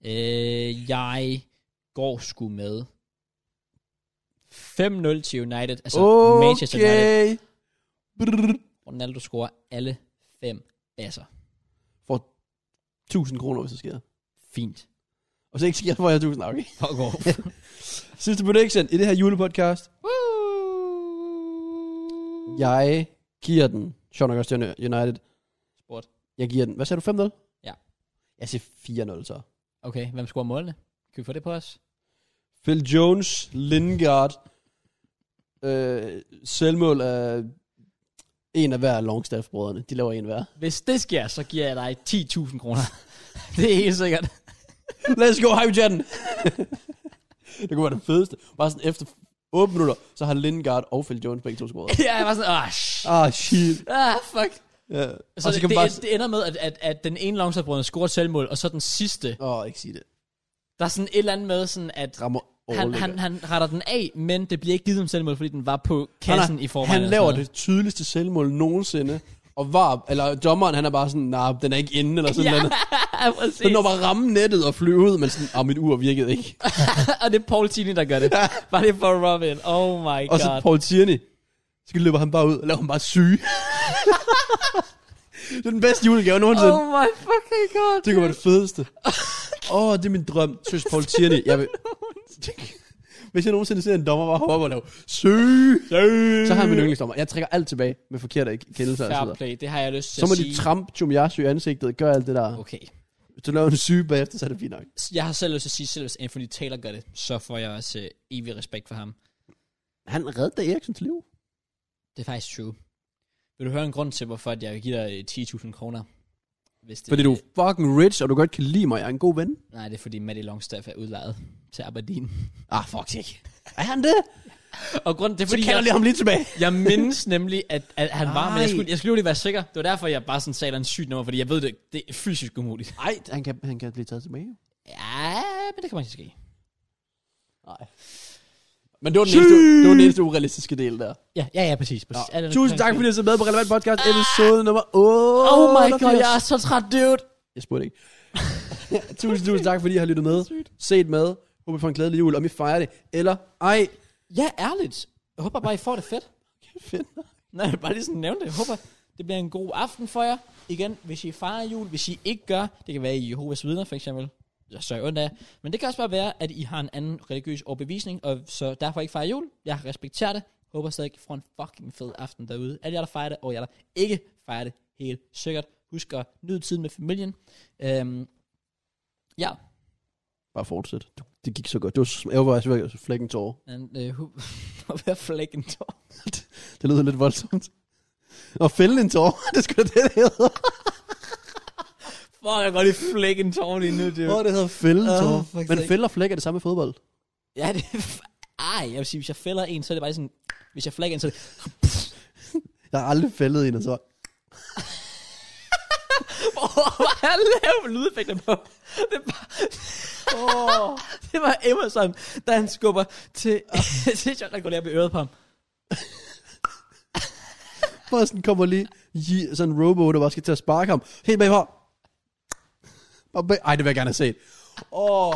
Speaker 1: Øh, jeg går sgu med 5-0 til United. Altså Manchester United.
Speaker 2: Brrr.
Speaker 1: Ronaldo scorer alle fem basser.
Speaker 2: Får 1000 kroner, hvis det sker.
Speaker 1: Fint.
Speaker 2: Og så ikke sker, får jeg 1000. Okay.
Speaker 1: Fuck off.
Speaker 2: Sidste prediction i det her julepodcast. Jeg giver den. Sjovt nok også til United.
Speaker 1: Sport.
Speaker 2: Jeg giver den. Hvad sagde du? 5-0?
Speaker 1: Ja.
Speaker 2: Jeg siger 4-0 så.
Speaker 1: Okay, hvem scorer målene? Kan vi få det på os?
Speaker 2: Phil Jones, Lingard, øh, selvmål af en af hver af Longstaff-brødrene. De laver en hver.
Speaker 1: Hvis det sker, så giver jeg dig 10.000 kroner. det er helt sikkert.
Speaker 2: Let's go, hype chatten! det kunne være det fedeste. Bare sådan efter 8 minutter, så har Lingard og Phil Jones begge to scoret.
Speaker 1: ja, jeg var sådan, ah, shit.
Speaker 2: Ah, shit.
Speaker 1: Ah, fuck.
Speaker 2: Ja.
Speaker 1: Så,
Speaker 2: og så kan
Speaker 1: Altså, det,
Speaker 2: man bare...
Speaker 1: det, det, ender med, at, at, at den ene langsatbrødre scorer et selvmål, og så den sidste.
Speaker 2: Åh, oh, ikke sige det.
Speaker 1: Der er sådan et eller andet med, sådan at
Speaker 2: Rammer
Speaker 1: han, han, han retter den af, men det bliver ikke givet som selvmål, fordi den var på kassen i forvejen.
Speaker 2: han
Speaker 1: eller
Speaker 2: laver
Speaker 1: sådan noget.
Speaker 2: det tydeligste selvmål nogensinde. Og var, eller dommeren, han er bare sådan, nej, nah, den er ikke inde, eller sådan
Speaker 1: Ja,
Speaker 2: noget.
Speaker 1: præcis.
Speaker 2: Den når bare at ramme nettet og flyve ud, men sådan, ah, mit ur virkede ikke.
Speaker 1: og det er Paul Tini, der gør det. Bare det for Robin. Oh my
Speaker 2: Og så
Speaker 1: god.
Speaker 2: Paul Tierney. Så løber han bare ud og laver ham bare syge. det er den bedste julegave nogensinde.
Speaker 1: Oh
Speaker 2: Oh,
Speaker 1: my fucking god.
Speaker 2: det kunne være det fedeste. Åh, oh, det er min drøm. Søs Paul Tierney. Jeg vil... Hvis jeg nogensinde ser en dommer bare hoppe op og lave syge,
Speaker 1: Øh.
Speaker 2: så har han min yndlingsdommer. Jeg trækker alt tilbage med forkerte kendelser og så
Speaker 1: Fair
Speaker 2: videre.
Speaker 1: play, det har jeg lyst til
Speaker 2: Så må
Speaker 1: at sige.
Speaker 2: de trampe Tomiyasu i ansigtet og gøre alt det der.
Speaker 1: okay.
Speaker 2: Hvis du laver en syge bagefter, så er det fint nok.
Speaker 1: Jeg har selv lyst til at sige, selv hvis Anthony Taylor gør det, så får jeg også øh, evig respekt for ham.
Speaker 2: Han reddede Eriksens liv.
Speaker 1: Det er faktisk true. Vil du høre en grund til, hvorfor at jeg giver dig øh, 10.000 kroner? Hvis det,
Speaker 2: Fordi du er fucking rich, og du godt kan lide mig. Jeg er en god ven.
Speaker 1: Nej, det er fordi Matty Longstaff er udlejet til Aberdeen.
Speaker 2: Ah, fuck ikke. Er han det?
Speaker 1: Og grunden, det er
Speaker 2: Så
Speaker 1: fordi,
Speaker 2: kalder
Speaker 1: jeg,
Speaker 2: jeg ham lige tilbage.
Speaker 1: jeg mindes nemlig, at, at han var, men jeg
Speaker 2: Ej.
Speaker 1: skulle, jeg skulle jo lige være sikker. Det var derfor, jeg bare sådan sagde, at det er en syg nummer, fordi jeg ved det, det er fysisk umuligt.
Speaker 2: Nej, han kan, han kan blive taget tilbage.
Speaker 1: Ja, men det kan man ikke ske.
Speaker 2: Nej. Men det var, den eneste, det var den eneste urealistiske del der. Ah!
Speaker 1: Ja, ja, ja, præcis. præcis. Ja, det er-
Speaker 2: Tusind tak, fordi I så med på Relevant Podcast, episode nummer 8.
Speaker 1: Oh my god, jeg er så træt, dude.
Speaker 2: Jeg spurgte ikke. tusind, tusind tak, fordi I har lyttet med, set med. Håber I får en glædelig jul, om I fejrer det. Eller ej.
Speaker 1: Ja, ærligt. Jeg håber bare, I får det fedt.
Speaker 2: Fedt.
Speaker 1: Nej, jeg vil bare lige sådan nævne det. Jeg håber, det bliver en god aften for jer. Igen, hvis I fejrer jul, hvis I ikke gør, det kan være i Jehovas vidner for eksempel. Jeg sørger ondt af jer. Men det kan også bare være, at I har en anden religiøs overbevisning, og så derfor ikke fejrer jul. Jeg respekterer det. Håber stadig, I får en fucking fed aften derude. Alle jer, der fejrer det, og jer, der ikke fejrer det helt sikkert. Husk at nyde tiden med familien. Øhm, ja,
Speaker 2: Bare fortsæt. Du det gik så godt. Det var, sm- jeg var faktisk ved at flække en tårer.
Speaker 1: Men, øh, hu- hvad flæk en tår?
Speaker 2: Det lyder lidt voldsomt. Og fælde en tårer, det skulle det, det hedder.
Speaker 1: Fuck, jeg kan godt lige flække en tår lige nu, det
Speaker 2: Åh, det hedder fælde en
Speaker 1: Åh,
Speaker 2: tårer.
Speaker 1: for
Speaker 2: Men
Speaker 1: sake.
Speaker 2: fælde og flæk er det samme i fodbold.
Speaker 1: Ja, det er f- Ej, jeg vil sige, hvis jeg fælder en, så er det bare sådan... Hvis jeg flækker en, så er det...
Speaker 2: Jeg har aldrig fældet en, og så...
Speaker 1: Åh, hvor er lav lydeffekter på. Det var, oh. det var Emerson, da han skubber til... til John, der går der op i øret på ham.
Speaker 2: Bare sådan kommer lige je- sådan en robo, der bare skal til at sparke ham. Helt bagfra. Bare bag... Ej, det vil jeg gerne have set. Åh.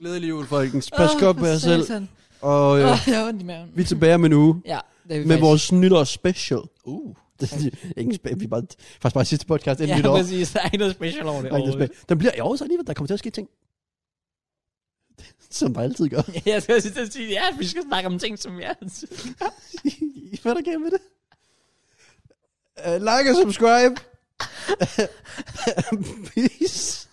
Speaker 2: Glædelig jul, folkens. Pas
Speaker 1: Åh,
Speaker 2: godt på
Speaker 1: for
Speaker 2: jer selv.
Speaker 1: satan.
Speaker 2: Og
Speaker 1: Åh,
Speaker 2: øh,
Speaker 1: jeg har ondt i maven.
Speaker 2: vi er tilbage om en uge.
Speaker 1: Ja, det er vi
Speaker 2: Med
Speaker 1: faktisk.
Speaker 2: vores nytårs special.
Speaker 1: Uh.
Speaker 2: Det er ingen spe- vi er bare, faktisk bare sidste podcast inden
Speaker 1: Ja,
Speaker 2: ja, nytår.
Speaker 1: præcis. Der er ikke noget special over det.
Speaker 2: Der er ingen spe- Den bliver i år så alligevel, der kommer til at ske ting. Som der altid gør.
Speaker 1: overhovedet. Jeg skal også til at sige, ja, vi skal snakke om ting, som jeg...
Speaker 2: I fatter ikke med det. Øh, Uh, like og subscribe. Peace.